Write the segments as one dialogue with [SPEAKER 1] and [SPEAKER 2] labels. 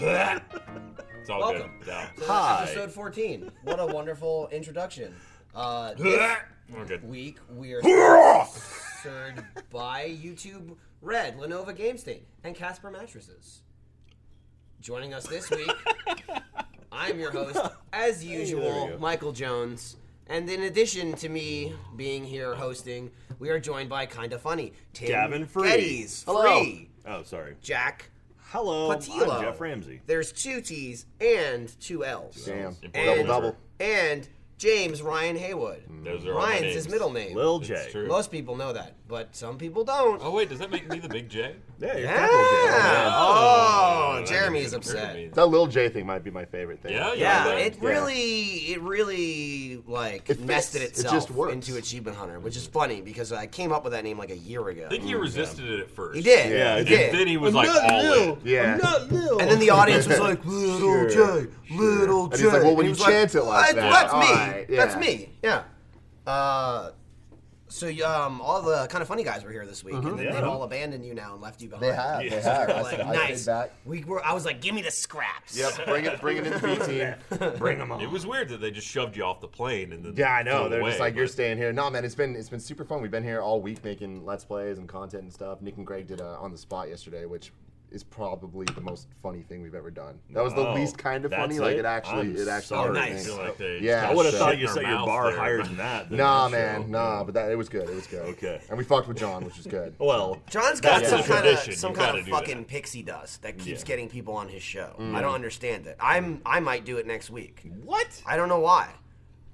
[SPEAKER 1] It's all
[SPEAKER 2] Welcome.
[SPEAKER 1] good. Yeah.
[SPEAKER 2] to
[SPEAKER 3] Hi.
[SPEAKER 2] episode 14. What a wonderful introduction. Uh, this
[SPEAKER 1] We're good.
[SPEAKER 2] week we are sponsored by YouTube Red, Lenovo GameStain, and Casper Mattresses. Joining us this week, I'm your host, as usual, Michael Jones. And in addition to me being here hosting, we are joined by Kinda Funny, Tim
[SPEAKER 3] Gavin Free.
[SPEAKER 2] Geddes,
[SPEAKER 3] Hello.
[SPEAKER 2] Free,
[SPEAKER 3] Oh, sorry.
[SPEAKER 2] Jack.
[SPEAKER 3] Hello,
[SPEAKER 2] Patillo.
[SPEAKER 3] I'm Jeff Ramsey.
[SPEAKER 2] There's two T's and two L's.
[SPEAKER 4] Damn.
[SPEAKER 1] Important
[SPEAKER 4] double double. Mm.
[SPEAKER 1] number.
[SPEAKER 2] and James Ryan Haywood.
[SPEAKER 1] Those are all my
[SPEAKER 2] Ryan's his
[SPEAKER 1] names.
[SPEAKER 2] middle name.
[SPEAKER 3] Lil
[SPEAKER 1] It's
[SPEAKER 3] J.
[SPEAKER 1] true.
[SPEAKER 2] Most people know that, but some people don't.
[SPEAKER 1] Oh wait, does that make me the big J?
[SPEAKER 3] Yeah, you're
[SPEAKER 2] Yeah.
[SPEAKER 3] capital J. Yeah.
[SPEAKER 2] Oh,
[SPEAKER 1] that
[SPEAKER 2] Jeremy's
[SPEAKER 1] doesn't occur to
[SPEAKER 2] upset.
[SPEAKER 1] me.
[SPEAKER 4] That Lil J thing might be my favorite thing.
[SPEAKER 1] Yeah,
[SPEAKER 2] Yeah,
[SPEAKER 1] Yeah.
[SPEAKER 2] it
[SPEAKER 4] Yeah.
[SPEAKER 2] really, it really like
[SPEAKER 4] It fits.
[SPEAKER 2] nested
[SPEAKER 4] It
[SPEAKER 2] itself
[SPEAKER 4] just works.
[SPEAKER 2] into Achievement Hunter, which is funny because I came up with that name like a year ago.
[SPEAKER 1] I
[SPEAKER 3] Hmm,
[SPEAKER 1] think he resisted it at first.
[SPEAKER 2] He did.
[SPEAKER 4] Yeah,
[SPEAKER 2] he
[SPEAKER 1] And
[SPEAKER 4] he
[SPEAKER 2] did.
[SPEAKER 1] then he was like all in.
[SPEAKER 4] Yeah.
[SPEAKER 2] And then the audience was like, little
[SPEAKER 4] Oh. Sure,
[SPEAKER 2] J, little
[SPEAKER 4] And
[SPEAKER 2] J.
[SPEAKER 4] he's like, well, when
[SPEAKER 2] he
[SPEAKER 4] you
[SPEAKER 2] was like,
[SPEAKER 4] chant it like
[SPEAKER 2] "That's-
[SPEAKER 4] that,
[SPEAKER 2] That's me.
[SPEAKER 4] alright, yeah."
[SPEAKER 2] That's me. Yeah. Uh, so you, um, all the kind of funny guys were here this week, and they,
[SPEAKER 3] Yeah.
[SPEAKER 2] they've all abandoned you now and left you behind.
[SPEAKER 4] Mm-hmm. They have, they
[SPEAKER 2] So
[SPEAKER 4] have.
[SPEAKER 2] you're
[SPEAKER 4] I-
[SPEAKER 2] like,
[SPEAKER 4] I stayed
[SPEAKER 2] nice.
[SPEAKER 4] back.
[SPEAKER 2] We were. I was like, give me the scraps.
[SPEAKER 4] Yep, bring it, bring it in the B team. bring them on.
[SPEAKER 1] It was weird that they just shoved you off the plane and then
[SPEAKER 4] Yeah, I know.
[SPEAKER 1] flew
[SPEAKER 4] They're just
[SPEAKER 1] away,
[SPEAKER 4] like, you're
[SPEAKER 1] but-
[SPEAKER 4] staying here. No, man, it's been it's been super fun. We've been here all week making let's plays and content and stuff. Nick and Greg did a on the spot yesterday, which is probably the most funny thing we've ever done. That was the
[SPEAKER 1] Wow.
[SPEAKER 4] least kind of
[SPEAKER 1] That's
[SPEAKER 4] funny. Like
[SPEAKER 1] it?
[SPEAKER 4] it actually,
[SPEAKER 1] I'm
[SPEAKER 4] it actually.
[SPEAKER 2] sorry.
[SPEAKER 4] was
[SPEAKER 2] Oh,
[SPEAKER 4] a
[SPEAKER 2] nice.
[SPEAKER 1] I
[SPEAKER 4] thing.
[SPEAKER 1] feel like
[SPEAKER 4] Yeah,
[SPEAKER 1] they just
[SPEAKER 4] I
[SPEAKER 1] got
[SPEAKER 4] would've
[SPEAKER 3] I
[SPEAKER 1] shit
[SPEAKER 3] thought
[SPEAKER 1] in
[SPEAKER 3] you
[SPEAKER 1] their
[SPEAKER 3] set your
[SPEAKER 1] mouth
[SPEAKER 3] bar
[SPEAKER 1] there.
[SPEAKER 3] higher than that. didn't
[SPEAKER 4] Nah,
[SPEAKER 3] you?
[SPEAKER 4] man,
[SPEAKER 3] So-
[SPEAKER 4] nah. But that it was good. It was good.
[SPEAKER 3] Okay.
[SPEAKER 4] And we fucked with John, which was good.
[SPEAKER 3] Well,
[SPEAKER 2] John's got
[SPEAKER 1] That's
[SPEAKER 2] some
[SPEAKER 1] a
[SPEAKER 2] kind
[SPEAKER 1] tradition.
[SPEAKER 2] of some
[SPEAKER 1] You
[SPEAKER 2] kind
[SPEAKER 1] gotta
[SPEAKER 2] of
[SPEAKER 1] do that.
[SPEAKER 2] fucking pixie dust that keeps
[SPEAKER 3] Yeah.
[SPEAKER 2] getting people on his show.
[SPEAKER 4] Mm.
[SPEAKER 2] I don't understand it. I'm I might do it next week.
[SPEAKER 3] what?
[SPEAKER 2] I don't know why.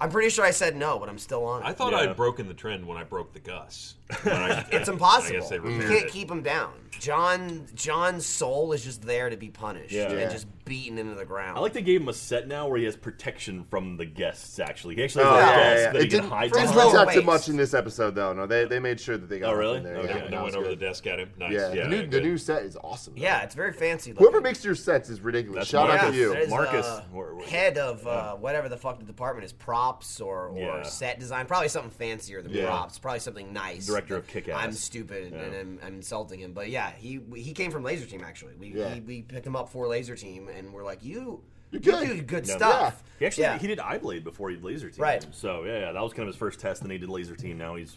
[SPEAKER 2] I'm pretty sure I said no, but I'm still on it.
[SPEAKER 1] I thought
[SPEAKER 3] Yeah.
[SPEAKER 1] I'd broken the trend when I broke the Gus. When I-
[SPEAKER 2] It's
[SPEAKER 1] I-
[SPEAKER 2] impossible.
[SPEAKER 1] I guess they
[SPEAKER 2] you
[SPEAKER 1] repaired
[SPEAKER 2] can't
[SPEAKER 1] it.
[SPEAKER 2] keep him down. John John's soul is just there to be punished
[SPEAKER 3] Yeah.
[SPEAKER 2] and
[SPEAKER 4] Yeah.
[SPEAKER 2] just beaten into the ground.
[SPEAKER 3] I like they gave him a set now where he has protection from the guests. Actually, he actually
[SPEAKER 4] Oh,
[SPEAKER 3] has
[SPEAKER 2] Yeah.
[SPEAKER 3] a
[SPEAKER 2] yeah,
[SPEAKER 3] guest
[SPEAKER 2] yeah.
[SPEAKER 3] that he
[SPEAKER 4] It
[SPEAKER 3] can
[SPEAKER 4] didn't,
[SPEAKER 3] hide
[SPEAKER 4] it didn't
[SPEAKER 2] Friends
[SPEAKER 3] behind.
[SPEAKER 2] level
[SPEAKER 4] touch it
[SPEAKER 2] weights.
[SPEAKER 4] much in this episode, though. No, they, they made sure that they got
[SPEAKER 3] Oh,
[SPEAKER 4] up
[SPEAKER 3] really?
[SPEAKER 4] in there.
[SPEAKER 3] Okay.
[SPEAKER 4] Yeah,
[SPEAKER 1] They
[SPEAKER 4] that was
[SPEAKER 1] went over
[SPEAKER 4] good.
[SPEAKER 1] the desk at him. Nice.
[SPEAKER 4] Yeah, the, new, the
[SPEAKER 1] good.
[SPEAKER 4] new set is awesome. though.
[SPEAKER 2] yeah, it's very fancy. Looking.
[SPEAKER 4] Whoever makes your sets is ridiculous.
[SPEAKER 3] That's
[SPEAKER 4] Shout out
[SPEAKER 3] Marcus.
[SPEAKER 4] to you.
[SPEAKER 2] that is,
[SPEAKER 3] Marcus,
[SPEAKER 2] uh,
[SPEAKER 3] or- or-
[SPEAKER 2] head of uh, whatever the fuck the department is, props or, or
[SPEAKER 3] Yeah.
[SPEAKER 2] set design, probably something fancier than
[SPEAKER 3] Yeah.
[SPEAKER 2] props, probably something nice.
[SPEAKER 3] Director of Kick-Ass.
[SPEAKER 2] I'm stupid and
[SPEAKER 3] Yeah.
[SPEAKER 2] I'm, I'm insulting him, but yeah, he he came from Laser Team actually. We
[SPEAKER 4] Yeah.
[SPEAKER 2] we, we picked him up for Laser Team, and we're like, you
[SPEAKER 4] You're
[SPEAKER 2] you
[SPEAKER 4] good.
[SPEAKER 2] do good
[SPEAKER 3] Yeah.
[SPEAKER 2] stuff.
[SPEAKER 3] He actually
[SPEAKER 2] Yeah.
[SPEAKER 3] he did eye blade before he did laser team.
[SPEAKER 2] Right.
[SPEAKER 3] So yeah, yeah, that was kind of his first test. Then he did laser team. Now he's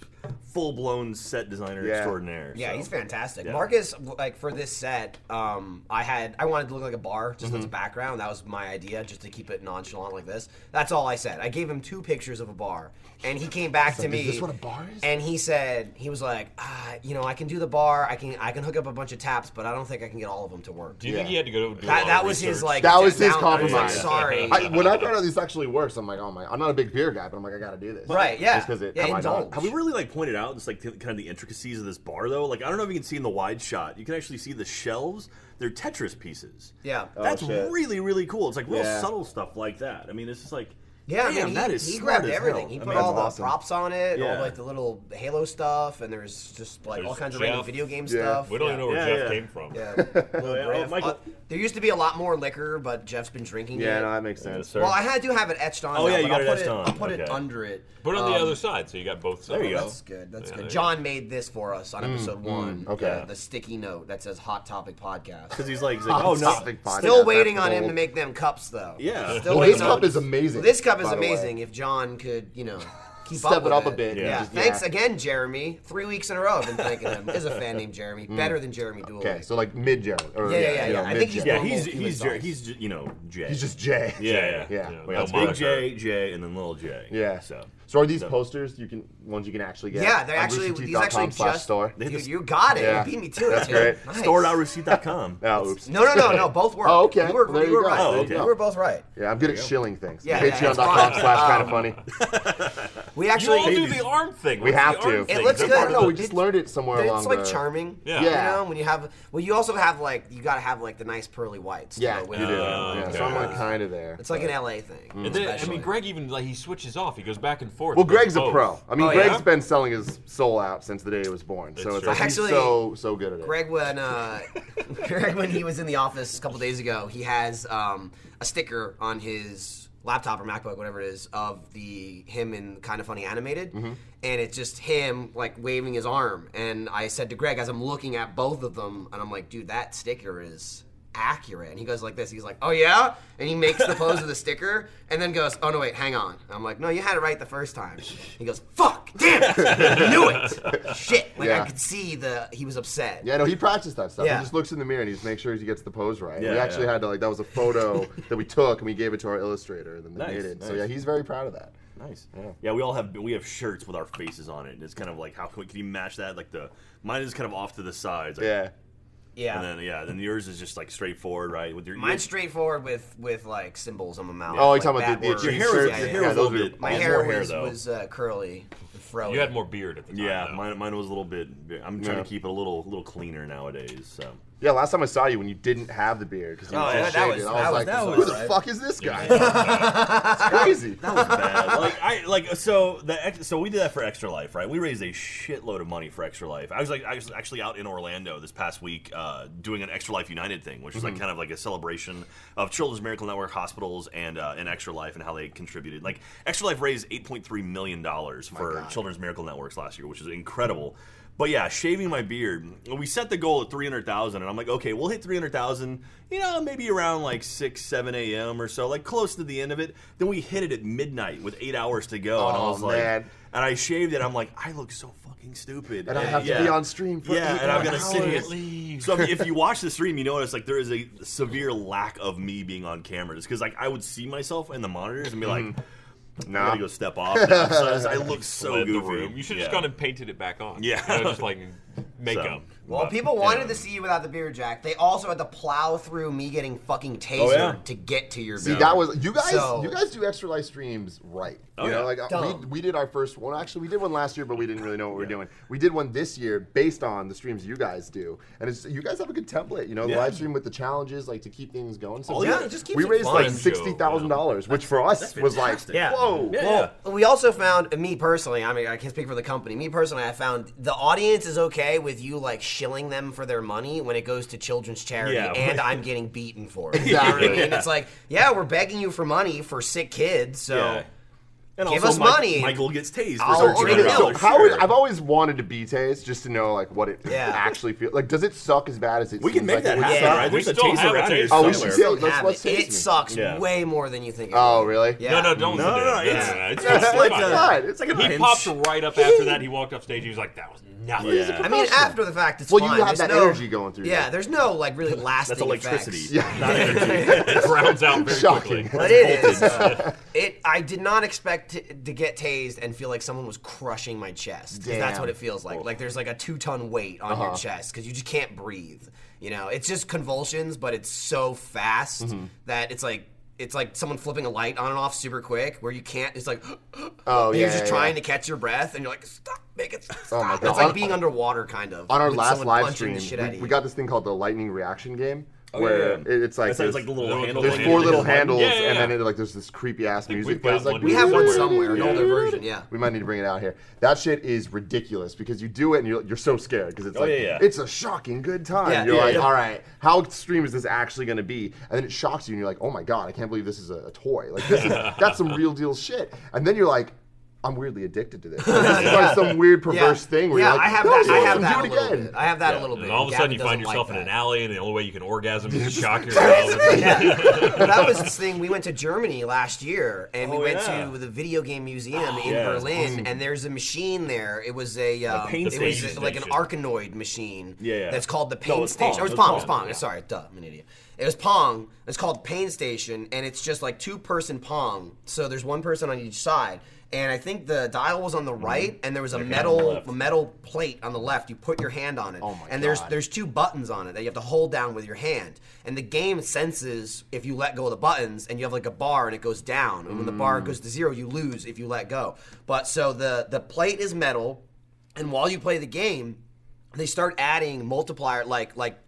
[SPEAKER 3] full blown set designer
[SPEAKER 4] Yeah.
[SPEAKER 3] extraordinaire.
[SPEAKER 2] Yeah,
[SPEAKER 3] so.
[SPEAKER 2] he's fantastic.
[SPEAKER 3] Yeah.
[SPEAKER 2] Marcus, like for this set, um, I had I wanted to look like a bar just as a background. That was my idea, just to keep it nonchalant like this. That's all I said. I gave him two pictures of a bar, and he came back to
[SPEAKER 4] like,
[SPEAKER 2] me.
[SPEAKER 4] "Is this what a bar is?"
[SPEAKER 2] And he said he was like, ah, you know, I can do the bar. I can I can hook up a bunch of taps, but I don't think I can get all of them to work.
[SPEAKER 1] Do you think
[SPEAKER 4] Yeah.
[SPEAKER 1] he had to go do a lot
[SPEAKER 2] That,
[SPEAKER 1] of
[SPEAKER 2] that was his
[SPEAKER 1] research?
[SPEAKER 2] like.
[SPEAKER 4] That was his
[SPEAKER 2] down- I was like,
[SPEAKER 4] compromise.
[SPEAKER 2] Sorry.
[SPEAKER 4] I, when I found out this actually works, I'm like, oh my! I'm not a big beer guy, but I'm like, I gotta do this.
[SPEAKER 2] Right, yeah.
[SPEAKER 4] Just because it.
[SPEAKER 2] Yeah,
[SPEAKER 4] how am I not?
[SPEAKER 2] indulge.
[SPEAKER 3] Have we really like pointed out just like kind of the intricacies of this bar though? Like I don't know if you can see in the wide shot. You can actually see the shelves. They're Tetris pieces.
[SPEAKER 2] Yeah. Oh,
[SPEAKER 3] That's
[SPEAKER 4] shit.
[SPEAKER 3] really really cool. It's like real
[SPEAKER 4] Yeah.
[SPEAKER 3] subtle stuff like that. I mean, it's just like
[SPEAKER 2] Yeah,
[SPEAKER 3] damn,
[SPEAKER 2] I mean,
[SPEAKER 3] that
[SPEAKER 2] he,
[SPEAKER 3] is
[SPEAKER 2] he
[SPEAKER 3] smart
[SPEAKER 2] grabbed
[SPEAKER 3] as
[SPEAKER 2] everything.
[SPEAKER 3] hell.
[SPEAKER 2] He
[SPEAKER 3] I
[SPEAKER 2] put
[SPEAKER 3] mean,
[SPEAKER 2] all
[SPEAKER 3] that's
[SPEAKER 2] the
[SPEAKER 3] awesome.
[SPEAKER 4] awesome.
[SPEAKER 2] props on it, all
[SPEAKER 3] Yeah.
[SPEAKER 2] like the little Halo stuff, and there's just like all
[SPEAKER 1] There's
[SPEAKER 2] kinds of random
[SPEAKER 1] Jeff.
[SPEAKER 2] video game
[SPEAKER 4] Yeah.
[SPEAKER 2] stuff.
[SPEAKER 1] We don't
[SPEAKER 2] yeah.
[SPEAKER 1] even know where
[SPEAKER 3] Yeah,
[SPEAKER 1] Jeff
[SPEAKER 3] yeah.
[SPEAKER 1] came from.
[SPEAKER 2] Yeah.
[SPEAKER 3] Oh, yeah, oh,
[SPEAKER 2] Brave.
[SPEAKER 3] Michael-
[SPEAKER 2] Uh, there used to be a lot more liquor, but Jeff's been drinking
[SPEAKER 4] Yeah,
[SPEAKER 2] it.
[SPEAKER 4] no, that makes sense.
[SPEAKER 3] sir.
[SPEAKER 2] well, I had, do have it etched on.
[SPEAKER 3] Oh,
[SPEAKER 2] now,
[SPEAKER 3] yeah, you
[SPEAKER 2] but
[SPEAKER 3] got
[SPEAKER 2] I'll
[SPEAKER 3] it
[SPEAKER 2] put
[SPEAKER 3] etched on.
[SPEAKER 2] I'll put it
[SPEAKER 3] Okay.
[SPEAKER 2] under it.
[SPEAKER 1] Put it on the
[SPEAKER 2] Um,
[SPEAKER 1] other side, so you got both sides.
[SPEAKER 3] There you go.
[SPEAKER 2] That's good. That's
[SPEAKER 1] Yeah, there
[SPEAKER 2] good.
[SPEAKER 1] you
[SPEAKER 2] John made this for us on episode one.
[SPEAKER 4] Mm, okay.
[SPEAKER 2] The, the sticky note that says "Hot Topic Podcast."
[SPEAKER 3] because he's like, he's like oh no,
[SPEAKER 4] Topic podcast,
[SPEAKER 2] Still
[SPEAKER 4] that's
[SPEAKER 2] waiting on him
[SPEAKER 4] gold.
[SPEAKER 2] to make them cups, though.
[SPEAKER 3] Yeah.
[SPEAKER 2] Still
[SPEAKER 4] Well,
[SPEAKER 2] waiting
[SPEAKER 4] this
[SPEAKER 2] on-
[SPEAKER 4] cup is amazing.
[SPEAKER 2] This cup is
[SPEAKER 4] by the way.
[SPEAKER 2] amazing. If John could, you know, keep
[SPEAKER 4] Step
[SPEAKER 2] up
[SPEAKER 4] it
[SPEAKER 2] with
[SPEAKER 4] up a bit,
[SPEAKER 2] Yeah.
[SPEAKER 4] yeah, just-
[SPEAKER 2] Thanks
[SPEAKER 4] yeah.
[SPEAKER 2] again, Jeremy. Three weeks in a row, I've been thanking him. There's a fan named Jeremy, better than Jeremy Dooley.
[SPEAKER 4] Mm. Okay, so like mid Joe.
[SPEAKER 2] Yeah, yeah, yeah, I think he's
[SPEAKER 3] yeah,
[SPEAKER 2] normal
[SPEAKER 3] he's
[SPEAKER 2] human
[SPEAKER 3] he's
[SPEAKER 2] size.
[SPEAKER 3] Jer- he's J- you know Jay.
[SPEAKER 4] he's just Jay.
[SPEAKER 3] yeah, yeah.
[SPEAKER 4] yeah.
[SPEAKER 1] You know,
[SPEAKER 4] Wait,
[SPEAKER 1] no
[SPEAKER 4] that's
[SPEAKER 1] moniker.
[SPEAKER 3] Big J, J, and then little J.
[SPEAKER 4] Yeah.
[SPEAKER 3] So
[SPEAKER 4] So are these posters you can ones you can actually get?
[SPEAKER 2] Yeah, they're
[SPEAKER 4] on
[SPEAKER 2] actually
[SPEAKER 4] roosterteeth.com
[SPEAKER 2] these actually
[SPEAKER 4] slash
[SPEAKER 2] just
[SPEAKER 4] store.
[SPEAKER 3] They-
[SPEAKER 2] dude, you got it.
[SPEAKER 4] Yeah.
[SPEAKER 2] You beat me to
[SPEAKER 4] That's
[SPEAKER 2] it. dude.
[SPEAKER 4] great.
[SPEAKER 2] Nice.
[SPEAKER 3] Store.receipt.com.
[SPEAKER 4] Oh, oops.
[SPEAKER 2] No, no, no, no. Both work.
[SPEAKER 4] Oh, okay.
[SPEAKER 2] You were,
[SPEAKER 4] Well, there
[SPEAKER 2] you
[SPEAKER 4] you
[SPEAKER 2] were
[SPEAKER 4] go.
[SPEAKER 2] right.
[SPEAKER 3] Oh, okay.
[SPEAKER 2] You were both right.
[SPEAKER 4] Yeah, I'm good at shilling things.
[SPEAKER 2] Yeah, yeah, it's
[SPEAKER 4] Patreon.com
[SPEAKER 2] fine.
[SPEAKER 4] slash kind
[SPEAKER 2] Um,
[SPEAKER 4] of funny.
[SPEAKER 2] We
[SPEAKER 1] You
[SPEAKER 2] actually
[SPEAKER 1] all do the arm thing.
[SPEAKER 4] We
[SPEAKER 1] What's the
[SPEAKER 4] have
[SPEAKER 1] arm
[SPEAKER 4] to.
[SPEAKER 1] thing?
[SPEAKER 2] It looks
[SPEAKER 1] They're
[SPEAKER 2] good.
[SPEAKER 4] I
[SPEAKER 1] part
[SPEAKER 4] don't know.
[SPEAKER 1] of the-
[SPEAKER 4] We just learned it somewhere
[SPEAKER 2] It's
[SPEAKER 4] along
[SPEAKER 2] like
[SPEAKER 4] the-
[SPEAKER 2] charming.
[SPEAKER 1] Yeah.
[SPEAKER 4] Yeah.
[SPEAKER 2] You know, when you have well, you also have like you gotta have like the nice pearly whites. to
[SPEAKER 4] Yeah,
[SPEAKER 2] go
[SPEAKER 4] you do. Mm.
[SPEAKER 2] with it.
[SPEAKER 4] Yeah,
[SPEAKER 1] okay.
[SPEAKER 4] So I'm like kind of there.
[SPEAKER 2] It's like an LA thing.
[SPEAKER 1] And then, I
[SPEAKER 2] especially.
[SPEAKER 1] mean, Greg even like he switches off. He goes back and forth.
[SPEAKER 4] Well,
[SPEAKER 1] with
[SPEAKER 4] Greg's a
[SPEAKER 1] both.
[SPEAKER 4] pro. I mean,
[SPEAKER 2] Oh,
[SPEAKER 4] Greg's
[SPEAKER 2] yeah?
[SPEAKER 4] been selling his soul out since the day he was born. so
[SPEAKER 1] That's
[SPEAKER 4] it's
[SPEAKER 1] true.
[SPEAKER 4] like
[SPEAKER 2] Actually,
[SPEAKER 4] he's so so good at it.
[SPEAKER 2] Greg, when uh, Greg, when he was in the office a couple days ago, he has um, a sticker on his laptop or MacBook, whatever it is, of the him in kind of funny animated,
[SPEAKER 4] Mm-hmm.
[SPEAKER 2] and it's just him like waving his arm. And I said to Greg as I'm looking at both of them, and I'm like, dude, that sticker is accurate. And he goes like this. He's like, oh yeah, and he makes the pose of the sticker, and then goes, oh no, wait, hang on. And I'm like, no, you had it right the first time. He goes, fuck, damn it, I knew it, shit. Like
[SPEAKER 4] Yeah.
[SPEAKER 2] I could see the he was upset.
[SPEAKER 4] Yeah, no, he practiced that stuff.
[SPEAKER 2] Yeah.
[SPEAKER 4] He just looks in the mirror and he just makes sure he gets the pose right.
[SPEAKER 3] Yeah,
[SPEAKER 4] we actually
[SPEAKER 3] yeah.
[SPEAKER 4] had to like that was a photo that we took and we gave it to our illustrator and then they
[SPEAKER 3] Nice,
[SPEAKER 4] made it. So
[SPEAKER 3] nice.
[SPEAKER 4] yeah, he's very proud of that.
[SPEAKER 3] Nice. Yeah. we all have we have shirts with our faces on it, and it's kind of like how can you match that? Like the mine is kind of off to the sides. like-
[SPEAKER 4] Yeah.
[SPEAKER 2] yeah.
[SPEAKER 3] And then yeah, then yours is just like straightforward, right? With your
[SPEAKER 2] Mine's straightforward with with like symbols on my
[SPEAKER 4] Oh,
[SPEAKER 2] mouth.
[SPEAKER 4] you're
[SPEAKER 2] like
[SPEAKER 4] talking about
[SPEAKER 2] bad
[SPEAKER 4] the- the
[SPEAKER 2] words.
[SPEAKER 3] your
[SPEAKER 4] Your
[SPEAKER 3] hair,
[SPEAKER 4] shirts,
[SPEAKER 3] was-
[SPEAKER 2] Yeah,
[SPEAKER 3] your
[SPEAKER 2] yeah, yeah.
[SPEAKER 3] hair
[SPEAKER 4] yeah,
[SPEAKER 3] was a
[SPEAKER 4] those
[SPEAKER 3] little bit.
[SPEAKER 4] are-
[SPEAKER 2] My
[SPEAKER 3] I had
[SPEAKER 2] hair
[SPEAKER 3] more
[SPEAKER 2] was,
[SPEAKER 3] hair though.
[SPEAKER 2] was uh, curly and fro.
[SPEAKER 1] You had more beard at the time.
[SPEAKER 3] yeah,
[SPEAKER 1] though.
[SPEAKER 3] mine, mine was a little bit. I'm trying
[SPEAKER 4] Yeah.
[SPEAKER 3] to keep it a little little cleaner nowadays. So
[SPEAKER 4] Yeah, last time I saw you when you didn't have the beard because you
[SPEAKER 2] Oh,
[SPEAKER 4] were
[SPEAKER 2] yeah,
[SPEAKER 4] just
[SPEAKER 2] that
[SPEAKER 4] shaved.
[SPEAKER 2] was-
[SPEAKER 4] and I
[SPEAKER 2] that
[SPEAKER 4] was,
[SPEAKER 2] was-
[SPEAKER 4] like,
[SPEAKER 2] that
[SPEAKER 4] who
[SPEAKER 2] was
[SPEAKER 4] the
[SPEAKER 2] right.
[SPEAKER 4] fuck is this guy? it's crazy.
[SPEAKER 3] that was bad. like I like so the ex- so we did that for Extra Life, right? We raised a shitload of money for Extra Life. I was like I was actually out in Orlando this past week uh, doing an Extra Life United thing, which is like kind of like a celebration of Children's Miracle Network hospitals and uh, and Extra Life and how they contributed. Like Extra Life raised 8.3 million dollars for Children's Miracle Networks last year, which is incredible. But yeah, shaving my beard. We set the goal at three hundred thousand, and I'm like, okay, we'll hit three hundred thousand. You know, maybe around like six, seven a.m. or so, like close to the end of it. Then we hit it at midnight with eight hours to go, and I
[SPEAKER 4] Oh,
[SPEAKER 3] was like,
[SPEAKER 4] man.
[SPEAKER 3] and I shaved it. I'm like, I look so fucking stupid,
[SPEAKER 4] And I have to be on stream for
[SPEAKER 3] yeah,
[SPEAKER 4] eight
[SPEAKER 3] and I'm gonna
[SPEAKER 4] hours.
[SPEAKER 3] sit here.
[SPEAKER 1] Leave.
[SPEAKER 3] So if, if you watch the stream, you notice like there is a severe lack of me being on camera, just because like I would see myself in the monitors and be like, I'm
[SPEAKER 4] Mm-hmm. Nah.
[SPEAKER 3] gonna go step off. now," 'cause I was- I look so
[SPEAKER 1] Fled the
[SPEAKER 3] goofy.
[SPEAKER 1] room. You should have
[SPEAKER 3] Yeah.
[SPEAKER 1] just gone and painted it back on.
[SPEAKER 3] Yeah.
[SPEAKER 1] You know, just like makeup.
[SPEAKER 2] Well,
[SPEAKER 3] But,
[SPEAKER 2] people wanted
[SPEAKER 3] yeah.
[SPEAKER 2] to see you without the beard, Jack. They also had to plow through me getting fucking tasered
[SPEAKER 3] Oh, yeah.
[SPEAKER 2] to get to your
[SPEAKER 4] See,
[SPEAKER 2] beard.
[SPEAKER 4] that was you guys.
[SPEAKER 2] So-
[SPEAKER 4] you guys do extra live streams right.
[SPEAKER 3] Oh,
[SPEAKER 4] you
[SPEAKER 3] yeah.
[SPEAKER 4] know, like uh, we,
[SPEAKER 2] Dumb.
[SPEAKER 4] we did our first one. Actually, we did one last year, but we didn't really know what we were doing. We did one this year based on the streams you guys do, and it's you guys have a good template. You know,
[SPEAKER 3] Yeah.
[SPEAKER 4] the live stream with the challenges, like to keep things going. So
[SPEAKER 3] Oh,
[SPEAKER 4] we-
[SPEAKER 3] yeah, it
[SPEAKER 2] just keeps
[SPEAKER 4] we
[SPEAKER 2] it
[SPEAKER 4] raised
[SPEAKER 2] fun.
[SPEAKER 4] like
[SPEAKER 1] Show,
[SPEAKER 4] sixty thousand dollars, which for us
[SPEAKER 3] that's
[SPEAKER 4] was like,
[SPEAKER 3] fantastic. Yeah.
[SPEAKER 4] whoa.
[SPEAKER 3] Yeah,
[SPEAKER 2] Well, we also found me personally. I mean, I can't speak for the company. Me personally, I found the audience is okay with you like shilling them for their money when it goes to children's charity,
[SPEAKER 3] Yeah,
[SPEAKER 2] and
[SPEAKER 3] right.
[SPEAKER 2] I'm getting beaten for it. You know what I
[SPEAKER 4] Exactly.
[SPEAKER 2] mean? It's like, yeah, we're begging you for money for sick kids, so.
[SPEAKER 3] Yeah. And
[SPEAKER 2] Give
[SPEAKER 3] also,
[SPEAKER 2] us
[SPEAKER 3] Mike-
[SPEAKER 2] money.
[SPEAKER 3] Michael gets tased.
[SPEAKER 2] I'll
[SPEAKER 3] for
[SPEAKER 2] order
[SPEAKER 4] Okay,
[SPEAKER 3] $13.
[SPEAKER 2] it.
[SPEAKER 4] so
[SPEAKER 2] dollars,
[SPEAKER 4] Oh, how
[SPEAKER 3] Sure.
[SPEAKER 4] is- I've always wanted to be tased just to know like what it
[SPEAKER 2] Yeah.
[SPEAKER 4] actually feels like. Does it suck as bad as it?
[SPEAKER 3] We can
[SPEAKER 4] seems
[SPEAKER 3] make
[SPEAKER 4] like
[SPEAKER 3] that
[SPEAKER 4] it would
[SPEAKER 3] happen,
[SPEAKER 4] suck?
[SPEAKER 3] right?
[SPEAKER 1] We
[SPEAKER 3] There's a
[SPEAKER 1] still
[SPEAKER 3] taser
[SPEAKER 1] have a
[SPEAKER 3] around here
[SPEAKER 1] taser. Oh,
[SPEAKER 4] we
[SPEAKER 3] somewhere.
[SPEAKER 4] should- Yeah,
[SPEAKER 2] Don't
[SPEAKER 4] let's-
[SPEAKER 2] have
[SPEAKER 4] let's
[SPEAKER 2] it.
[SPEAKER 4] taste
[SPEAKER 2] It
[SPEAKER 4] me.
[SPEAKER 2] sucks
[SPEAKER 3] Yeah.
[SPEAKER 2] way more than you think. It
[SPEAKER 4] Oh,
[SPEAKER 2] would.
[SPEAKER 4] really?
[SPEAKER 2] Yeah.
[SPEAKER 1] No, no, don't.
[SPEAKER 3] No, no, no,
[SPEAKER 1] do that.
[SPEAKER 3] it's-
[SPEAKER 1] it's,
[SPEAKER 4] Yeah,
[SPEAKER 1] it's
[SPEAKER 4] it's
[SPEAKER 1] fine.
[SPEAKER 4] fine. It's like a
[SPEAKER 1] He
[SPEAKER 4] pinch.
[SPEAKER 1] popped right up after that. He walked off stage. He was like, "That was nothing."
[SPEAKER 3] Yeah.
[SPEAKER 2] I mean, after the fact, it's
[SPEAKER 4] Well, you
[SPEAKER 2] fine.
[SPEAKER 4] have
[SPEAKER 2] There's
[SPEAKER 4] that
[SPEAKER 2] no-
[SPEAKER 4] energy going through
[SPEAKER 2] Yeah,
[SPEAKER 4] you.
[SPEAKER 2] there's no like really lasting.
[SPEAKER 3] That's electricity.
[SPEAKER 2] effects.
[SPEAKER 3] Not energy.
[SPEAKER 1] it rounds out very
[SPEAKER 4] Shocking.
[SPEAKER 1] quickly.
[SPEAKER 2] But it is. uh, it. I did not expect to, to get tased and feel like someone was crushing my chest. 'Cause That's
[SPEAKER 4] Damn. Uh-huh.
[SPEAKER 2] what it feels like. Like there's like a two ton weight on your chest because you just can't breathe. You know, it's just convulsions, but it's so fast
[SPEAKER 4] Mm-hmm.
[SPEAKER 2] that it's like. It's like someone flipping a light on and off super quick, where you can't. It's like,
[SPEAKER 4] Oh,
[SPEAKER 2] and
[SPEAKER 4] yeah,
[SPEAKER 2] you're just
[SPEAKER 4] yeah,
[SPEAKER 2] trying
[SPEAKER 4] yeah. Oh
[SPEAKER 2] to catch your breath, and you're like, stop, make it stop.
[SPEAKER 4] my God.
[SPEAKER 2] It's like
[SPEAKER 4] On-
[SPEAKER 2] being underwater, kind of.
[SPEAKER 4] on our
[SPEAKER 2] with
[SPEAKER 4] last
[SPEAKER 2] someone
[SPEAKER 4] live
[SPEAKER 2] punching
[SPEAKER 4] stream,
[SPEAKER 2] the shit out of
[SPEAKER 4] we,
[SPEAKER 2] you.
[SPEAKER 4] we got this thing called the lightning reaction game,
[SPEAKER 3] Oh, yeah,
[SPEAKER 4] where
[SPEAKER 3] yeah.
[SPEAKER 4] it- it's like
[SPEAKER 3] That's like-
[SPEAKER 4] there's,
[SPEAKER 3] it's like the little
[SPEAKER 1] there's
[SPEAKER 3] handle.
[SPEAKER 4] there's
[SPEAKER 1] handles
[SPEAKER 4] four
[SPEAKER 1] that
[SPEAKER 4] little
[SPEAKER 1] hit the button.
[SPEAKER 4] handles,
[SPEAKER 1] Yeah, yeah,
[SPEAKER 4] and
[SPEAKER 1] yeah.
[SPEAKER 4] then it, like there's this creepy ass music.
[SPEAKER 1] we've
[SPEAKER 4] plays,
[SPEAKER 1] got
[SPEAKER 4] like,
[SPEAKER 1] one.
[SPEAKER 2] We have one
[SPEAKER 1] Yeah.
[SPEAKER 2] somewhere, an
[SPEAKER 1] Yeah.
[SPEAKER 2] older version, yeah.
[SPEAKER 4] We might need to bring it out here. That shit is ridiculous because you do it and you're, you're so scared because it's
[SPEAKER 3] Oh,
[SPEAKER 4] like
[SPEAKER 3] yeah, yeah.
[SPEAKER 4] it's a shocking good time.
[SPEAKER 2] Yeah,
[SPEAKER 4] you're
[SPEAKER 2] yeah,
[SPEAKER 4] like,
[SPEAKER 2] yeah.
[SPEAKER 4] all right, how extreme is this actually going to be? And then it shocks you and you're like, oh my god, I can't believe this is a, a toy. Like this is that's some real deal shit. And then you're like. I'm weirdly addicted to this. It's like some weird perverse thing where
[SPEAKER 2] yeah,
[SPEAKER 4] you're like,
[SPEAKER 2] I have
[SPEAKER 4] "No,
[SPEAKER 2] that. I
[SPEAKER 4] yeah,
[SPEAKER 2] have that
[SPEAKER 4] do
[SPEAKER 2] a
[SPEAKER 4] it
[SPEAKER 2] little
[SPEAKER 4] again."
[SPEAKER 2] bit. I have that a little bit.
[SPEAKER 1] And all of a sudden, you find yourself in an alley, and the only way you can orgasm is to shock yourself.
[SPEAKER 2] Well, that was this thing. We went to Germany last year, and
[SPEAKER 3] Oh,
[SPEAKER 2] we went
[SPEAKER 3] yeah. Oh,
[SPEAKER 2] to the video game museum in
[SPEAKER 3] Yeah.
[SPEAKER 2] Berlin. And there's a machine there. It was a, um,
[SPEAKER 3] paint
[SPEAKER 2] it was
[SPEAKER 1] station.
[SPEAKER 2] like an arcanoid machine.
[SPEAKER 3] Yeah, yeah.
[SPEAKER 2] That's called the
[SPEAKER 3] No,
[SPEAKER 2] pain
[SPEAKER 3] it's
[SPEAKER 2] station.
[SPEAKER 3] Pong.
[SPEAKER 2] Or it's
[SPEAKER 3] It's
[SPEAKER 2] Pong. It's
[SPEAKER 3] Pong,
[SPEAKER 2] Pong. Sorry, duh, I'm an idiot. It was Pong. It's called Pain Station, and it's just like two person Pong. So there's one person on each side. And I think the dial was on the right, and there was a metal
[SPEAKER 3] left.
[SPEAKER 2] a metal plate on the left. You put your hand on it,
[SPEAKER 4] Oh my
[SPEAKER 2] and there's
[SPEAKER 4] God.
[SPEAKER 2] there's there's two buttons on it that you have to hold down with your hand. And the game senses if you let go of the buttons and you have like a bar and it goes down. And when the bar goes to zero, you lose if you let go. But so the the plate is metal, and while you play the game, they start adding multiplier like like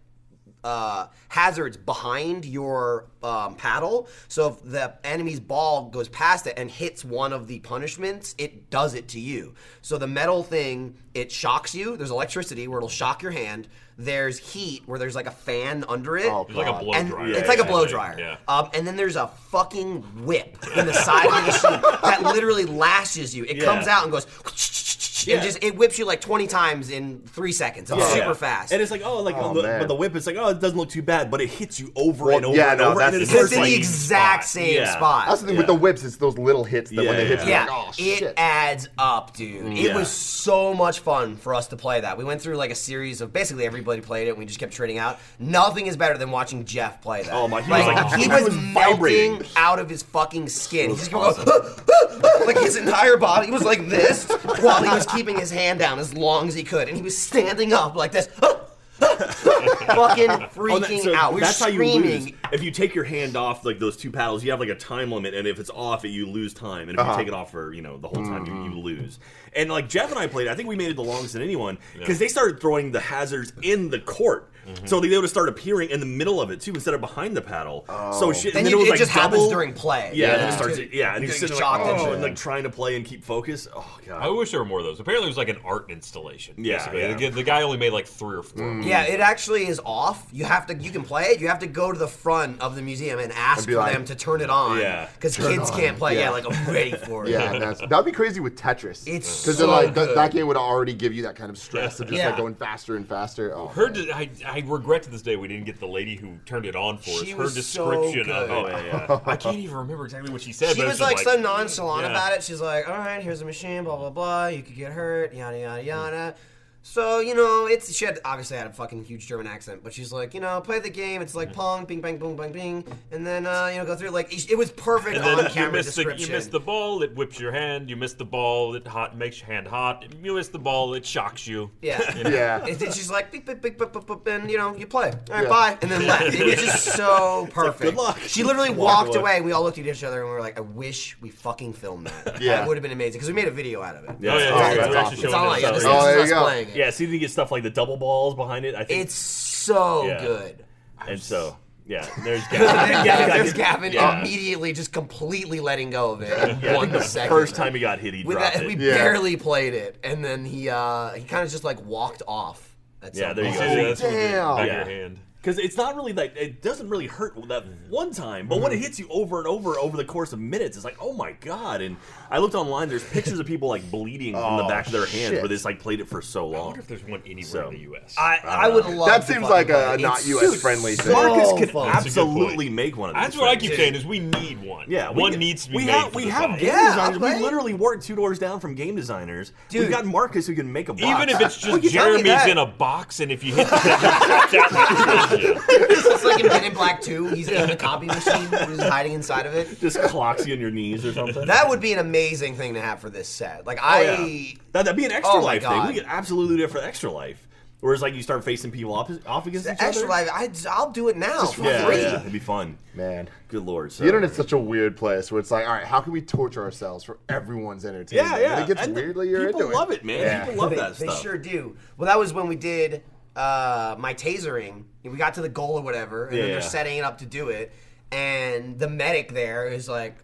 [SPEAKER 2] uh, hazards behind your um, paddle. So if the enemy's ball goes past it and hits one of the punishments, it does it to you. So the metal thing, it shocks you. There's electricity where it'll shock your hand. There's heat where there's like a fan under it.
[SPEAKER 4] Oh,
[SPEAKER 1] It's like a blow
[SPEAKER 2] and
[SPEAKER 1] dryer.
[SPEAKER 3] Yeah,
[SPEAKER 2] it's like a blow
[SPEAKER 1] essentially.
[SPEAKER 2] dryer.
[SPEAKER 1] Yeah.
[SPEAKER 2] Um, and then there's a fucking whip in the side of the machine that literally lashes you. It
[SPEAKER 3] Yeah.
[SPEAKER 2] comes out and goes,
[SPEAKER 3] Yeah.
[SPEAKER 2] and just it whips you like 20 times in three seconds. It's
[SPEAKER 3] Yeah.
[SPEAKER 2] super fast.
[SPEAKER 3] And it's like, oh, like,
[SPEAKER 4] Oh,
[SPEAKER 3] the,
[SPEAKER 4] man.
[SPEAKER 3] but the whip, it's like, oh, it doesn't look too bad, but it hits you over
[SPEAKER 4] Well,
[SPEAKER 3] and over
[SPEAKER 4] yeah,
[SPEAKER 3] and
[SPEAKER 4] no,
[SPEAKER 3] over.
[SPEAKER 4] that's
[SPEAKER 3] and
[SPEAKER 4] the
[SPEAKER 3] it's
[SPEAKER 4] thing.
[SPEAKER 2] it's
[SPEAKER 3] just
[SPEAKER 2] in
[SPEAKER 3] like-
[SPEAKER 2] the exact
[SPEAKER 3] spot.
[SPEAKER 2] same
[SPEAKER 3] Yeah.
[SPEAKER 2] spot.
[SPEAKER 4] That's the thing with
[SPEAKER 3] Yeah.
[SPEAKER 4] the whips. It's those little hits that when
[SPEAKER 3] Yeah,
[SPEAKER 4] they hit, you
[SPEAKER 2] Yeah,
[SPEAKER 4] like, oh
[SPEAKER 2] it
[SPEAKER 4] shit.
[SPEAKER 2] adds up, dude. It
[SPEAKER 3] Yeah.
[SPEAKER 2] was so much fun for us to play that. We went through like a series of basically everybody played it. and We just kept trading out. Nothing is better than watching Jeff play that.
[SPEAKER 3] Oh my- he was
[SPEAKER 2] Like,
[SPEAKER 3] like-
[SPEAKER 2] he
[SPEAKER 3] he
[SPEAKER 2] was,
[SPEAKER 3] was
[SPEAKER 2] melting
[SPEAKER 3] vibrating.
[SPEAKER 2] out of his fucking skin. He
[SPEAKER 3] was
[SPEAKER 2] just going, like his entire body was like this while he was keeping his hand down as long as he could, and he was standing up like this. fucking freaking
[SPEAKER 3] Oh, that- so
[SPEAKER 2] out. We We're
[SPEAKER 3] that's how you
[SPEAKER 2] screaming.
[SPEAKER 3] lose. If you take your hand off like those two paddles, you have like a time limit, and if it's off, you lose time. And if you take it off for you know the whole time, you, you lose. And like Jeff and I played, I think we made it the longest than anyone because they started throwing the hazards in the court, so they would start appearing in the middle of it too instead of behind the paddle. So shit,
[SPEAKER 2] Then
[SPEAKER 3] and then
[SPEAKER 2] you-
[SPEAKER 3] it was
[SPEAKER 2] it
[SPEAKER 3] like
[SPEAKER 2] just happens
[SPEAKER 3] double-
[SPEAKER 2] during play.
[SPEAKER 3] Yeah, and
[SPEAKER 2] Yeah.
[SPEAKER 3] then it starts. Yeah, and you're
[SPEAKER 2] Getting
[SPEAKER 3] sitting there,
[SPEAKER 2] shocked
[SPEAKER 3] like,
[SPEAKER 2] and
[SPEAKER 3] oh,
[SPEAKER 2] shit.
[SPEAKER 3] and like trying to play and keep focus. Oh god.
[SPEAKER 1] I wish there were more of those. Apparently, it was like an art installation.
[SPEAKER 3] Yeah,
[SPEAKER 1] basically.
[SPEAKER 3] yeah.
[SPEAKER 1] The, the guy only made like three or four.
[SPEAKER 2] Yeah, it actually is off. You have to you can play it. You have to go to the front of the museum and ask
[SPEAKER 4] And be
[SPEAKER 2] for
[SPEAKER 4] like,
[SPEAKER 2] them to turn it on.
[SPEAKER 3] Yeah.
[SPEAKER 2] because kids can't play. Yeah.
[SPEAKER 4] Yeah.
[SPEAKER 2] like I'm ready for it.
[SPEAKER 4] Yeah, that's, that'd be crazy with Tetris.
[SPEAKER 2] It's
[SPEAKER 4] then,
[SPEAKER 2] so
[SPEAKER 4] like
[SPEAKER 2] good.
[SPEAKER 4] That, that game would already give you that kind of stress of just
[SPEAKER 2] Yeah.
[SPEAKER 4] like going faster and faster. Oh,
[SPEAKER 1] Her,
[SPEAKER 4] man.
[SPEAKER 1] de- I, I regret to this day we didn't get the lady who turned it on for us.
[SPEAKER 2] She
[SPEAKER 1] her
[SPEAKER 2] was so
[SPEAKER 1] description
[SPEAKER 2] good.
[SPEAKER 1] of it.
[SPEAKER 3] Oh yeah, yeah.
[SPEAKER 1] I can't even remember exactly what she said.
[SPEAKER 2] She
[SPEAKER 1] but it
[SPEAKER 2] was like,
[SPEAKER 1] just
[SPEAKER 2] so nonchalant
[SPEAKER 1] yeah.
[SPEAKER 2] about it. She's like, "All right, here's a machine, blah blah blah. You could get hurt, yada yada yada." So you know, it's she had obviously had a fucking huge German accent, but she's like, you know, play the game. It's like pong, bing bang, boom, bang, bing, and then uh, you know, go through it. like it it was perfect
[SPEAKER 1] And
[SPEAKER 2] on
[SPEAKER 1] then you
[SPEAKER 2] camera
[SPEAKER 1] miss, the, you
[SPEAKER 2] description.
[SPEAKER 1] miss the ball, it whips your hand. You miss the ball, it hot makes your hand hot. You miss the ball, it shocks you.
[SPEAKER 2] yeah,
[SPEAKER 4] yeah.
[SPEAKER 2] And then she's like, beep, beep, beep, beep, beep, beep, and you know, you play. All right,
[SPEAKER 4] Yeah.
[SPEAKER 2] bye. And then left. It was just so perfect.
[SPEAKER 3] good luck.
[SPEAKER 2] She literally
[SPEAKER 3] Walk
[SPEAKER 2] walked
[SPEAKER 3] away.
[SPEAKER 2] away. We all looked at each other and we were like, I wish we fucking filmed that.
[SPEAKER 4] Yeah.
[SPEAKER 2] That would have been amazing because we made a video out of it.
[SPEAKER 3] Yeah.
[SPEAKER 1] Oh, yeah, yeah,
[SPEAKER 3] Oh,
[SPEAKER 4] that's
[SPEAKER 1] we're
[SPEAKER 4] awesome.
[SPEAKER 1] actually
[SPEAKER 2] It's
[SPEAKER 1] showing
[SPEAKER 2] online.
[SPEAKER 1] it.
[SPEAKER 2] Yeah, this,
[SPEAKER 4] Oh,
[SPEAKER 2] this
[SPEAKER 4] there
[SPEAKER 2] is
[SPEAKER 4] you
[SPEAKER 2] us
[SPEAKER 4] go.
[SPEAKER 2] playing it.
[SPEAKER 3] Yeah, see if you get stuff like the double balls behind it. I think
[SPEAKER 2] It's so
[SPEAKER 3] Yeah.
[SPEAKER 2] good.
[SPEAKER 3] and so yeah, there's
[SPEAKER 2] And
[SPEAKER 3] Gavin.
[SPEAKER 2] then
[SPEAKER 3] Gavin-
[SPEAKER 2] there's Gavin
[SPEAKER 3] Yeah.
[SPEAKER 2] immediately just completely letting go of it. in
[SPEAKER 3] Yeah, I
[SPEAKER 2] one
[SPEAKER 3] think the
[SPEAKER 2] second.
[SPEAKER 3] first time he got hit, he
[SPEAKER 2] we,
[SPEAKER 3] dropped
[SPEAKER 2] that, we
[SPEAKER 3] it.
[SPEAKER 4] Yeah.
[SPEAKER 2] barely played it, and then he uh, he kind of just like walked off. At
[SPEAKER 3] Yeah,
[SPEAKER 2] some
[SPEAKER 3] there you
[SPEAKER 1] Yeah,
[SPEAKER 2] point.
[SPEAKER 3] go.
[SPEAKER 1] that's what it is.
[SPEAKER 4] Damn.
[SPEAKER 1] Back
[SPEAKER 3] Yeah.
[SPEAKER 1] of your hand.
[SPEAKER 3] Because it's not really like it doesn't really hurt that one time, but
[SPEAKER 1] Mm.
[SPEAKER 3] when it hits you over and over over the course of minutes, it's like oh my god! And I looked online. There's pictures of people like bleeding from the
[SPEAKER 4] Oh,
[SPEAKER 3] back of their hands
[SPEAKER 4] shit.
[SPEAKER 3] where they just, like played it for so
[SPEAKER 1] I
[SPEAKER 3] long.
[SPEAKER 1] wonder if there's one anywhere
[SPEAKER 3] So,
[SPEAKER 1] in the U.S.
[SPEAKER 2] I, I would love
[SPEAKER 4] That
[SPEAKER 2] to
[SPEAKER 4] seems
[SPEAKER 2] fucking
[SPEAKER 4] like a
[SPEAKER 2] play it.
[SPEAKER 4] not
[SPEAKER 2] It's
[SPEAKER 4] US
[SPEAKER 2] so
[SPEAKER 4] friendly thing.
[SPEAKER 3] Marcus
[SPEAKER 2] so
[SPEAKER 3] can
[SPEAKER 2] fun.
[SPEAKER 1] That's a good
[SPEAKER 3] absolutely make one of these.
[SPEAKER 1] That's what I keep
[SPEAKER 3] things.
[SPEAKER 1] saying is we need one.
[SPEAKER 3] Yeah, we
[SPEAKER 1] one
[SPEAKER 3] get-
[SPEAKER 1] needs to be
[SPEAKER 3] we
[SPEAKER 1] made.
[SPEAKER 3] Have,
[SPEAKER 1] for
[SPEAKER 3] we
[SPEAKER 1] the
[SPEAKER 3] have
[SPEAKER 1] site.
[SPEAKER 3] game
[SPEAKER 2] Yeah,
[SPEAKER 3] designers. We
[SPEAKER 2] okay.
[SPEAKER 3] literally work two doors down from game designers. We've
[SPEAKER 2] Dude.
[SPEAKER 3] got Marcus who can make a box.
[SPEAKER 1] Even if it's
[SPEAKER 2] Well,
[SPEAKER 1] just
[SPEAKER 2] you tell me
[SPEAKER 1] Jeremy's
[SPEAKER 2] that.
[SPEAKER 1] in a box, and if you hit the that
[SPEAKER 2] It's like in Men in Black 2. He's in the copy machine. He's hiding inside of it.
[SPEAKER 3] just clocks you on your knees or something.
[SPEAKER 2] That would be an amazing thing to have for this set. Like,
[SPEAKER 3] Oh,
[SPEAKER 2] I.
[SPEAKER 3] yeah. that, that'd be an extra
[SPEAKER 2] Oh, my
[SPEAKER 3] life thing.
[SPEAKER 2] God.
[SPEAKER 3] We could absolutely do it for extra life. Whereas like you start facing people off, off against each
[SPEAKER 2] The extra
[SPEAKER 3] other.
[SPEAKER 2] life, I, I'll do it now for
[SPEAKER 3] yeah,
[SPEAKER 2] free.
[SPEAKER 3] yeah, it'd be fun.
[SPEAKER 4] man.
[SPEAKER 3] Good lord, so.
[SPEAKER 4] The internet's such a weird place where it's like, all right, how can we torture ourselves for everyone's entertainment?
[SPEAKER 3] Yeah, yeah.
[SPEAKER 4] And it gets
[SPEAKER 3] And
[SPEAKER 4] weirdly you're
[SPEAKER 3] people
[SPEAKER 4] into
[SPEAKER 3] love it, man.
[SPEAKER 4] Yeah.
[SPEAKER 3] People love
[SPEAKER 2] they,
[SPEAKER 3] that
[SPEAKER 2] they
[SPEAKER 3] stuff.
[SPEAKER 2] sure do. Well, that was when we did uh, my tasering. We got to the goal or whatever, and then
[SPEAKER 3] Yeah.
[SPEAKER 2] they're setting it up to do it, and the medic there is like.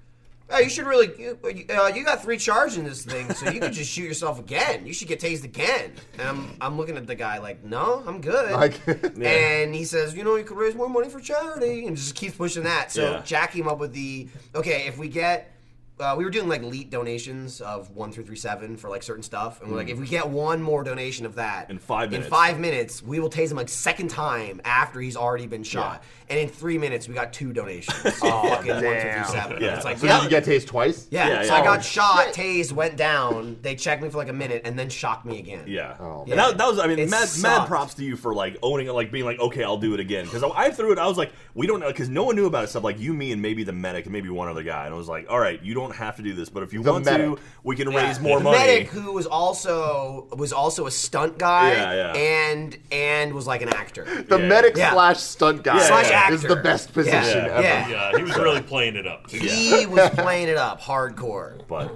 [SPEAKER 2] Oh, you should really. You, uh, you got three charges in this thing, so you could just shoot yourself again. You should get tased again. And I'm, I'm looking at the guy like, no, I'm good.
[SPEAKER 4] Like- Yeah.
[SPEAKER 2] And he says, you know, you could raise more money for charity, and just keeps pushing that. So
[SPEAKER 3] Yeah.
[SPEAKER 2] Jack came up with the okay, if we get uh, we were doing like elite donations of one through three seven for like certain stuff, and we're like, if we get one more donation of that
[SPEAKER 3] Mm. In five minutes.
[SPEAKER 2] in five minutes, we will tase him like second time after he's already been shot, and in three minutes we got two donations. oh, fucking one through three
[SPEAKER 4] damn.
[SPEAKER 2] seven.
[SPEAKER 3] Yeah.
[SPEAKER 2] It's like
[SPEAKER 4] So
[SPEAKER 2] yeah.
[SPEAKER 4] did you get taste twice?
[SPEAKER 2] yeah.
[SPEAKER 3] Yeah,
[SPEAKER 2] so
[SPEAKER 3] yeah.
[SPEAKER 2] I got
[SPEAKER 3] Oh,
[SPEAKER 2] shot, tased, went down. They checked me for like a minute, and then shocked me again.
[SPEAKER 3] Yeah.
[SPEAKER 4] Oh,
[SPEAKER 3] And that, that was, I mean,
[SPEAKER 2] It
[SPEAKER 3] mad, mad
[SPEAKER 2] sucked.
[SPEAKER 3] props to you for like owning it, like being like, okay, I'll do it again. Because I, I threw it, I was like, we don't know, because no one knew about it. Stuff like you, me, and maybe the medic, and maybe one other guy. And I was like, all right, you don't have to do this, but if you
[SPEAKER 4] The
[SPEAKER 3] want
[SPEAKER 4] medic.
[SPEAKER 3] to, we can
[SPEAKER 2] Yeah.
[SPEAKER 3] raise more
[SPEAKER 2] the
[SPEAKER 3] money.
[SPEAKER 2] Medic, who was also was also a stunt guy,
[SPEAKER 3] Yeah, yeah.
[SPEAKER 2] and and was like an actor.
[SPEAKER 4] The
[SPEAKER 3] Yeah.
[SPEAKER 4] medic
[SPEAKER 2] Yeah.
[SPEAKER 4] slash stunt guy
[SPEAKER 2] Slash
[SPEAKER 4] is
[SPEAKER 2] actor.
[SPEAKER 4] the best position
[SPEAKER 2] Yeah.
[SPEAKER 4] ever.
[SPEAKER 2] Yeah.
[SPEAKER 1] Yeah, he was really playing it up. too.
[SPEAKER 2] He was playing it up hardcore.
[SPEAKER 3] But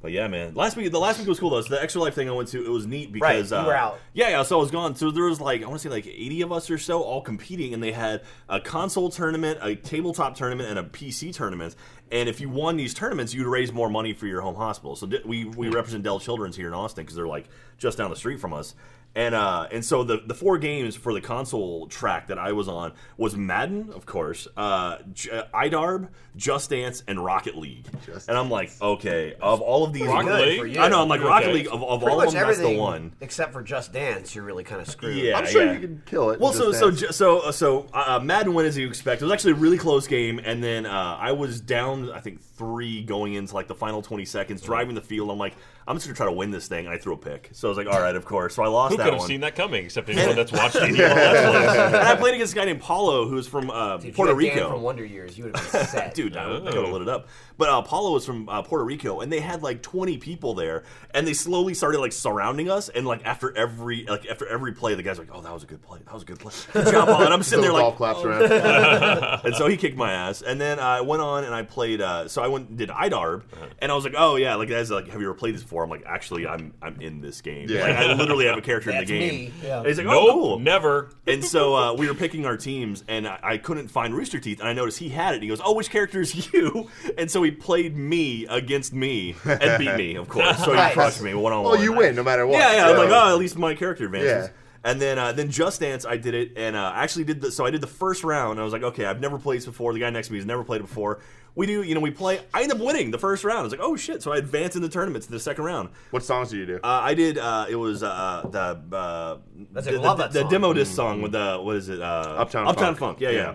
[SPEAKER 3] But yeah, man. Last week, the last week was cool though. So the extra life thing I went to, it was neat
[SPEAKER 2] Right,
[SPEAKER 3] because
[SPEAKER 2] you
[SPEAKER 3] uh,
[SPEAKER 2] were out.
[SPEAKER 3] Yeah, yeah. So I was gone. So there was like I want to say like eighty of us or so, all competing, and they had a console tournament, a tabletop tournament, and a PC tournament. And if you won these tournaments, you'd raise more money for your home hospital. So di- we we represent Dell Children's here in Austin because they're like just down the street from us. And uh, and so the the four games for the console track that I was on was Madden, of course, uh, J- iDarb, Just Dance, and Rocket League.
[SPEAKER 4] Just
[SPEAKER 3] and I'm like, okay, of all of these,
[SPEAKER 1] Rocket
[SPEAKER 2] Good
[SPEAKER 1] League?
[SPEAKER 2] for you.
[SPEAKER 3] I know. I'm like Rocket
[SPEAKER 1] Okay.
[SPEAKER 3] League of, of
[SPEAKER 2] Pretty
[SPEAKER 3] all
[SPEAKER 2] much
[SPEAKER 3] of them. That's
[SPEAKER 2] everything
[SPEAKER 3] the one.
[SPEAKER 2] except for Just Dance. You're really kind of screwed.
[SPEAKER 3] Yeah,
[SPEAKER 4] I'm sure
[SPEAKER 3] yeah.
[SPEAKER 4] you can kill it.
[SPEAKER 3] Well,
[SPEAKER 4] in
[SPEAKER 3] so
[SPEAKER 4] Just
[SPEAKER 3] so
[SPEAKER 4] Dance.
[SPEAKER 3] ju- so uh, so uh, Madden went as you expect. It was actually a really close game, and then uh, I was down, I think three going into like the final twenty seconds, driving the field. I'm like, I'm just gonna try to win this thing, and I threw a pick. So I was like, all right, of course. So I lost
[SPEAKER 1] Who
[SPEAKER 3] that
[SPEAKER 1] could have
[SPEAKER 3] one.
[SPEAKER 1] seen that coming except anyone that's watched it? yeah.
[SPEAKER 3] and I played against a guy named Paulo, who's from uh,
[SPEAKER 2] If
[SPEAKER 3] Puerto
[SPEAKER 2] you had Dan
[SPEAKER 3] Rico.
[SPEAKER 2] from Wonder Years, you would have been set.
[SPEAKER 3] Dude, I would, I would have lit it up. But uh, Paulo was from uh, Puerto Rico, and they had like 20 people there, and they slowly started like surrounding us. And like after every like after every play, the guy's like, "Oh, that was a good play. That was a good play." Good job, Paulo. And I'm sitting
[SPEAKER 4] Those
[SPEAKER 3] there like,
[SPEAKER 4] golf claps around.
[SPEAKER 3] and so he kicked my ass. And then I went on and I played. Uh, so I went and did IDARB,
[SPEAKER 4] Uh-huh.
[SPEAKER 3] and I was like, "Oh yeah, like guys, like have you ever played this before?" I'm like, "Actually, I'm I'm in this game.
[SPEAKER 4] Yeah.
[SPEAKER 3] Like, I literally have a character in
[SPEAKER 2] That's
[SPEAKER 3] the game."
[SPEAKER 2] me. Yeah.
[SPEAKER 3] And he's like, "Oh,
[SPEAKER 1] No,
[SPEAKER 3] cool."
[SPEAKER 1] never.
[SPEAKER 3] And so uh, we were picking our teams, and I, I couldn't find Rooster Teeth, and I noticed he had it. And he goes, "Oh, which character is you?" And so he played me against me and beat me, of course. So he
[SPEAKER 2] Nice.
[SPEAKER 3] crushed me one on one.
[SPEAKER 4] well, Oh, you win no matter what.
[SPEAKER 3] Yeah, yeah. I'm
[SPEAKER 4] so-
[SPEAKER 3] like, oh, at least my character advances.
[SPEAKER 4] Yeah.
[SPEAKER 3] And then, uh, then Just Dance, I did it, and uh, actually did the. So I did the first round. And I was like, okay, I've never played this before. The guy next to me has never played it before. We do, you know, we play. I end up winning the first round. I was like, oh shit! So I advance in the tournament to the second round.
[SPEAKER 4] What songs do you do?
[SPEAKER 3] Uh, I did. Uh, it was uh, the uh,
[SPEAKER 2] That's
[SPEAKER 3] the,
[SPEAKER 2] it, love
[SPEAKER 3] the,
[SPEAKER 2] that
[SPEAKER 3] the
[SPEAKER 2] song.
[SPEAKER 3] demo disc song with the what is it? Uh,
[SPEAKER 4] Mm. Uptown
[SPEAKER 3] Uptown
[SPEAKER 4] Funk.
[SPEAKER 3] Funk. Yeah, yeah.
[SPEAKER 4] Yeah.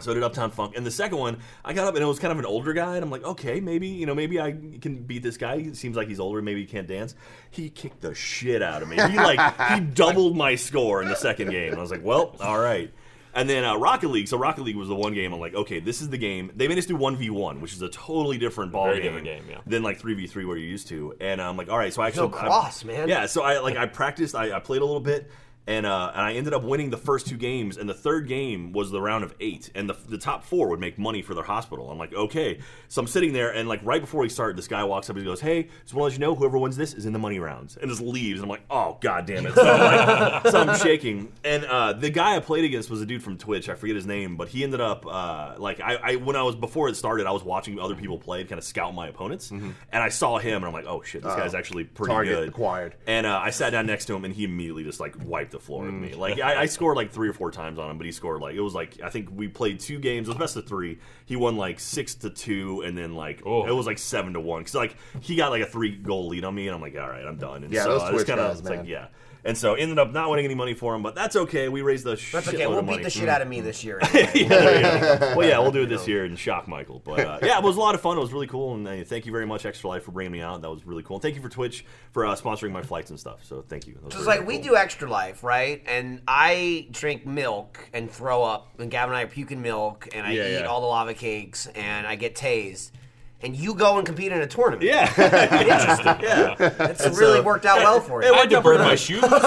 [SPEAKER 3] So I did Uptown Funk, and the second one, I got up and it was kind of an older guy, and I'm like, okay, maybe you know, maybe I can beat this guy. He seems like he's older, maybe he can't dance. He kicked the shit out of me. He like he doubled my score in the second game. And I was like, well, all right. And then uh, Rocket League. So Rocket League was the one game. I'm like, okay, this is the game. They made us do one v one, which is a totally different ball
[SPEAKER 1] Very
[SPEAKER 3] game,
[SPEAKER 1] different game, yeah.
[SPEAKER 3] than like three v three where you're used to. And I'm like, all right, so I actually
[SPEAKER 2] No cross,
[SPEAKER 3] I-
[SPEAKER 2] man.
[SPEAKER 3] Yeah, so I like I practiced. I, I played a little bit, and uh, and I ended up winning the first two games. And the third game was the round of eight, and the, the top four would make money for their hospital. I'm like, okay. So I'm sitting there, and like right before we start, this guy walks up and he goes, "Hey, just want to let you know, whoever wins this is in the money rounds," and just leaves. And I'm like, oh god damn it. So I'm, like- so I'm shaking. And uh, the guy I played against was a dude from Twitch. I forget his name, but he ended up uh, like I, I when I was before it started, I was watching other people play to kind of scout my opponents, and I saw him, and I'm like, oh shit, this guy's actually pretty
[SPEAKER 4] Target
[SPEAKER 3] good.
[SPEAKER 4] acquired.
[SPEAKER 3] And uh, I sat down next to him, and he immediately just like wiped the floor with me. Like I, I scored like three or four times on him, but he scored like it was like I think we played two games. It was best of three. He won like six to two, and then like
[SPEAKER 1] Oh.
[SPEAKER 3] it was like seven to one because like he got like a three goal lead on me, and I'm like, all right, I'm done. And
[SPEAKER 4] Yeah,
[SPEAKER 3] so
[SPEAKER 4] those
[SPEAKER 3] I
[SPEAKER 4] Twitch
[SPEAKER 3] just kinda,
[SPEAKER 4] guys,
[SPEAKER 3] it's like,
[SPEAKER 4] man.
[SPEAKER 3] yeah. And so ended up not winning any money for him, but that's okay. We raised the
[SPEAKER 2] That's
[SPEAKER 3] shitload
[SPEAKER 2] okay. We'll
[SPEAKER 3] of money.
[SPEAKER 2] beat the shit out of me this year. anyway.
[SPEAKER 3] well, yeah, we'll do it this year and shock Michael. But uh, yeah, it was a lot of fun. It was really cool, and uh, thank you very much, Extra Life, for bringing me out. That was really cool. And thank you for Twitch for uh, sponsoring my flights and stuff. So thank you. That was
[SPEAKER 2] So it's
[SPEAKER 3] very,
[SPEAKER 2] like
[SPEAKER 3] very
[SPEAKER 2] we
[SPEAKER 3] cool.
[SPEAKER 2] do extra life, right? And I drink milk and throw up, and Gavin and I are puking milk, and I
[SPEAKER 3] Yeah,
[SPEAKER 2] eat
[SPEAKER 3] yeah.
[SPEAKER 2] all the lava cakes, and I get tased. And you go and compete in a tournament.
[SPEAKER 3] Yeah,
[SPEAKER 2] Interesting.
[SPEAKER 3] yeah.
[SPEAKER 2] It's really worked out well for you.
[SPEAKER 1] I had to burn my shoes.
[SPEAKER 4] you burnt,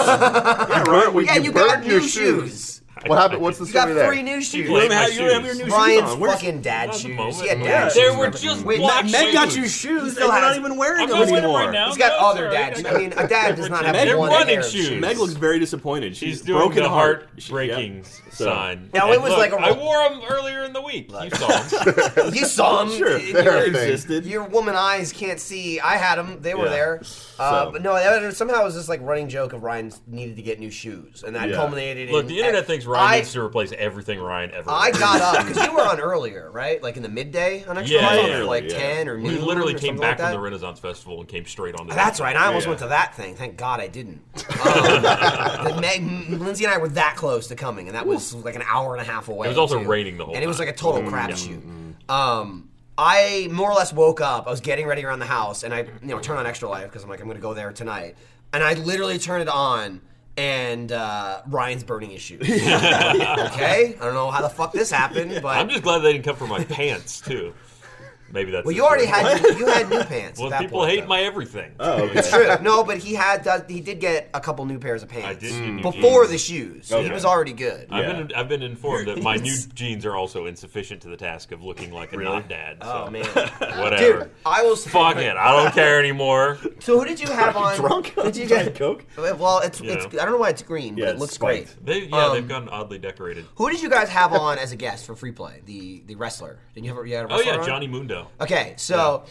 [SPEAKER 2] yeah, you, got
[SPEAKER 4] burned
[SPEAKER 2] new
[SPEAKER 4] your
[SPEAKER 2] shoes.
[SPEAKER 4] What happened? What's the
[SPEAKER 2] You
[SPEAKER 4] story
[SPEAKER 2] got
[SPEAKER 4] there?
[SPEAKER 2] three new shoes.
[SPEAKER 1] Blame
[SPEAKER 3] You have,
[SPEAKER 1] my
[SPEAKER 3] you have your
[SPEAKER 1] shoes.
[SPEAKER 3] new shoes
[SPEAKER 2] Ryan's
[SPEAKER 3] on. Where's-
[SPEAKER 2] fucking dad
[SPEAKER 1] That's a
[SPEAKER 2] shoes.
[SPEAKER 1] moment.
[SPEAKER 2] He had dad
[SPEAKER 1] Yeah.
[SPEAKER 2] shoes.
[SPEAKER 1] They
[SPEAKER 2] and
[SPEAKER 1] were
[SPEAKER 2] everything.
[SPEAKER 1] just
[SPEAKER 2] Wait,
[SPEAKER 1] black
[SPEAKER 3] Matt, Matt got
[SPEAKER 1] shoes.
[SPEAKER 3] you shoes,
[SPEAKER 2] still
[SPEAKER 3] and you're
[SPEAKER 2] has-
[SPEAKER 3] not even wearing
[SPEAKER 1] I'm
[SPEAKER 3] them
[SPEAKER 1] not wearing them
[SPEAKER 3] anymore.
[SPEAKER 1] right now.
[SPEAKER 2] He's got
[SPEAKER 1] No,
[SPEAKER 2] other
[SPEAKER 1] sorry.
[SPEAKER 2] dad shoes. I mean, a dad does not have
[SPEAKER 1] They're
[SPEAKER 2] one
[SPEAKER 1] running
[SPEAKER 2] pair of
[SPEAKER 1] shoes.
[SPEAKER 2] shoes.
[SPEAKER 3] Meg looks very disappointed.
[SPEAKER 1] She's
[SPEAKER 3] She's
[SPEAKER 1] doing
[SPEAKER 3] broken
[SPEAKER 1] the
[SPEAKER 3] heart.
[SPEAKER 1] heart breaking sign.
[SPEAKER 2] Now,
[SPEAKER 1] And
[SPEAKER 2] it was
[SPEAKER 1] look,
[SPEAKER 2] like a-
[SPEAKER 1] I wore them earlier in the week. You saw 'em.
[SPEAKER 2] You saw him.
[SPEAKER 3] Sure,
[SPEAKER 2] It-
[SPEAKER 3] there
[SPEAKER 2] your-
[SPEAKER 3] existed.
[SPEAKER 2] Your woman eyes can't see. I had them. They were
[SPEAKER 3] Yeah.
[SPEAKER 2] there. Uh,
[SPEAKER 3] So-
[SPEAKER 2] But no, that was- somehow it was just like running joke of Ryan needed to get new shoes, and that
[SPEAKER 3] Yeah.
[SPEAKER 2] culminated.
[SPEAKER 1] Look,
[SPEAKER 2] in,
[SPEAKER 1] the internet
[SPEAKER 2] I-
[SPEAKER 1] thinks Ryan
[SPEAKER 2] I,
[SPEAKER 1] needs to replace everything Ryan ever.
[SPEAKER 2] I
[SPEAKER 1] did.
[SPEAKER 2] got up because you were on earlier, right? Like in the midday on extra
[SPEAKER 1] Yeah,
[SPEAKER 2] life,
[SPEAKER 1] yeah,
[SPEAKER 2] like
[SPEAKER 3] yeah.
[SPEAKER 2] ten or noon.
[SPEAKER 1] We literally
[SPEAKER 2] or
[SPEAKER 1] came
[SPEAKER 2] something
[SPEAKER 1] back
[SPEAKER 2] like
[SPEAKER 1] from the
[SPEAKER 2] that. Ah,
[SPEAKER 1] Renaissance Festival and came straight onto.
[SPEAKER 2] That's right. I almost
[SPEAKER 3] Yeah.
[SPEAKER 2] went to that thing. Thank God I didn't. Um, Meg, Lindsay and I were that close to coming, and that was like an hour and a half away.
[SPEAKER 1] It was also
[SPEAKER 2] too.
[SPEAKER 1] raining the whole
[SPEAKER 2] and it was
[SPEAKER 1] time.
[SPEAKER 2] like a total crapshoot. Um, I more or less woke up. I was getting ready around the house, and I you know turn on Extra Life because I'm like I'm gonna go there tonight, and I literally turn it on. And uh, Ryan's burning his shoes. okay, I don't know how the fuck this happened, but
[SPEAKER 1] I'm just glad they didn't come for my pants too. Maybe that's.
[SPEAKER 2] Well,
[SPEAKER 1] the
[SPEAKER 2] you already
[SPEAKER 1] third.
[SPEAKER 2] had you had new pants.
[SPEAKER 1] Well,
[SPEAKER 2] at that
[SPEAKER 1] people
[SPEAKER 2] point,
[SPEAKER 1] hate
[SPEAKER 2] though.
[SPEAKER 1] my everything.
[SPEAKER 3] Oh,
[SPEAKER 2] It's
[SPEAKER 3] okay.
[SPEAKER 2] true. No, but he had does, he did get a couple new pairs of pants
[SPEAKER 1] I did get new
[SPEAKER 2] before
[SPEAKER 1] jeans. Oh,
[SPEAKER 2] the shoes. He
[SPEAKER 3] Okay.
[SPEAKER 2] was already good.
[SPEAKER 1] I've
[SPEAKER 3] Yeah.
[SPEAKER 1] been I've been informed that my new
[SPEAKER 2] Yes.
[SPEAKER 1] jeans are also insufficient to the task of looking like a
[SPEAKER 3] Really?
[SPEAKER 1] not dad. So
[SPEAKER 2] oh man,
[SPEAKER 1] whatever.
[SPEAKER 2] dude, I was
[SPEAKER 1] Fuck it. I don't care anymore.
[SPEAKER 2] So who did you have on?
[SPEAKER 3] Drunk?
[SPEAKER 2] Did you
[SPEAKER 3] Diet
[SPEAKER 2] get?
[SPEAKER 3] Coke?
[SPEAKER 2] Well, it's,
[SPEAKER 1] Yeah.
[SPEAKER 2] it's I don't know why it's green,
[SPEAKER 3] Yeah,
[SPEAKER 2] but it
[SPEAKER 3] it's
[SPEAKER 2] looks
[SPEAKER 3] spiked.
[SPEAKER 2] great.
[SPEAKER 1] They yeah,
[SPEAKER 2] Um,
[SPEAKER 1] they've gotten oddly decorated.
[SPEAKER 2] Who did you guys have on as a guest for free play? The the wrestler. Did you have a, you had a
[SPEAKER 1] Oh
[SPEAKER 2] wrestler?
[SPEAKER 1] yeah,
[SPEAKER 2] on?
[SPEAKER 1] Johnny Mundo.
[SPEAKER 2] Okay, so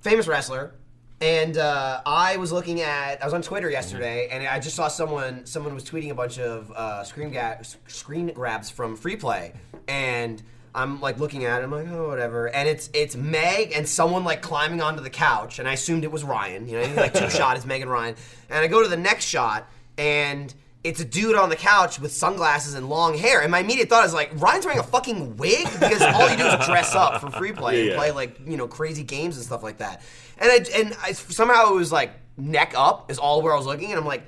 [SPEAKER 2] famous wrestler, and uh, I was looking at I was on Twitter yesterday,
[SPEAKER 3] Mm-hmm.
[SPEAKER 2] and I just saw someone someone was tweeting a bunch of uh, screen ga- s- screen grabs from Free Play, and. I'm like looking at it, I'm like, oh whatever. And it's it's Meg and someone like climbing onto the couch, and I assumed it was Ryan. You know, he's like two shot is Meg and Ryan. And I go to the next shot and it's a dude on the couch with sunglasses and long hair. And my immediate thought is like, Ryan's wearing a fucking wig? Because all you do is dress up for free play
[SPEAKER 3] Yeah,
[SPEAKER 2] and
[SPEAKER 3] yeah.
[SPEAKER 2] play like you know crazy games and stuff like that. And I and I somehow it was like neck up is all where I was looking, and I'm like.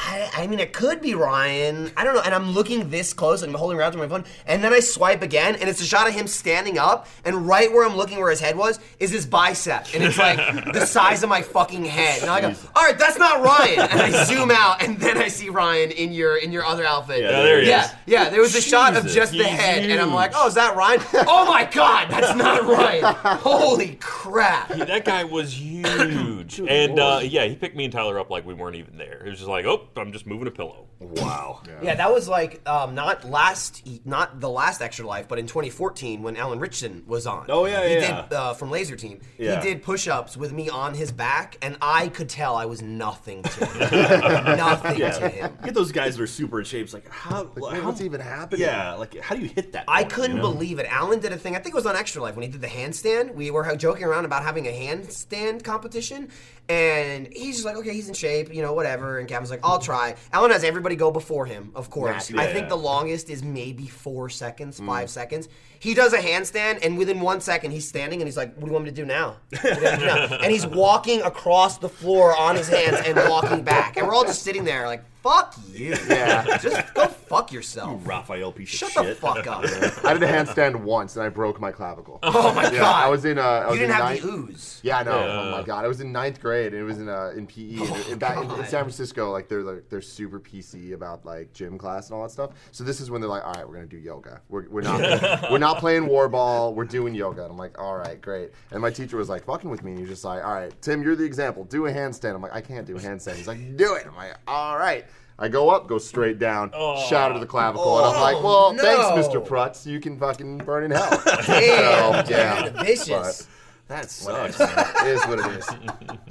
[SPEAKER 2] I, I mean, it could be Ryan. I don't know. And I'm looking this close, and I'm holding around to my phone, and then I swipe again, and it's a shot of him standing up, and right where I'm looking, where his head was, is his bicep, and it's like the size of my fucking head. And I go, all right, that's not Ryan. And I zoom out, and then I see Ryan in your in your other outfit.
[SPEAKER 3] Yeah, there he
[SPEAKER 1] is.
[SPEAKER 2] yeah, yeah. There was a shot of
[SPEAKER 3] Jesus.
[SPEAKER 2] just the
[SPEAKER 3] He's
[SPEAKER 2] head, and I'm like,
[SPEAKER 3] huge.
[SPEAKER 2] oh, is that Ryan? Oh my God, that's not Ryan! Holy crap!
[SPEAKER 1] That guy was huge, and uh, yeah, he picked me and Tyler up like we weren't even there. It was just like, oh, I'm just moving a pillow.
[SPEAKER 3] Wow.
[SPEAKER 2] Yeah, that was like um, not last, not the last Extra Life, but in 2014 when Alan Richardson was on.
[SPEAKER 3] Oh, yeah,
[SPEAKER 2] he
[SPEAKER 3] yeah.
[SPEAKER 2] did uh, from Laser Team.
[SPEAKER 3] Yeah.
[SPEAKER 2] He did push-ups with me on his back, and I could tell I was nothing to him. nothing to
[SPEAKER 3] Yeah.
[SPEAKER 2] him.
[SPEAKER 3] Get those guys that are super in shape. It's like how?
[SPEAKER 4] man,
[SPEAKER 3] how-
[SPEAKER 4] what's even happening?
[SPEAKER 3] Yeah. Like how do you hit that?
[SPEAKER 2] I
[SPEAKER 3] point, you
[SPEAKER 2] couldn't
[SPEAKER 3] know?
[SPEAKER 2] believe it. Alan did a thing. I think it was on Extra Life when he did the handstand. We were joking around about having a handstand competition, and he's just like, "Okay, he's in shape, you know, whatever." And Gavin's like, "I'll try." Alan has everybody go before him, of course.
[SPEAKER 3] Naturally,
[SPEAKER 2] I
[SPEAKER 3] yeah. Mm.
[SPEAKER 2] think the longest is maybe four seconds, five seconds. He does a handstand, and within one second, he's standing, and he's like, "What do you want me to do now?" What do you want me to do now? and he's walking across the floor on his hands and walking back, and we're all just sitting there like, "Fuck you,
[SPEAKER 4] Yeah.
[SPEAKER 2] just go fuck yourself."
[SPEAKER 3] Raphael piece
[SPEAKER 2] Shut
[SPEAKER 3] of
[SPEAKER 2] the
[SPEAKER 3] shit.
[SPEAKER 2] fuck up.
[SPEAKER 4] I did a handstand once and I broke my clavicle.
[SPEAKER 2] Oh my
[SPEAKER 4] Yeah,
[SPEAKER 2] god!
[SPEAKER 4] I was in. Uh, I was
[SPEAKER 2] you didn't
[SPEAKER 4] in
[SPEAKER 2] have
[SPEAKER 4] ninth-
[SPEAKER 2] the ooze.
[SPEAKER 4] Yeah, I know.
[SPEAKER 1] Yeah.
[SPEAKER 4] Oh my god, I was in ninth grade and it was in uh, in PE. and it- back in, in
[SPEAKER 2] Oh God.
[SPEAKER 4] San Francisco, like they're like they're super PC about like gym class and all that stuff. So this is when they're like, all right, we're gonna do yoga. We're, we're not we're not playing war ball. We're doing yoga. And I'm like, all right, great. And my teacher was like fucking with me. And he was just like, all right, Tim, you're the example. Do a handstand. I'm like, I can't do a handstand. He's like, do it. I'm like, all right. I go up, go straight down,
[SPEAKER 1] Oh.
[SPEAKER 4] shatter to the clavicle, and I'm like, well,
[SPEAKER 2] Oh. no.
[SPEAKER 4] thanks, Mr. Prutz. You can fucking burn in hell.
[SPEAKER 2] Damn,
[SPEAKER 4] So, yeah.
[SPEAKER 2] dude, vicious.
[SPEAKER 3] That sucks,
[SPEAKER 4] It is what it is.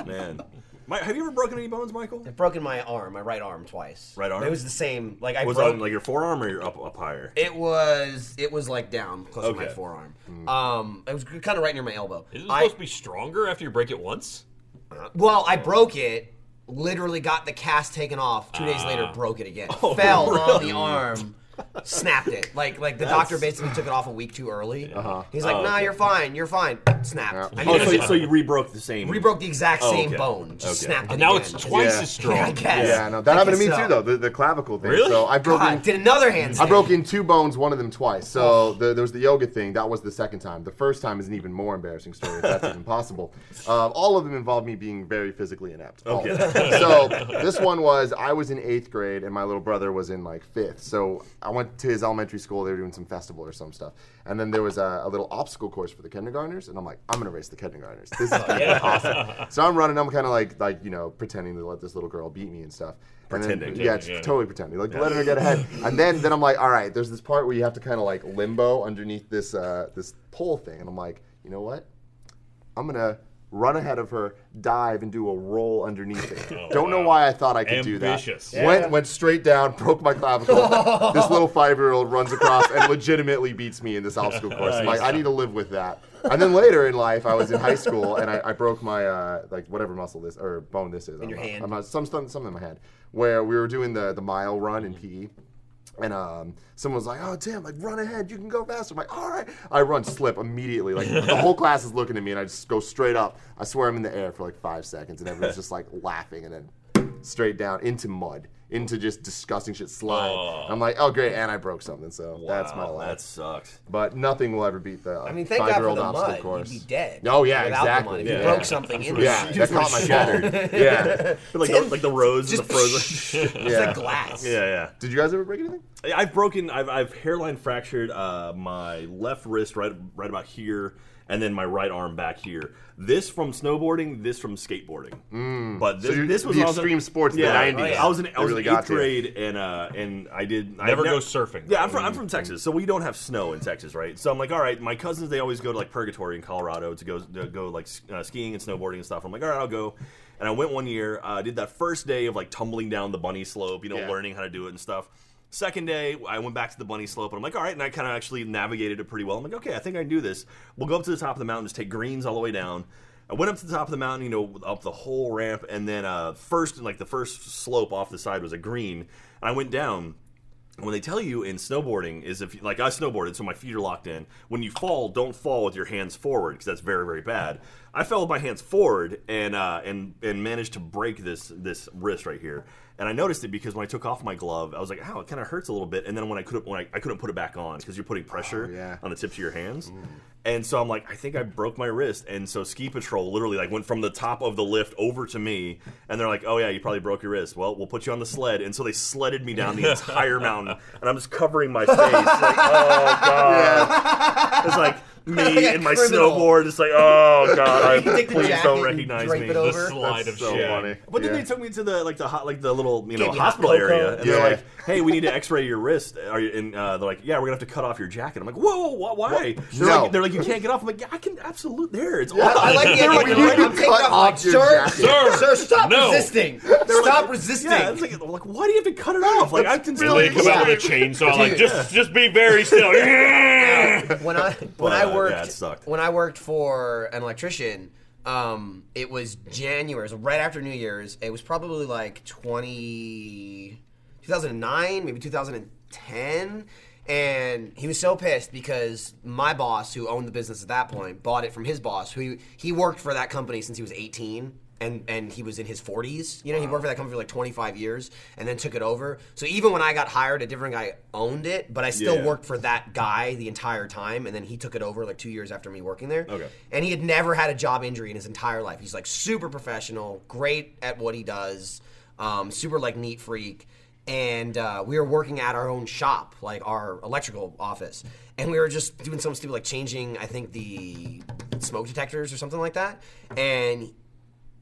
[SPEAKER 3] man. My, have you ever broken any bones, Michael?
[SPEAKER 2] I've broken my arm, my right arm twice.
[SPEAKER 3] Right arm?
[SPEAKER 2] It was the same. Like I
[SPEAKER 3] Was it
[SPEAKER 2] broke.
[SPEAKER 3] on like your forearm or your up up higher?
[SPEAKER 2] it was. It was like down close to my
[SPEAKER 3] Okay. Mm.
[SPEAKER 2] forearm. Um, it was kind of right near my elbow.
[SPEAKER 1] Isn't it
[SPEAKER 2] I-
[SPEAKER 1] supposed to be stronger after you break it once?
[SPEAKER 2] Well, I broke it. Literally got the cast taken off. Two days later, broke it again.
[SPEAKER 3] Oh,
[SPEAKER 2] Fell on
[SPEAKER 3] really?
[SPEAKER 2] the arm, snapped it. Like like the doctor basically took it off a week too early.
[SPEAKER 4] Uh-huh.
[SPEAKER 2] He's like,
[SPEAKER 3] Oh,
[SPEAKER 2] "Nah,
[SPEAKER 3] okay.
[SPEAKER 2] you're fine. You're fine." Snapped.
[SPEAKER 4] Yeah.
[SPEAKER 2] I
[SPEAKER 3] Oh,
[SPEAKER 2] mean,
[SPEAKER 3] so, you- so you rebroke the same.
[SPEAKER 2] rebroke the exact
[SPEAKER 3] Oh,
[SPEAKER 2] same
[SPEAKER 3] okay.
[SPEAKER 2] bone. Just
[SPEAKER 3] Okay.
[SPEAKER 2] snapped it
[SPEAKER 1] And now
[SPEAKER 2] again.
[SPEAKER 1] it's twice
[SPEAKER 4] Yeah.
[SPEAKER 1] as strong.
[SPEAKER 2] I guess.
[SPEAKER 4] Yeah, no, that
[SPEAKER 2] I
[SPEAKER 4] happened to me
[SPEAKER 2] guess
[SPEAKER 4] too,
[SPEAKER 2] so.
[SPEAKER 4] though. The, the clavicle thing.
[SPEAKER 1] Really?
[SPEAKER 4] So I broke.
[SPEAKER 2] God,
[SPEAKER 4] in-
[SPEAKER 2] did another handstand.
[SPEAKER 4] I broke in two bones, one of them twice. So
[SPEAKER 3] Oh.
[SPEAKER 4] the, there was the yoga thing. That was the second time. The first time is an even more embarrassing story. If that's even possible. Um, all of them involved me being very physically inept. All of
[SPEAKER 3] Okay.
[SPEAKER 4] them. so this one was I was in eighth grade and my little brother was in like fifth. So I went to his elementary school. They were doing some festival or some stuff. And then there was a, a little obstacle course for the kindergartners. And I'm like, I'm gonna race the kindergartners. This
[SPEAKER 3] Oh,
[SPEAKER 4] is gonna be awesome. So I'm running. I'm kind of like like you know pretending to let this little girl beat me and stuff. And then-
[SPEAKER 3] Pretending.
[SPEAKER 4] yeah, it's
[SPEAKER 1] Yeah.
[SPEAKER 4] totally pretending. Like letting her get ahead, and then then I'm like, all right. There's this part where you have to kind of like limbo underneath this uh, this pole thing, and I'm like, you know what? I'm gonna run ahead of her, dive, and do a roll underneath it. Don't know
[SPEAKER 1] Oh, wow.
[SPEAKER 4] why I thought I could
[SPEAKER 1] Ambitious.
[SPEAKER 4] do that. Went went straight down, broke my clavicle. this little five year old runs across and legitimately beats me in this obstacle course. I'm like, I need to live with that. And then later in life, I was in high school and I, I broke my uh, like whatever muscle this or bone this is. I'm
[SPEAKER 2] your
[SPEAKER 4] not-
[SPEAKER 2] hand?
[SPEAKER 4] I'm not- some some some in my hand where we were doing the the mile run in E. PE. And um, someone was like, "Oh, Tim, like run ahead, you can go faster." I'm like, "All right." I run, slip immediately. Like the whole class is looking at me, and I just go straight up. I swear I'm in the air for like five seconds, and everyone's just like laughing, and then straight down into mud. into just disgusting shit slime. And I'm like, oh great, and I broke something, so that's my
[SPEAKER 3] Wow,
[SPEAKER 4] life.
[SPEAKER 3] That sucks.
[SPEAKER 4] But nothing will ever beat the.
[SPEAKER 2] I mean, thank God for
[SPEAKER 4] five-year-old
[SPEAKER 2] the
[SPEAKER 4] obstacle
[SPEAKER 2] mud.
[SPEAKER 4] course.
[SPEAKER 2] You'd be dead.
[SPEAKER 4] Oh yeah,
[SPEAKER 2] without the mud.
[SPEAKER 4] exactly.
[SPEAKER 2] If
[SPEAKER 4] yeah.
[SPEAKER 2] you broke something in
[SPEAKER 4] Yeah,
[SPEAKER 2] there,
[SPEAKER 4] that caught my shattered. yeah,
[SPEAKER 3] Like the, like the rose and the frozen.
[SPEAKER 4] yeah.
[SPEAKER 2] it's like glass.
[SPEAKER 3] yeah, yeah.
[SPEAKER 4] Did you guys ever break anything?
[SPEAKER 3] I- I've broken. I've, I've hairline fractured uh, my left wrist right right about here, and then my right arm back here. This from snowboarding. This from skateboarding. But this,
[SPEAKER 4] Mm. So you-
[SPEAKER 3] this was
[SPEAKER 4] the
[SPEAKER 3] when I was in-
[SPEAKER 4] extreme sports in the
[SPEAKER 3] Yeah,
[SPEAKER 4] 90s.
[SPEAKER 3] I was in,
[SPEAKER 4] They
[SPEAKER 3] I was
[SPEAKER 4] really
[SPEAKER 3] in
[SPEAKER 4] got
[SPEAKER 3] eighth
[SPEAKER 4] to you.
[SPEAKER 3] grade, and uh, and I did. I
[SPEAKER 1] Never
[SPEAKER 3] ne-
[SPEAKER 1] go surfing.
[SPEAKER 3] Yeah, I'm from, I'm from Texas, so we don't have snow in Texas, right? So I'm like, all right, my cousins they always go to like Purgatory in Colorado to go to go like s- uh, skiing and snowboarding and stuff. I'm like, all right, I'll go. And I went one year. Uh, did that first day of like tumbling down the bunny slope, you know,
[SPEAKER 4] Yeah.
[SPEAKER 3] learning how to do it and stuff. Second day, I went back to the bunny slope, and I'm like, all right, and I kind of actually navigated it pretty well. I'm like, okay, I think I can do this. We'll go up to the top of the mountain, just take greens all the way down. I went up to the top of the mountain, you know, up the whole ramp, and then uh, first, like the first slope off the side was a green, and I went down. And When they tell you in snowboarding is if like I snowboarded, so my feet are locked in. When you fall, don't fall with your hands forward because that's very very bad. I fell with my hands forward and uh, and and managed to break this this wrist right here. And I noticed it because when I took off my glove, I was like, "Ow, it kind of hurts a little bit." And then when I couldn't when I, I couldn't put it back on because you're putting pressure
[SPEAKER 4] Oh, yeah.
[SPEAKER 3] on the tips of your hands. And so I'm like, I think I broke my wrist. And so ski patrol literally like went from the top of the lift over to me, and they're like, "Oh yeah, you probably broke your wrist. Well, we'll put you on the sled." And so they sledded me down the entire mountain, and I'm just covering my face. Like, oh god,
[SPEAKER 4] yeah.
[SPEAKER 3] it's like me
[SPEAKER 2] Like a
[SPEAKER 3] and my
[SPEAKER 2] criminal.
[SPEAKER 3] snowboard. It's like, oh god, I,
[SPEAKER 2] You take the
[SPEAKER 3] please
[SPEAKER 2] jacket
[SPEAKER 3] don't
[SPEAKER 2] and
[SPEAKER 3] recognize
[SPEAKER 2] drape
[SPEAKER 3] me.
[SPEAKER 2] it
[SPEAKER 1] The
[SPEAKER 2] Over.
[SPEAKER 1] slide
[SPEAKER 4] That's
[SPEAKER 1] of
[SPEAKER 4] so
[SPEAKER 1] shit.
[SPEAKER 4] funny.
[SPEAKER 3] But then
[SPEAKER 4] Yeah.
[SPEAKER 3] they took me to the like the hot like the little you know
[SPEAKER 2] Gave me
[SPEAKER 3] hospital
[SPEAKER 2] hot cocoa.
[SPEAKER 3] area, and
[SPEAKER 4] Yeah.
[SPEAKER 3] they're like, "Hey, we need to X-ray your wrist." Are you? And uh, they're like, "Yeah, we're gonna have to cut off your jacket." I'm like, "Whoa, wha- why?" They're
[SPEAKER 4] No.
[SPEAKER 3] like, "They're like, you can't get off." I'm like, "Yeah, I can absolutely." There, it's all.
[SPEAKER 2] I like the idea.
[SPEAKER 3] They're like,
[SPEAKER 2] where
[SPEAKER 4] you
[SPEAKER 2] you're like,
[SPEAKER 4] need
[SPEAKER 2] I'm
[SPEAKER 4] to
[SPEAKER 2] taking
[SPEAKER 4] cut
[SPEAKER 2] off,
[SPEAKER 4] off
[SPEAKER 2] like,
[SPEAKER 4] your
[SPEAKER 2] sir,
[SPEAKER 4] jacket.
[SPEAKER 2] sir, sir,
[SPEAKER 1] Sir,
[SPEAKER 2] stop
[SPEAKER 1] no.
[SPEAKER 2] resisting.
[SPEAKER 3] they're
[SPEAKER 2] Stop
[SPEAKER 3] like-
[SPEAKER 2] resisting.
[SPEAKER 3] Yeah, it's like, I'm like, why do you have to cut it off? Like, I can
[SPEAKER 1] And
[SPEAKER 3] still.
[SPEAKER 1] they come out with a chainsaw, like just just be very still.
[SPEAKER 2] when I when
[SPEAKER 3] But, uh,
[SPEAKER 2] I
[SPEAKER 3] yeah,
[SPEAKER 2] worked
[SPEAKER 3] it sucked.
[SPEAKER 2] when I worked for an electrician, um, it was January, it was right after New Year's. It was probably like 20, 2009, maybe 2010. And he was so pissed because my boss, who owned the business at that point, bought it from his boss, who he worked for that company since he was 18 and and he was in his 40s. You know, he worked for that company for like 25 years and then took it over. So even when I got hired, a different guy owned it, but I still
[SPEAKER 3] Yeah.
[SPEAKER 2] worked for that guy the entire time, and then he took it over like two years after me working there.
[SPEAKER 3] Okay.
[SPEAKER 2] And he had never had a job injury in his entire life. He's like super professional, great at what he does, um, super like neat freak. And uh, we were working at our own shop, like our electrical office, and we were just doing something stupid, like changing, I think, the smoke detectors or something like that. And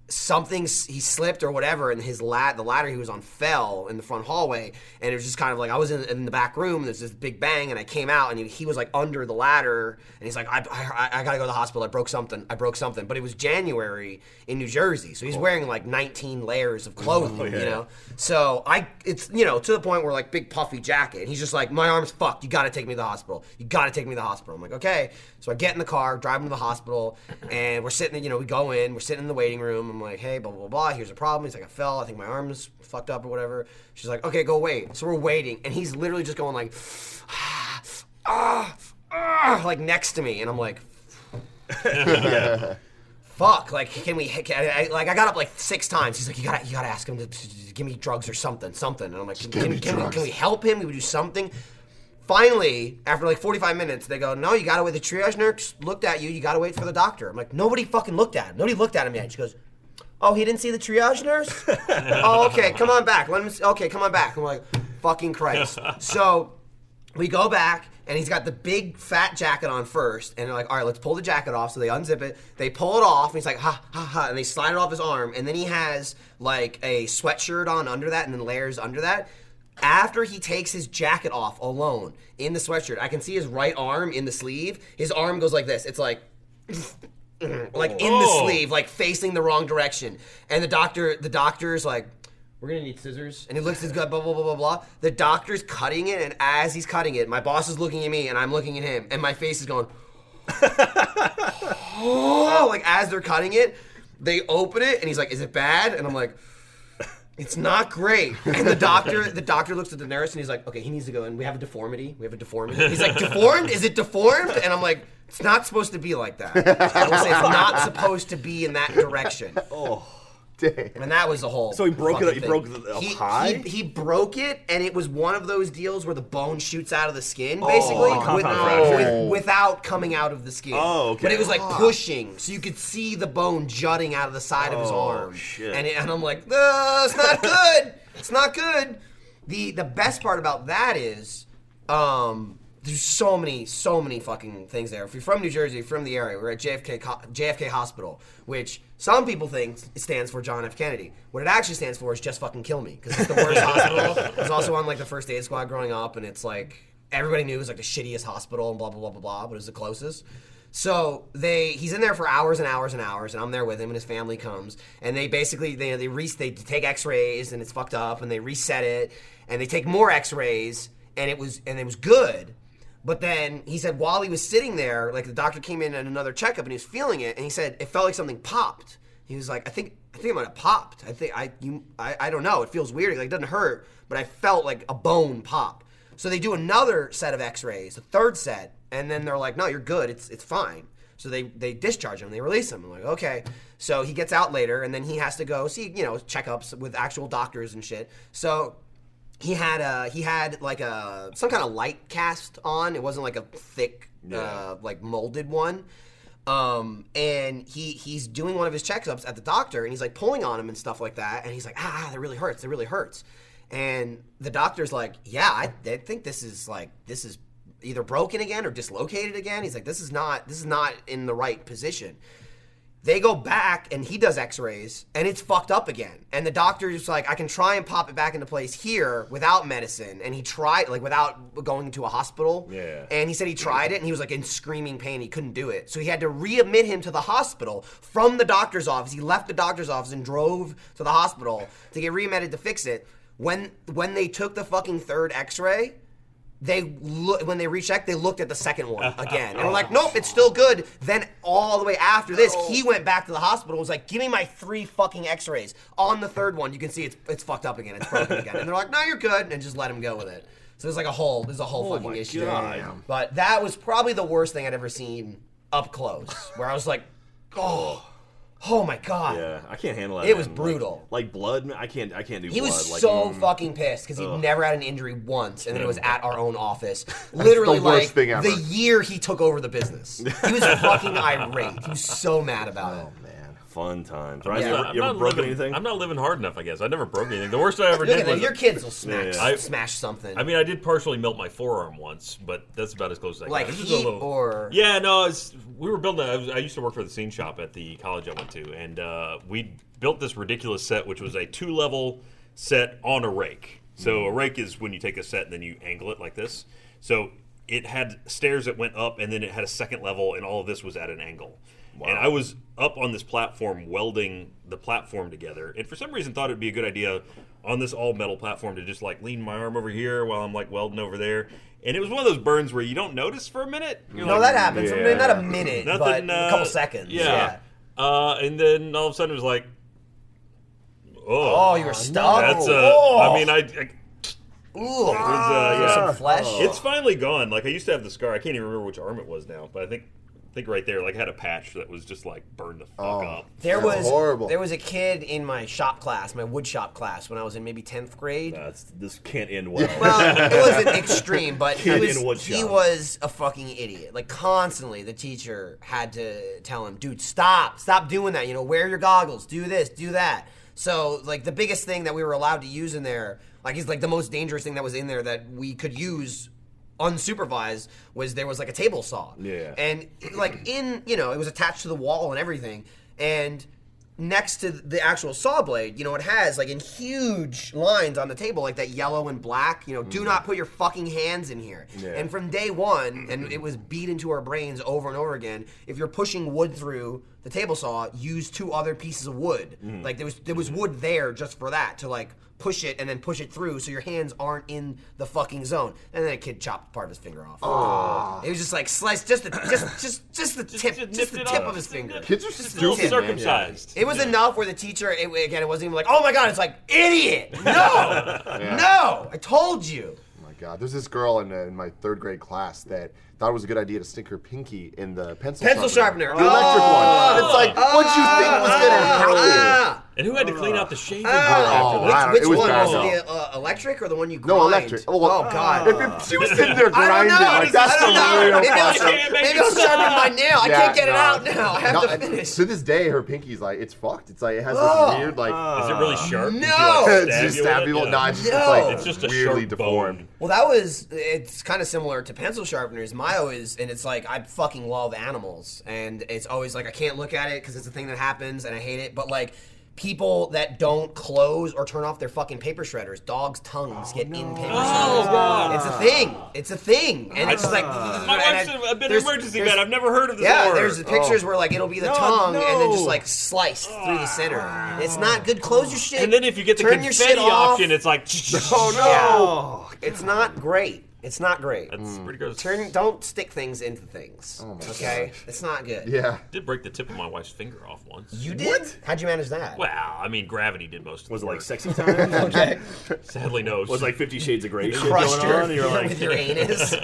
[SPEAKER 2] something s- he slipped or whatever, and his lad the ladder he was on fell in the front hallway, and it was just kind of like I was in, in the back room. There's this big bang, and I came out, and he, he was like under the ladder, and he's like, I, I I gotta go to the hospital. I broke something. I broke something. But it was January in New Jersey, so he's wearing like 19 layers of clothing, you know. So I it's you know to the point where like big puffy jacket, and he's just like, my arm's fucked. You gotta take me to the hospital. You gotta take me to the hospital. I'm like, okay. So I get in the car, drive him to the hospital, and we're sitting. You know, we go in, we're sitting in the waiting room. I'm like, hey, blah blah blah. blah. Here's a problem. He's like, I fell. I think my arm's fucked up or whatever. She's like, okay, go wait. So we're waiting, and he's literally just going like, ah, ah, ah, like next to me, and I'm like, fuck like can we can I, I- like i got up like six times he's like you gotta you gotta ask him to, to give me drugs or something something and i'm like can,
[SPEAKER 4] give
[SPEAKER 2] can,
[SPEAKER 4] me
[SPEAKER 2] can we,
[SPEAKER 4] drugs.
[SPEAKER 2] can we help him can we do something finally after like 45 minutes they go no you gotta wait the triage nurse looked at you you gotta wait for the doctor i'm like nobody fucking looked at him nobody looked at him yet she goes oh he didn't see the triage nurse oh okay come on back let him s- okay come on back i'm like fucking christ so we go back, and he's got the big fat jacket on first, and they're like, all right, let's pull the jacket off. So they unzip it, they pull it off, and he's like, ha, ha, ha, and they slide it off his arm, and then he has like a sweatshirt on under that, and then layers under that. After he takes his jacket off alone in the sweatshirt, I can see his right arm in the sleeve. His arm goes like this. It's like, like in the
[SPEAKER 1] Oh.
[SPEAKER 2] sleeve, like facing the wrong direction. And the doctor, the doctor's like, "We're gonna need scissors." And he looks at his gut, blah blah blah blah blah. The doctor's cutting it, and as he's cutting it, my boss is looking at me, and I'm looking at him, and my face is going, "Oh!" Like as they're cutting it, they open it, and he's like, "Is it bad?" And I'm like. It's not great. And the doctor, the doctor looks at the nurse and he's like, "Okay, he needs to go in. We have a deformity. We have a deformity." He's like, "Deformed? Is it deformed?" And I'm like, "It's not supposed to be like that." I will say it's not supposed to be in that direction.
[SPEAKER 4] Damn.
[SPEAKER 2] And that was a whole.
[SPEAKER 3] So he broke
[SPEAKER 2] fucking
[SPEAKER 3] it up- he
[SPEAKER 2] thing.
[SPEAKER 3] broke it up
[SPEAKER 2] He-
[SPEAKER 3] high?
[SPEAKER 2] He, he broke it, and it was one of those deals where the bone shoots out of the skin, basically,
[SPEAKER 3] like Oh, compound
[SPEAKER 2] with-
[SPEAKER 3] fracture.
[SPEAKER 2] with- without coming out of the skin.
[SPEAKER 3] Oh, okay.
[SPEAKER 2] But it was like pushing, so you could see the bone jutting out of the side of his
[SPEAKER 3] Oh,
[SPEAKER 2] arm.
[SPEAKER 3] shit.
[SPEAKER 2] And, it- and I'm like, "Ugh, it's not good. it's not good. The the best part about that is, um, there's so many, so many fucking things there. If you're from New Jersey, from the area, we're at JFK co- JFK Hospital, which some people think stands for John F. Kennedy. What it actually stands for is just fucking kill me, because it's the worst hospital. It was also on like the first aid squad growing up, and it's like everybody knew it was like the shittiest hospital and blah blah blah blah blah, but it was the closest. So they he's in there for hours and hours and hours, and I'm there with him, and his family comes, and they basically they they re- they take X-rays, and it's fucked up, and they reset it, and they take more X-rays, and it was and it was good, but then he said while he was sitting there, like the doctor came in at another checkup, and he was feeling it, and he said it felt like something popped. He was like, I think I think it might have popped. I think I you I, I don't know. It feels weird. Like it doesn't hurt, but I felt like a bone pop. So they do another set of X-rays, a third set, and then they're like, "No, you're good. It's it's fine." So they they discharge him. They release him. I'm like, okay. So he gets out later, and then he has to go see you know checkups with actual doctors and shit. So he had a he had like a some kind of light cast on. It wasn't like a thick uh, like molded one. Um, and he he's doing one of his checkups at the doctor, and he's like pulling on him and stuff like that. And he's like, ah, that really hurts. That really hurts. And the doctor's like, yeah, I, I think this is like this is either broken again or dislocated again. He's like, this is not this is not in the right position. They go back and he does x-rays and it's fucked up again. And the doctor's like, I can try and pop it back into place here without medicine. And he tried like without going to a hospital.
[SPEAKER 3] Yeah.
[SPEAKER 2] And he said he tried it and he was like in screaming pain. He couldn't do it. So he had to readmit him to the hospital from the doctor's office. He left the doctor's office and drove to the hospital to get readmitted to fix it. When when they took the fucking third x-ray, they look when they rechecked, they looked at the second one again.
[SPEAKER 3] Oh.
[SPEAKER 2] And were like, nope, it's still good. Then all the way after this, he went back to the hospital and was like, give me my three fucking x-rays. On the third one, you can see it's it's fucked up again, it's broken again. And they're like, no, you're good, and just let him go with it. So there's like a whole there's a whole fucking
[SPEAKER 3] Oh my
[SPEAKER 2] issue.
[SPEAKER 3] God.
[SPEAKER 2] there. But that was probably the worst thing I'd ever seen up close. Where I was like, oh, oh my god.
[SPEAKER 3] Yeah, I can't handle that.
[SPEAKER 2] It was
[SPEAKER 3] man.
[SPEAKER 2] brutal.
[SPEAKER 3] Like, like blood, man, I can't. I can't do.
[SPEAKER 2] He
[SPEAKER 3] blood.
[SPEAKER 2] was
[SPEAKER 3] like,
[SPEAKER 2] so
[SPEAKER 3] mm.
[SPEAKER 2] fucking pissed because he'd never had an injury once, and then it was at our own office. Literally,
[SPEAKER 4] the worst
[SPEAKER 2] like
[SPEAKER 4] thing ever.
[SPEAKER 2] the year he took over the business, he was fucking irate. He was so mad
[SPEAKER 4] Oh.
[SPEAKER 2] about it.
[SPEAKER 4] Man.
[SPEAKER 3] fun times. Right?
[SPEAKER 2] Yeah.
[SPEAKER 3] You
[SPEAKER 1] I'm
[SPEAKER 3] ever, you ever
[SPEAKER 1] not
[SPEAKER 3] broken
[SPEAKER 1] living-
[SPEAKER 3] anything?
[SPEAKER 1] I'm not living hard enough, I guess. I never broke anything. The worst I ever
[SPEAKER 2] Look
[SPEAKER 1] did
[SPEAKER 2] at that.
[SPEAKER 1] was
[SPEAKER 2] Your kids will smash,
[SPEAKER 3] Yeah, yeah.
[SPEAKER 1] I-
[SPEAKER 2] smash something.
[SPEAKER 1] I mean, I did partially melt my forearm once, but that's about as close as I
[SPEAKER 2] Like
[SPEAKER 1] got. This is
[SPEAKER 2] heat or-
[SPEAKER 1] yeah, no, it's, we were building. A, I, was, I used to work for the scene shop at the college I went to, and uh, we built this ridiculous set, which was a two-level set on a rake. So a rake is when you take a set and then you angle it like this. So it had stairs that went up, and then it had a second level, and all of this was at an angle. And I was up on this platform welding the platform together, and for some reason thought it'd be a good idea on this all metal platform to just like lean my arm over here while I'm like welding over there. And it was one of those burns where you don't notice for a minute. You're
[SPEAKER 2] no,
[SPEAKER 1] like,
[SPEAKER 2] that happens. I mean,
[SPEAKER 4] Yeah.
[SPEAKER 2] not a minute,
[SPEAKER 1] Nothing.
[SPEAKER 2] but
[SPEAKER 1] uh,
[SPEAKER 2] a couple seconds. Yeah.
[SPEAKER 1] Yeah. Uh, and then all of a sudden it was like, oh,
[SPEAKER 2] Oh, you were stuck.
[SPEAKER 1] that's. Uh,
[SPEAKER 2] oh,
[SPEAKER 1] I mean, I. I
[SPEAKER 2] Ooh. Is
[SPEAKER 1] it was, uh,
[SPEAKER 2] there
[SPEAKER 1] yeah.
[SPEAKER 2] some flesh.
[SPEAKER 1] It's finally gone. Like I used to have the scar. I can't even remember which arm it was now, but I think I think right there, like I had a patch that was just like burned the fuck
[SPEAKER 4] Oh.
[SPEAKER 1] up.
[SPEAKER 2] There
[SPEAKER 4] That's
[SPEAKER 2] was
[SPEAKER 4] horrible.
[SPEAKER 2] there was a kid in my shop class, my wood shop class, when I was in maybe tenth grade.
[SPEAKER 3] That's, this can't end well.
[SPEAKER 2] Well, it wasn't extreme, but he
[SPEAKER 3] Kid
[SPEAKER 2] was,
[SPEAKER 3] in wood
[SPEAKER 2] he
[SPEAKER 3] shop.
[SPEAKER 2] was a fucking idiot. Like constantly, the teacher had to tell him, "Dude, stop, stop doing that. You know, wear your goggles, do this, do that." So, like the biggest thing that we were allowed to use in there, like is like the most dangerous thing that was in there that we could use unsupervised was there was like a table saw.
[SPEAKER 3] Yeah.
[SPEAKER 2] And like in, you know, it was attached to the wall and everything. And next to the actual saw blade, you know, it has like in huge lines on the table, like that yellow and black, you know, do not put your fucking hands in here. And from day one, and it was beat into our brains over and over again, if you're pushing wood through the table saw, use two other pieces of wood.
[SPEAKER 4] Mm.
[SPEAKER 2] Like there was there was wood there just for that to like push it and then push it through so your hands aren't in the fucking zone. And then a kid chopped part of his finger off. It was just like sliced just the just just just the tip
[SPEAKER 1] just
[SPEAKER 2] just,
[SPEAKER 1] nipped
[SPEAKER 2] the
[SPEAKER 1] it
[SPEAKER 2] tip
[SPEAKER 1] off.
[SPEAKER 2] of his finger.
[SPEAKER 4] Kids are
[SPEAKER 1] Still
[SPEAKER 4] stupid. man.
[SPEAKER 1] circumcised.
[SPEAKER 2] It was enough where the teacher it, again it wasn't even like, "Oh my god, it's like idiot." No. No. I told you.
[SPEAKER 4] Oh my god, there's this girl in, uh, in my third grade class that thought it was a good idea to stick her pinky in the pencil
[SPEAKER 2] Pencil
[SPEAKER 4] sharpener.
[SPEAKER 2] sharpener.
[SPEAKER 4] The
[SPEAKER 2] Oh.
[SPEAKER 4] electric one. It's like, what'd you think was gonna happen?
[SPEAKER 2] Ah,
[SPEAKER 1] And who had to clean out the shaving board
[SPEAKER 2] Oh,
[SPEAKER 1] after
[SPEAKER 4] I don't-
[SPEAKER 2] which,
[SPEAKER 4] it
[SPEAKER 2] which
[SPEAKER 4] was
[SPEAKER 2] one
[SPEAKER 4] bad.
[SPEAKER 2] was it the uh, electric or the one you grind?
[SPEAKER 4] No electric.
[SPEAKER 2] Oh,
[SPEAKER 4] Well,
[SPEAKER 2] god.
[SPEAKER 4] If, if she was sitting there
[SPEAKER 2] I don't
[SPEAKER 4] grinding,
[SPEAKER 2] know.
[SPEAKER 4] like that's
[SPEAKER 2] I don't know.
[SPEAKER 4] the real
[SPEAKER 2] Maybe I'll,
[SPEAKER 1] process.
[SPEAKER 4] classic.
[SPEAKER 1] Yeah, make
[SPEAKER 2] maybe
[SPEAKER 1] it
[SPEAKER 2] I'll sharpen
[SPEAKER 1] stop.
[SPEAKER 2] my nail. I
[SPEAKER 4] Yeah,
[SPEAKER 2] can't get it
[SPEAKER 4] no.
[SPEAKER 2] out now. I have
[SPEAKER 4] No,
[SPEAKER 2] to
[SPEAKER 4] and
[SPEAKER 2] finish.
[SPEAKER 4] to this day, her pinky's like it's fucked. It's like it has
[SPEAKER 2] Oh.
[SPEAKER 4] this weird like
[SPEAKER 1] Is it really sharp?
[SPEAKER 2] No!
[SPEAKER 1] Did you, like,
[SPEAKER 4] it's just
[SPEAKER 1] stab you with
[SPEAKER 4] stab
[SPEAKER 1] it?
[SPEAKER 4] people.
[SPEAKER 1] Yeah.
[SPEAKER 4] Nah, it's just
[SPEAKER 2] No.
[SPEAKER 4] it's like
[SPEAKER 1] It's just a
[SPEAKER 4] weirdly
[SPEAKER 1] sharp
[SPEAKER 4] deformed.
[SPEAKER 1] bone.
[SPEAKER 2] Well, that was. It's kind of similar to pencil sharpeners. My always, and it's like I fucking love animals, and it's always like I can't look at it because it's a thing that happens, and I hate it. But like people that don't close or turn off their fucking paper shredders, dogs' tongues get in paper
[SPEAKER 1] Oh,
[SPEAKER 2] shredders.
[SPEAKER 1] God.
[SPEAKER 2] It's a thing. It's a thing, and it's just like
[SPEAKER 1] My
[SPEAKER 2] and
[SPEAKER 1] wife's
[SPEAKER 2] I-
[SPEAKER 1] a- a bit of
[SPEAKER 2] there's-
[SPEAKER 1] emergency
[SPEAKER 2] there's-
[SPEAKER 1] vet. I've never heard of this
[SPEAKER 2] Yeah,
[SPEAKER 1] horror.
[SPEAKER 2] there's the pictures where like it'll be the tongue and then just
[SPEAKER 3] no.
[SPEAKER 2] like sliced through the center. It's not good. Close your shit.
[SPEAKER 1] and then if you get the
[SPEAKER 2] turn your shit
[SPEAKER 1] confetti option,
[SPEAKER 2] off.
[SPEAKER 1] it's like,
[SPEAKER 4] Oh no!
[SPEAKER 2] Yeah. It's not great. It's not great.
[SPEAKER 1] That's pretty gross.
[SPEAKER 2] Mm. Turn, don't stick things into things. okay, it's not good.
[SPEAKER 4] Yeah.
[SPEAKER 1] did break the tip of my wife's finger off once.
[SPEAKER 2] You did? How'd you manage that?
[SPEAKER 1] Wow, I mean gravity did most of
[SPEAKER 3] Was it
[SPEAKER 1] the
[SPEAKER 3] like
[SPEAKER 1] work.
[SPEAKER 3] sexy time?
[SPEAKER 1] Sadly, no.
[SPEAKER 3] was it like Fifty Shades of Grey shit
[SPEAKER 2] Crushed
[SPEAKER 3] going
[SPEAKER 2] your,
[SPEAKER 3] on? And you're like,
[SPEAKER 2] with your anus.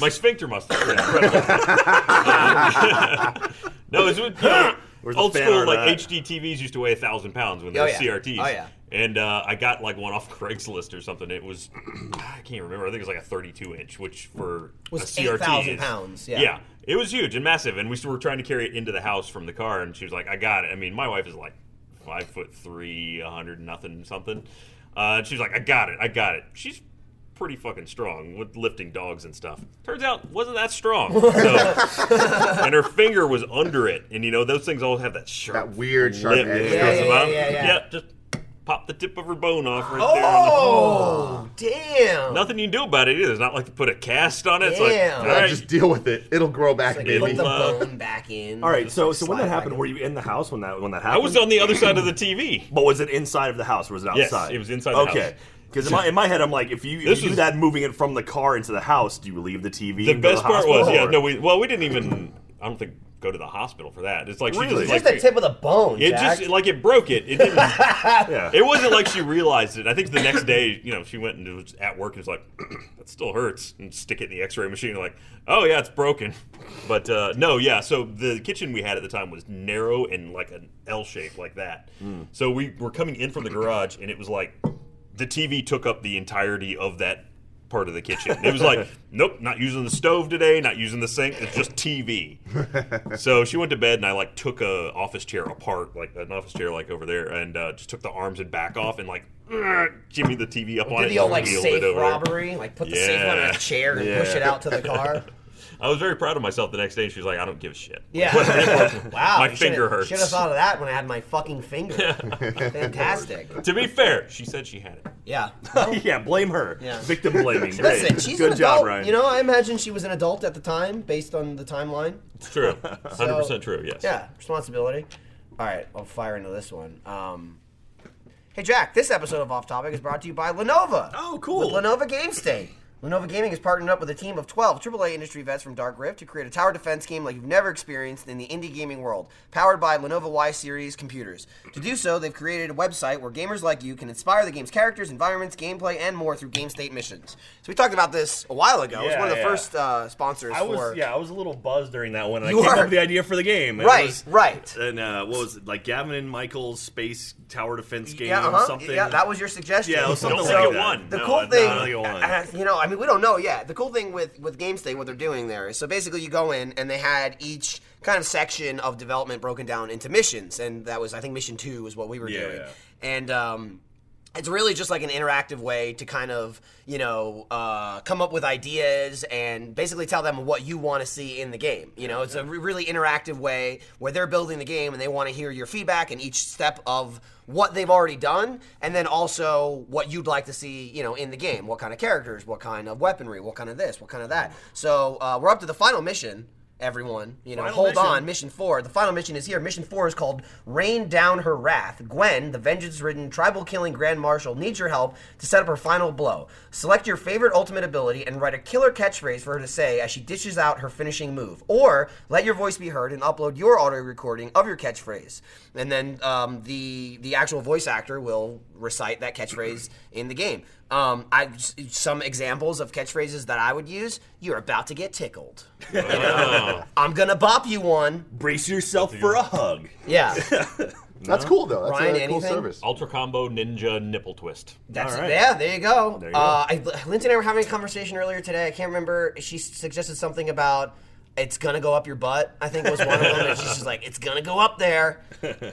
[SPEAKER 1] My sphincter must have been incredible. no, it's you know,
[SPEAKER 3] Where's the
[SPEAKER 1] old
[SPEAKER 3] fan
[SPEAKER 1] school
[SPEAKER 3] art
[SPEAKER 1] like
[SPEAKER 3] at?
[SPEAKER 1] HD TVs used to weigh a thousand pounds when they
[SPEAKER 2] Oh,
[SPEAKER 1] were
[SPEAKER 2] yeah.
[SPEAKER 1] CRTs.
[SPEAKER 2] Oh, yeah.
[SPEAKER 1] And uh, I got like one off Craigslist or something. It was I can't remember. I think it was like a 32 inch, which for
[SPEAKER 2] Was
[SPEAKER 1] a CRT
[SPEAKER 2] 8,000
[SPEAKER 1] is-
[SPEAKER 2] pounds, yeah.
[SPEAKER 1] it was huge and massive. And we were trying to carry it into the house from the car, and she was like, "I got it." I mean, my wife is like five foot three, a hundred nothing something. Uh, and she was like, "I got it, I got it." She's pretty fucking strong with lifting dogs and stuff. Turns out, wasn't that strong. So, and her finger was under it, and you know those things all have that sharp,
[SPEAKER 4] That weird sharp
[SPEAKER 1] lip that
[SPEAKER 4] edge.
[SPEAKER 2] Yeah,
[SPEAKER 1] goes
[SPEAKER 2] yeah,
[SPEAKER 1] about.
[SPEAKER 2] yeah, yeah, yeah.
[SPEAKER 1] just pop the tip of her bone off right there.
[SPEAKER 2] oh, damn.
[SPEAKER 1] Nothing you can do about it either. It's not like to put a cast on it. It's
[SPEAKER 2] Damn.
[SPEAKER 1] like, all
[SPEAKER 4] Yeah,
[SPEAKER 1] right,
[SPEAKER 4] Just deal with it. It'll grow back,
[SPEAKER 2] Like,
[SPEAKER 4] baby.
[SPEAKER 2] put the
[SPEAKER 1] Uh,
[SPEAKER 2] bone back in.
[SPEAKER 3] all right. So,
[SPEAKER 2] Just,
[SPEAKER 3] so
[SPEAKER 2] like,
[SPEAKER 3] when
[SPEAKER 2] slide
[SPEAKER 3] that
[SPEAKER 2] it
[SPEAKER 3] happened,
[SPEAKER 2] back
[SPEAKER 3] were you in the house when that when that
[SPEAKER 1] I
[SPEAKER 3] happened?
[SPEAKER 1] was on the other side of the TV.
[SPEAKER 3] But was it inside of the house or was it
[SPEAKER 1] Yes,
[SPEAKER 3] outside?
[SPEAKER 1] it was inside the
[SPEAKER 3] okay.
[SPEAKER 1] house.
[SPEAKER 3] Because in my, in my head, I'm like, if you,
[SPEAKER 1] This
[SPEAKER 3] if you do
[SPEAKER 1] was-
[SPEAKER 3] that, moving it from the car into the house, do you leave the TV?
[SPEAKER 1] The
[SPEAKER 3] and go to
[SPEAKER 1] best part was,
[SPEAKER 3] hospital,
[SPEAKER 1] yeah,
[SPEAKER 3] or-
[SPEAKER 1] no, we well, we didn't even. I don't think go to the hospital for that. It's like
[SPEAKER 3] Really?
[SPEAKER 1] she
[SPEAKER 2] in. Just
[SPEAKER 1] just,
[SPEAKER 2] the
[SPEAKER 1] like,
[SPEAKER 2] tip of the bone.
[SPEAKER 1] It
[SPEAKER 2] Jack.
[SPEAKER 1] just like it broke it. It didn't.
[SPEAKER 3] yeah.
[SPEAKER 1] it wasn't like she realized it. I think the next day, you know, she went and was at work and was like, "That still hurts," and stick it in the X-ray machine. and like, oh yeah, it's broken. But uh, no, yeah. So the kitchen we had at the time was narrow and like an L shape like that. So we were coming in from the garage, and it was like the TV took up the entirety of that part of the kitchen. It was like, nope, not using the stove today, not using the sink. It's just TV. so she went to bed, and I like took a office chair apart, like an office chair, like over there, and uh, just took the arms and back off, and like jimmy the TV up on
[SPEAKER 2] Did
[SPEAKER 1] it.
[SPEAKER 2] the old like
[SPEAKER 1] and wheeled
[SPEAKER 2] safe
[SPEAKER 1] it over.
[SPEAKER 2] robbery? Like put the safe on
[SPEAKER 1] Yeah.
[SPEAKER 2] a chair and push it out to the car.
[SPEAKER 1] I was very proud of myself the next day. She was like, I don't give a shit.
[SPEAKER 2] Yeah. wow.
[SPEAKER 1] My finger hurts.
[SPEAKER 2] Should have thought of that when I had my fucking finger. Fantastic.
[SPEAKER 1] To be fair, she said she had it.
[SPEAKER 2] Yeah.
[SPEAKER 3] yeah, blame her.
[SPEAKER 2] Yeah.
[SPEAKER 3] Victim blaming. Great.
[SPEAKER 2] Listen, she's
[SPEAKER 3] Good
[SPEAKER 2] an
[SPEAKER 3] job,
[SPEAKER 2] adult.
[SPEAKER 3] Ryan.
[SPEAKER 2] You know, I imagine she was an adult at the time, based on the timeline.
[SPEAKER 1] It's true. 100% true, yes.
[SPEAKER 2] Yeah, responsibility. All right, I'll fire into this one. Um, hey, Jack. This episode of Off Topic is brought to you by Lenovo.
[SPEAKER 3] Oh, cool.
[SPEAKER 2] With Lenovo Game Stay. Lenovo Gaming has partnered up with a team of 12 AAA industry vets from Dark Rift to create a tower defense game like you've never experienced in the indie gaming world, powered by Lenovo Y series computers. To do so, they've created a website where gamers like you can inspire the game's characters, environments, gameplay, and more through game state missions. So we talked about this a while ago. it was
[SPEAKER 3] Yeah,
[SPEAKER 2] one of the
[SPEAKER 3] yeah.
[SPEAKER 2] first uh, sponsors
[SPEAKER 3] I was
[SPEAKER 2] for
[SPEAKER 3] yeah, I was a little buzzed during that one, and
[SPEAKER 2] You
[SPEAKER 3] I came
[SPEAKER 2] were.
[SPEAKER 3] up with the idea for the game. It
[SPEAKER 2] Right,
[SPEAKER 3] was-
[SPEAKER 2] right.
[SPEAKER 3] And uh, what was it like, Gavin and Michael's space tower defense game?
[SPEAKER 2] Yeah, uh-huh.
[SPEAKER 3] something.
[SPEAKER 2] Yeah, that was your suggestion.
[SPEAKER 3] Yeah, it was something
[SPEAKER 1] Don't
[SPEAKER 3] like
[SPEAKER 1] think it
[SPEAKER 3] that.
[SPEAKER 1] won.
[SPEAKER 2] The
[SPEAKER 3] No,
[SPEAKER 2] cool
[SPEAKER 3] I- no,
[SPEAKER 2] thing,
[SPEAKER 3] I don't think it won.
[SPEAKER 2] uh, you know, I mean, we don't know yet. The cool thing with with GameStay, what they're doing there is so basically you go in and they had each kind of section of development broken down into missions, and that was I think mission two is what we were
[SPEAKER 3] Yeah.
[SPEAKER 2] doing, and um, it's really just like an interactive way to kind of you know uh, come up with ideas and basically tell them what you want to see in the game you know it's a re- really interactive way where they're building the game and they want to hear your feedback and each step of what they've already done and then also what you'd like to see you know in the game what kind of characters what kind of weaponry what kind of this what kind of that so uh, we're up to the final mission everyone you know
[SPEAKER 3] Final
[SPEAKER 2] hold
[SPEAKER 3] mission.
[SPEAKER 2] on mission four. The final mission is here. Mission four is called Rain Down Her Wrath. Gwen, the vengeance ridden tribal killing Grand Marshal, needs your help to set up her final blow. Select your favorite ultimate ability and write a killer catchphrase for her to say as she dishes out her finishing move. Or let your voice be heard and upload your audio recording of your catchphrase. And then um, the, the actual voice actor will recite that catchphrase in the game. Um, I some examples of catchphrases that I would use. You're about to get tickled.
[SPEAKER 3] Oh.
[SPEAKER 2] I'm gonna bop you one.
[SPEAKER 3] Brace yourself for a hug.
[SPEAKER 2] Yeah.
[SPEAKER 4] That's cool though. That's a
[SPEAKER 2] Ryan,
[SPEAKER 4] cool
[SPEAKER 2] anything?
[SPEAKER 4] service.
[SPEAKER 1] Ultra combo ninja nipple twist.
[SPEAKER 2] That's
[SPEAKER 3] All right.
[SPEAKER 2] yeah. There you go.
[SPEAKER 3] There you
[SPEAKER 2] uh, I, Lindsay and I were having a conversation earlier today. I can't remember. She suggested something about it's gonna go up your butt. I think was one of them. and she's just like, it's gonna go up there.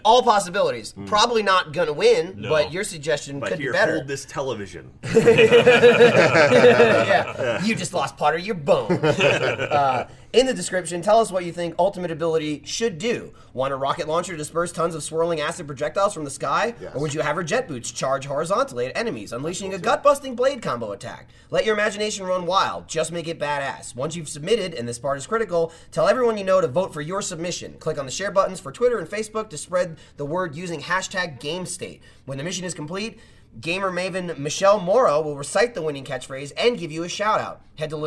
[SPEAKER 2] All possibilities. Probably not gonna win, but your suggestion
[SPEAKER 3] Hmm. But
[SPEAKER 2] could
[SPEAKER 3] here,
[SPEAKER 2] be better.
[SPEAKER 3] hold this television.
[SPEAKER 2] yeah. You just lost part of your bone. Uh, in the description, tell us what you think Ultimate Ability should do. Want a rocket launcher to disperse tons of swirling acid projectiles from the sky?
[SPEAKER 4] Yes.
[SPEAKER 2] Or would you have her jet boots charge horizontally at enemies, unleashing a gut busting blade combo attack? Let your imagination run wild. Just make it badass. Once you've submitted, and this part is critical, tell everyone you know to vote for your submission. Click on the share buttons for Twitter and Facebook to spread the word using hashtag GameState. When the mission is complete, Gamer Maven Michelle Morrow will recite the winning catchphrase and give you a shout out. Head to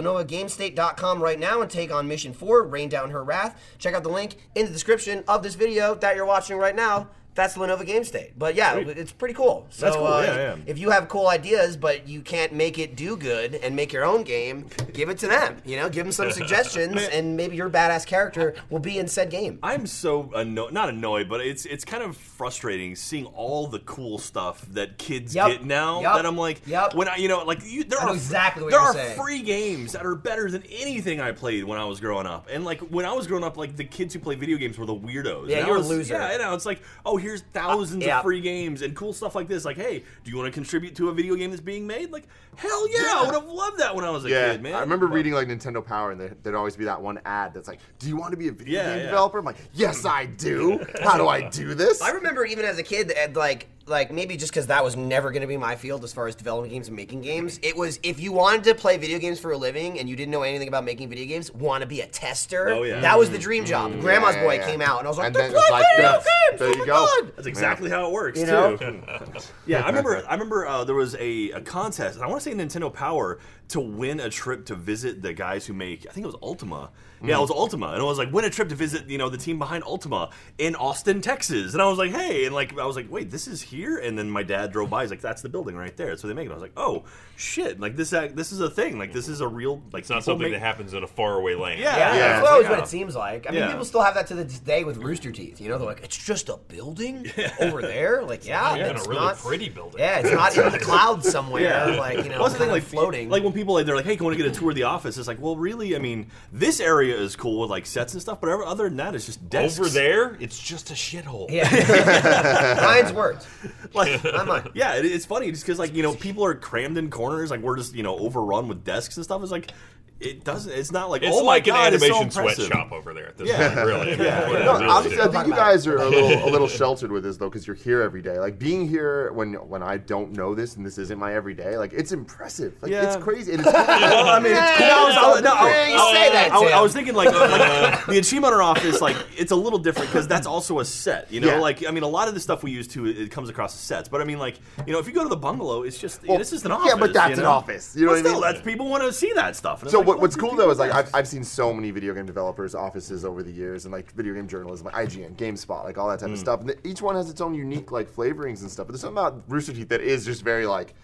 [SPEAKER 2] LenovaGameState.com right now and take on Mission 4, Rain Down Her Wrath. Check out the link in the description of this video that you're watching right now. That's Lenovo Game State. But yeah, it's pretty cool. So,
[SPEAKER 3] That's cool,
[SPEAKER 2] uh,
[SPEAKER 3] yeah, yeah.
[SPEAKER 2] If you have cool ideas, but you can't make it do good and make your own game, give it to them. You know, give them some suggestions, and maybe your badass character will be in said game.
[SPEAKER 3] I'm so annoyed, not annoyed, but it's it's kind of frustrating seeing all the cool stuff that kids
[SPEAKER 2] Yep.
[SPEAKER 3] get now.
[SPEAKER 2] Yep.
[SPEAKER 3] That I'm like,
[SPEAKER 2] Yep.
[SPEAKER 3] when I, you know, like you, there
[SPEAKER 2] I know
[SPEAKER 3] are
[SPEAKER 2] exactly what
[SPEAKER 3] there
[SPEAKER 2] you're
[SPEAKER 3] are
[SPEAKER 2] saying.
[SPEAKER 3] free games that are better than anything I played when I was growing up. And like when I was growing up, like the kids who play video games were the weirdos.
[SPEAKER 2] Yeah,
[SPEAKER 3] And I
[SPEAKER 2] you're a
[SPEAKER 3] was-
[SPEAKER 2] loser. Uh,
[SPEAKER 3] Yeah, I know. It's like, oh, here's thousands
[SPEAKER 2] yeah.
[SPEAKER 3] of free games and cool stuff like this. Like, hey, do you want to contribute to a video game that's being made? Like, hell yeah, I would have loved that when I was a
[SPEAKER 4] Yeah,
[SPEAKER 3] kid, man.
[SPEAKER 4] I remember
[SPEAKER 3] But-
[SPEAKER 4] reading like Nintendo Power, and there, there'd always be that one ad that's like, "Do you want to be a video
[SPEAKER 3] Yeah,
[SPEAKER 4] game
[SPEAKER 3] yeah.
[SPEAKER 4] developer?" I'm like, "Yes, I do. How do I do this?"
[SPEAKER 2] I remember even as a kid, that, like like maybe just because that was never going to be my field as far as developing games and making games. It was if you wanted to play video games for a living and you didn't know anything about making video games, want to be a tester.
[SPEAKER 3] Oh, yeah. Mm-hmm.
[SPEAKER 2] that was the dream job. Grandma's
[SPEAKER 4] Yeah, yeah,
[SPEAKER 2] boy
[SPEAKER 4] yeah.
[SPEAKER 2] came out, and I was like,
[SPEAKER 4] And
[SPEAKER 2] "They
[SPEAKER 4] then
[SPEAKER 2] play
[SPEAKER 4] it's like,
[SPEAKER 2] video
[SPEAKER 4] yes,
[SPEAKER 2] games!
[SPEAKER 4] there
[SPEAKER 2] oh
[SPEAKER 4] you
[SPEAKER 2] my
[SPEAKER 4] go."
[SPEAKER 2] God!"
[SPEAKER 3] That's exactly how it works,
[SPEAKER 2] You know?
[SPEAKER 3] too. yeah, I remember. I remember uh, there was a, a contest, and I want to say Nintendo Power to win a trip to visit the guys who make. I think it was Ultima. Yeah, it was Ultima, and it was like win a trip to visit you know the team behind Ultima in Austin, Texas. And I was like, hey, and like I was like, wait, this is here. And then my dad drove by. He's like, that's the building right there. That's what they make. And I was like, oh shit, like this act- this is a thing. Like this is a real like
[SPEAKER 1] It's not something that happens in a faraway land.
[SPEAKER 3] Yeah,
[SPEAKER 2] Yeah,
[SPEAKER 4] Yeah.
[SPEAKER 2] that's always
[SPEAKER 3] Yeah.
[SPEAKER 2] what it seems like. I mean,
[SPEAKER 3] Yeah.
[SPEAKER 2] people still have that to this day with Rooster Teeth. You know, they're like, it's just a building over there. Like, yeah,
[SPEAKER 1] Not even
[SPEAKER 2] it's
[SPEAKER 1] a really
[SPEAKER 2] not-
[SPEAKER 1] pretty building.
[SPEAKER 2] Yeah, it's not in the cloud somewhere. Like, you know,
[SPEAKER 3] Well, that's
[SPEAKER 2] kind
[SPEAKER 3] the thing,
[SPEAKER 2] of
[SPEAKER 3] like
[SPEAKER 2] floating.
[SPEAKER 3] Like when people like, they're like, "Hey, can want to get a tour of the office?" It's like, well, really, I mean, this area is cool with like sets and stuff, but other than that, it's just desks.
[SPEAKER 1] Over there, it's just a shithole.
[SPEAKER 2] yeah, Ryan's words.
[SPEAKER 3] like,
[SPEAKER 2] I'm on.
[SPEAKER 3] yeah, it, it's funny just because like you know people are crammed in corners, like we're just you know overrun with desks and stuff. It's like it doesn't. It's not like
[SPEAKER 1] It's like
[SPEAKER 3] oh my
[SPEAKER 1] an
[SPEAKER 3] God, it's so
[SPEAKER 1] animation
[SPEAKER 3] impressive.
[SPEAKER 1] sweatshop over there at this
[SPEAKER 3] Yeah.
[SPEAKER 1] point, really. I mean,
[SPEAKER 3] Yeah.
[SPEAKER 1] what it
[SPEAKER 4] No,
[SPEAKER 1] really
[SPEAKER 4] honestly,
[SPEAKER 1] is.
[SPEAKER 4] I think you guys are a little a little sheltered with this though, because you're here every day. Like being here when when I don't know this and this isn't my everyday, like it's impressive. Like
[SPEAKER 3] Yeah.
[SPEAKER 4] it's crazy. And it's cool.
[SPEAKER 3] I mean, it's cool.
[SPEAKER 2] Yeah,
[SPEAKER 3] I was- I was- no, I-
[SPEAKER 2] yeah, you
[SPEAKER 3] I-
[SPEAKER 2] say that,
[SPEAKER 3] I was- I
[SPEAKER 2] Tim.
[SPEAKER 3] was thinking like, like the achievement hunter office, like it's a little different because that's also a set. You know,
[SPEAKER 4] Yeah.
[SPEAKER 3] like I mean, a lot of the stuff we use too, it, it comes across as sets. But I mean, like you know, if you go to the bungalow, it's just
[SPEAKER 4] Well,
[SPEAKER 3] this is an
[SPEAKER 4] yeah,
[SPEAKER 3] office.
[SPEAKER 4] but that's
[SPEAKER 3] you
[SPEAKER 4] an
[SPEAKER 3] know?
[SPEAKER 4] office, you know
[SPEAKER 3] But
[SPEAKER 4] what I mean?
[SPEAKER 3] still, that's people want to see that stuff. And it's
[SPEAKER 4] So
[SPEAKER 3] like,
[SPEAKER 4] what,
[SPEAKER 3] well,
[SPEAKER 4] what's
[SPEAKER 3] these
[SPEAKER 4] cool
[SPEAKER 3] people
[SPEAKER 4] though is like
[SPEAKER 3] want
[SPEAKER 4] I've,
[SPEAKER 3] this.
[SPEAKER 4] I've seen so many video game developers offices over the years and like video game journalism, like IGN, GameSpot, like all that
[SPEAKER 3] Mm.
[SPEAKER 4] type of stuff. And each one has its own unique like flavorings and stuff. But there's something about Rooster Teeth that is just very like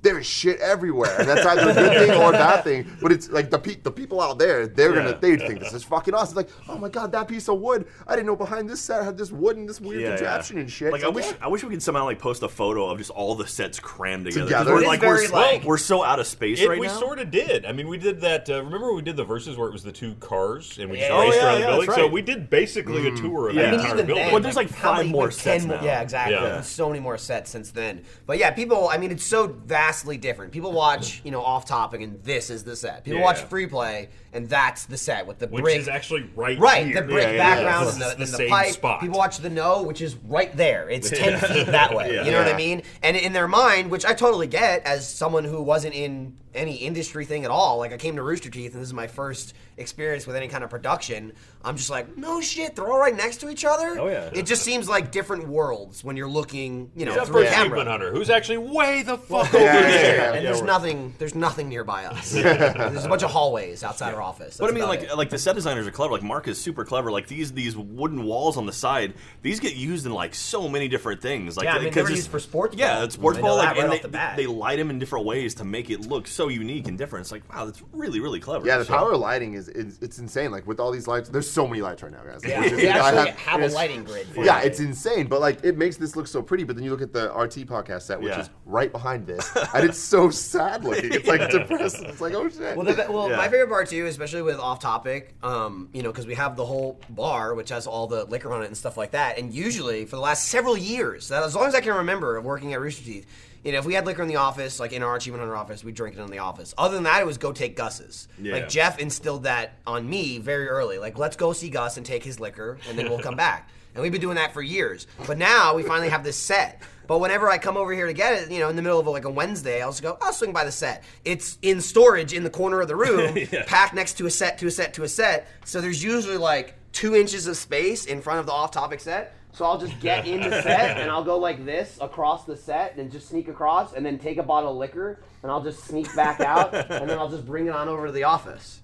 [SPEAKER 4] there is shit everywhere, and that's either a good thing or a bad thing. But it's like the pe- the people out there, they're
[SPEAKER 3] Yeah.
[SPEAKER 4] gonna they think this is fucking awesome. It's like oh my god, that piece of wood, I didn't know behind this set had this wood and this weird
[SPEAKER 3] Yeah, yeah.
[SPEAKER 4] contraption and shit.
[SPEAKER 3] Like
[SPEAKER 4] It's
[SPEAKER 3] I wish, I wish we could somehow like post a photo of just all the sets crammed together. 'Cause
[SPEAKER 4] Together.
[SPEAKER 3] We're,
[SPEAKER 4] It is
[SPEAKER 3] like, we're,
[SPEAKER 2] very,
[SPEAKER 3] so-
[SPEAKER 2] like-
[SPEAKER 3] we're so out of space
[SPEAKER 1] It,
[SPEAKER 3] right
[SPEAKER 1] we
[SPEAKER 3] now.
[SPEAKER 1] sort of did. I mean, we did that. Uh, remember, we did the verses where it was the two cars and we just
[SPEAKER 2] Yeah.
[SPEAKER 1] raced
[SPEAKER 3] Oh, yeah,
[SPEAKER 1] around the
[SPEAKER 3] yeah,
[SPEAKER 1] building.
[SPEAKER 3] that's
[SPEAKER 1] So
[SPEAKER 3] right.
[SPEAKER 1] we did basically a tour of
[SPEAKER 3] Yeah. I
[SPEAKER 1] the
[SPEAKER 3] mean,
[SPEAKER 1] entire
[SPEAKER 2] even
[SPEAKER 1] building.
[SPEAKER 2] then,
[SPEAKER 3] But there's, like,
[SPEAKER 2] how
[SPEAKER 3] five
[SPEAKER 2] many-
[SPEAKER 3] more
[SPEAKER 2] like,
[SPEAKER 3] sets
[SPEAKER 2] ten
[SPEAKER 3] now.
[SPEAKER 2] Yeah, exactly.
[SPEAKER 1] Yeah.
[SPEAKER 2] There's so many more sets since then. But yeah, people. I mean, it's so vastly different. People watch, you know, off topic, and this is the set. People
[SPEAKER 3] Yeah,
[SPEAKER 2] watch
[SPEAKER 3] yeah.
[SPEAKER 2] free play, and that's the set with the
[SPEAKER 1] which
[SPEAKER 2] brick.
[SPEAKER 1] is actually right
[SPEAKER 2] Right, the
[SPEAKER 1] here.
[SPEAKER 2] brick
[SPEAKER 3] Yeah, yeah, yeah.
[SPEAKER 2] background
[SPEAKER 1] This is
[SPEAKER 2] and the,
[SPEAKER 1] the
[SPEAKER 2] and the
[SPEAKER 1] same
[SPEAKER 2] pipe.
[SPEAKER 1] spot.
[SPEAKER 2] People watch the no, which is right there. It's ten feet that way.
[SPEAKER 3] Yeah.
[SPEAKER 2] You know what I
[SPEAKER 4] Yeah.
[SPEAKER 2] mean? And in their mind, which I totally get, as someone who wasn't in any industry thing at all, like I came to Rooster Teeth, and this is my first experience with any kind of production. I'm just like, no shit, they're all right next to each other.
[SPEAKER 3] Oh, yeah.
[SPEAKER 2] It just seems like different worlds when you're looking, you know,
[SPEAKER 1] Except
[SPEAKER 2] through
[SPEAKER 1] for
[SPEAKER 2] a camera.
[SPEAKER 1] Achievement Hunter, who's actually way the fuck
[SPEAKER 4] Yeah,
[SPEAKER 1] over
[SPEAKER 4] yeah,
[SPEAKER 1] there.
[SPEAKER 4] yeah.
[SPEAKER 2] and there's nothing. There's nothing nearby us. There's a bunch of hallways outside our office.
[SPEAKER 3] But I
[SPEAKER 2] That's
[SPEAKER 3] mean,
[SPEAKER 2] about
[SPEAKER 3] like,
[SPEAKER 2] it.
[SPEAKER 3] like the set designers are clever. Like Mark is super clever. Like these these wooden walls on the side, these get used in like so many different things. Like
[SPEAKER 2] Yeah, I mean, they
[SPEAKER 3] 'cause
[SPEAKER 2] were
[SPEAKER 3] it's-
[SPEAKER 2] used for sports
[SPEAKER 3] Yeah,
[SPEAKER 2] ball.
[SPEAKER 3] it's sports
[SPEAKER 2] I know
[SPEAKER 3] ball.
[SPEAKER 2] that
[SPEAKER 3] Like,
[SPEAKER 2] right
[SPEAKER 3] and
[SPEAKER 2] off
[SPEAKER 3] they,
[SPEAKER 2] the bat.
[SPEAKER 3] they light them in different ways to make it look so so unique and different. It's like, wow, that's really, really clever.
[SPEAKER 4] Yeah, the
[SPEAKER 3] So-
[SPEAKER 4] power of lighting is, is it's insane. Like with all these lights, there's so many lights right now, guys. Like,
[SPEAKER 2] Yeah,
[SPEAKER 4] it's just-
[SPEAKER 2] we
[SPEAKER 4] I
[SPEAKER 2] actually have, a
[SPEAKER 4] it's-
[SPEAKER 2] lighting grid. For
[SPEAKER 4] Yeah,
[SPEAKER 2] it.
[SPEAKER 4] it's insane, but like it makes this look so pretty. But then you look at the RT podcast set, which
[SPEAKER 3] Yeah.
[SPEAKER 4] is right behind this, and it's so sad looking. It's like depressing. It's like oh shit.
[SPEAKER 2] Well, the, well
[SPEAKER 3] Yeah.
[SPEAKER 2] my favorite bar too, especially with off topic, um, you know, because we have the whole bar which has all the liquor on it and stuff like that. And usually, for the last several years, that as long as I can remember of working at Rooster Teeth, you know, if we had liquor in the office, like in our achievement hunter office, we drink it in the office. Other than that, it was go take Gus's.
[SPEAKER 3] Yeah.
[SPEAKER 2] Like Jeff instilled that on me very early. Like let's go see Gus and take his liquor, and then we'll come back. And we've been doing that for years. But now we finally have this set. But whenever I come over here to get it, you know, in the middle of like a Wednesday, I'll just go, I'll swing by the set. It's in storage in the corner of the room, packed next to a set, to a set, to a set. So there's usually like two inches of space in front of the off topic set. So I'll just get in the set and I'll go like this across the set and just sneak across and then take a bottle of liquor and I'll just sneak back out and then I'll just bring it on over to the office.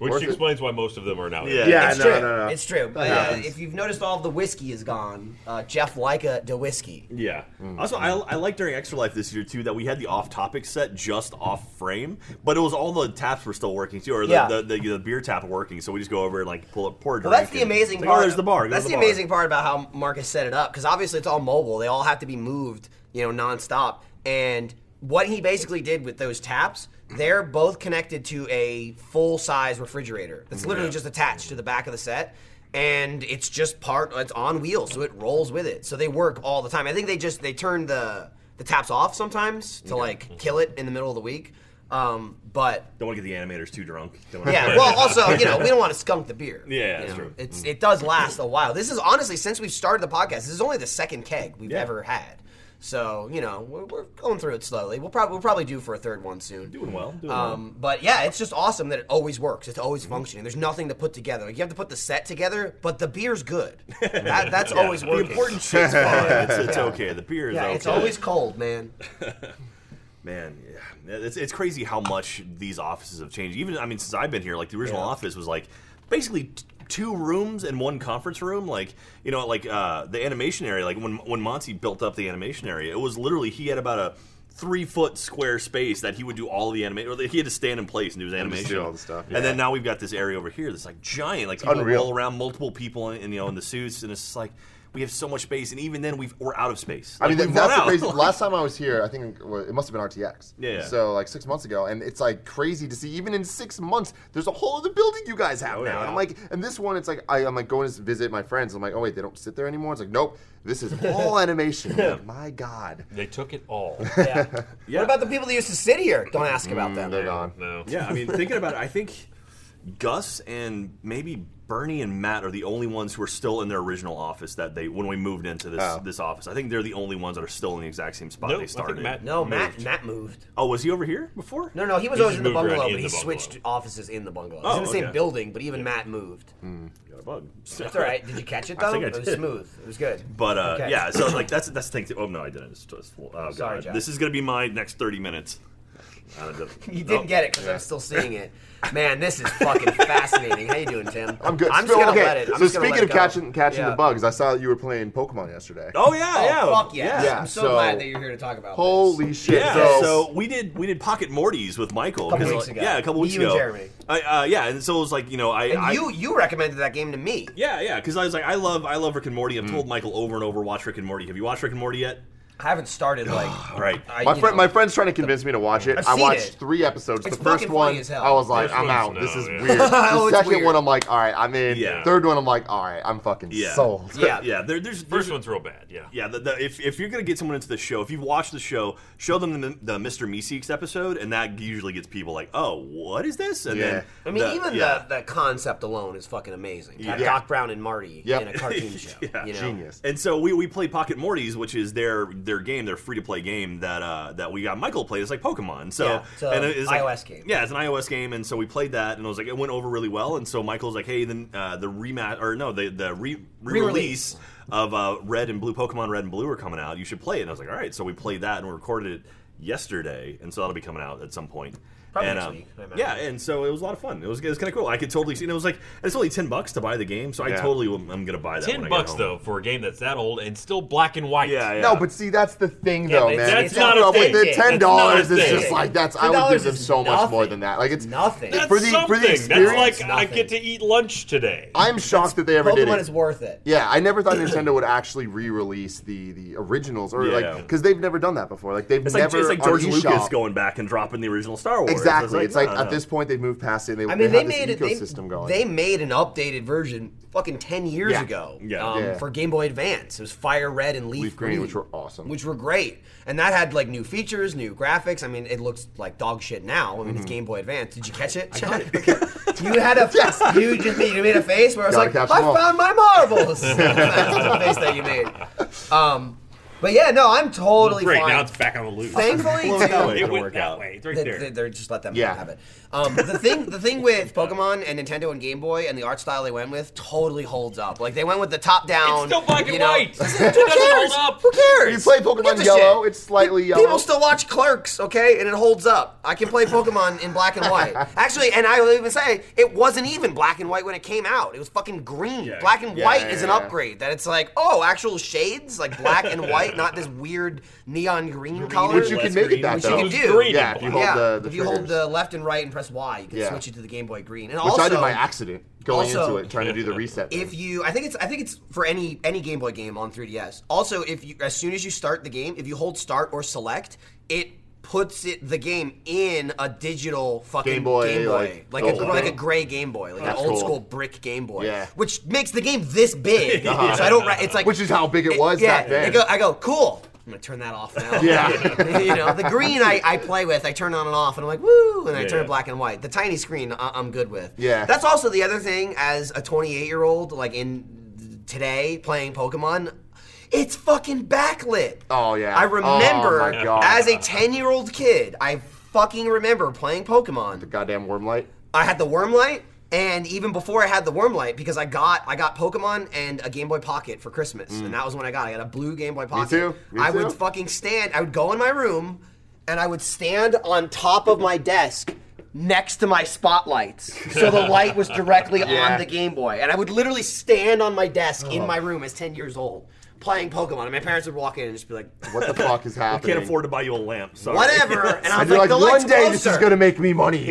[SPEAKER 4] Worth
[SPEAKER 1] Which
[SPEAKER 4] it.
[SPEAKER 1] explains why most of them are now.
[SPEAKER 3] Yeah.
[SPEAKER 4] yeah,
[SPEAKER 2] It's
[SPEAKER 4] no, no,
[SPEAKER 2] true.
[SPEAKER 4] no. Oh,
[SPEAKER 2] It's true. But, uh, if you've noticed, all of the whiskey is gone. Uh, Jeff Leica de whiskey.
[SPEAKER 3] Yeah.
[SPEAKER 2] Mm,
[SPEAKER 3] Also, I, I like during Extra Life this year too that we had the off-topic set just off frame, but it was all the taps were still working too, or the,
[SPEAKER 2] Yeah.
[SPEAKER 3] the, the, the beer tap working. So we just go over and like pull up, pour a
[SPEAKER 2] Well,
[SPEAKER 3] drink.
[SPEAKER 2] that's the
[SPEAKER 3] and-
[SPEAKER 2] amazing
[SPEAKER 3] like,
[SPEAKER 2] part.
[SPEAKER 3] Oh, there's the bar. Go to
[SPEAKER 2] That's the,
[SPEAKER 3] bar.
[SPEAKER 2] amazing part about how Marcus set it up because obviously it's all mobile. They all have to be moved, you know, nonstop. And what he basically did with those taps, they're both connected to a full size refrigerator that's literally just attached to the back of the set. And it's just part. It's on wheels, so it rolls with it. So they work all the time. I think they just they turn the the taps off sometimes to like kill it in the middle of the week. Um, but
[SPEAKER 3] Don't want to get the animators too drunk. Don't wanna-
[SPEAKER 2] yeah. Well, also, you know, we don't want to skunk the beer.
[SPEAKER 3] Yeah,
[SPEAKER 2] you
[SPEAKER 3] that's
[SPEAKER 2] know?
[SPEAKER 3] true. Mm.
[SPEAKER 2] It's it does last a while. This is honestly since we've started the podcast. This is only the second keg we've
[SPEAKER 3] Yeah.
[SPEAKER 2] ever had. So you know, we're, we're going through it slowly. We'll probably we'll probably do for a third one soon.
[SPEAKER 3] doing well. Doing well.
[SPEAKER 2] Um, but yeah, it's just awesome that it always works. It's
[SPEAKER 3] Mm-hmm.
[SPEAKER 2] always functioning. There's nothing to put together. Like you have to put the set together, but the beer's good. That, that's always
[SPEAKER 3] The
[SPEAKER 2] working.
[SPEAKER 3] important shit's fine. It's, it's okay. The beer is
[SPEAKER 2] yeah,
[SPEAKER 3] okay.
[SPEAKER 2] it's always cold, man.
[SPEAKER 3] Man, yeah. it's, it's crazy how much these offices have changed. Even I mean, since I've been here, like the original
[SPEAKER 2] Yeah.
[SPEAKER 3] office was like basically t- two rooms and one conference room. Like you know, like uh, the animation area. Like when when Monty built up the animation area, it was literally he had about a three foot square space that he would do all the animation. Or that he had to stand in place and do his
[SPEAKER 4] just
[SPEAKER 3] animation,
[SPEAKER 4] do all the stuff,
[SPEAKER 3] And then now we've got this area over here that's like giant. Like people
[SPEAKER 4] unreal.
[SPEAKER 3] roll around multiple people in, in you know in the suits, and it's just like. We have so much space, and even then, we've, we're out of space.
[SPEAKER 4] I mean, that,
[SPEAKER 3] Like, we've
[SPEAKER 4] that's
[SPEAKER 3] run
[SPEAKER 4] the
[SPEAKER 3] out.
[SPEAKER 4] crazy.
[SPEAKER 3] Like-
[SPEAKER 4] Last time I was here, I think it wa- it must have been RTX.
[SPEAKER 3] Yeah.
[SPEAKER 4] So like six months ago, and it's like crazy to see. Even in six months, there's a whole other building you guys
[SPEAKER 3] Oh,
[SPEAKER 4] have now. And I'm like, and this one, it's like I, I'm like going to visit my friends. I'm like, oh wait, they don't sit there anymore. It's like, nope, this is all animation. Like, my God,
[SPEAKER 1] They took it all.
[SPEAKER 2] Yeah. What about the people that used to sit here? Don't ask
[SPEAKER 3] Mm,
[SPEAKER 2] about them.
[SPEAKER 4] they're gone.
[SPEAKER 1] No.
[SPEAKER 3] Yeah, I mean, thinking about it, I think Gus and maybe Bernie and Matt are the only ones who are still in their original office that they when we moved into this
[SPEAKER 4] Oh.
[SPEAKER 3] this office. I think they're the only ones that are still in the exact same spot
[SPEAKER 1] Nope,
[SPEAKER 3] they
[SPEAKER 1] I think
[SPEAKER 3] started.
[SPEAKER 1] Matt-
[SPEAKER 2] No, Matt.
[SPEAKER 1] Moved.
[SPEAKER 2] Matt moved.
[SPEAKER 3] oh, was he over here before?
[SPEAKER 2] No, no, he was
[SPEAKER 1] He
[SPEAKER 2] always
[SPEAKER 1] just
[SPEAKER 2] in the
[SPEAKER 1] moved around
[SPEAKER 2] bungalow,
[SPEAKER 1] in
[SPEAKER 2] but he
[SPEAKER 1] the bungalow.
[SPEAKER 2] switched offices in the bungalow.
[SPEAKER 3] Oh,
[SPEAKER 2] He's in the same
[SPEAKER 3] okay.
[SPEAKER 2] building, but even Matt moved.
[SPEAKER 3] Got a bug.
[SPEAKER 2] That's all right. Did you catch it
[SPEAKER 3] I
[SPEAKER 2] though?
[SPEAKER 3] think I
[SPEAKER 2] It was
[SPEAKER 3] did.
[SPEAKER 2] smooth. It was good.
[SPEAKER 3] But uh,
[SPEAKER 2] Okay.
[SPEAKER 3] yeah, so like that's that's the thing. Too. Oh no, I didn't. It's just, oh, God.
[SPEAKER 2] Sorry, Jack.
[SPEAKER 3] This is gonna be my next thirty minutes. Uh, oh. I don't-
[SPEAKER 2] You
[SPEAKER 3] nope.
[SPEAKER 2] didn't get it because I'm still seeing it. Man, this is fucking fascinating. How you doing, Tim?
[SPEAKER 4] I'm good.
[SPEAKER 2] I'm just
[SPEAKER 4] Spill-
[SPEAKER 2] gonna
[SPEAKER 4] okay,
[SPEAKER 2] let it. I'm
[SPEAKER 4] so
[SPEAKER 2] just gonna
[SPEAKER 4] speaking
[SPEAKER 2] let
[SPEAKER 4] of
[SPEAKER 2] it go.
[SPEAKER 4] catching catching
[SPEAKER 2] Yeah.
[SPEAKER 4] the bugs, I saw that you were playing Pokemon yesterday.
[SPEAKER 3] Oh yeah,
[SPEAKER 2] Oh,
[SPEAKER 3] yeah.
[SPEAKER 2] fuck yeah.
[SPEAKER 4] Yeah,
[SPEAKER 2] I'm so,
[SPEAKER 4] so-
[SPEAKER 2] glad that you're here to talk about.
[SPEAKER 4] Holy shit!
[SPEAKER 3] Yeah,
[SPEAKER 4] So,
[SPEAKER 3] so, we did we did pocket Morty's with Michael.
[SPEAKER 2] Couple
[SPEAKER 3] 'cause,
[SPEAKER 2] weeks
[SPEAKER 3] like,
[SPEAKER 2] ago.
[SPEAKER 3] Yeah, a couple
[SPEAKER 2] Me,
[SPEAKER 3] weeks
[SPEAKER 2] you, and
[SPEAKER 3] ago.
[SPEAKER 2] Jeremy.
[SPEAKER 3] I, uh, yeah, and so it was like you know I,
[SPEAKER 2] This. And
[SPEAKER 3] I
[SPEAKER 2] you you recommended that game to me.
[SPEAKER 3] yeah yeah because I was like I love I love Rick and Morty. I've
[SPEAKER 2] Mm.
[SPEAKER 3] told Michael over and over watch Rick and Morty. Have you watched Rick and Morty yet?
[SPEAKER 2] I haven't started like.
[SPEAKER 3] All right.
[SPEAKER 2] Oh, I,
[SPEAKER 4] My
[SPEAKER 2] you
[SPEAKER 4] friend,
[SPEAKER 2] know,
[SPEAKER 4] my friend's trying to convince me to watch it.
[SPEAKER 2] I've
[SPEAKER 4] I
[SPEAKER 2] seen
[SPEAKER 4] watched
[SPEAKER 2] it.
[SPEAKER 4] three episodes.
[SPEAKER 2] It's
[SPEAKER 4] the first
[SPEAKER 2] fucking
[SPEAKER 4] one,
[SPEAKER 2] funny as hell.
[SPEAKER 4] I was like,
[SPEAKER 1] First
[SPEAKER 4] I'm
[SPEAKER 1] one's
[SPEAKER 4] out.
[SPEAKER 1] no,
[SPEAKER 4] this is
[SPEAKER 1] yeah.
[SPEAKER 4] weird.
[SPEAKER 2] Oh,
[SPEAKER 4] the
[SPEAKER 2] it's
[SPEAKER 4] second
[SPEAKER 2] weird.
[SPEAKER 4] one, I'm like, all right, I'm in.
[SPEAKER 3] Yeah.
[SPEAKER 4] Third one, I'm like, all right, I'm fucking
[SPEAKER 3] Yeah.
[SPEAKER 4] sold.
[SPEAKER 2] Yeah.
[SPEAKER 3] yeah, there, there's, there's
[SPEAKER 1] First one's real bad. Yeah.
[SPEAKER 3] yeah. The, the, if, if you're gonna get someone into the show, if you've watched the show, show them the, the Mr. Meeseeks episode, and that usually gets people like, oh, what is this? And
[SPEAKER 4] Yeah.
[SPEAKER 3] then
[SPEAKER 2] I mean,
[SPEAKER 3] the-
[SPEAKER 2] even
[SPEAKER 3] yeah.
[SPEAKER 2] the, the concept alone is fucking amazing. To have
[SPEAKER 4] Yeah.
[SPEAKER 2] Doc Brown and Marty
[SPEAKER 4] Yep.
[SPEAKER 2] in a cartoon show.
[SPEAKER 3] Yeah.
[SPEAKER 2] you know?
[SPEAKER 4] Genius.
[SPEAKER 3] And so we, we play Pocket Morty's, which is their their game, their free to play game that uh, that we got Michael to play. It's like Pokemon. So
[SPEAKER 2] Yeah, it's a
[SPEAKER 3] and it- like-
[SPEAKER 2] iOS game.
[SPEAKER 3] Yeah, it's an iOS game, and so we played that, and it was like it went over really well. And so Michael's like, hey, then uh, the rematch or no, the the re
[SPEAKER 2] Re-release.
[SPEAKER 3] release of uh, Red and Blue Pokemon Red and Blue are coming out. You should play it. And I was like, all right. So we played that and we recorded it yesterday, and so that'll be coming out at some point.
[SPEAKER 2] Probably
[SPEAKER 3] and,
[SPEAKER 2] next
[SPEAKER 3] um,
[SPEAKER 2] week, I imagine.
[SPEAKER 3] yeah, and so it was a lot of fun. It was, it was kind of cool. I could totally see, and it was like it's only ten bucks to buy the game, so I
[SPEAKER 4] Yeah.
[SPEAKER 3] totally am, I'm gonna buy that. when
[SPEAKER 1] Ten
[SPEAKER 3] I get
[SPEAKER 1] bucks
[SPEAKER 3] home.
[SPEAKER 1] though for a game that's that old and still black and white.
[SPEAKER 3] Yeah, yeah.
[SPEAKER 4] No, but see, that's the thing, though,
[SPEAKER 1] they-
[SPEAKER 4] man.
[SPEAKER 1] that's
[SPEAKER 4] It's
[SPEAKER 1] not
[SPEAKER 4] the
[SPEAKER 1] a
[SPEAKER 4] problem.
[SPEAKER 1] thing.
[SPEAKER 4] The
[SPEAKER 1] That's
[SPEAKER 4] ten
[SPEAKER 1] not a
[SPEAKER 4] dollars is
[SPEAKER 1] thing.
[SPEAKER 4] just like that's. I would
[SPEAKER 2] $10
[SPEAKER 4] give them
[SPEAKER 2] is
[SPEAKER 4] so much more
[SPEAKER 2] nothing.
[SPEAKER 4] than that. Like it's
[SPEAKER 2] Nothing.
[SPEAKER 1] That's
[SPEAKER 4] for the for
[SPEAKER 1] something.
[SPEAKER 4] the experience.
[SPEAKER 1] That's like I
[SPEAKER 2] Nothing.
[SPEAKER 1] get to eat lunch today.
[SPEAKER 4] I'm shocked that they ever did
[SPEAKER 2] Pokemon
[SPEAKER 4] it.
[SPEAKER 2] is worth it.
[SPEAKER 4] Yeah, I never thought Nintendo would actually re-release the the originals, or like
[SPEAKER 3] Yeah.
[SPEAKER 4] because they've never done that before. Like they've
[SPEAKER 3] It's like,
[SPEAKER 4] never
[SPEAKER 3] it's like
[SPEAKER 4] on
[SPEAKER 3] George
[SPEAKER 4] eShop-
[SPEAKER 3] Lucas going back and dropping the original Star Wars.
[SPEAKER 4] Exactly. it's like
[SPEAKER 3] no,
[SPEAKER 4] at
[SPEAKER 3] no.
[SPEAKER 4] this point they've moved past it. And they,
[SPEAKER 2] I mean,
[SPEAKER 4] they,
[SPEAKER 2] they,
[SPEAKER 4] have
[SPEAKER 2] made
[SPEAKER 4] this
[SPEAKER 2] it.
[SPEAKER 4] ecosystem
[SPEAKER 2] They,
[SPEAKER 4] going.
[SPEAKER 2] they made an updated version fucking ten years
[SPEAKER 4] Yeah.
[SPEAKER 2] ago.
[SPEAKER 3] Yeah.
[SPEAKER 2] um,
[SPEAKER 4] Yeah.
[SPEAKER 2] For Game Boy Advance, it was Fire Red and Leaf,
[SPEAKER 4] Leaf Green, which were awesome.
[SPEAKER 2] which were great, and that had like new features, new graphics. I mean, it looks like dog shit now. I mean,
[SPEAKER 4] Mm-hmm.
[SPEAKER 2] it's Game Boy Advance. Did you catch it? you had a you just you made a face where I was
[SPEAKER 4] Gotta
[SPEAKER 2] like, I
[SPEAKER 4] catch 'em all."
[SPEAKER 2] found my marbles. That's the face that you made. Um, but yeah, no, I'm totally
[SPEAKER 1] Great,
[SPEAKER 2] fine.
[SPEAKER 1] now it's back on the loop.
[SPEAKER 2] Thankfully,
[SPEAKER 3] Well, no,
[SPEAKER 2] too,
[SPEAKER 1] it
[SPEAKER 3] It won't
[SPEAKER 1] went
[SPEAKER 3] work
[SPEAKER 1] that
[SPEAKER 3] out.
[SPEAKER 1] way. It's right
[SPEAKER 2] they,
[SPEAKER 1] there.
[SPEAKER 2] they, they're just let them
[SPEAKER 4] Yeah.
[SPEAKER 2] have it. Um, the thing, the thing with Pokemon and Nintendo and Game Boy and the art style they went with totally holds up. Like they went with the top down.
[SPEAKER 1] It's still black and
[SPEAKER 2] you know,
[SPEAKER 1] white.
[SPEAKER 2] Who
[SPEAKER 1] It doesn't
[SPEAKER 2] cares?
[SPEAKER 1] hold up.
[SPEAKER 2] Who cares?
[SPEAKER 4] You play
[SPEAKER 2] Who gives
[SPEAKER 4] Pokemon
[SPEAKER 2] a
[SPEAKER 4] Yellow,
[SPEAKER 2] shit?
[SPEAKER 4] it's slightly yellow.
[SPEAKER 2] People still watch Clerks, okay, and it holds up. I can play Pokemon in black and white. Actually, and I will even say it wasn't even black and white when it came out. It was fucking green.
[SPEAKER 3] Yeah.
[SPEAKER 2] Black and
[SPEAKER 3] Yeah,
[SPEAKER 2] white
[SPEAKER 4] yeah,
[SPEAKER 2] is an
[SPEAKER 4] yeah.
[SPEAKER 2] upgrade. That it's like, oh, actual shades like black and white, not this weird neon green, color.
[SPEAKER 4] Which you can make it
[SPEAKER 3] green,
[SPEAKER 4] that
[SPEAKER 2] which
[SPEAKER 4] though.
[SPEAKER 2] you can do.
[SPEAKER 1] green
[SPEAKER 4] Yeah,
[SPEAKER 1] and
[SPEAKER 4] if you hold
[SPEAKER 1] black.
[SPEAKER 4] the, the
[SPEAKER 2] if you hold
[SPEAKER 4] triggers.
[SPEAKER 2] the left and right and press Y, you can
[SPEAKER 4] Yeah.
[SPEAKER 2] switch it to the Game Boy Green. And
[SPEAKER 4] which
[SPEAKER 2] also,
[SPEAKER 4] I did by accident going
[SPEAKER 2] also-
[SPEAKER 4] into it, trying to do the reset.
[SPEAKER 2] if
[SPEAKER 4] thing.
[SPEAKER 2] you, I think it's, I think it's for any any Game Boy game on 3DS. Also, if you, as soon as you start the game, if you hold start or select, it puts it the game in a digital fucking
[SPEAKER 4] Game Boy, like,
[SPEAKER 2] like,
[SPEAKER 4] old
[SPEAKER 2] a, like a
[SPEAKER 4] thing.
[SPEAKER 2] gray Game Boy, like
[SPEAKER 4] That's
[SPEAKER 2] an old
[SPEAKER 4] cool.
[SPEAKER 2] school brick Game Boy,
[SPEAKER 4] Yeah. Uh-huh.
[SPEAKER 2] which makes the game this big. So I don't, ri- it's like
[SPEAKER 4] which is how big it was
[SPEAKER 2] yeah,
[SPEAKER 4] back then.
[SPEAKER 2] I go, I go, cool. I'm gonna turn that off now.
[SPEAKER 4] Yeah.
[SPEAKER 2] you know, the green I, I play with, I turn on and off, and I'm like, woo, and I turn
[SPEAKER 3] Yeah.
[SPEAKER 2] it black and white. The tiny screen I, I'm good with.
[SPEAKER 4] Yeah.
[SPEAKER 2] That's also the other thing as a 28 year old, like in today playing Pokemon. It's fucking backlit.
[SPEAKER 4] Oh, yeah.
[SPEAKER 2] I
[SPEAKER 4] Oh,
[SPEAKER 2] remember
[SPEAKER 4] my God.
[SPEAKER 2] as a 10 year old kid, I fucking remember playing Pokemon.
[SPEAKER 4] Goddamn worm light.
[SPEAKER 2] I had the worm light, and even before I had the worm light, because I got I got Pokemon and a Game Boy Pocket for Christmas, and that was when I got. I got a blue Game Boy Pocket.
[SPEAKER 4] too. Mm. Me
[SPEAKER 2] I
[SPEAKER 4] too.
[SPEAKER 2] would fucking stand. I would go in my room, and I would stand on top of my desk. Next to my spotlights, so the light was directly
[SPEAKER 4] Yeah. Oh.
[SPEAKER 2] on the Game Boy, and I would literally stand on my desk in my room as ten years old playing Pokemon, and my parents would walk in and just be like,
[SPEAKER 4] What the fuck is happening?
[SPEAKER 3] can't afford to buy you a lamp. Sorry.
[SPEAKER 2] "Whatever," and I
[SPEAKER 4] And
[SPEAKER 2] was
[SPEAKER 4] you're like,
[SPEAKER 2] like, "The light's
[SPEAKER 4] one day
[SPEAKER 2] closer."
[SPEAKER 4] this is gonna make me money.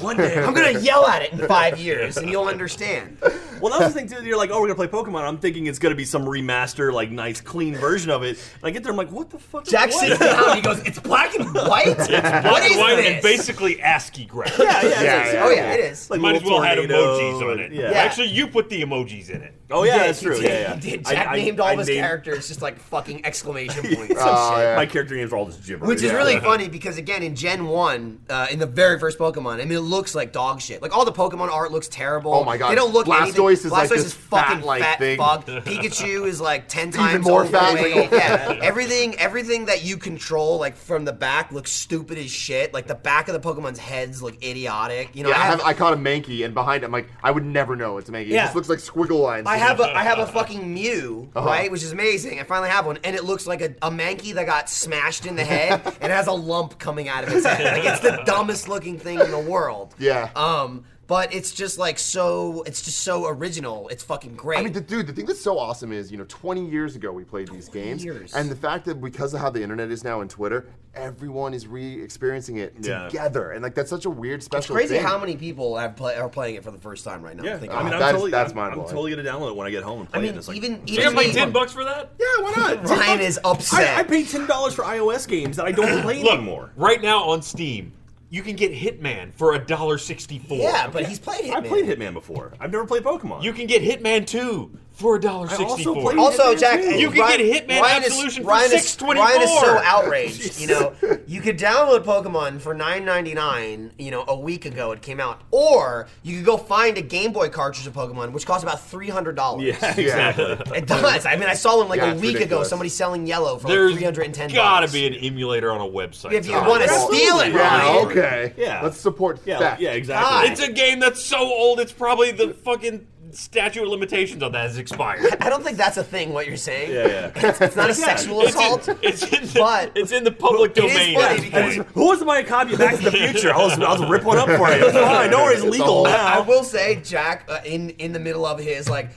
[SPEAKER 3] One day.
[SPEAKER 2] I'm gonna yell at it in five years, and you'll understand.
[SPEAKER 3] Well, that was the thing too. You're like, oh, we're gonna play Pokemon. I'm thinking it's gonna be some remaster, like nice, clean version of it. And I get there, I'm like, what the fuck? is
[SPEAKER 2] Jack
[SPEAKER 3] what?
[SPEAKER 2] sits down and he goes, It's black and white? It's black
[SPEAKER 1] Black and white and basically ASCII graphics.
[SPEAKER 3] Yeah, yeah,
[SPEAKER 4] Yeah,
[SPEAKER 3] it's like,
[SPEAKER 4] yeah,
[SPEAKER 2] Oh, yeah, it is.
[SPEAKER 3] Like
[SPEAKER 1] Might as
[SPEAKER 3] little
[SPEAKER 1] well had
[SPEAKER 3] tornado
[SPEAKER 1] emojis on
[SPEAKER 3] and-
[SPEAKER 1] it.
[SPEAKER 3] Yeah.
[SPEAKER 1] Actually, you put the emojis in it.
[SPEAKER 3] Oh yeah, that's true.
[SPEAKER 2] He
[SPEAKER 3] Yeah,
[SPEAKER 2] did, he
[SPEAKER 3] yeah.
[SPEAKER 2] did.
[SPEAKER 3] I-
[SPEAKER 2] Jack
[SPEAKER 3] I-
[SPEAKER 2] named all
[SPEAKER 3] I
[SPEAKER 2] of his
[SPEAKER 3] named-
[SPEAKER 2] characters just like fucking exclamation points.
[SPEAKER 4] Oh, yeah.
[SPEAKER 3] My character names are all just gibberish.
[SPEAKER 2] Which is really funny because again in Gen One, uh, in the very first Pokemon, I mean it looks like dog shit. Like all the Pokemon art looks terrible.
[SPEAKER 4] Oh my God.
[SPEAKER 2] they don't look
[SPEAKER 4] Blastoise
[SPEAKER 2] anything.
[SPEAKER 4] is like
[SPEAKER 2] Blastoise
[SPEAKER 4] this
[SPEAKER 2] is fucking
[SPEAKER 4] fat, like,
[SPEAKER 2] fat
[SPEAKER 4] thing.
[SPEAKER 2] fuck. Pikachu is like ten times
[SPEAKER 4] more fat.
[SPEAKER 2] overweight. yeah, everything everything that you control like from the back looks stupid as shit. Like the back of the Pokemon's heads look idiotic. You know,
[SPEAKER 4] Yeah, I,
[SPEAKER 2] I
[SPEAKER 4] have, I caught a Mankey, and behind him, like I would never know it's a Mankey. It
[SPEAKER 2] Yeah.
[SPEAKER 4] just looks like squiggle lines.
[SPEAKER 2] I have a I have a fucking Mew,
[SPEAKER 4] Uh-huh.
[SPEAKER 2] right, which is amazing. I finally have one, and it looks like a, a Mankey that got smashed in the head and has a lump coming out of its head. Like it's the dumbest looking thing in the world.
[SPEAKER 4] Yeah.
[SPEAKER 2] Um, but it's just like so. It's just so original. It's fucking great.
[SPEAKER 4] I mean, the, dude, the thing that's so awesome is, you know, 20 years ago we played these games,
[SPEAKER 2] years.
[SPEAKER 4] and the fact that because of how the internet is now and Twitter, everyone is re-experiencing it
[SPEAKER 3] Yeah.
[SPEAKER 4] together, and like that's such a weird
[SPEAKER 2] it's
[SPEAKER 4] special.
[SPEAKER 2] crazy
[SPEAKER 4] thing.
[SPEAKER 2] how many people have play, are playing it for the first time right now.
[SPEAKER 3] Yeah,
[SPEAKER 2] Think
[SPEAKER 3] I
[SPEAKER 2] about
[SPEAKER 3] mean, I'm
[SPEAKER 2] it.
[SPEAKER 4] That's-
[SPEAKER 3] totally,
[SPEAKER 4] that's
[SPEAKER 3] I'm,
[SPEAKER 4] mind-blowing.
[SPEAKER 3] I'm totally gonna download it when I get home and play
[SPEAKER 2] I
[SPEAKER 3] it.
[SPEAKER 2] mean,
[SPEAKER 3] It's like,
[SPEAKER 2] even
[SPEAKER 1] You're
[SPEAKER 2] even
[SPEAKER 1] gonna pay
[SPEAKER 2] me-
[SPEAKER 1] ten bucks for that?
[SPEAKER 4] Yeah, why not?
[SPEAKER 2] Ryan is upset.
[SPEAKER 3] I, I paid ten dollars for iOS games that I don't play
[SPEAKER 1] Look,
[SPEAKER 3] anymore.
[SPEAKER 1] right now on Steam, you can get Hitman for a dollar sixty-four.
[SPEAKER 2] yeah, but he's played Hitman.
[SPEAKER 3] I played Hitman before. I've never played Pokemon.
[SPEAKER 1] you can get Hitman Two for a dollar
[SPEAKER 3] also
[SPEAKER 1] sixty-four.
[SPEAKER 3] played-
[SPEAKER 2] Also,
[SPEAKER 3] Hitman
[SPEAKER 2] Jack,
[SPEAKER 3] too.
[SPEAKER 1] You can get Hitman Absolution for
[SPEAKER 2] is, Ryan is so
[SPEAKER 1] $6.24.
[SPEAKER 2] outraged. you know, you could download Pokemon for nine ninety nine. You know, a week ago it came out, or you could go find a Game Boy cartridge of Pokemon, which costs about three hundred dollars.
[SPEAKER 3] Yeah, exactly.
[SPEAKER 2] It does. I mean, I saw one like
[SPEAKER 4] Yeah,
[SPEAKER 2] a
[SPEAKER 4] it's
[SPEAKER 2] week ago.
[SPEAKER 4] ridiculous.
[SPEAKER 2] Somebody selling yellow for
[SPEAKER 1] There's
[SPEAKER 2] like three hundred and ten.
[SPEAKER 1] gotta be an emulator on a website.
[SPEAKER 2] If you
[SPEAKER 1] somewhere.
[SPEAKER 2] wanna
[SPEAKER 4] Well,
[SPEAKER 2] steal it,
[SPEAKER 4] Uh, Yeah,
[SPEAKER 2] Ryan.
[SPEAKER 4] okay.
[SPEAKER 3] Yeah.
[SPEAKER 4] Let's support
[SPEAKER 3] Yeah,
[SPEAKER 4] theft.
[SPEAKER 3] yeah, exactly.
[SPEAKER 2] God.
[SPEAKER 1] It's a game that's so old. It's probably the fucking statute of limitations on that has expired.
[SPEAKER 2] I don't think that's a thing. What you're saying?
[SPEAKER 3] Yeah, yeah.
[SPEAKER 2] It's not a sexual
[SPEAKER 1] It's
[SPEAKER 2] assault.
[SPEAKER 1] in, it's in the,
[SPEAKER 2] But-
[SPEAKER 1] it's in the public
[SPEAKER 2] It is
[SPEAKER 1] domain.
[SPEAKER 2] funny
[SPEAKER 1] at this
[SPEAKER 2] because-
[SPEAKER 1] point.
[SPEAKER 3] Who wants to buy a copy of Back to the Future? I'll, just- I'll just rip one up for you. It's fine. No worries,
[SPEAKER 4] It's
[SPEAKER 3] legal
[SPEAKER 4] all-
[SPEAKER 2] I
[SPEAKER 3] now.
[SPEAKER 2] will say, Jack, uh, in in the middle of his like,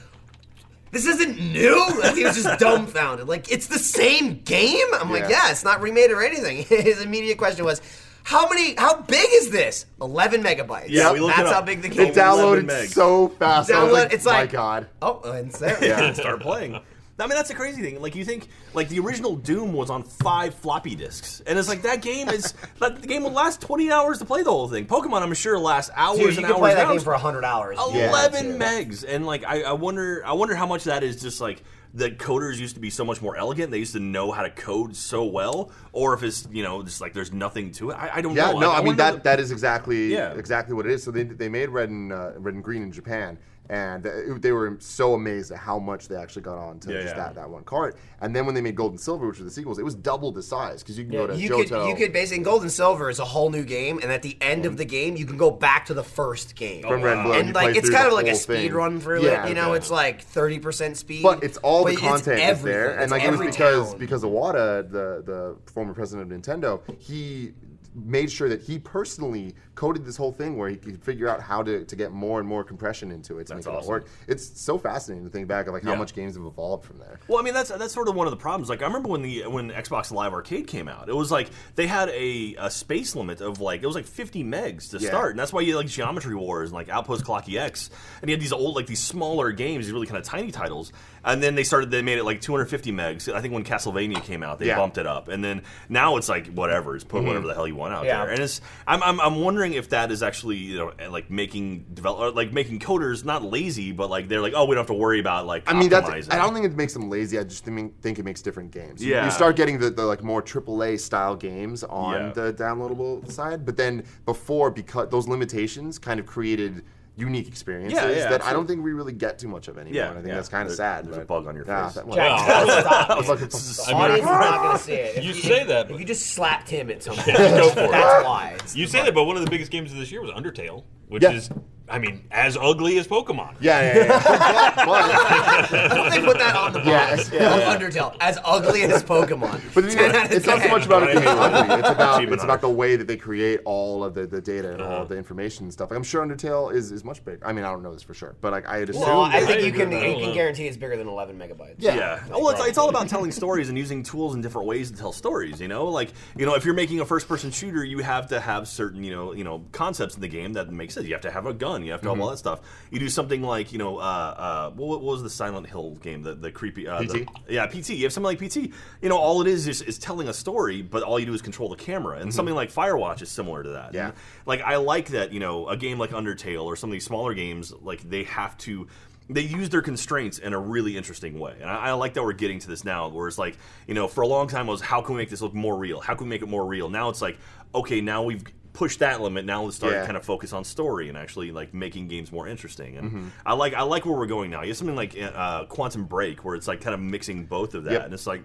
[SPEAKER 2] this isn't new. Like, he was just dumbfounded. Like it's the same game. I'm like,
[SPEAKER 4] Yeah.
[SPEAKER 2] yeah, it's not remade or anything. His immediate question was, how many? How big is this? 11 megabytes.
[SPEAKER 3] Yeah, we looked it
[SPEAKER 2] that's
[SPEAKER 3] up.
[SPEAKER 2] how big the
[SPEAKER 3] They
[SPEAKER 2] game.
[SPEAKER 4] It
[SPEAKER 2] is.
[SPEAKER 3] down- 11
[SPEAKER 4] downloaded
[SPEAKER 3] meg.
[SPEAKER 4] so fast. I was
[SPEAKER 2] Download-
[SPEAKER 4] like,
[SPEAKER 2] it's
[SPEAKER 4] my
[SPEAKER 2] like-
[SPEAKER 4] god.
[SPEAKER 2] Oh, and so
[SPEAKER 4] Yeah.
[SPEAKER 3] Start playing. I mean, that's the crazy thing. Like, you think, like, the original Doom was on five floppy disks. And it's like, that game is, that the game will last 20 hours to play the whole thing. Pokemon, I'm sure, lasts hours
[SPEAKER 2] Dude, you
[SPEAKER 3] and
[SPEAKER 2] can
[SPEAKER 3] hours
[SPEAKER 2] play
[SPEAKER 3] and
[SPEAKER 2] that game
[SPEAKER 3] hours.
[SPEAKER 2] for 100 hours.
[SPEAKER 4] Yeah.
[SPEAKER 3] 11
[SPEAKER 2] megabytes.
[SPEAKER 3] megs and like I, I wonder i wonder how much that is just like the coders used to be so much more elegant they used to know how to code so well or if it's you know just like there's nothing to it i, I don't
[SPEAKER 4] Yeah,
[SPEAKER 3] know
[SPEAKER 4] no,
[SPEAKER 3] Like,
[SPEAKER 4] I mean
[SPEAKER 3] wonder
[SPEAKER 4] that that is exactly
[SPEAKER 3] Yeah.
[SPEAKER 4] exactly what it is. So they they made red and uh, red and green in Japan, and it- they were so amazed at how much they actually got on to
[SPEAKER 3] Yeah,
[SPEAKER 4] just
[SPEAKER 3] yeah.
[SPEAKER 4] that that one cart. And then when they made gold and silver, which were the sequels, it was double the size because you can go to
[SPEAKER 2] You
[SPEAKER 4] Johto.
[SPEAKER 2] could, you could basically gold and silver is a whole new game, and at the end of the game, you can go back to the first game.
[SPEAKER 4] From Red and Blue, and
[SPEAKER 2] and
[SPEAKER 4] you
[SPEAKER 2] like
[SPEAKER 4] play
[SPEAKER 2] it's
[SPEAKER 4] through
[SPEAKER 2] kind
[SPEAKER 4] the
[SPEAKER 2] of like a
[SPEAKER 4] whole
[SPEAKER 2] speed
[SPEAKER 4] thing.
[SPEAKER 2] run through
[SPEAKER 4] Yeah,
[SPEAKER 2] it. You know,
[SPEAKER 4] okay.
[SPEAKER 2] it's like thirty percent speed.
[SPEAKER 4] But it's all the
[SPEAKER 2] But
[SPEAKER 4] content is
[SPEAKER 2] everything.
[SPEAKER 4] there, and
[SPEAKER 2] It's
[SPEAKER 4] like it was
[SPEAKER 2] every
[SPEAKER 4] because
[SPEAKER 2] town.
[SPEAKER 4] because Iwata, the the former president of Nintendo, he made sure that he personally coded this whole thing where he could figure out how to, to get more and more compression into it to
[SPEAKER 3] That's
[SPEAKER 4] make it
[SPEAKER 3] awesome.
[SPEAKER 4] all work. It's so fascinating to think back of like how
[SPEAKER 3] Yeah.
[SPEAKER 4] much games have evolved from there.
[SPEAKER 3] Well, I mean that's that's sort of one of the problems. Like I remember when the when Xbox Live Arcade came out, it was like they had a, a space limit of like it was like 50 megs to
[SPEAKER 4] Yeah.
[SPEAKER 3] start, and that's why you had like Geometry Wars and like Outpost Clocky X, and you had these old like these smaller games, these really kind of tiny titles, and then they started they made it like 250 megs. I think when Castlevania came out, they
[SPEAKER 4] Yeah. Mm-hmm.
[SPEAKER 3] bumped it up, and then now it's like whatever, it's put whatever the hell you want out
[SPEAKER 2] Yeah.
[SPEAKER 3] there, and it's I'm, I'm I'm wondering if that is actually you know eh, like making develop or, like making coders not lazy, but like they're like oh we don't have to worry about like
[SPEAKER 4] I mean, that's.
[SPEAKER 3] optimizing.
[SPEAKER 4] I don't think it makes them lazy. I just think think it makes different games. You-
[SPEAKER 3] Yeah.
[SPEAKER 4] You start getting the, the like more AAA style games on
[SPEAKER 3] Yeah.
[SPEAKER 4] the downloadable side, but then before because those limitations kind of created unique experiences
[SPEAKER 3] Yeah, yeah,
[SPEAKER 4] that I don't
[SPEAKER 3] absolutely.
[SPEAKER 4] think we really get too much of anymore.
[SPEAKER 3] Yeah,
[SPEAKER 4] and I think
[SPEAKER 3] yeah.
[SPEAKER 4] that's kind of
[SPEAKER 3] There-
[SPEAKER 4] sad.
[SPEAKER 3] there's a
[SPEAKER 4] but-
[SPEAKER 3] bug on your
[SPEAKER 4] Yeah,
[SPEAKER 3] face.
[SPEAKER 4] that-
[SPEAKER 2] Jack,
[SPEAKER 4] well,
[SPEAKER 2] stop.
[SPEAKER 4] it's like a-
[SPEAKER 2] The audience is not gonna see it. If
[SPEAKER 1] you say that,
[SPEAKER 2] If
[SPEAKER 1] but-
[SPEAKER 2] you just slapped him at some point,
[SPEAKER 1] go for it.
[SPEAKER 2] that's why. It's
[SPEAKER 1] You
[SPEAKER 2] the
[SPEAKER 1] say
[SPEAKER 2] button.
[SPEAKER 1] that, but one of the biggest games of this year was Undertale, which
[SPEAKER 4] Yeah.
[SPEAKER 1] is, I mean, as ugly as Pokemon.
[SPEAKER 4] yeah, yeah, yeah, yeah. But- but-
[SPEAKER 2] they put that on the box.
[SPEAKER 4] Yeah,
[SPEAKER 2] of Undertale, as ugly as Pokemon.
[SPEAKER 4] But the thing
[SPEAKER 2] 10 out
[SPEAKER 4] is,
[SPEAKER 2] of
[SPEAKER 4] it's not so
[SPEAKER 2] 10.
[SPEAKER 4] much about it being ugly. It's about
[SPEAKER 3] Achievement
[SPEAKER 4] it's about
[SPEAKER 3] hunter.
[SPEAKER 4] the way that they create all of the, the data and
[SPEAKER 3] Uh-huh.
[SPEAKER 4] all of the information and stuff. Like, I'm sure Undertale is, is much bigger. I mean, I don't know this for sure, but like I'd assume.
[SPEAKER 2] Well, I
[SPEAKER 4] that-
[SPEAKER 2] think you
[SPEAKER 1] agree
[SPEAKER 2] can
[SPEAKER 1] with that.
[SPEAKER 2] you can guarantee it's bigger than 11 megabytes.
[SPEAKER 4] Yeah.
[SPEAKER 3] Yeah. Well, it's, it's all about telling stories and using tools in different ways to tell stories. You know, like you know, if you're making a first-person shooter, you have to have certain you know you know concepts in the game that make sense. You have to have a gun. You have to have all that stuff. You do something like you know, uh, uh, what, what was the Silent Hill game? The the creepy uh, the-
[SPEAKER 4] PT?
[SPEAKER 3] yeah, PT. You have something like PT. You know, all it is is, is telling a story, but all you do is control the camera. And something like Firewatch is similar to that.
[SPEAKER 4] Yeah.
[SPEAKER 3] And, like I like that you know a game like Undertale or some of these smaller games like they have to they use their constraints in a really interesting way and I, I like that we're getting to this now where it's like you know for a long time it was how can we make this look more real how can we make it more real now it's like okay now we've pushed that limit now let's start
[SPEAKER 4] Yeah.
[SPEAKER 3] kind of focus on story and actually like making games more interesting and
[SPEAKER 4] Mm-hmm.
[SPEAKER 3] I like I like where we're going now you have something like uh, Quantum Break where it's like kind of mixing both of that
[SPEAKER 4] Yep.
[SPEAKER 3] and it's like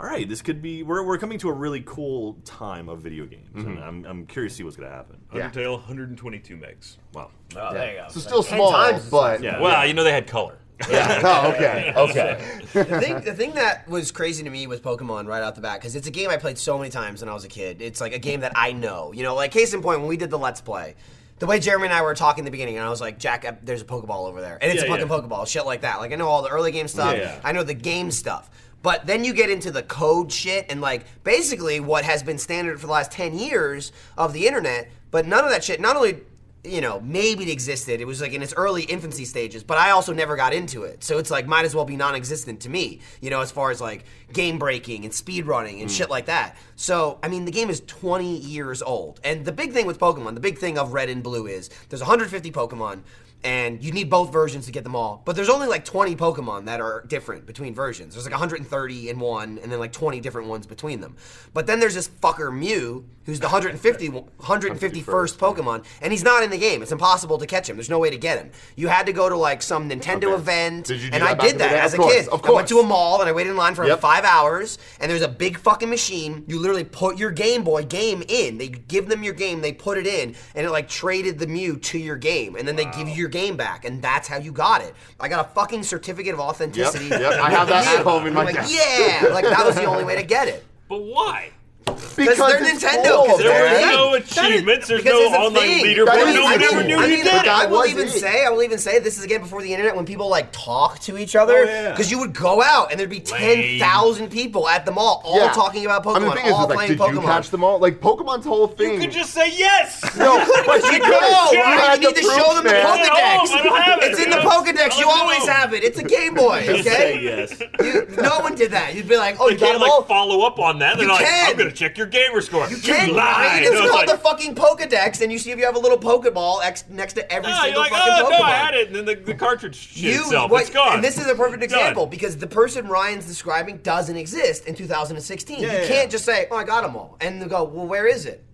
[SPEAKER 3] all right, this could be. We're, we're coming to a really cool time of video games, and I'm, I'm curious to see what's going to happen.
[SPEAKER 4] Mm-hmm. Yeah.
[SPEAKER 1] Undertale, 122 megs.
[SPEAKER 3] Wow.
[SPEAKER 2] Oh, there you go.
[SPEAKER 4] So still
[SPEAKER 2] Like 10
[SPEAKER 4] small,
[SPEAKER 2] times the
[SPEAKER 4] but
[SPEAKER 3] Yeah.
[SPEAKER 1] Well, you know they had color.
[SPEAKER 4] yeah. Oh, okay, okay.
[SPEAKER 2] the thing, the thing that was crazy to me was Pokemon right out the bat because it's a game I played so many times when I was a kid. It's like a game that I know. You know, like case in point, when we did the Let's Play, the way Jeremy and I were talking in the beginning, and I was like, Jack, uh, there's a Pokeball over there, and it's
[SPEAKER 3] Yeah,
[SPEAKER 2] a fucking
[SPEAKER 3] yeah.
[SPEAKER 2] Pokeball, shit like that. Like I know all the early game stuff.
[SPEAKER 3] Yeah, yeah.
[SPEAKER 2] I know the game stuff. But then you get into the code shit and like basically what has been standard for the last 10 years of the internet, but none of that shit not only you know, maybe it existed. It was like in its early infancy stages, but I also never got into it. So it's like might as well be non-existent to me, you know, as far as like game breaking and speed running
[SPEAKER 3] Mm.
[SPEAKER 2] and shit like that. So, I mean, the game is 20 years old. And the big thing with Pokemon, the big thing of Red and Blue is there's 150 Pokemon and you need both versions to get them all. But there's only like 20 Pokemon that are different between versions. There's like 130 in one, and then like 20 different ones between them. But then there's this fucker Mew, who's the 150, 151st Pokemon, and he's not in the game. It's impossible to catch him. There's no way to get him. You had to go to like some Nintendo
[SPEAKER 4] Okay.
[SPEAKER 2] event,
[SPEAKER 4] Did you do
[SPEAKER 2] and
[SPEAKER 4] that
[SPEAKER 2] I
[SPEAKER 4] back in
[SPEAKER 2] did
[SPEAKER 4] the
[SPEAKER 2] that
[SPEAKER 4] day?
[SPEAKER 2] as
[SPEAKER 4] Of
[SPEAKER 2] a
[SPEAKER 4] course,
[SPEAKER 2] kid.
[SPEAKER 4] of
[SPEAKER 2] I went to a
[SPEAKER 4] course.
[SPEAKER 2] mall and I waited in line for
[SPEAKER 4] Yep.
[SPEAKER 2] five hours, and there's a big fucking machine. You literally put your Game Boy game in. They give them your game, they put it in, and it like traded the Mew to your game, and then they give you your your game back, and that's how you got it. I got a fucking certificate of authenticity.
[SPEAKER 4] Yep, yep, I have that
[SPEAKER 2] Yeah.
[SPEAKER 4] at home in my
[SPEAKER 2] I'm like,
[SPEAKER 4] desk.
[SPEAKER 2] yeah, like that was the only way to get it.
[SPEAKER 1] But why?
[SPEAKER 2] Because they're
[SPEAKER 4] it's
[SPEAKER 2] Nintendo, 'cause
[SPEAKER 4] full of
[SPEAKER 2] they're
[SPEAKER 1] There
[SPEAKER 4] them.
[SPEAKER 1] were
[SPEAKER 2] That-
[SPEAKER 1] no
[SPEAKER 2] that is-
[SPEAKER 1] achievements. There's
[SPEAKER 2] because
[SPEAKER 1] no
[SPEAKER 2] it's a
[SPEAKER 1] online
[SPEAKER 2] thing.
[SPEAKER 4] That
[SPEAKER 1] leaderboard.
[SPEAKER 4] is
[SPEAKER 1] No
[SPEAKER 4] a
[SPEAKER 1] one ever
[SPEAKER 4] thing.
[SPEAKER 1] knew
[SPEAKER 2] I
[SPEAKER 1] you
[SPEAKER 2] mean,
[SPEAKER 1] did
[SPEAKER 4] but
[SPEAKER 1] it.
[SPEAKER 4] that
[SPEAKER 2] I will
[SPEAKER 4] was
[SPEAKER 2] even
[SPEAKER 4] it.
[SPEAKER 2] say, I will even say, this is again before the internet when people like talk to each other.
[SPEAKER 3] Oh, yeah.
[SPEAKER 2] Because you would go out and there'd be
[SPEAKER 1] Lame.
[SPEAKER 2] 10,000 people at the mall all
[SPEAKER 4] Yeah.
[SPEAKER 2] talking about Pokemon,
[SPEAKER 4] I mean, the thing is,
[SPEAKER 2] all
[SPEAKER 4] is, like,
[SPEAKER 2] playing
[SPEAKER 4] did
[SPEAKER 2] Pokemon.
[SPEAKER 4] you catch them all? Like Pokemon's whole thing.
[SPEAKER 1] You could just say yes.
[SPEAKER 4] no, but
[SPEAKER 2] Hmm. You
[SPEAKER 4] you
[SPEAKER 2] go!
[SPEAKER 4] couldn't. You
[SPEAKER 1] I
[SPEAKER 4] had
[SPEAKER 2] need to
[SPEAKER 4] proof,
[SPEAKER 2] show them the
[SPEAKER 4] man.
[SPEAKER 1] Poke-
[SPEAKER 2] Pokedex!
[SPEAKER 1] I don't have it.
[SPEAKER 2] It's in the
[SPEAKER 1] Yeah.
[SPEAKER 2] Pokedex,
[SPEAKER 1] I'll
[SPEAKER 2] you
[SPEAKER 1] let you
[SPEAKER 2] always
[SPEAKER 1] know.
[SPEAKER 2] have it. It's a Game Boy,
[SPEAKER 3] Just say
[SPEAKER 2] okay?
[SPEAKER 3] yes.
[SPEAKER 2] You- no one did that. You'd be like, oh,
[SPEAKER 1] They
[SPEAKER 2] you got
[SPEAKER 1] can't
[SPEAKER 2] them
[SPEAKER 1] like
[SPEAKER 2] all?
[SPEAKER 1] follow up on that. They're
[SPEAKER 2] You
[SPEAKER 1] like,
[SPEAKER 2] can.
[SPEAKER 1] I'm gonna check your gamer score. You,
[SPEAKER 2] Kid, I
[SPEAKER 1] lied.
[SPEAKER 2] mean, it's
[SPEAKER 1] And I was
[SPEAKER 2] called
[SPEAKER 1] like,
[SPEAKER 2] the fucking Pokedex, and you see if you have a little Pokeball ex- next to every
[SPEAKER 1] "Ah," you're
[SPEAKER 2] single
[SPEAKER 1] like,
[SPEAKER 2] fucking
[SPEAKER 1] oh
[SPEAKER 2] Pokemon.
[SPEAKER 1] no, I had it, and then the, the cartridge shit itself.
[SPEAKER 2] what-
[SPEAKER 1] it's gone.
[SPEAKER 2] And this is a perfect example
[SPEAKER 1] Done.
[SPEAKER 2] because the person Ryan's describing doesn't exist in 2016. you
[SPEAKER 3] yeah,
[SPEAKER 2] can't
[SPEAKER 3] yeah.
[SPEAKER 2] just say, "Oh, I got them all," and they go, "Well, where is it?"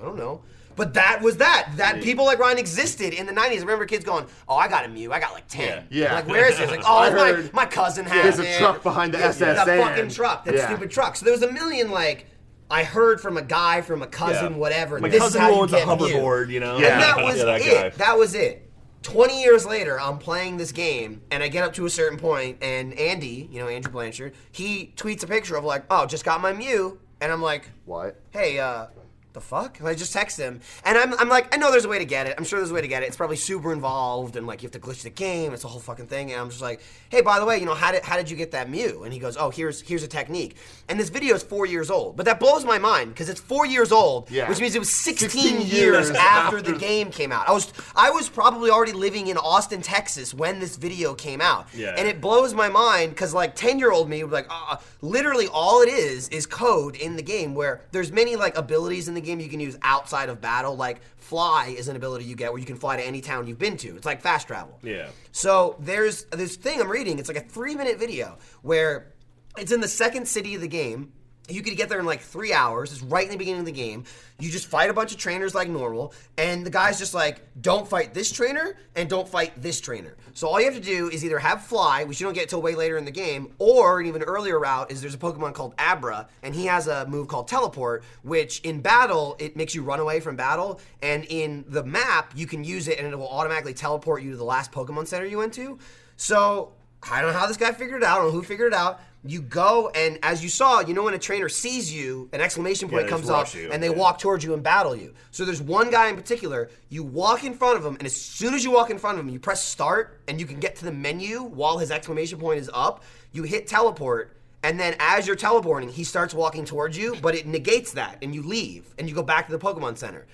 [SPEAKER 2] I don't know. But that was that. That people like Ryan existed in the 90s. I remember kids going, "Oh, I got a Mew. I got like 10."
[SPEAKER 4] Yeah. Yeah.
[SPEAKER 2] Like, where is it? It's like, "Oh,
[SPEAKER 4] I
[SPEAKER 2] it's my,
[SPEAKER 4] heard
[SPEAKER 2] my cousin has
[SPEAKER 4] There's a
[SPEAKER 2] it."
[SPEAKER 4] truck behind the
[SPEAKER 2] That
[SPEAKER 4] SSN.
[SPEAKER 2] fucking truck. That
[SPEAKER 4] Yeah.
[SPEAKER 2] stupid truck. So there was a million like. I heard from a guy, from a cousin,
[SPEAKER 3] Yeah.
[SPEAKER 2] whatever.
[SPEAKER 3] My
[SPEAKER 2] this
[SPEAKER 3] cousin
[SPEAKER 2] is how
[SPEAKER 3] who
[SPEAKER 2] you
[SPEAKER 3] owns a
[SPEAKER 2] get Mew.
[SPEAKER 3] hoverboard, you know.
[SPEAKER 4] Yeah.
[SPEAKER 2] And that was
[SPEAKER 3] Yeah, that
[SPEAKER 2] it.
[SPEAKER 3] guy.
[SPEAKER 2] That was it. 20 years later, I'm playing this game, and I get up to a certain point, and Andy, you know, Andrew Blanchard, he tweets a picture of, like, oh, just got my Mew. And I'm like,
[SPEAKER 4] What?
[SPEAKER 2] hey, uh, the fuck? And I just text him. And I'm, I'm like, I know there's a way to get it. I'm sure there's a way to get it. It's probably super involved, and, like, you have to glitch the game. It's a whole fucking thing. And I'm just like, hey, by the way, you know, how did, how did you get that Mew? And he goes, oh, here's, here's a technique. And this video is four years old. But that blows my mind, because it's four years old,
[SPEAKER 4] Yeah.
[SPEAKER 2] which means it was 16,
[SPEAKER 4] 16
[SPEAKER 2] years,
[SPEAKER 4] years
[SPEAKER 2] after the
[SPEAKER 4] after-
[SPEAKER 2] game came out. I was I was probably already living in Austin, Texas when this video came out.
[SPEAKER 3] Yeah.
[SPEAKER 2] And it blows my mind because like ten year old me would be like, uh, literally all it is is code in the game where there's many like abilities in the game you can use outside of battle. Like fly is an ability you get where you can fly to any town you've been to. It's like fast travel.
[SPEAKER 3] Yeah.
[SPEAKER 2] So there's this thing I'm reading. It's like a three minute video where it's in the second city of the game. You could get there in like three hours. It's right in the beginning of the game. You just fight a bunch of trainers like normal, and the guy's just like, "Don't fight this trainer and don't fight this trainer." So all you have to do is either have Fly, which you don't get till way later in the game, or an even earlier route is there's a Pokemon called Abra, and he has a move called Teleport, which in battle it makes you run away from battle, and in the map you can use it and it will automatically teleport you to the last Pokemon Center you went to. So I don't know how this guy figured it out. I don't know who figured it out. You go and as you saw, you know when a trainer sees you, an exclamation point
[SPEAKER 3] they
[SPEAKER 2] comes
[SPEAKER 3] just
[SPEAKER 2] up,
[SPEAKER 3] rush you,
[SPEAKER 2] and they
[SPEAKER 3] yeah.
[SPEAKER 2] walk towards you and battle you. So there's one guy in particular. You walk in front of him, and as soon as you walk in front of him, you press start, and you can get to the menu while his exclamation point is up. You hit teleport, and then as you're teleporting, he starts walking towards you, but it negates that, and you leave, and you go back to the Pokemon Center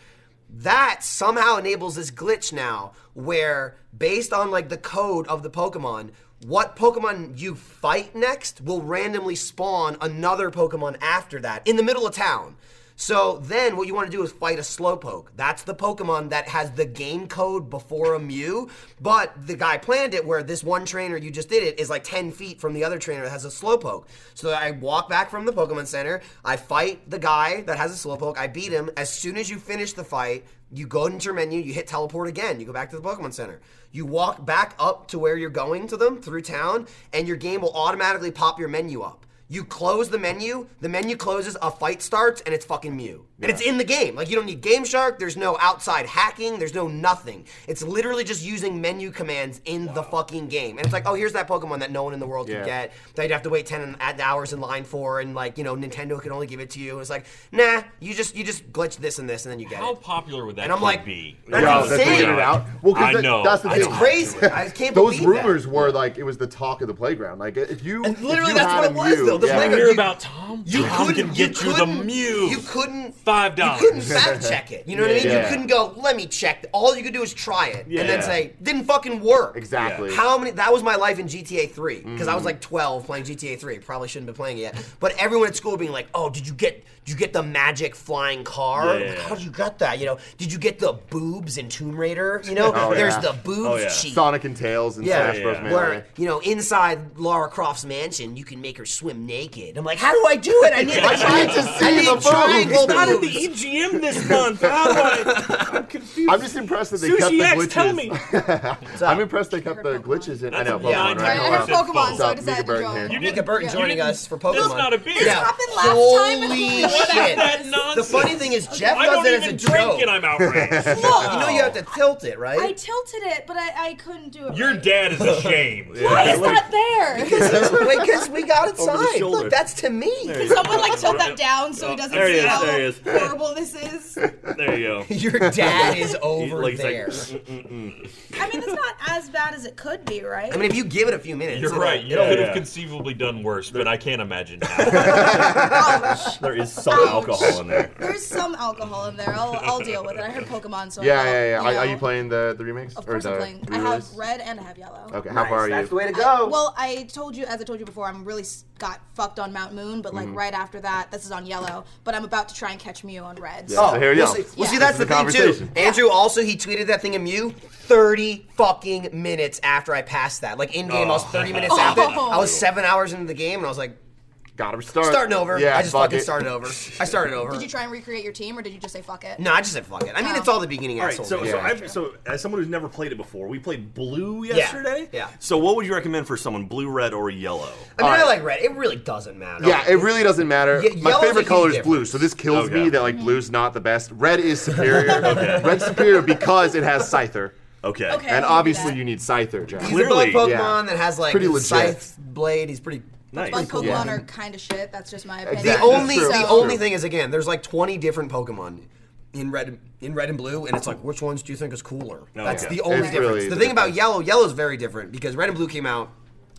[SPEAKER 2] that somehow enables this glitch now where based on like the code of the pokemon what pokemon you fight next will randomly spawn another pokemon after that in the middle of town so then what you want to do is fight a slowpoke that's the pokemon that has the game code before a mew but the guy planned it where this one trainer you just did it is like 10 feet from the other trainer that has a slowpoke so i walk back from the pokemon center i fight the guy that has a slowpoke i beat him as soon as you finish the fight you go into your menu you hit teleport again you go back to the pokemon center you walk back up to where you're going to them through town and your game will automatically pop your menu up you close the menu, the menu closes, a fight starts, and it's fucking Mew. And it's in the game. Like, you don't need Game Shark, there's no outside hacking, there's no nothing. It's literally just using menu commands in the fucking game. And it's like, oh, here's that Pokemon that no one in the world could
[SPEAKER 4] Yeah.
[SPEAKER 2] get, that you'd have to wait 10 and- at- hours in line for, and like, you know, Nintendo can only give it to you. It's like, nah, you just you just glitch this and this, and then you get
[SPEAKER 1] How
[SPEAKER 2] it.
[SPEAKER 1] popular would that
[SPEAKER 2] And I'm
[SPEAKER 1] kid
[SPEAKER 2] like,
[SPEAKER 1] be?
[SPEAKER 2] that's
[SPEAKER 4] Yeah,
[SPEAKER 2] I'm
[SPEAKER 4] that's
[SPEAKER 2] saying.
[SPEAKER 4] they get it out. Well,
[SPEAKER 1] I
[SPEAKER 4] because that,
[SPEAKER 1] know.
[SPEAKER 4] that's the
[SPEAKER 1] It's
[SPEAKER 4] thing.
[SPEAKER 2] It's crazy. I can't
[SPEAKER 4] Those
[SPEAKER 2] believe that.
[SPEAKER 4] rumors were like it was the talk of the playground. Like if you,
[SPEAKER 2] And
[SPEAKER 4] if
[SPEAKER 2] literally
[SPEAKER 4] you
[SPEAKER 2] that's
[SPEAKER 4] had
[SPEAKER 2] what
[SPEAKER 4] a
[SPEAKER 2] it was,
[SPEAKER 4] Mew-
[SPEAKER 2] though. The
[SPEAKER 4] yeah.
[SPEAKER 1] You
[SPEAKER 2] playground-
[SPEAKER 1] hear
[SPEAKER 2] you-
[SPEAKER 1] about Tom?
[SPEAKER 2] You
[SPEAKER 1] Tom
[SPEAKER 2] couldn't
[SPEAKER 1] can get you the
[SPEAKER 2] couldn't-
[SPEAKER 1] Mew.
[SPEAKER 2] You couldn't
[SPEAKER 1] Five
[SPEAKER 2] You couldn't
[SPEAKER 1] dollars.
[SPEAKER 2] fact check it. You know what I mean? You
[SPEAKER 4] Yeah.
[SPEAKER 2] couldn't go. Let me check. All you could do is try it and then
[SPEAKER 3] Yeah.
[SPEAKER 2] say didn't fucking work.
[SPEAKER 4] Exactly.
[SPEAKER 2] How many? That was my life in GTA 3 because I was like 12 playing GTA 3. Probably shouldn't have been playing it yet. But everyone at school being like, "Oh, did you get? Did you get the magic flying car?
[SPEAKER 3] Yeah.
[SPEAKER 2] Like, how did you get that? You know? Did you get the boobs in Tomb Raider? You know?
[SPEAKER 4] Oh,
[SPEAKER 2] There's
[SPEAKER 4] yeah.
[SPEAKER 2] the boobs
[SPEAKER 3] Oh, yeah.
[SPEAKER 2] cheat.
[SPEAKER 4] Sonic and Tails and
[SPEAKER 2] Yeah,
[SPEAKER 4] Smash Bros.
[SPEAKER 3] Yeah.
[SPEAKER 4] Melee.
[SPEAKER 2] Where you know inside Lara Croft's mansion, you can make her swim naked. I'm like, how do I do it? I need,
[SPEAKER 4] I need to see
[SPEAKER 2] I need
[SPEAKER 4] the
[SPEAKER 2] triangles.
[SPEAKER 4] photos.
[SPEAKER 5] Not in the
[SPEAKER 2] e-"
[SPEAKER 1] E
[SPEAKER 5] EGM this month. How do I? I'm confused.
[SPEAKER 4] I'm just impressed that they kept
[SPEAKER 5] Sushi
[SPEAKER 4] the
[SPEAKER 5] X,
[SPEAKER 4] glitches.
[SPEAKER 5] tell me.
[SPEAKER 4] I'm impressed they kept the glitches in. I know.
[SPEAKER 1] Yeah, I
[SPEAKER 4] Pokemon,
[SPEAKER 1] know.
[SPEAKER 6] I
[SPEAKER 4] right?
[SPEAKER 6] have
[SPEAKER 1] Wow.
[SPEAKER 6] Pokemon, so I
[SPEAKER 4] Stop, Mika
[SPEAKER 6] decided to
[SPEAKER 4] Burton
[SPEAKER 6] draw
[SPEAKER 4] here.
[SPEAKER 6] it.
[SPEAKER 1] You
[SPEAKER 2] Mika Burton
[SPEAKER 1] You
[SPEAKER 2] joining
[SPEAKER 1] didn't-
[SPEAKER 2] us for Pokemon.
[SPEAKER 1] That's not a beer.
[SPEAKER 2] Yeah.
[SPEAKER 6] Stop and laugh time.
[SPEAKER 2] Holy
[SPEAKER 6] What
[SPEAKER 2] shit.
[SPEAKER 1] that
[SPEAKER 2] The
[SPEAKER 1] nonsense.
[SPEAKER 2] funny thing is, Jeff
[SPEAKER 1] I
[SPEAKER 2] does
[SPEAKER 1] don't
[SPEAKER 2] it as a
[SPEAKER 1] even drink
[SPEAKER 2] joke.
[SPEAKER 1] and I'm outraged.
[SPEAKER 6] Look,
[SPEAKER 2] You know you have to tilt it, right?
[SPEAKER 6] I tilted it, but I, I couldn't do it.
[SPEAKER 1] Your
[SPEAKER 6] right.
[SPEAKER 1] dad is ashamed.
[SPEAKER 6] Why is that there? Can
[SPEAKER 2] because we got it
[SPEAKER 3] Over the
[SPEAKER 2] signed.
[SPEAKER 3] shoulder.
[SPEAKER 2] Look, that's to me.
[SPEAKER 6] someone like tilt that down so he doesn't
[SPEAKER 3] There he
[SPEAKER 6] see
[SPEAKER 3] is,
[SPEAKER 6] how
[SPEAKER 3] there he is.
[SPEAKER 6] horrible this is?
[SPEAKER 3] There you go.
[SPEAKER 2] Your dad is over
[SPEAKER 3] like, it's like,
[SPEAKER 2] there.
[SPEAKER 6] I mean, it's not as bad as it could be, right?
[SPEAKER 2] I mean, if you give it a few minutes,
[SPEAKER 1] You're
[SPEAKER 2] it'll-
[SPEAKER 1] right. You
[SPEAKER 2] it'll-
[SPEAKER 1] could
[SPEAKER 3] yeah.
[SPEAKER 1] have conceivably done worse, but I can't imagine. How.
[SPEAKER 6] Ouch.
[SPEAKER 3] There is some
[SPEAKER 6] Ouch.
[SPEAKER 3] alcohol in there.
[SPEAKER 6] Oh, There's some alcohol in there. I'll, I'll deal with it. I heard Pokemon, so
[SPEAKER 4] Yeah,
[SPEAKER 6] I
[SPEAKER 4] yeah, yeah.
[SPEAKER 6] felt,
[SPEAKER 4] Are, are
[SPEAKER 6] know.
[SPEAKER 4] you playing the the remakes?
[SPEAKER 6] Of course
[SPEAKER 4] or the
[SPEAKER 6] I'm playing. I
[SPEAKER 4] re-release?
[SPEAKER 6] have red and I have yellow.
[SPEAKER 4] Okay, how
[SPEAKER 2] Nice,
[SPEAKER 4] far are you?
[SPEAKER 2] That's the way to
[SPEAKER 6] I-
[SPEAKER 2] go.
[SPEAKER 6] well, I told you, as I told you before, I'm really s- got fucked on Mount Moon, but like
[SPEAKER 4] Mm-hmm.
[SPEAKER 6] right after that, this is on yellow. But I'm about to try and catch Mew on red. So.
[SPEAKER 4] So here we
[SPEAKER 2] well,
[SPEAKER 4] go.
[SPEAKER 2] see, well, see,
[SPEAKER 6] Yeah.
[SPEAKER 2] that's the,
[SPEAKER 4] This is the
[SPEAKER 2] thing too.
[SPEAKER 4] conversation.
[SPEAKER 2] Andrew also he tweeted that thing at Mew 30 fucking minutes after I passed that. Like in game, I was 30 minutes after. I
[SPEAKER 6] Oh.
[SPEAKER 2] was seven hours into the game, and I was like,
[SPEAKER 4] Gotta restart.
[SPEAKER 2] starting over.
[SPEAKER 4] Yeah,
[SPEAKER 2] I just
[SPEAKER 4] fuck
[SPEAKER 2] fucking
[SPEAKER 4] it.
[SPEAKER 2] started over. I started over.
[SPEAKER 6] Did you try and recreate your team, or did you just say fuck it?
[SPEAKER 2] No, I just said fuck it. I mean,
[SPEAKER 6] Oh.
[SPEAKER 2] it's all the beginning.
[SPEAKER 3] All right,
[SPEAKER 2] asshole
[SPEAKER 3] so
[SPEAKER 2] shit.
[SPEAKER 3] so,
[SPEAKER 4] Yeah.
[SPEAKER 3] I've, so as someone who's never played it before, we played blue yesterday.
[SPEAKER 2] yeah.
[SPEAKER 3] So what would you recommend for someone, blue, red, or yellow?
[SPEAKER 2] I mean,
[SPEAKER 4] All
[SPEAKER 2] I
[SPEAKER 4] right.
[SPEAKER 2] like red. It really doesn't matter.
[SPEAKER 4] Yeah, it really doesn't matter.
[SPEAKER 2] Ye-
[SPEAKER 4] My
[SPEAKER 2] yellow's a
[SPEAKER 4] favorite
[SPEAKER 2] huge
[SPEAKER 4] color is
[SPEAKER 2] difference.
[SPEAKER 4] blue, so this kills
[SPEAKER 3] Okay.
[SPEAKER 4] me that like blue's not the best. Red is superior. Red's superior because it has Scyther.
[SPEAKER 3] Okay.
[SPEAKER 6] Okay.
[SPEAKER 4] and
[SPEAKER 6] I can do
[SPEAKER 4] obviously
[SPEAKER 6] that.
[SPEAKER 4] you need Scyther, Jack.
[SPEAKER 2] He's a blood Pokemon
[SPEAKER 4] yeah.
[SPEAKER 2] that has like
[SPEAKER 4] Pretty
[SPEAKER 2] a
[SPEAKER 4] legit.
[SPEAKER 2] scythe blade. He's pretty.
[SPEAKER 3] Nice.
[SPEAKER 6] Like Pokemon
[SPEAKER 4] Yeah.
[SPEAKER 6] are kind of shit. That's just my opinion.
[SPEAKER 4] Exactly.
[SPEAKER 2] The
[SPEAKER 4] That's
[SPEAKER 2] only
[SPEAKER 4] true.
[SPEAKER 2] the
[SPEAKER 4] That's
[SPEAKER 2] only
[SPEAKER 4] true.
[SPEAKER 2] thing is again, there's like 20 different Pokemon in red in red and blue, and it's like which ones do you think is cooler? That's
[SPEAKER 3] yeah.
[SPEAKER 2] the only
[SPEAKER 4] It's
[SPEAKER 2] difference.
[SPEAKER 4] really
[SPEAKER 2] the
[SPEAKER 4] the
[SPEAKER 2] thing about yellow, yellow's very different because red and blue came out,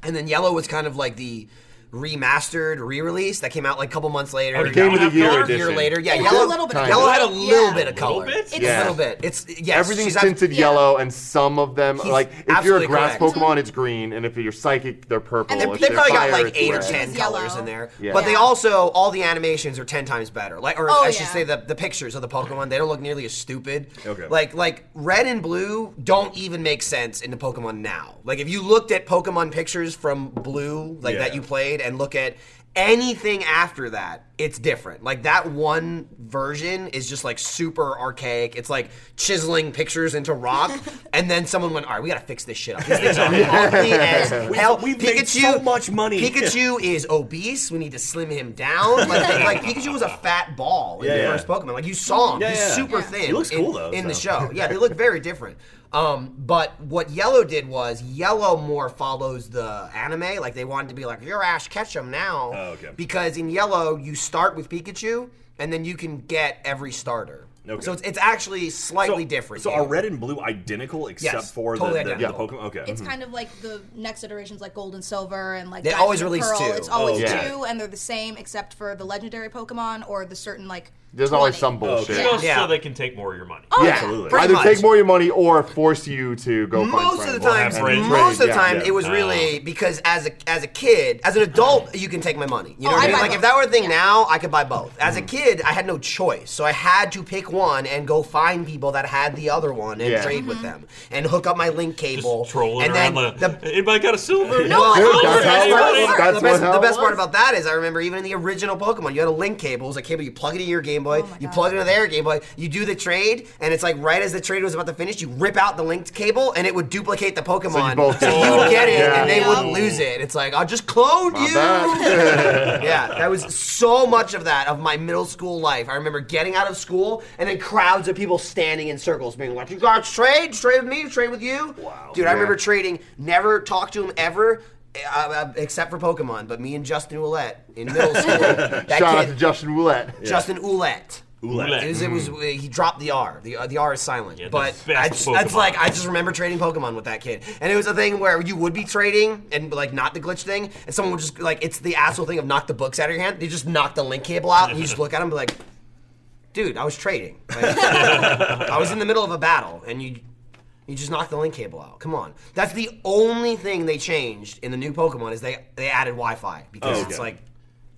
[SPEAKER 2] and then yellow was kind of like the remastered re-release that came out like a couple months later.
[SPEAKER 1] Oh, did
[SPEAKER 4] Game
[SPEAKER 1] that
[SPEAKER 4] of the
[SPEAKER 1] have
[SPEAKER 4] Year
[SPEAKER 1] color?
[SPEAKER 2] a year
[SPEAKER 4] edition.
[SPEAKER 2] later, yeah,
[SPEAKER 6] It had a
[SPEAKER 2] yellow,
[SPEAKER 6] little bit
[SPEAKER 4] of
[SPEAKER 2] yellow
[SPEAKER 4] color.
[SPEAKER 2] had a little
[SPEAKER 6] Yeah.
[SPEAKER 2] bit of color,
[SPEAKER 1] Little bit?
[SPEAKER 2] It's
[SPEAKER 4] Yeah.
[SPEAKER 2] a little bit. It's yes,
[SPEAKER 4] Everything's
[SPEAKER 2] she's abs-
[SPEAKER 4] tinted
[SPEAKER 6] Yeah.
[SPEAKER 4] yellow, and some of them
[SPEAKER 2] He's
[SPEAKER 4] like if you're a
[SPEAKER 2] absolutely
[SPEAKER 4] grass
[SPEAKER 2] correct.
[SPEAKER 4] Pokemon, it's green, and if you're psychic, they're purple.
[SPEAKER 6] And
[SPEAKER 2] They-
[SPEAKER 4] If
[SPEAKER 2] they
[SPEAKER 4] they're
[SPEAKER 2] probably got
[SPEAKER 4] fire,
[SPEAKER 2] like
[SPEAKER 4] it's
[SPEAKER 2] eight or
[SPEAKER 4] red.
[SPEAKER 2] ten
[SPEAKER 6] Yellow.
[SPEAKER 2] colors in there,
[SPEAKER 4] Yeah.
[SPEAKER 2] but they
[SPEAKER 6] Yeah.
[SPEAKER 2] also all the animations are ten times better. Like, or
[SPEAKER 6] Oh,
[SPEAKER 2] I should
[SPEAKER 6] yeah.
[SPEAKER 2] say the the pictures of the Pokemon they don't look nearly as stupid.
[SPEAKER 3] Okay.
[SPEAKER 2] Like like red and blue don't even make sense into Pokemon now. Like if you looked at Pokemon pictures from Blue, like that
[SPEAKER 3] Yeah.
[SPEAKER 2] you played, and look at anything after that, it's different. Like that one version is just like super archaic. It's like chiseling pictures into rock, and then someone went, "All right, we gotta fix this shit up." These things are ugly as hell.
[SPEAKER 3] we've made so much money.
[SPEAKER 2] Pikachu is obese. We need to slim him down. Like, like Pikachu was a fat ball in
[SPEAKER 3] Yeah,
[SPEAKER 2] the
[SPEAKER 3] yeah.
[SPEAKER 2] first Pokemon. Like you saw him,
[SPEAKER 3] Yeah,
[SPEAKER 2] he's
[SPEAKER 3] yeah.
[SPEAKER 2] super
[SPEAKER 6] Yeah.
[SPEAKER 2] thin.
[SPEAKER 3] He looks
[SPEAKER 2] in-
[SPEAKER 3] cool, though,
[SPEAKER 2] in the
[SPEAKER 3] so.
[SPEAKER 2] show. Yeah, they look very different. Um, but what Yellow did was Yellow more follows the anime. Like they wanted to be like you're Ash Ketchum now,
[SPEAKER 3] Oh, okay.
[SPEAKER 2] because in Yellow you start with Pikachu and then you can get every starter.
[SPEAKER 3] Okay.
[SPEAKER 2] So it's, it's actually slightly different.
[SPEAKER 3] So
[SPEAKER 2] yeah.
[SPEAKER 3] are red and blue identical except
[SPEAKER 2] Yes,
[SPEAKER 3] for
[SPEAKER 2] totally
[SPEAKER 3] the, the, the
[SPEAKER 2] identical.
[SPEAKER 3] Pokemon? Okay.
[SPEAKER 6] It's
[SPEAKER 3] mhm.
[SPEAKER 6] kind of like the next iterations, like gold and silver, and like
[SPEAKER 2] They
[SPEAKER 6] Diamond
[SPEAKER 2] always
[SPEAKER 6] and
[SPEAKER 2] release
[SPEAKER 6] Pearl.
[SPEAKER 2] two.
[SPEAKER 6] It's always
[SPEAKER 3] Oh, okay.
[SPEAKER 6] two, and they're the same except for the legendary Pokemon or the certain like.
[SPEAKER 4] There's always
[SPEAKER 6] 20.
[SPEAKER 4] some bullshit.
[SPEAKER 6] Yeah.
[SPEAKER 1] Just
[SPEAKER 2] Yeah.
[SPEAKER 1] so they can take more of your money.
[SPEAKER 6] Oh,
[SPEAKER 4] Yeah,
[SPEAKER 3] Absolutely.
[SPEAKER 2] Pretty
[SPEAKER 4] Either
[SPEAKER 2] much.
[SPEAKER 4] take more of your money or force you to go find
[SPEAKER 2] most of
[SPEAKER 4] friends.
[SPEAKER 2] the
[SPEAKER 1] We'll
[SPEAKER 2] time,
[SPEAKER 1] have friends.
[SPEAKER 2] most of the
[SPEAKER 4] Yeah.
[SPEAKER 2] time,
[SPEAKER 4] Yeah.
[SPEAKER 2] it was really because as a as a kid, as an adult, you can take my money. You know
[SPEAKER 6] Oh,
[SPEAKER 2] what I
[SPEAKER 6] I
[SPEAKER 2] mean?
[SPEAKER 6] buy
[SPEAKER 2] Like
[SPEAKER 6] both.
[SPEAKER 2] if that were a thing
[SPEAKER 6] Yeah.
[SPEAKER 2] now, I could buy both. As
[SPEAKER 4] Mm.
[SPEAKER 2] a kid, I had no choice, so I had to pick one and go find people that had the other one and
[SPEAKER 4] Yeah.
[SPEAKER 2] trade with
[SPEAKER 6] Mm-hmm.
[SPEAKER 2] them and hook up my link
[SPEAKER 1] Just
[SPEAKER 2] cable
[SPEAKER 1] trolling
[SPEAKER 2] and
[SPEAKER 1] around.
[SPEAKER 2] then
[SPEAKER 1] Like,
[SPEAKER 2] the
[SPEAKER 1] Anybody got a silver?
[SPEAKER 6] No,
[SPEAKER 4] Dude,
[SPEAKER 6] Oh,
[SPEAKER 4] that's
[SPEAKER 6] yeah,
[SPEAKER 4] how
[SPEAKER 6] yeah,
[SPEAKER 4] it
[SPEAKER 6] yeah.
[SPEAKER 4] works. That's
[SPEAKER 2] the best,
[SPEAKER 4] what
[SPEAKER 2] the
[SPEAKER 4] how
[SPEAKER 2] best
[SPEAKER 4] it
[SPEAKER 2] part
[SPEAKER 4] works.
[SPEAKER 2] about that is I remember even in the original Pokemon, you had a link cable. It was a cable you plug into your Game Boy,
[SPEAKER 6] Oh my
[SPEAKER 2] you
[SPEAKER 6] God.
[SPEAKER 2] plug it into their Game Boy, you do the trade, and it's like right as the trade was about to finish, you rip out the linked cable, and it would duplicate the Pokemon.
[SPEAKER 4] both
[SPEAKER 2] So
[SPEAKER 4] did
[SPEAKER 2] you would
[SPEAKER 4] it.
[SPEAKER 2] get it,
[SPEAKER 4] Yeah.
[SPEAKER 2] and they
[SPEAKER 6] Yeah.
[SPEAKER 2] wouldn't lose it. It's like I'll just clone
[SPEAKER 4] My
[SPEAKER 2] you.
[SPEAKER 4] bad.
[SPEAKER 2] yeah, that was so much of that of my middle school life. I remember getting out of school and then crowds of people standing in circles, being like, "You got trade, trade with me, trade with you." Wow, dude, I
[SPEAKER 4] Yeah.
[SPEAKER 2] remember trading. Never talked to him ever, uh, uh, except for Pokemon. But me and Justin Ouellette in middle school. that
[SPEAKER 4] Shout out
[SPEAKER 2] kid,
[SPEAKER 4] to Justin Roulette.
[SPEAKER 2] Justin Ouellette.
[SPEAKER 3] Roulette.
[SPEAKER 2] It was, it was he dropped the R. The, uh, the R is silent.
[SPEAKER 1] Yeah, the
[SPEAKER 2] but
[SPEAKER 1] best
[SPEAKER 2] I just,
[SPEAKER 1] Pokemon.
[SPEAKER 2] that's like I just remember trading Pokemon with that kid, and it was a thing where you would be trading and like not the glitch thing, and someone would just like it's the asshole thing of knock the books out of your hand. They just knock the link cable out, and you just look at them and be like, "Dude, I was trading. Like, I was in the middle of a battle, and you." You just knocked the link cable out. Come on, that's the only thing they changed in the new Pokemon is they they added Wi-Fi because
[SPEAKER 3] Oh,
[SPEAKER 2] it's
[SPEAKER 3] okay.
[SPEAKER 2] like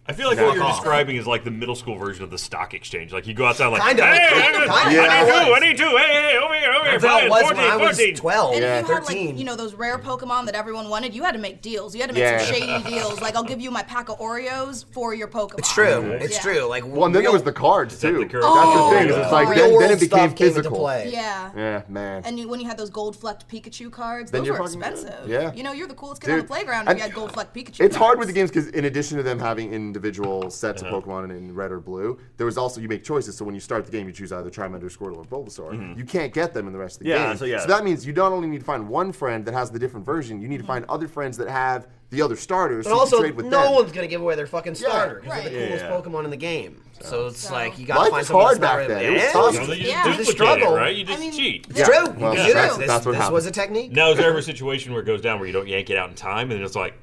[SPEAKER 1] I feel like what
[SPEAKER 4] Knock
[SPEAKER 1] you're
[SPEAKER 4] off.
[SPEAKER 1] describing is like the middle school version of the stock exchange. Like you go outside, like,
[SPEAKER 2] Kind of.
[SPEAKER 1] hey, hey,
[SPEAKER 2] Kind of.
[SPEAKER 1] I need
[SPEAKER 4] Yeah.
[SPEAKER 1] two, I need two, hey, hey, over here, over here,
[SPEAKER 2] That's how it
[SPEAKER 1] five,
[SPEAKER 2] was
[SPEAKER 1] 14,
[SPEAKER 2] when I was
[SPEAKER 1] 14.
[SPEAKER 2] 12,
[SPEAKER 6] And
[SPEAKER 4] Yeah.
[SPEAKER 6] if you had
[SPEAKER 2] 13.
[SPEAKER 6] like you know those rare Pokemon that everyone wanted, you had to make deals. You had to make
[SPEAKER 4] Yeah.
[SPEAKER 6] some shady deals. Like I'll give you my pack of Oreos for your Pokemon.
[SPEAKER 2] it's true. It's
[SPEAKER 6] Yeah.
[SPEAKER 2] true. Like
[SPEAKER 4] Well, and then
[SPEAKER 2] real,
[SPEAKER 4] there was the cards
[SPEAKER 1] that
[SPEAKER 4] too.
[SPEAKER 1] the curve?
[SPEAKER 4] That's
[SPEAKER 6] Oh,
[SPEAKER 4] the thing. is It's like
[SPEAKER 2] real
[SPEAKER 4] then,
[SPEAKER 2] world
[SPEAKER 4] then it became
[SPEAKER 2] stuff came into
[SPEAKER 4] physical.
[SPEAKER 2] play.
[SPEAKER 6] Yeah.
[SPEAKER 4] Yeah, man.
[SPEAKER 6] And you, when you had those gold flecked Pikachu cards,
[SPEAKER 4] Then
[SPEAKER 6] those
[SPEAKER 4] you're
[SPEAKER 6] were
[SPEAKER 4] fucking good.
[SPEAKER 6] expensive.
[SPEAKER 4] Yeah.
[SPEAKER 6] You know, you're the coolest kid on
[SPEAKER 4] Dude,
[SPEAKER 6] the playground if
[SPEAKER 4] and-
[SPEAKER 6] you had gold flecked Pikachu.
[SPEAKER 4] It's hard with
[SPEAKER 6] cards.
[SPEAKER 4] the games because in addition to them having individual sets
[SPEAKER 3] Uh-huh.
[SPEAKER 4] of Pokemon in red or blue, there was also you make choices. So when you start the game, you choose either Charmander, Squirtle, or Bulbasaur. You can't get them in the rest of the
[SPEAKER 3] Mm-hmm. Yeah,
[SPEAKER 4] game.
[SPEAKER 3] so yeah.
[SPEAKER 4] that means you not only need to find one friend that has the different version, you need
[SPEAKER 3] Mm-hmm.
[SPEAKER 4] to find other friends that have the other starters.
[SPEAKER 2] And
[SPEAKER 4] so
[SPEAKER 2] also,
[SPEAKER 4] you can trade with
[SPEAKER 2] no
[SPEAKER 4] them.
[SPEAKER 2] one's gonna give away their fucking starter because
[SPEAKER 6] Right.
[SPEAKER 2] they're the coolest
[SPEAKER 3] Yeah.
[SPEAKER 2] Pokemon in the game. So, it's
[SPEAKER 6] So-
[SPEAKER 2] like you gotta
[SPEAKER 4] Life
[SPEAKER 2] find
[SPEAKER 4] was
[SPEAKER 2] someone
[SPEAKER 4] hard
[SPEAKER 2] that's not
[SPEAKER 4] back
[SPEAKER 2] really-
[SPEAKER 4] then. It was
[SPEAKER 2] Yeah.
[SPEAKER 4] tough.
[SPEAKER 1] You know, you
[SPEAKER 6] Yeah.
[SPEAKER 1] just
[SPEAKER 6] It's
[SPEAKER 1] duplicate
[SPEAKER 6] a
[SPEAKER 1] it,
[SPEAKER 2] struggle.
[SPEAKER 1] right? You just
[SPEAKER 6] I mean,
[SPEAKER 1] cheat.
[SPEAKER 2] It's
[SPEAKER 6] Yeah.
[SPEAKER 2] true.
[SPEAKER 4] Well,
[SPEAKER 2] you did
[SPEAKER 4] that's-
[SPEAKER 2] it. This,
[SPEAKER 4] that's what
[SPEAKER 2] this
[SPEAKER 4] happened.
[SPEAKER 2] was a technique.
[SPEAKER 1] Now, is there ever a situation where it goes down where you don't yank it out in time, and it's like,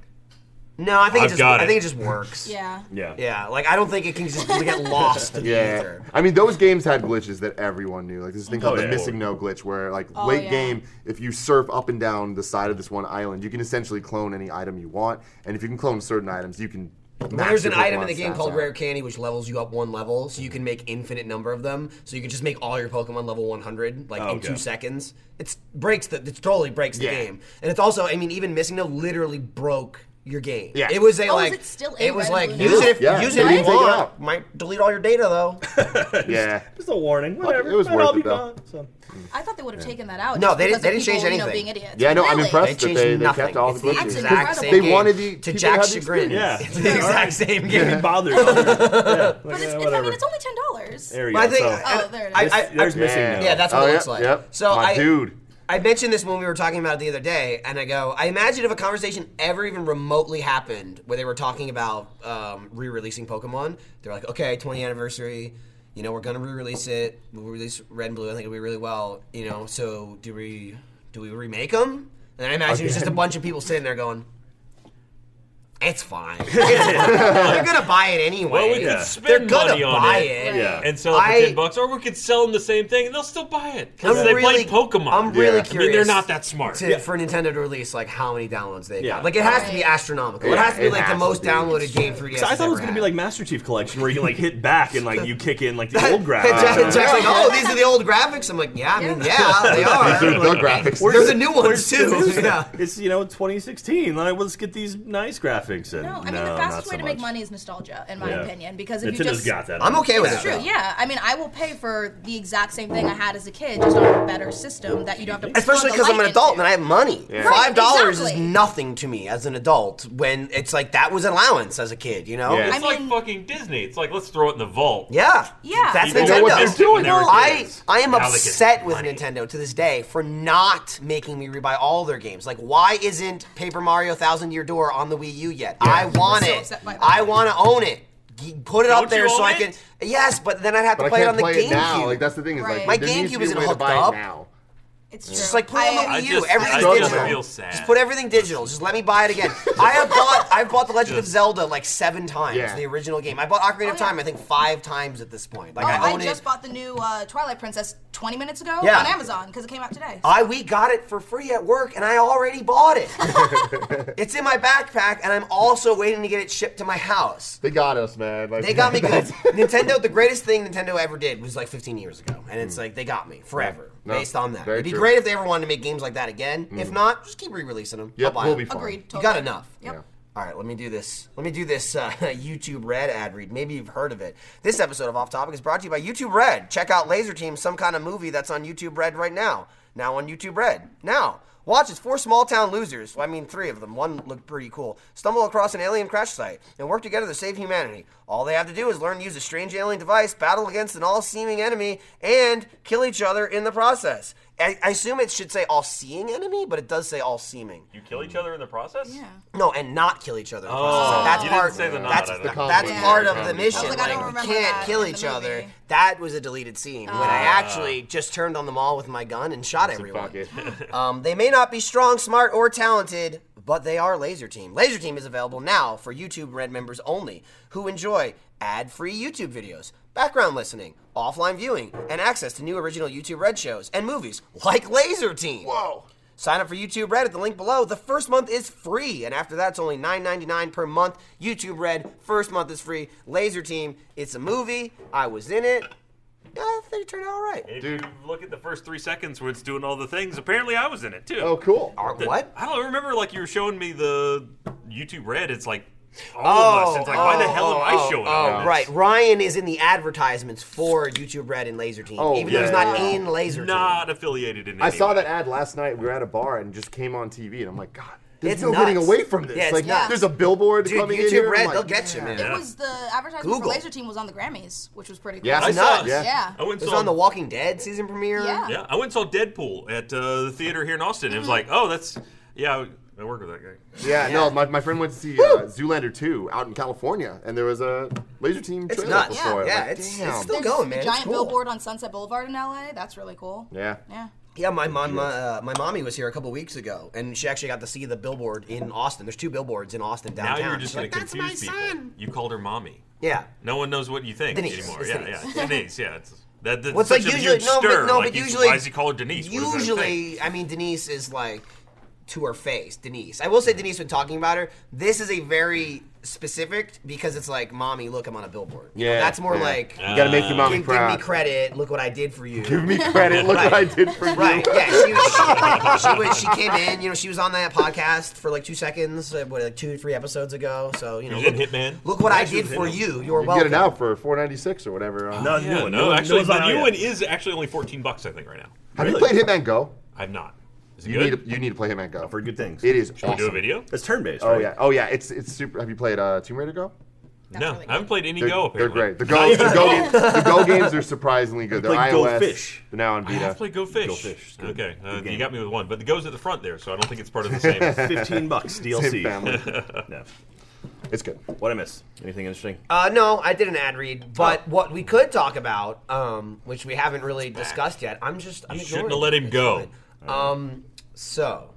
[SPEAKER 2] No, I think
[SPEAKER 1] I've
[SPEAKER 2] it just,
[SPEAKER 1] got
[SPEAKER 2] I
[SPEAKER 1] it.
[SPEAKER 2] think it just works.
[SPEAKER 6] Yeah.
[SPEAKER 3] Yeah.
[SPEAKER 2] Yeah, like I don't think it can just get lost in the
[SPEAKER 4] Yeah,
[SPEAKER 2] ether.
[SPEAKER 4] I mean those games had glitches that everyone knew. Like this thing called
[SPEAKER 3] Oh,
[SPEAKER 4] the
[SPEAKER 3] yeah.
[SPEAKER 4] missing no glitch, where like
[SPEAKER 6] Oh,
[SPEAKER 4] late
[SPEAKER 6] yeah.
[SPEAKER 4] game, if you surf up and down the side of this one island, you can essentially clone any item you want, and if you can clone certain items, you can. max
[SPEAKER 2] There's an
[SPEAKER 4] your
[SPEAKER 2] item in
[SPEAKER 4] Pokemon
[SPEAKER 2] the game
[SPEAKER 4] stats
[SPEAKER 2] called
[SPEAKER 4] out.
[SPEAKER 2] Rare Candy, which levels you up one level, so you can make infinite number of them. So you can just make all your Pokemon level 100, like in
[SPEAKER 3] Okay.
[SPEAKER 2] two seconds. It's breaks the, it totally breaks the
[SPEAKER 4] Oh, Yeah.
[SPEAKER 2] game, and it's also, I mean, even missing no literally broke your game.
[SPEAKER 4] Yeah.
[SPEAKER 2] it was a
[SPEAKER 6] Oh, is
[SPEAKER 2] like,
[SPEAKER 6] it still in
[SPEAKER 2] it was
[SPEAKER 6] Red
[SPEAKER 2] like
[SPEAKER 6] and Blue?
[SPEAKER 2] use it if,
[SPEAKER 4] Yeah,
[SPEAKER 2] use
[SPEAKER 4] they
[SPEAKER 2] it if you
[SPEAKER 4] didn't take it
[SPEAKER 2] want.
[SPEAKER 4] out.
[SPEAKER 2] Might delete all your data though.
[SPEAKER 4] Yeah,
[SPEAKER 5] Just a warning. Whatever.
[SPEAKER 4] it was
[SPEAKER 5] Might
[SPEAKER 4] worth
[SPEAKER 5] all
[SPEAKER 4] it,
[SPEAKER 5] be
[SPEAKER 4] though.
[SPEAKER 5] gone, so.
[SPEAKER 6] I thought they would have taken that out.
[SPEAKER 2] No,
[SPEAKER 6] just
[SPEAKER 2] they didn't-
[SPEAKER 6] because
[SPEAKER 2] they
[SPEAKER 6] of
[SPEAKER 2] didn't change
[SPEAKER 6] people, You know,
[SPEAKER 2] anything.
[SPEAKER 6] being idiots.
[SPEAKER 4] yeah. No, I'm
[SPEAKER 6] Really?
[SPEAKER 2] They
[SPEAKER 4] impressed that
[SPEAKER 2] changed
[SPEAKER 4] they, they
[SPEAKER 2] nothing.
[SPEAKER 4] kept all
[SPEAKER 2] It's
[SPEAKER 4] the glitches.
[SPEAKER 2] the
[SPEAKER 6] That's
[SPEAKER 2] exact
[SPEAKER 6] incredible.
[SPEAKER 2] same
[SPEAKER 4] they
[SPEAKER 2] game.
[SPEAKER 4] wanted the
[SPEAKER 2] to
[SPEAKER 4] people to
[SPEAKER 2] Jack's
[SPEAKER 4] have the
[SPEAKER 2] chagrin.
[SPEAKER 4] experience.
[SPEAKER 3] Yeah.
[SPEAKER 2] It's the exact same game.
[SPEAKER 3] Didn't bother. you. yeah. Like,
[SPEAKER 6] But it's,
[SPEAKER 3] yeah,
[SPEAKER 6] it's, I
[SPEAKER 3] whatever.
[SPEAKER 6] mean, it's only ten dollars.
[SPEAKER 3] There you
[SPEAKER 2] But I
[SPEAKER 3] go.
[SPEAKER 2] think
[SPEAKER 3] so.
[SPEAKER 6] Oh, there it is.
[SPEAKER 2] I-
[SPEAKER 3] This-
[SPEAKER 2] I-
[SPEAKER 3] there's missing
[SPEAKER 4] Yeah.
[SPEAKER 3] now.
[SPEAKER 2] Yeah, that's what
[SPEAKER 4] Oh,
[SPEAKER 2] it
[SPEAKER 4] yeah,
[SPEAKER 2] looks like.
[SPEAKER 4] yep.
[SPEAKER 2] So
[SPEAKER 4] My
[SPEAKER 2] I,
[SPEAKER 4] dude.
[SPEAKER 2] I mentioned this when we were talking about it the other day, and I go, I imagine if a conversation ever even remotely happened where they were talking about um, re-releasing Pokemon, they're like, okay, 20th anniversary, you know, we're gonna re-release it. We'll release Red and Blue. I think it'll be really well. You know, so do we do we remake them? And I imagine it's just a bunch of people sitting there going. It's fine. It's fine. They're gonna buy it anyway.
[SPEAKER 1] Well, we could
[SPEAKER 3] Yeah.
[SPEAKER 1] spend
[SPEAKER 2] They're gonna
[SPEAKER 1] money on
[SPEAKER 2] buy
[SPEAKER 1] it.
[SPEAKER 2] it.
[SPEAKER 3] Yeah.
[SPEAKER 1] and sell it for
[SPEAKER 2] I-
[SPEAKER 1] 10 bucks, or we could sell them the same thing and they'll still buy it because
[SPEAKER 2] I'm
[SPEAKER 1] they
[SPEAKER 2] really-
[SPEAKER 1] played Pokemon.
[SPEAKER 2] I'm really
[SPEAKER 4] Yeah.
[SPEAKER 1] I mean, they're
[SPEAKER 2] curious
[SPEAKER 1] not that smart.
[SPEAKER 2] to, for Nintendo to release like how many downloads they
[SPEAKER 3] Yeah.
[SPEAKER 2] got. Like it has to be astronomical. it
[SPEAKER 4] Yeah,
[SPEAKER 2] has to be
[SPEAKER 4] it
[SPEAKER 2] like the
[SPEAKER 4] has
[SPEAKER 2] most
[SPEAKER 4] to be.
[SPEAKER 2] downloaded game 3DS.
[SPEAKER 3] So I
[SPEAKER 2] has
[SPEAKER 3] thought it was
[SPEAKER 2] ever
[SPEAKER 3] gonna be
[SPEAKER 2] had.
[SPEAKER 3] like Master Chief Collection, where you like hit back and like you kick in like the old graphics.
[SPEAKER 2] E. Jack-
[SPEAKER 3] and-
[SPEAKER 2] Jack's like, oh, these are the old graphics. I'm like, yeah, I mean, yeah, they
[SPEAKER 4] These
[SPEAKER 2] are.
[SPEAKER 4] are the graphics.
[SPEAKER 2] There's a new ones too. Yeah.
[SPEAKER 3] It's you know 2016. Like, let's get these nice graphics in.
[SPEAKER 6] No, I mean the
[SPEAKER 3] not
[SPEAKER 6] fastest
[SPEAKER 3] so
[SPEAKER 6] way to make
[SPEAKER 3] much.
[SPEAKER 6] money is nostalgia, in my
[SPEAKER 3] Yeah.
[SPEAKER 6] opinion, because if
[SPEAKER 3] Nintendo's
[SPEAKER 6] you just
[SPEAKER 3] got that.
[SPEAKER 2] I'm okay with
[SPEAKER 6] It's
[SPEAKER 2] it.
[SPEAKER 6] true, yeah. I mean, I will pay for the exact same thing I had as a kid, just on a better system that you don't have to.
[SPEAKER 2] Especially because I'm an adult and I have money. Five
[SPEAKER 6] Right,
[SPEAKER 2] dollars
[SPEAKER 6] exactly.
[SPEAKER 2] is nothing to me as an adult when it's like that was an allowance as a kid, you know?
[SPEAKER 4] Yeah.
[SPEAKER 1] It's
[SPEAKER 6] I
[SPEAKER 1] like
[SPEAKER 6] mean-
[SPEAKER 1] fucking Disney. It's like, let's throw it in the vault.
[SPEAKER 2] Yeah.
[SPEAKER 6] Yeah.
[SPEAKER 2] That's
[SPEAKER 1] People
[SPEAKER 2] Nintendo.
[SPEAKER 4] know what they're doing.
[SPEAKER 1] They were
[SPEAKER 2] I,
[SPEAKER 1] kids.
[SPEAKER 2] I am
[SPEAKER 1] Now they get
[SPEAKER 2] upset with
[SPEAKER 1] money.
[SPEAKER 2] Nintendo to this day for not making me rebuy all their games. Like, why isn't Paper Mario Thousand Year Door on the Wii U yet? I want
[SPEAKER 6] so
[SPEAKER 2] it.
[SPEAKER 6] upset by that.
[SPEAKER 2] I want to own it. G- Put it
[SPEAKER 1] Don't
[SPEAKER 2] up there
[SPEAKER 1] you
[SPEAKER 2] so
[SPEAKER 1] own
[SPEAKER 2] I
[SPEAKER 1] it?
[SPEAKER 2] can. Yes, but then I'd have to
[SPEAKER 4] But I
[SPEAKER 2] play it
[SPEAKER 4] can't
[SPEAKER 2] on the
[SPEAKER 4] play it now.
[SPEAKER 2] GameCube.
[SPEAKER 4] Like that's the thing is
[SPEAKER 6] Right.
[SPEAKER 4] like
[SPEAKER 6] My
[SPEAKER 4] there needs to
[SPEAKER 2] GameCube
[SPEAKER 4] be a
[SPEAKER 2] isn't
[SPEAKER 4] way to
[SPEAKER 2] hooked
[SPEAKER 4] buy it
[SPEAKER 2] up.
[SPEAKER 4] now.
[SPEAKER 6] It's true.
[SPEAKER 2] Just like put them on
[SPEAKER 1] I
[SPEAKER 2] Wii U.
[SPEAKER 1] just-
[SPEAKER 2] Everything's
[SPEAKER 4] I just
[SPEAKER 2] digital.
[SPEAKER 4] feel
[SPEAKER 1] sad.
[SPEAKER 2] Just put everything digital. Just let me buy it again. I have bought I've bought The Legend of Zelda like seven times,
[SPEAKER 4] Yeah.
[SPEAKER 2] the original game. I bought Ocarina of
[SPEAKER 6] Oh, yeah.
[SPEAKER 2] Time, I think five times at this point. Like
[SPEAKER 6] Oh,
[SPEAKER 2] I
[SPEAKER 6] I,
[SPEAKER 2] own
[SPEAKER 6] just
[SPEAKER 2] it.
[SPEAKER 6] bought the new uh, Twilight Princess 20 minutes ago
[SPEAKER 2] Yeah.
[SPEAKER 6] on Amazon because it came out today.
[SPEAKER 2] I we got it for free at work, and I already bought it. it's in my backpack, and I'm also waiting to get it shipped to my house.
[SPEAKER 4] They got us, man. Like,
[SPEAKER 2] They got me good.
[SPEAKER 4] that's-
[SPEAKER 2] Nintendo, the greatest thing Nintendo ever did was like 15 years ago, and it's like they got me forever
[SPEAKER 4] Hmm. No,
[SPEAKER 2] based on that.
[SPEAKER 4] very
[SPEAKER 2] It'd be
[SPEAKER 4] true. Hmm.
[SPEAKER 2] great if they ever wanted to make games like that again. If not, just keep re-releasing them. I'll
[SPEAKER 4] Yep,
[SPEAKER 2] buy
[SPEAKER 4] we'll
[SPEAKER 2] them.
[SPEAKER 4] be fine.
[SPEAKER 6] Agreed.
[SPEAKER 2] You
[SPEAKER 6] Totally.
[SPEAKER 2] got enough.
[SPEAKER 6] Yep.
[SPEAKER 4] Yeah.
[SPEAKER 2] All right, let me do this. Let me do this uh, YouTube Red ad read. Maybe you've heard of it. This episode of Off Topic is brought to you by YouTube Red. Check out Laser Team, some kind of movie that's on YouTube Red right now. Now on YouTube Red. Now. Watch as four small town losers, well, I mean three of them, one looked pretty cool, stumble across an alien crash site and work together to save humanity. All they have to do is learn to use a strange alien device, battle against an all seeming enemy, and kill each other in the process. I, I assume it should say all seeing enemy, but it does say all seeming.
[SPEAKER 1] You kill each other in the process?
[SPEAKER 6] Yeah.
[SPEAKER 2] No, and not kill each other. in the
[SPEAKER 1] Oh,
[SPEAKER 2] process. that's
[SPEAKER 1] you didn't
[SPEAKER 2] part.
[SPEAKER 1] say the not,
[SPEAKER 2] that's
[SPEAKER 1] I think.
[SPEAKER 2] that's
[SPEAKER 4] Yeah.
[SPEAKER 2] part of
[SPEAKER 4] Yeah.
[SPEAKER 2] the
[SPEAKER 4] I was
[SPEAKER 2] mission.
[SPEAKER 6] like, I
[SPEAKER 2] like,
[SPEAKER 6] don't
[SPEAKER 2] you
[SPEAKER 6] remember
[SPEAKER 2] can't
[SPEAKER 6] that
[SPEAKER 2] kill
[SPEAKER 6] in
[SPEAKER 2] each
[SPEAKER 6] the
[SPEAKER 2] other.
[SPEAKER 6] movie.
[SPEAKER 2] That was a deleted scene when I actually just turned on them all with my gun and shot
[SPEAKER 4] Fuck
[SPEAKER 2] everyone.
[SPEAKER 4] it.
[SPEAKER 2] Um, they may not be strong, smart, or talented, but they are Laser Team. Laser Team is available now for YouTube Red members only, who enjoy ad-free YouTube videos, background listening, offline viewing, and access to new original YouTube Red shows and movies like Laser Team.
[SPEAKER 4] Whoa.
[SPEAKER 2] Sign up for YouTube Red at the link below. The first month is free, and after that, it's only $9.99 per month. YouTube Red, first month is free. Laser Team, it's a movie. I was in it. Yeah, I think it turned out all right.
[SPEAKER 1] If
[SPEAKER 4] Dude.
[SPEAKER 1] you look at the first three seconds where it's doing all the things, apparently I was in it too.
[SPEAKER 4] Oh, cool.
[SPEAKER 2] Or what?
[SPEAKER 1] I don't remember. Like you were showing me the YouTube Red. It's like all
[SPEAKER 2] Oh,
[SPEAKER 1] of us. It's like why the
[SPEAKER 2] oh,
[SPEAKER 1] hell
[SPEAKER 2] oh,
[SPEAKER 1] am I showing
[SPEAKER 2] oh,
[SPEAKER 1] up? in this?
[SPEAKER 2] right. Ryan is in the advertisements for YouTube Red and Laser Team,
[SPEAKER 4] Oh,
[SPEAKER 2] even though he's
[SPEAKER 4] yeah.
[SPEAKER 2] not in Laser Team.
[SPEAKER 1] Not affiliated in. Any
[SPEAKER 4] I saw
[SPEAKER 1] way.
[SPEAKER 4] that ad last night. We were at a bar and just came on TV, and I'm like, God, there's
[SPEAKER 2] It's
[SPEAKER 4] no getting
[SPEAKER 2] nuts.
[SPEAKER 4] away from this.
[SPEAKER 2] Yeah, it's
[SPEAKER 4] like,
[SPEAKER 6] nuts.
[SPEAKER 4] there's a billboard
[SPEAKER 2] Dude,
[SPEAKER 4] coming in
[SPEAKER 2] YouTube
[SPEAKER 4] here. I'm
[SPEAKER 2] Red,
[SPEAKER 4] like,
[SPEAKER 2] they'll get you, man.
[SPEAKER 6] It was the advertisement for
[SPEAKER 2] Google.
[SPEAKER 6] Laser Team was on the Grammys, which was pretty cool.
[SPEAKER 4] Yeah.
[SPEAKER 1] I
[SPEAKER 4] It's
[SPEAKER 1] saw.
[SPEAKER 2] nuts.
[SPEAKER 1] it.
[SPEAKER 6] Yeah.
[SPEAKER 1] I went
[SPEAKER 2] It was
[SPEAKER 1] and saw-
[SPEAKER 2] on the Walking Dead season premiere.
[SPEAKER 6] Yeah.
[SPEAKER 1] Yeah, I went and saw Deadpool at uh, the theater here in Austin. It was like, oh, that's yeah. I work with that guy.
[SPEAKER 4] Yeah,
[SPEAKER 2] Yeah.
[SPEAKER 4] no, my, my friend went to see uh, Zoolander 2 out in California, and there was a laser team
[SPEAKER 2] It's
[SPEAKER 4] trailer
[SPEAKER 2] nuts.
[SPEAKER 4] before it.
[SPEAKER 2] Yeah,
[SPEAKER 4] Like,
[SPEAKER 2] it's-
[SPEAKER 4] damn.
[SPEAKER 2] it's still-
[SPEAKER 6] There's
[SPEAKER 2] going,
[SPEAKER 6] a
[SPEAKER 2] man. It's
[SPEAKER 6] giant
[SPEAKER 2] cool.
[SPEAKER 6] billboard on Sunset Boulevard in LA. That's really cool.
[SPEAKER 4] yeah.
[SPEAKER 6] Yeah.
[SPEAKER 2] Yeah, my mom, my, uh, my mommy was here a couple weeks ago, and she actually got to see the billboard in Austin. There's two billboards in Austin
[SPEAKER 1] Now
[SPEAKER 2] downtown.
[SPEAKER 1] you're just
[SPEAKER 2] She's
[SPEAKER 1] going
[SPEAKER 2] like,
[SPEAKER 1] to
[SPEAKER 2] "That's my
[SPEAKER 1] confuse people.
[SPEAKER 2] son."
[SPEAKER 1] You called her mommy.
[SPEAKER 2] Yeah.
[SPEAKER 1] No one knows what you think
[SPEAKER 2] Denise.
[SPEAKER 1] anymore.
[SPEAKER 2] It's
[SPEAKER 1] yeah,
[SPEAKER 2] Denise.
[SPEAKER 1] yeah, Denise. Yeah, it's, that, that's
[SPEAKER 2] What's
[SPEAKER 1] such
[SPEAKER 2] like
[SPEAKER 1] a
[SPEAKER 2] usually
[SPEAKER 1] huge
[SPEAKER 2] no,
[SPEAKER 1] stir.
[SPEAKER 2] but no,
[SPEAKER 1] like,
[SPEAKER 2] but
[SPEAKER 1] you-
[SPEAKER 2] usually
[SPEAKER 1] why is he calling Denise? What is that thing?
[SPEAKER 2] Usually, I mean, Denise is like to her face. Denise. I will say, Denise, when talking about her, this is a very specific because it's like, "Mommy, look, I'm on a billboard."
[SPEAKER 4] Yeah,
[SPEAKER 2] That's more
[SPEAKER 4] yeah.
[SPEAKER 2] like, uh,
[SPEAKER 4] You gotta make your mommy
[SPEAKER 2] give, give
[SPEAKER 4] proud.
[SPEAKER 2] me credit. Look what I did for you."
[SPEAKER 4] Give me credit. Look what I did for
[SPEAKER 2] Right.
[SPEAKER 4] you.
[SPEAKER 2] Yeah. She, was, she, she, was, she came in. You know, she was on that podcast for like two seconds, uh, what, like two or three episodes ago. So you know,
[SPEAKER 1] was in
[SPEAKER 2] look-
[SPEAKER 1] Hitman.
[SPEAKER 2] Look what
[SPEAKER 1] Yeah,
[SPEAKER 2] I
[SPEAKER 1] she
[SPEAKER 2] did
[SPEAKER 1] was
[SPEAKER 2] for
[SPEAKER 1] in Hitman.
[SPEAKER 2] you. You're
[SPEAKER 4] You can get
[SPEAKER 2] welcome.
[SPEAKER 4] it now for 4.96 or whatever. uh,
[SPEAKER 3] No,
[SPEAKER 1] Yeah,
[SPEAKER 3] new one.
[SPEAKER 1] no, actually,
[SPEAKER 3] one's
[SPEAKER 1] the
[SPEAKER 3] out
[SPEAKER 1] new
[SPEAKER 3] yet.
[SPEAKER 1] one is actually only 14 bucks, I think, right now.
[SPEAKER 4] Have
[SPEAKER 3] really?
[SPEAKER 4] you played Hitman Go?
[SPEAKER 1] I've not. Is it
[SPEAKER 4] You
[SPEAKER 1] good?
[SPEAKER 4] need to, you need to play Hitman Go.
[SPEAKER 3] for good things.
[SPEAKER 4] It is
[SPEAKER 1] Can we do a
[SPEAKER 4] awesome.
[SPEAKER 1] video?
[SPEAKER 3] It's turn based.
[SPEAKER 4] Oh
[SPEAKER 3] right?
[SPEAKER 4] yeah, oh yeah. It's it's super. Have you played uh, Tomb Raider Go?
[SPEAKER 6] That's
[SPEAKER 1] No,
[SPEAKER 6] really
[SPEAKER 1] I haven't played any
[SPEAKER 4] They're,
[SPEAKER 1] Go.
[SPEAKER 4] they're
[SPEAKER 1] Apparently,
[SPEAKER 4] great. The Go, the Go, games, the Go games are surprisingly good. They're
[SPEAKER 3] played Go
[SPEAKER 4] iOS.
[SPEAKER 3] Fish.
[SPEAKER 4] They're now on
[SPEAKER 1] I
[SPEAKER 4] Vita.
[SPEAKER 1] have played Go Fish.
[SPEAKER 3] Go Fish, it's good.
[SPEAKER 1] Okay, uh,
[SPEAKER 3] Good
[SPEAKER 1] you
[SPEAKER 3] game.
[SPEAKER 1] got me with one, but the Go's at the front there, so I don't think it's part of the same.
[SPEAKER 3] Fifteen bucks
[SPEAKER 4] Same
[SPEAKER 3] DLC.
[SPEAKER 4] family.
[SPEAKER 3] no.
[SPEAKER 4] It's good.
[SPEAKER 3] What I miss? Anything interesting?
[SPEAKER 2] Uh, no, I did an ad read, but
[SPEAKER 1] Oh.
[SPEAKER 2] what we could talk about, um, which we haven't really discussed yet, I'm just I'm
[SPEAKER 1] You shouldn't
[SPEAKER 2] ignoring
[SPEAKER 1] have let
[SPEAKER 2] it.
[SPEAKER 1] him
[SPEAKER 2] It's
[SPEAKER 1] go.
[SPEAKER 2] fine. Um, so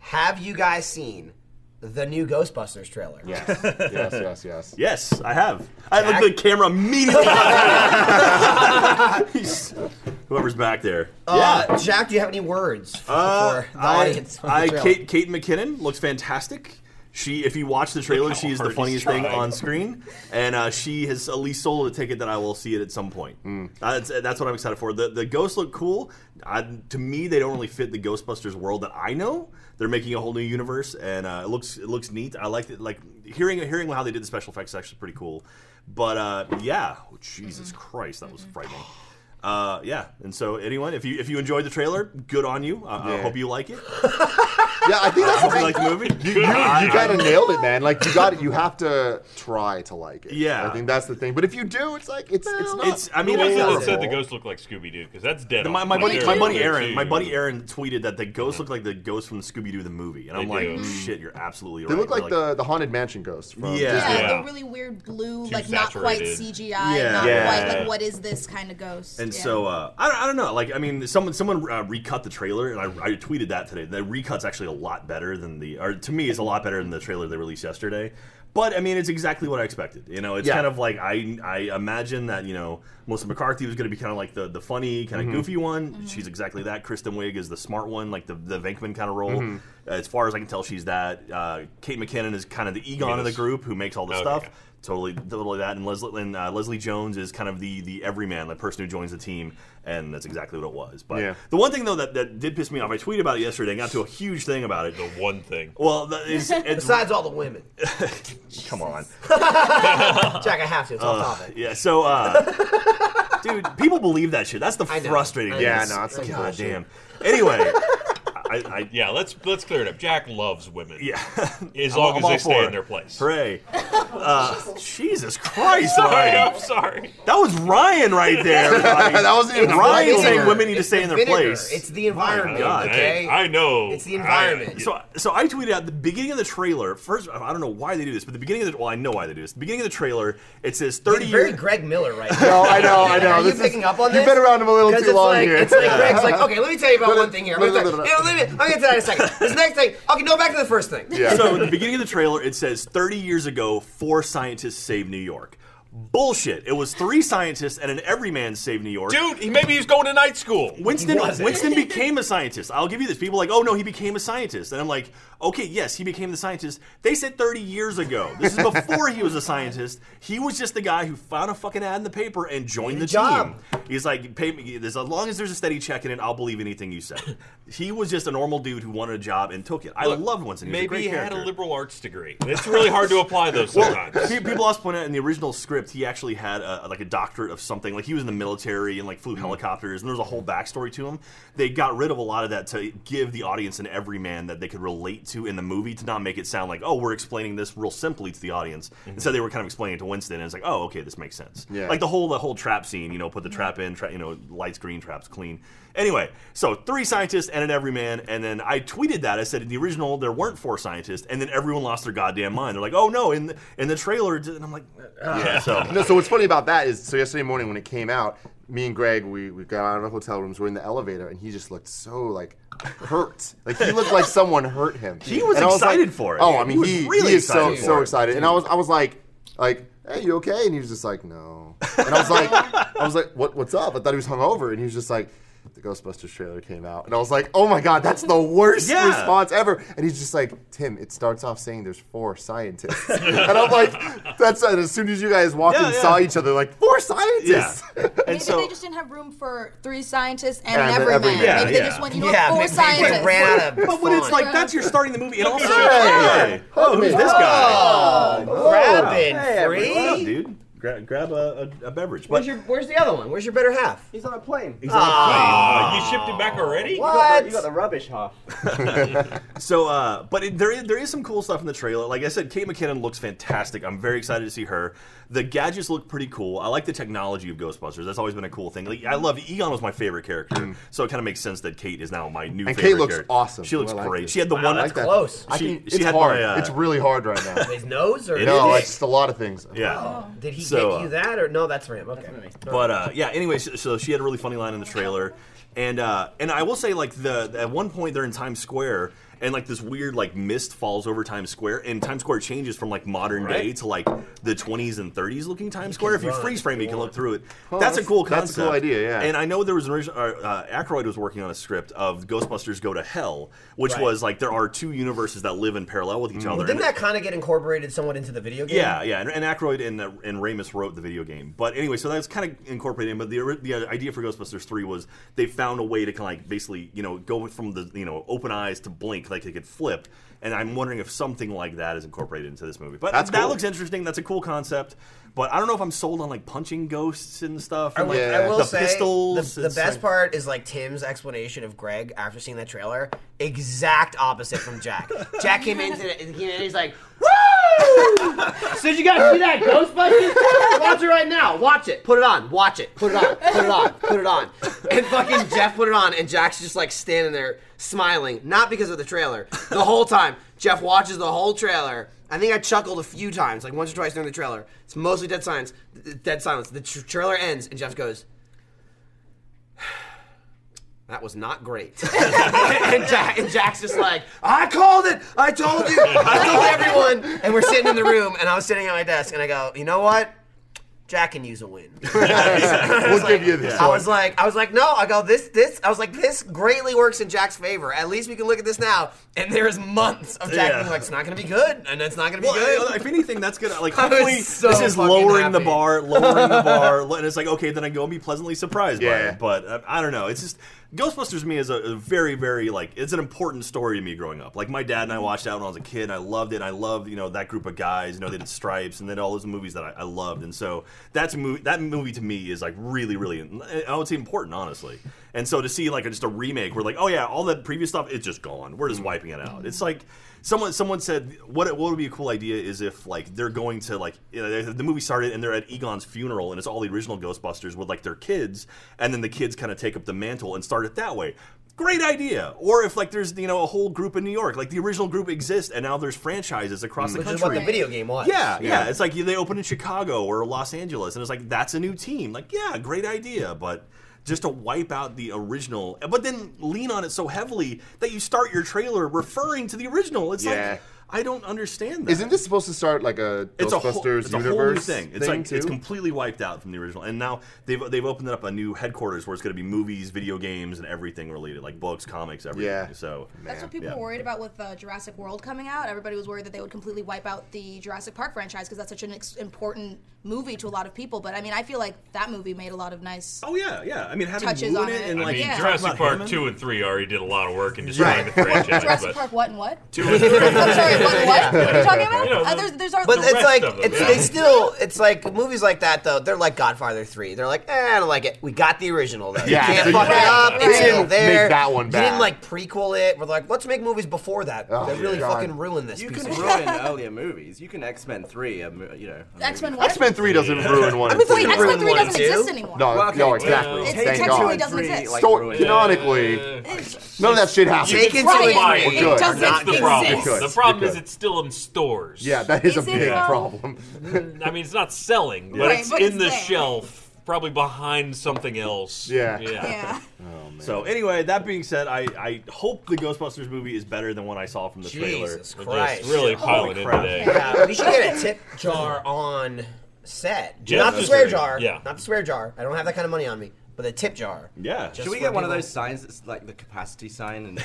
[SPEAKER 2] have you guys seen the new Ghostbusters trailer?
[SPEAKER 4] Yes, yes, yes, yes.
[SPEAKER 3] Yes, I have. I
[SPEAKER 2] Jack?
[SPEAKER 3] looked at the camera immediately. He's- Whoever's back there.
[SPEAKER 2] Uh,
[SPEAKER 3] yeah.
[SPEAKER 2] Jack, do you have any words for,
[SPEAKER 3] Uh,
[SPEAKER 2] for the
[SPEAKER 3] I,
[SPEAKER 2] audience? on the
[SPEAKER 3] I
[SPEAKER 2] trailer?
[SPEAKER 3] Kate, Kate McKinnon looks fantastic. She, if you watch the trailer, she is the
[SPEAKER 1] hard he's
[SPEAKER 3] funniest thing
[SPEAKER 1] trying.
[SPEAKER 3] on screen, and uh, she has at least sold a ticket that I will see it at some point.
[SPEAKER 4] Mm.
[SPEAKER 3] That's, that's what I'm excited for. The the ghosts look cool. I, to me, they don't really fit the Ghostbusters world that I know. They're making a whole new universe, and uh, it looks it looks neat. I liked it. Like hearing hearing how they did the special effects is actually pretty cool. But uh, yeah, oh, Jesus
[SPEAKER 4] Mm-hmm.
[SPEAKER 3] Christ, that was frightening. Uh, yeah, and so anyone, if you if you enjoyed the trailer, good on you. I, I
[SPEAKER 4] Yeah.
[SPEAKER 3] hope you like it.
[SPEAKER 4] Yeah, I think
[SPEAKER 3] I
[SPEAKER 4] that's
[SPEAKER 3] hope
[SPEAKER 4] the thing.
[SPEAKER 3] you like the movie.
[SPEAKER 4] You, you gotta nailed it, man. Like you got it. You have to try to like it.
[SPEAKER 3] Yeah.
[SPEAKER 4] I think that's the thing. But if you do, it's like it's it's not.
[SPEAKER 3] It's. I
[SPEAKER 1] Who
[SPEAKER 3] mean,
[SPEAKER 1] was
[SPEAKER 3] it's
[SPEAKER 1] it
[SPEAKER 4] not
[SPEAKER 1] that
[SPEAKER 4] at
[SPEAKER 1] said
[SPEAKER 4] all.
[SPEAKER 1] the ghost looked like Scooby Doo? Because that's dead.
[SPEAKER 3] my,
[SPEAKER 1] on.
[SPEAKER 3] my buddy,
[SPEAKER 1] They're-
[SPEAKER 3] my buddy
[SPEAKER 1] they're
[SPEAKER 3] Aaron, my
[SPEAKER 1] too-
[SPEAKER 3] buddy Aaron tweeted that the ghosts look like the ghosts from the Scooby Doo the movie, and I'm
[SPEAKER 1] They
[SPEAKER 3] like,
[SPEAKER 1] do.
[SPEAKER 3] shit, you're absolutely
[SPEAKER 4] They
[SPEAKER 3] right.
[SPEAKER 4] look like
[SPEAKER 3] They're
[SPEAKER 4] the the haunted mansion ghost. From
[SPEAKER 3] Yeah.
[SPEAKER 4] Disney.
[SPEAKER 6] Yeah,
[SPEAKER 1] Yeah.
[SPEAKER 6] the really weird blue,
[SPEAKER 1] Too
[SPEAKER 6] like not quite
[SPEAKER 1] saturated.
[SPEAKER 6] CGI,
[SPEAKER 3] Yeah.
[SPEAKER 6] not
[SPEAKER 4] Yeah.
[SPEAKER 6] quite like what is this kind of ghost.
[SPEAKER 3] And
[SPEAKER 6] Yeah.
[SPEAKER 3] so uh, I, don't, I don't know. Like I mean, someone someone uh, recut the trailer, and I, I tweeted that today. The recut's actually a lot better than the, or to me, is a lot better than the trailer they released yesterday. But I mean, it's exactly what I expected. You know, it's
[SPEAKER 4] Yeah.
[SPEAKER 3] kind of like I I imagine that you know Melissa McCarthy was going to be kind of like the the funny kind of goofy one. She's exactly that. Kristen Wiig is the smart one, like the the Venkman kind of role. Uh, as far as I can tell, she's that. Uh, Kate McKinnon is kind of the Egon of the
[SPEAKER 1] Yes.
[SPEAKER 3] group who makes all the
[SPEAKER 1] Okay,
[SPEAKER 3] stuff.
[SPEAKER 1] yeah.
[SPEAKER 3] Totally, totally that. And Leslie and uh, Leslie Jones is kind of the the everyman, the person who joins the team, and that's exactly what it was. But
[SPEAKER 4] Yeah.
[SPEAKER 3] the one thing though that, that did piss me off, I tweeted about it yesterday and got to a huge thing about it.
[SPEAKER 1] The one thing.
[SPEAKER 3] Well, that is, it's
[SPEAKER 2] Besides all the women,
[SPEAKER 3] come on,
[SPEAKER 2] Jack, I have to. It's off topic.
[SPEAKER 3] yeah. So, uh, dude, people believe that shit. That's the
[SPEAKER 2] I know.
[SPEAKER 3] frustrating.
[SPEAKER 2] I
[SPEAKER 3] thing.
[SPEAKER 2] know.
[SPEAKER 4] Yeah, no, it's some
[SPEAKER 3] God
[SPEAKER 4] bullshit.
[SPEAKER 3] damn. Anyway, I, I
[SPEAKER 1] Yeah, let's let's clear it up. Jack loves women.
[SPEAKER 3] yeah.
[SPEAKER 1] as
[SPEAKER 3] I'm-
[SPEAKER 1] long
[SPEAKER 3] I'm
[SPEAKER 1] as
[SPEAKER 3] all
[SPEAKER 1] they
[SPEAKER 3] for
[SPEAKER 1] stay
[SPEAKER 3] it.
[SPEAKER 1] in their place.
[SPEAKER 3] Hooray! Uh, Jesus Christ,
[SPEAKER 1] Sorry,
[SPEAKER 3] Ryan.
[SPEAKER 1] I'm sorry.
[SPEAKER 3] That was Ryan right there. everybody.
[SPEAKER 4] that wasn't even
[SPEAKER 3] Ryan
[SPEAKER 2] Vinegar.
[SPEAKER 3] saying women need to
[SPEAKER 2] It's
[SPEAKER 3] stay
[SPEAKER 2] the
[SPEAKER 3] in their
[SPEAKER 2] vinegar.
[SPEAKER 3] place.
[SPEAKER 2] It's the environment.
[SPEAKER 3] God.
[SPEAKER 2] okay.
[SPEAKER 1] Hey, I know.
[SPEAKER 2] It's the environment.
[SPEAKER 1] I-
[SPEAKER 3] So, so I tweeted at the beginning of the trailer. First, I don't know why they do this, but the beginning of the well, I know why they do this. The beginning of the trailer, it says thirty
[SPEAKER 2] It's very
[SPEAKER 3] years.
[SPEAKER 2] Greg Miller right
[SPEAKER 4] No,
[SPEAKER 2] now.
[SPEAKER 4] I know, I know.
[SPEAKER 2] Are
[SPEAKER 4] this
[SPEAKER 2] you
[SPEAKER 4] is-
[SPEAKER 2] picking up on this?
[SPEAKER 4] You've been around him a little
[SPEAKER 2] 'Cause
[SPEAKER 4] too
[SPEAKER 2] it's
[SPEAKER 4] long
[SPEAKER 2] like,
[SPEAKER 4] here.
[SPEAKER 2] It's like Greg's like, okay, let me tell you about
[SPEAKER 4] No, no,
[SPEAKER 2] one thing here. I'm
[SPEAKER 4] no,
[SPEAKER 2] gonna
[SPEAKER 4] no,
[SPEAKER 2] tell-
[SPEAKER 4] no, no.
[SPEAKER 2] yeah, let me- I'll get to that in a second. This next thing. Okay, no, back to the first thing.
[SPEAKER 4] yeah.
[SPEAKER 3] so at the beginning of the trailer, it says thirty years ago, four scientists saved New York. Bullshit. It was three scientists and an everyman saved New York.
[SPEAKER 1] Dude, he, maybe he's going to night school.
[SPEAKER 3] Winston Winston became a scientist. I'll give you this. People are like, oh no, he became a scientist, and I'm like, okay, yes, he became the scientist. They said 30 years ago. This is before he was a scientist. He was just the guy who found a fucking ad in the paper and joined the
[SPEAKER 2] job.
[SPEAKER 3] team. He's like, pay me as long as there's a steady check in it, I'll believe anything you say. he was just a normal dude who wanted a job and took it. I
[SPEAKER 1] Look,
[SPEAKER 3] loved Winston. He was a
[SPEAKER 1] Maybe
[SPEAKER 3] great
[SPEAKER 1] he had
[SPEAKER 3] character.
[SPEAKER 1] a liberal arts degree. It's really hard to apply those sometimes.
[SPEAKER 3] Pe- People also point out in the original script, he actually had a, like a doctorate of something. Like he was in the military and like flew helicopters, and there was a whole backstory to him. They got rid of a lot of that to give the audience an everyman that they could relate to in the movie to not make it sound like, oh, we're explaining this real simply to the audience. Instead, they were kind of explaining it to Winston, and it's like, oh, okay, this makes sense.
[SPEAKER 4] Yeah.
[SPEAKER 3] Like the whole the whole trap scene, you know, put the trap in, tra- you know, lights green, traps clean. Anyway, so three scientists and an everyman, and then I tweeted that I said in the original there weren't four scientists, and then everyone lost their goddamn mind. They're like, oh no, in the, in the trailer, it did-" and I'm like, ah. so
[SPEAKER 4] No, so what's funny about that is, so yesterday morning when it came out, me and Greg, we, we got out of the hotel rooms, we're in the elevator, and he just looked so, like, hurt. Like, he looked like someone hurt him.
[SPEAKER 3] He was
[SPEAKER 4] And I
[SPEAKER 3] excited
[SPEAKER 4] like-
[SPEAKER 3] for it.
[SPEAKER 4] Oh, I mean,
[SPEAKER 3] He was
[SPEAKER 4] he,
[SPEAKER 3] really
[SPEAKER 4] he is so,
[SPEAKER 3] excited for
[SPEAKER 4] so
[SPEAKER 3] it.
[SPEAKER 4] excited. And I was, I was like, like, hey, you okay? And he was just like, no. And I was like, I was like, what, what's up? I thought he was hungover, and he was just like, the Ghostbusters trailer came out, and I was like, "Oh my God, that's the worst
[SPEAKER 3] Yeah.
[SPEAKER 4] response ever!" And he's just like, "Tim, it starts off saying there's four scientists," and I'm like, "That's." And as soon as you guys walked
[SPEAKER 3] Yeah,
[SPEAKER 4] and
[SPEAKER 3] yeah.
[SPEAKER 4] saw each other, like four
[SPEAKER 3] yeah,
[SPEAKER 4] scientists.
[SPEAKER 3] and
[SPEAKER 6] Maybe
[SPEAKER 3] so
[SPEAKER 6] they just didn't have room for three scientists and,
[SPEAKER 4] And
[SPEAKER 6] an
[SPEAKER 4] then
[SPEAKER 6] every
[SPEAKER 4] every
[SPEAKER 6] man.
[SPEAKER 4] man.
[SPEAKER 6] Maybe
[SPEAKER 3] Yeah,
[SPEAKER 6] they just
[SPEAKER 3] yeah.
[SPEAKER 6] went, you know,
[SPEAKER 2] Yeah,
[SPEAKER 6] four
[SPEAKER 2] maybe they
[SPEAKER 6] scientists.
[SPEAKER 2] ran out of
[SPEAKER 3] But when it's like
[SPEAKER 6] fun.
[SPEAKER 3] that's you're starting the movie, and also
[SPEAKER 4] Hey,
[SPEAKER 3] hey, oh, who's
[SPEAKER 4] hey.
[SPEAKER 3] this guy?
[SPEAKER 4] Oh,
[SPEAKER 2] grabbing
[SPEAKER 3] What's up,
[SPEAKER 2] free.
[SPEAKER 3] dude? Gra- grab a, a, a beverage.
[SPEAKER 2] Where's
[SPEAKER 3] But
[SPEAKER 2] your Where's the other one? Where's your better half?
[SPEAKER 7] He's on a plane. You
[SPEAKER 3] Ah.
[SPEAKER 1] Uh, you shipped it back already?
[SPEAKER 7] got the-
[SPEAKER 2] What?
[SPEAKER 7] You got the rubbish half.
[SPEAKER 3] So, uh, but it, there is there is some cool stuff in the trailer. Like I said, Kate McKinnon looks fantastic. I'm very excited to see her. The gadgets look pretty cool. I like the technology of Ghostbusters. That's always been a cool thing. Like, I love Egon was my favorite character, so it kind of makes sense that Kate is now my new.
[SPEAKER 4] Mm-hmm. And
[SPEAKER 3] favorite
[SPEAKER 4] Kate looks
[SPEAKER 3] character.
[SPEAKER 4] awesome.
[SPEAKER 3] She looks
[SPEAKER 4] I like
[SPEAKER 3] great.
[SPEAKER 4] this.
[SPEAKER 3] She had the one.
[SPEAKER 4] I like that.
[SPEAKER 2] close.
[SPEAKER 4] I
[SPEAKER 3] She-
[SPEAKER 4] can,
[SPEAKER 3] she
[SPEAKER 4] it's
[SPEAKER 3] had
[SPEAKER 4] hard.
[SPEAKER 3] my, uh,
[SPEAKER 4] it's really hard right now.
[SPEAKER 2] His nose or
[SPEAKER 4] no,
[SPEAKER 2] did,
[SPEAKER 4] it's just a lot of things.
[SPEAKER 3] Yeah.
[SPEAKER 2] did he
[SPEAKER 3] So,
[SPEAKER 2] get
[SPEAKER 3] uh,
[SPEAKER 2] you that or no? That's for him. Okay.
[SPEAKER 3] But uh, yeah, anyway, so, so she had a really funny line in the trailer, and uh, and I will say like the at one point they're in Times Square, and like this weird like mist falls over Times Square, and Times Square changes from like modern day
[SPEAKER 1] Right.
[SPEAKER 3] to like the 20s and 30s looking Times Square. If you
[SPEAKER 2] run
[SPEAKER 3] freeze
[SPEAKER 2] if
[SPEAKER 3] frame,
[SPEAKER 2] you
[SPEAKER 3] you can look
[SPEAKER 2] want.
[SPEAKER 3] through it. that's, a cool concept.
[SPEAKER 4] that's a cool idea, yeah.
[SPEAKER 3] And I know there was an original. or, Uh, Aykroyd was working on a script of Ghostbusters Go to Hell, which
[SPEAKER 2] Right.
[SPEAKER 3] was like there are two universes that live in parallel with each other.
[SPEAKER 2] Well, didn't
[SPEAKER 3] and-
[SPEAKER 2] that kind of get incorporated somewhat into the video game?
[SPEAKER 3] yeah, yeah, and, and Aykroyd and uh, and Ramus wrote the video game, but anyway, so that's kind of incorporated. in, But the ori- the uh, idea for Ghostbusters three was they found a way to kind of like basically you know go from the you know open eyes to blink, like they could flip. And I'm wondering if something like that is incorporated into this movie. But
[SPEAKER 4] That's
[SPEAKER 3] that
[SPEAKER 4] cool.
[SPEAKER 3] looks interesting. That's a cool concept. But I don't know if I'm sold on like punching ghosts and stuff.
[SPEAKER 2] I
[SPEAKER 3] And,
[SPEAKER 2] will,
[SPEAKER 3] like,
[SPEAKER 4] Yeah.
[SPEAKER 2] I will
[SPEAKER 3] the
[SPEAKER 2] say
[SPEAKER 3] pistols.
[SPEAKER 2] The, the
[SPEAKER 3] It's
[SPEAKER 2] best
[SPEAKER 3] like-
[SPEAKER 2] part is like Tim's explanation of Greg after seeing that trailer. Exact opposite from Jack. Jack came into it and he- and he's like, "So did you guys see that Ghostbusters? Watch it right now. Watch it. Put it on. Watch it. Put it on. Put it on. Put it on." And fucking Jeff put it on, and Jack's just like standing there smiling, not because of the trailer. The whole time, Jeff watches the whole trailer. I think I chuckled a few times, like once or twice during the trailer. It's mostly dead silence. Dead silence. The tr- trailer ends, and Jeff goes. That was not great. and, Jack, and Jack's just like, I called it. I told you. I told everyone. And we're sitting in the room, and I was sitting at my desk, and I go, you know what? Jack can use a win.
[SPEAKER 4] we'll give you this.
[SPEAKER 2] I
[SPEAKER 4] one.
[SPEAKER 2] was like, I was like, no. I go, this, this. I was like, this greatly works in Jack's favor. At least we can look at this now. And there is months of Jack
[SPEAKER 3] Yeah.
[SPEAKER 2] being like, it's not going to be good, and it's not going to be
[SPEAKER 3] Well, I-
[SPEAKER 2] good.
[SPEAKER 3] if anything, that's gonna like
[SPEAKER 2] I was
[SPEAKER 3] hopefully
[SPEAKER 2] so
[SPEAKER 3] this is
[SPEAKER 2] fucking
[SPEAKER 3] lowering the
[SPEAKER 2] happy.
[SPEAKER 3] bar, lowering the bar, lo- and it's like okay, then I go and be pleasantly surprised by
[SPEAKER 4] Yeah.
[SPEAKER 3] it. But uh, I don't know. It's just Ghostbusters to me is a, a very, very like it's an important story to me growing up. Like my dad and I
[SPEAKER 2] Mm-hmm.
[SPEAKER 3] watched that when I was a kid, and I loved it. And I loved you know that group of guys. You know they did Stripes and then all those movies that I, I loved, and so that's movie that movie to me is like really, really I would say important, honestly. And so to see like just a remake, we're like, oh yeah, all that previous stuff it's just gone. We're just
[SPEAKER 2] Mm-hmm.
[SPEAKER 3] wiping it out. It's like someone someone said what what would be a cool idea is if like they're going to like you know, the- the movie started and they're at Egon's funeral and it's all the original Ghostbusters with like their kids and then the kids kind of take up the mantle and start it that way. Great idea. Or if like there's you know a whole group in New York, like the original group exists and now there's franchises across
[SPEAKER 2] Mm,
[SPEAKER 3] the
[SPEAKER 2] Which
[SPEAKER 3] country.
[SPEAKER 2] is what the video game was.
[SPEAKER 3] Yeah, yeah, It's like they open in Chicago or Los Angeles, and it's like that's a new team. Like, yeah, great idea, but just to wipe out the original, but then lean on it so heavily that you start your trailer referring to the original. It's
[SPEAKER 4] Yeah.
[SPEAKER 3] like. I don't understand that.
[SPEAKER 4] Isn't this supposed to start like a
[SPEAKER 3] it's a
[SPEAKER 4] Ghostbusters
[SPEAKER 3] whole, it's a whole new
[SPEAKER 4] universe
[SPEAKER 3] thing. It's like
[SPEAKER 4] too?
[SPEAKER 3] it's completely wiped out from the original, and now they've they've opened up a new headquarters where it's going to be movies, video games, and everything related, like books, comics, everything.
[SPEAKER 4] Yeah.
[SPEAKER 3] So
[SPEAKER 6] That's
[SPEAKER 4] Yeah,
[SPEAKER 6] what people
[SPEAKER 3] yeah.
[SPEAKER 6] were worried about with uh, Jurassic World coming out. Everybody was worried that they would completely wipe out the Jurassic Park franchise because that's such an ex- important movie to a lot of people. But I mean, I feel like that movie made a lot of nice.
[SPEAKER 3] Oh yeah, yeah. I mean, having
[SPEAKER 6] Touches
[SPEAKER 3] Woon
[SPEAKER 6] on
[SPEAKER 3] in
[SPEAKER 6] it.
[SPEAKER 3] and
[SPEAKER 6] I
[SPEAKER 1] I
[SPEAKER 3] like
[SPEAKER 1] mean,
[SPEAKER 6] yeah.
[SPEAKER 1] Jurassic
[SPEAKER 3] Matt
[SPEAKER 1] Park
[SPEAKER 3] Hammond?
[SPEAKER 1] two and three already did a lot of work in
[SPEAKER 3] Right.
[SPEAKER 1] destroying the franchise.
[SPEAKER 6] Jurassic
[SPEAKER 1] but
[SPEAKER 6] Park what and what?
[SPEAKER 1] two and three,
[SPEAKER 6] I'm sorry, what, and what? What are you talking about?
[SPEAKER 1] You know,
[SPEAKER 6] Uh, there's, there's our,
[SPEAKER 1] But
[SPEAKER 6] but
[SPEAKER 1] the
[SPEAKER 6] it's,
[SPEAKER 1] rest
[SPEAKER 2] it's like
[SPEAKER 1] of them,
[SPEAKER 2] it's
[SPEAKER 1] yeah.
[SPEAKER 2] they still it's like movies like that though. They're like Godfather three. They're like, eh, I don't like it. We got the original though.
[SPEAKER 4] Yeah,
[SPEAKER 2] you can't
[SPEAKER 4] so
[SPEAKER 2] fuck
[SPEAKER 4] you-
[SPEAKER 2] it up.
[SPEAKER 6] They
[SPEAKER 2] It's still
[SPEAKER 4] didn't
[SPEAKER 2] there.
[SPEAKER 4] make that one
[SPEAKER 2] you
[SPEAKER 4] bad.
[SPEAKER 2] didn't like prequel it. We're like, let's make movies before that.
[SPEAKER 4] Oh,
[SPEAKER 2] they really
[SPEAKER 4] God.
[SPEAKER 2] fucking ruined this
[SPEAKER 7] You
[SPEAKER 2] piece
[SPEAKER 7] can
[SPEAKER 2] of
[SPEAKER 7] ruin earlier movies. You can X Men three, a mo- you know. a
[SPEAKER 6] X-Men
[SPEAKER 7] movie.
[SPEAKER 6] what?
[SPEAKER 4] X Men Three doesn't ruin one.
[SPEAKER 2] I mean,
[SPEAKER 4] and two.
[SPEAKER 6] Wait,
[SPEAKER 2] Ruin
[SPEAKER 6] X-Men 3
[SPEAKER 2] one and
[SPEAKER 6] doesn't
[SPEAKER 2] two?
[SPEAKER 6] exist anymore.
[SPEAKER 4] No,
[SPEAKER 7] Well, okay,
[SPEAKER 4] no,
[SPEAKER 7] well,
[SPEAKER 4] exactly.
[SPEAKER 6] it's-
[SPEAKER 4] Thank
[SPEAKER 6] technically
[SPEAKER 4] God.
[SPEAKER 6] it doesn't exist.
[SPEAKER 7] Like,
[SPEAKER 4] Sto-
[SPEAKER 7] ruined it.
[SPEAKER 4] canonically,
[SPEAKER 1] Uh,
[SPEAKER 4] none of that shit happened.
[SPEAKER 2] Make it
[SPEAKER 6] Right,
[SPEAKER 2] to
[SPEAKER 1] Fine.
[SPEAKER 2] a
[SPEAKER 1] It
[SPEAKER 2] three.
[SPEAKER 4] doesn't
[SPEAKER 2] We're not
[SPEAKER 1] That's the
[SPEAKER 2] doing
[SPEAKER 1] problem.
[SPEAKER 4] It could.
[SPEAKER 1] The problem
[SPEAKER 4] It
[SPEAKER 1] is
[SPEAKER 4] could.
[SPEAKER 1] it's still in stores.
[SPEAKER 4] yeah, that is,
[SPEAKER 6] Is
[SPEAKER 4] a
[SPEAKER 6] it
[SPEAKER 4] big
[SPEAKER 6] though?
[SPEAKER 4] problem.
[SPEAKER 1] I mean, it's not selling, but
[SPEAKER 6] Right,
[SPEAKER 1] it's
[SPEAKER 6] but
[SPEAKER 1] in
[SPEAKER 6] it's
[SPEAKER 1] the
[SPEAKER 6] there.
[SPEAKER 1] shelf, probably behind something else.
[SPEAKER 4] Yeah.
[SPEAKER 6] Yeah.
[SPEAKER 3] So anyway, that being said, I, I hope the Ghostbusters movie is better than what I saw from the trailer.
[SPEAKER 2] Jesus
[SPEAKER 1] We're
[SPEAKER 2] Christ.
[SPEAKER 1] just really piling in
[SPEAKER 3] crap.
[SPEAKER 1] today.
[SPEAKER 2] Yeah, we should get a tip jar on set.
[SPEAKER 1] Yeah,
[SPEAKER 2] not the
[SPEAKER 1] that's
[SPEAKER 2] swear
[SPEAKER 1] true.
[SPEAKER 2] jar.
[SPEAKER 1] Yeah.
[SPEAKER 2] Not the swear jar. I don't have that kind of money on me. But the tip jar.
[SPEAKER 3] Yeah.
[SPEAKER 2] Just-
[SPEAKER 7] Should we
[SPEAKER 2] where
[SPEAKER 7] get one of
[SPEAKER 2] people-
[SPEAKER 7] those signs that's like the capacity sign? And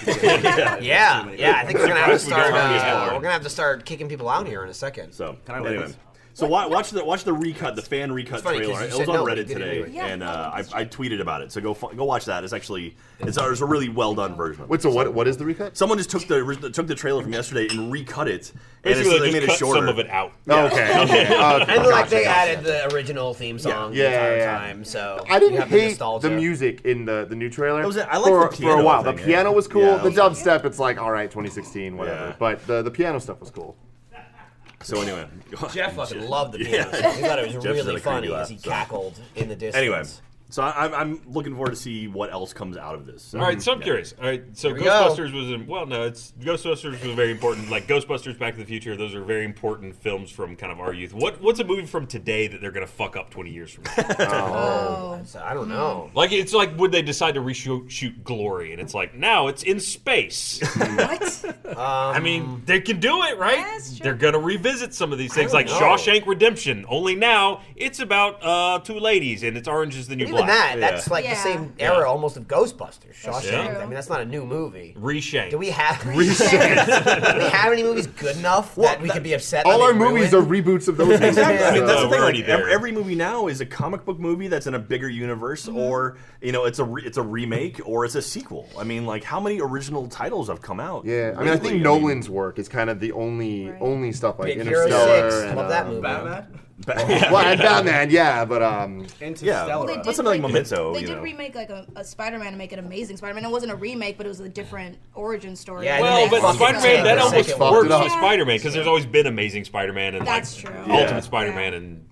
[SPEAKER 2] Yeah, yeah. I think we're gonna have to
[SPEAKER 1] Surprised
[SPEAKER 2] start.
[SPEAKER 1] we don't have
[SPEAKER 2] Uh,
[SPEAKER 1] this
[SPEAKER 2] we're gonna have to start kicking people out here in a second.
[SPEAKER 3] so
[SPEAKER 7] Can I wear
[SPEAKER 3] anyway.
[SPEAKER 7] this?
[SPEAKER 3] So wa- watch the watch the recut, the fan recut
[SPEAKER 2] funny, 'cause
[SPEAKER 3] trailer.
[SPEAKER 2] you
[SPEAKER 3] It was on
[SPEAKER 2] said no, you
[SPEAKER 3] Reddit
[SPEAKER 2] didn't
[SPEAKER 3] today,
[SPEAKER 2] do it.
[SPEAKER 6] Yeah,
[SPEAKER 3] and
[SPEAKER 6] no,
[SPEAKER 3] uh,
[SPEAKER 6] I didn't.
[SPEAKER 3] I, I tweeted about it. So go fi- go watch that. It's actually it's, a- it's a really well done version. Of it.
[SPEAKER 4] Wait, so what? What is the recut?
[SPEAKER 3] Someone just took the orig- took the trailer from yesterday and recut it, and
[SPEAKER 1] Basically, they
[SPEAKER 3] it's- they
[SPEAKER 1] just
[SPEAKER 3] made it
[SPEAKER 1] cut
[SPEAKER 3] shorter.
[SPEAKER 1] some of it Oh, out.
[SPEAKER 3] Oh,
[SPEAKER 4] Okay, okay. uh,
[SPEAKER 2] And like
[SPEAKER 4] gotcha,
[SPEAKER 2] they
[SPEAKER 4] gotcha.
[SPEAKER 2] added the original theme song
[SPEAKER 4] Yeah,
[SPEAKER 2] the entire
[SPEAKER 4] yeah, yeah.
[SPEAKER 2] time, so
[SPEAKER 4] I
[SPEAKER 2] you
[SPEAKER 4] didn't
[SPEAKER 2] have the
[SPEAKER 4] hate the,
[SPEAKER 2] nostalgia.
[SPEAKER 4] music in the, the new trailer.
[SPEAKER 3] That was it. I liked
[SPEAKER 4] for,
[SPEAKER 3] the
[SPEAKER 4] for a
[SPEAKER 3] piano
[SPEAKER 4] while. The
[SPEAKER 3] thing, yeah.
[SPEAKER 4] piano was cool.
[SPEAKER 3] Yeah, that
[SPEAKER 4] the
[SPEAKER 3] was cool.
[SPEAKER 4] dubstep, it's like all right, 2016, whatever.
[SPEAKER 3] Yeah.
[SPEAKER 4] But the, the piano stuff was cool.
[SPEAKER 3] So anyway,
[SPEAKER 2] Jeff fucking loved the
[SPEAKER 3] Yeah.
[SPEAKER 2] piano. song. He thought it was
[SPEAKER 3] had
[SPEAKER 2] really
[SPEAKER 3] a
[SPEAKER 2] funny
[SPEAKER 3] creepy laugh,
[SPEAKER 2] as he
[SPEAKER 3] so.
[SPEAKER 2] cackled in the distance.
[SPEAKER 3] Anyway, so I, I'm, I'm looking forward to see what else comes out of this. So-
[SPEAKER 1] All right, so I'm curious. All right, so
[SPEAKER 2] we go.
[SPEAKER 1] Ghostbusters was in, well, no, it's Ghostbusters was very important. Like Ghostbusters, Back to the Future, those are very important films from kind of our youth. What what's a movie from today that they're gonna fuck up 20 years from now?
[SPEAKER 6] Oh.
[SPEAKER 2] So I don't
[SPEAKER 4] Mm-hmm.
[SPEAKER 2] know.
[SPEAKER 1] like it's like would they decide to reshoot shoot Glory, and it's like now it's in space.
[SPEAKER 6] What?
[SPEAKER 1] I mean, they can do it, right?
[SPEAKER 6] Yeah, that's true.
[SPEAKER 1] They're gonna revisit some of these things,
[SPEAKER 2] Um, don't
[SPEAKER 1] like
[SPEAKER 2] know.
[SPEAKER 1] Shawshank Redemption. Only now it's about uh, two ladies, and it's Orange is the New
[SPEAKER 2] Even
[SPEAKER 1] Black.
[SPEAKER 2] that,
[SPEAKER 3] yeah.
[SPEAKER 2] that's like
[SPEAKER 6] Yeah.
[SPEAKER 2] the same era almost of Ghostbusters, Shawshank.
[SPEAKER 1] true.
[SPEAKER 2] I mean, that's not a new movie.
[SPEAKER 1] Reshank.
[SPEAKER 2] Do we have? do we have any movies good enough that we could be upset? that
[SPEAKER 4] All our
[SPEAKER 2] they
[SPEAKER 4] movies are
[SPEAKER 2] ruined?
[SPEAKER 4] reboots of those movies.
[SPEAKER 3] Exactly. I mean,
[SPEAKER 4] so-
[SPEAKER 3] that's
[SPEAKER 1] Yeah,
[SPEAKER 3] the
[SPEAKER 1] we're
[SPEAKER 3] thing.
[SPEAKER 1] already
[SPEAKER 3] Like, ev-
[SPEAKER 1] there.
[SPEAKER 3] every movie now is a comic book movie that's in a bigger universe,
[SPEAKER 2] Mm-hmm.
[SPEAKER 3] or you know, it's a re- it's a remake or it's a sequel. I mean, like how many original titles have come out?
[SPEAKER 4] Yeah, I mean, I
[SPEAKER 3] lately?
[SPEAKER 4] think Nolan's work is kind of the only
[SPEAKER 6] Right.
[SPEAKER 4] only stuff like
[SPEAKER 2] Big Hero
[SPEAKER 4] Interstellar.
[SPEAKER 2] Six.
[SPEAKER 4] and,
[SPEAKER 2] Love that
[SPEAKER 4] um,
[SPEAKER 2] movie.
[SPEAKER 7] Batman,
[SPEAKER 3] Ba-
[SPEAKER 4] Well, and Batman, yeah, but um,
[SPEAKER 7] Interstellar.
[SPEAKER 6] They
[SPEAKER 3] But
[SPEAKER 6] did,
[SPEAKER 3] something like
[SPEAKER 6] re-
[SPEAKER 3] Memento,
[SPEAKER 6] They
[SPEAKER 3] you
[SPEAKER 6] did
[SPEAKER 3] know.
[SPEAKER 6] remake like a, a Spider-Man and make it Amazing Spider-Man. It wasn't a remake, but it was a different origin story.
[SPEAKER 2] Yeah,
[SPEAKER 1] Well,
[SPEAKER 2] And they
[SPEAKER 1] but
[SPEAKER 2] fucking
[SPEAKER 1] Spider-Man
[SPEAKER 2] took
[SPEAKER 1] that
[SPEAKER 2] the
[SPEAKER 1] almost
[SPEAKER 2] second
[SPEAKER 4] one.
[SPEAKER 1] works
[SPEAKER 4] Fucked it
[SPEAKER 1] with
[SPEAKER 6] up.
[SPEAKER 1] Spider-Man because there's always been Amazing Spider-Man and
[SPEAKER 6] That's
[SPEAKER 1] like
[SPEAKER 6] true.
[SPEAKER 1] Ultimate
[SPEAKER 3] Yeah.
[SPEAKER 1] Spider-Man and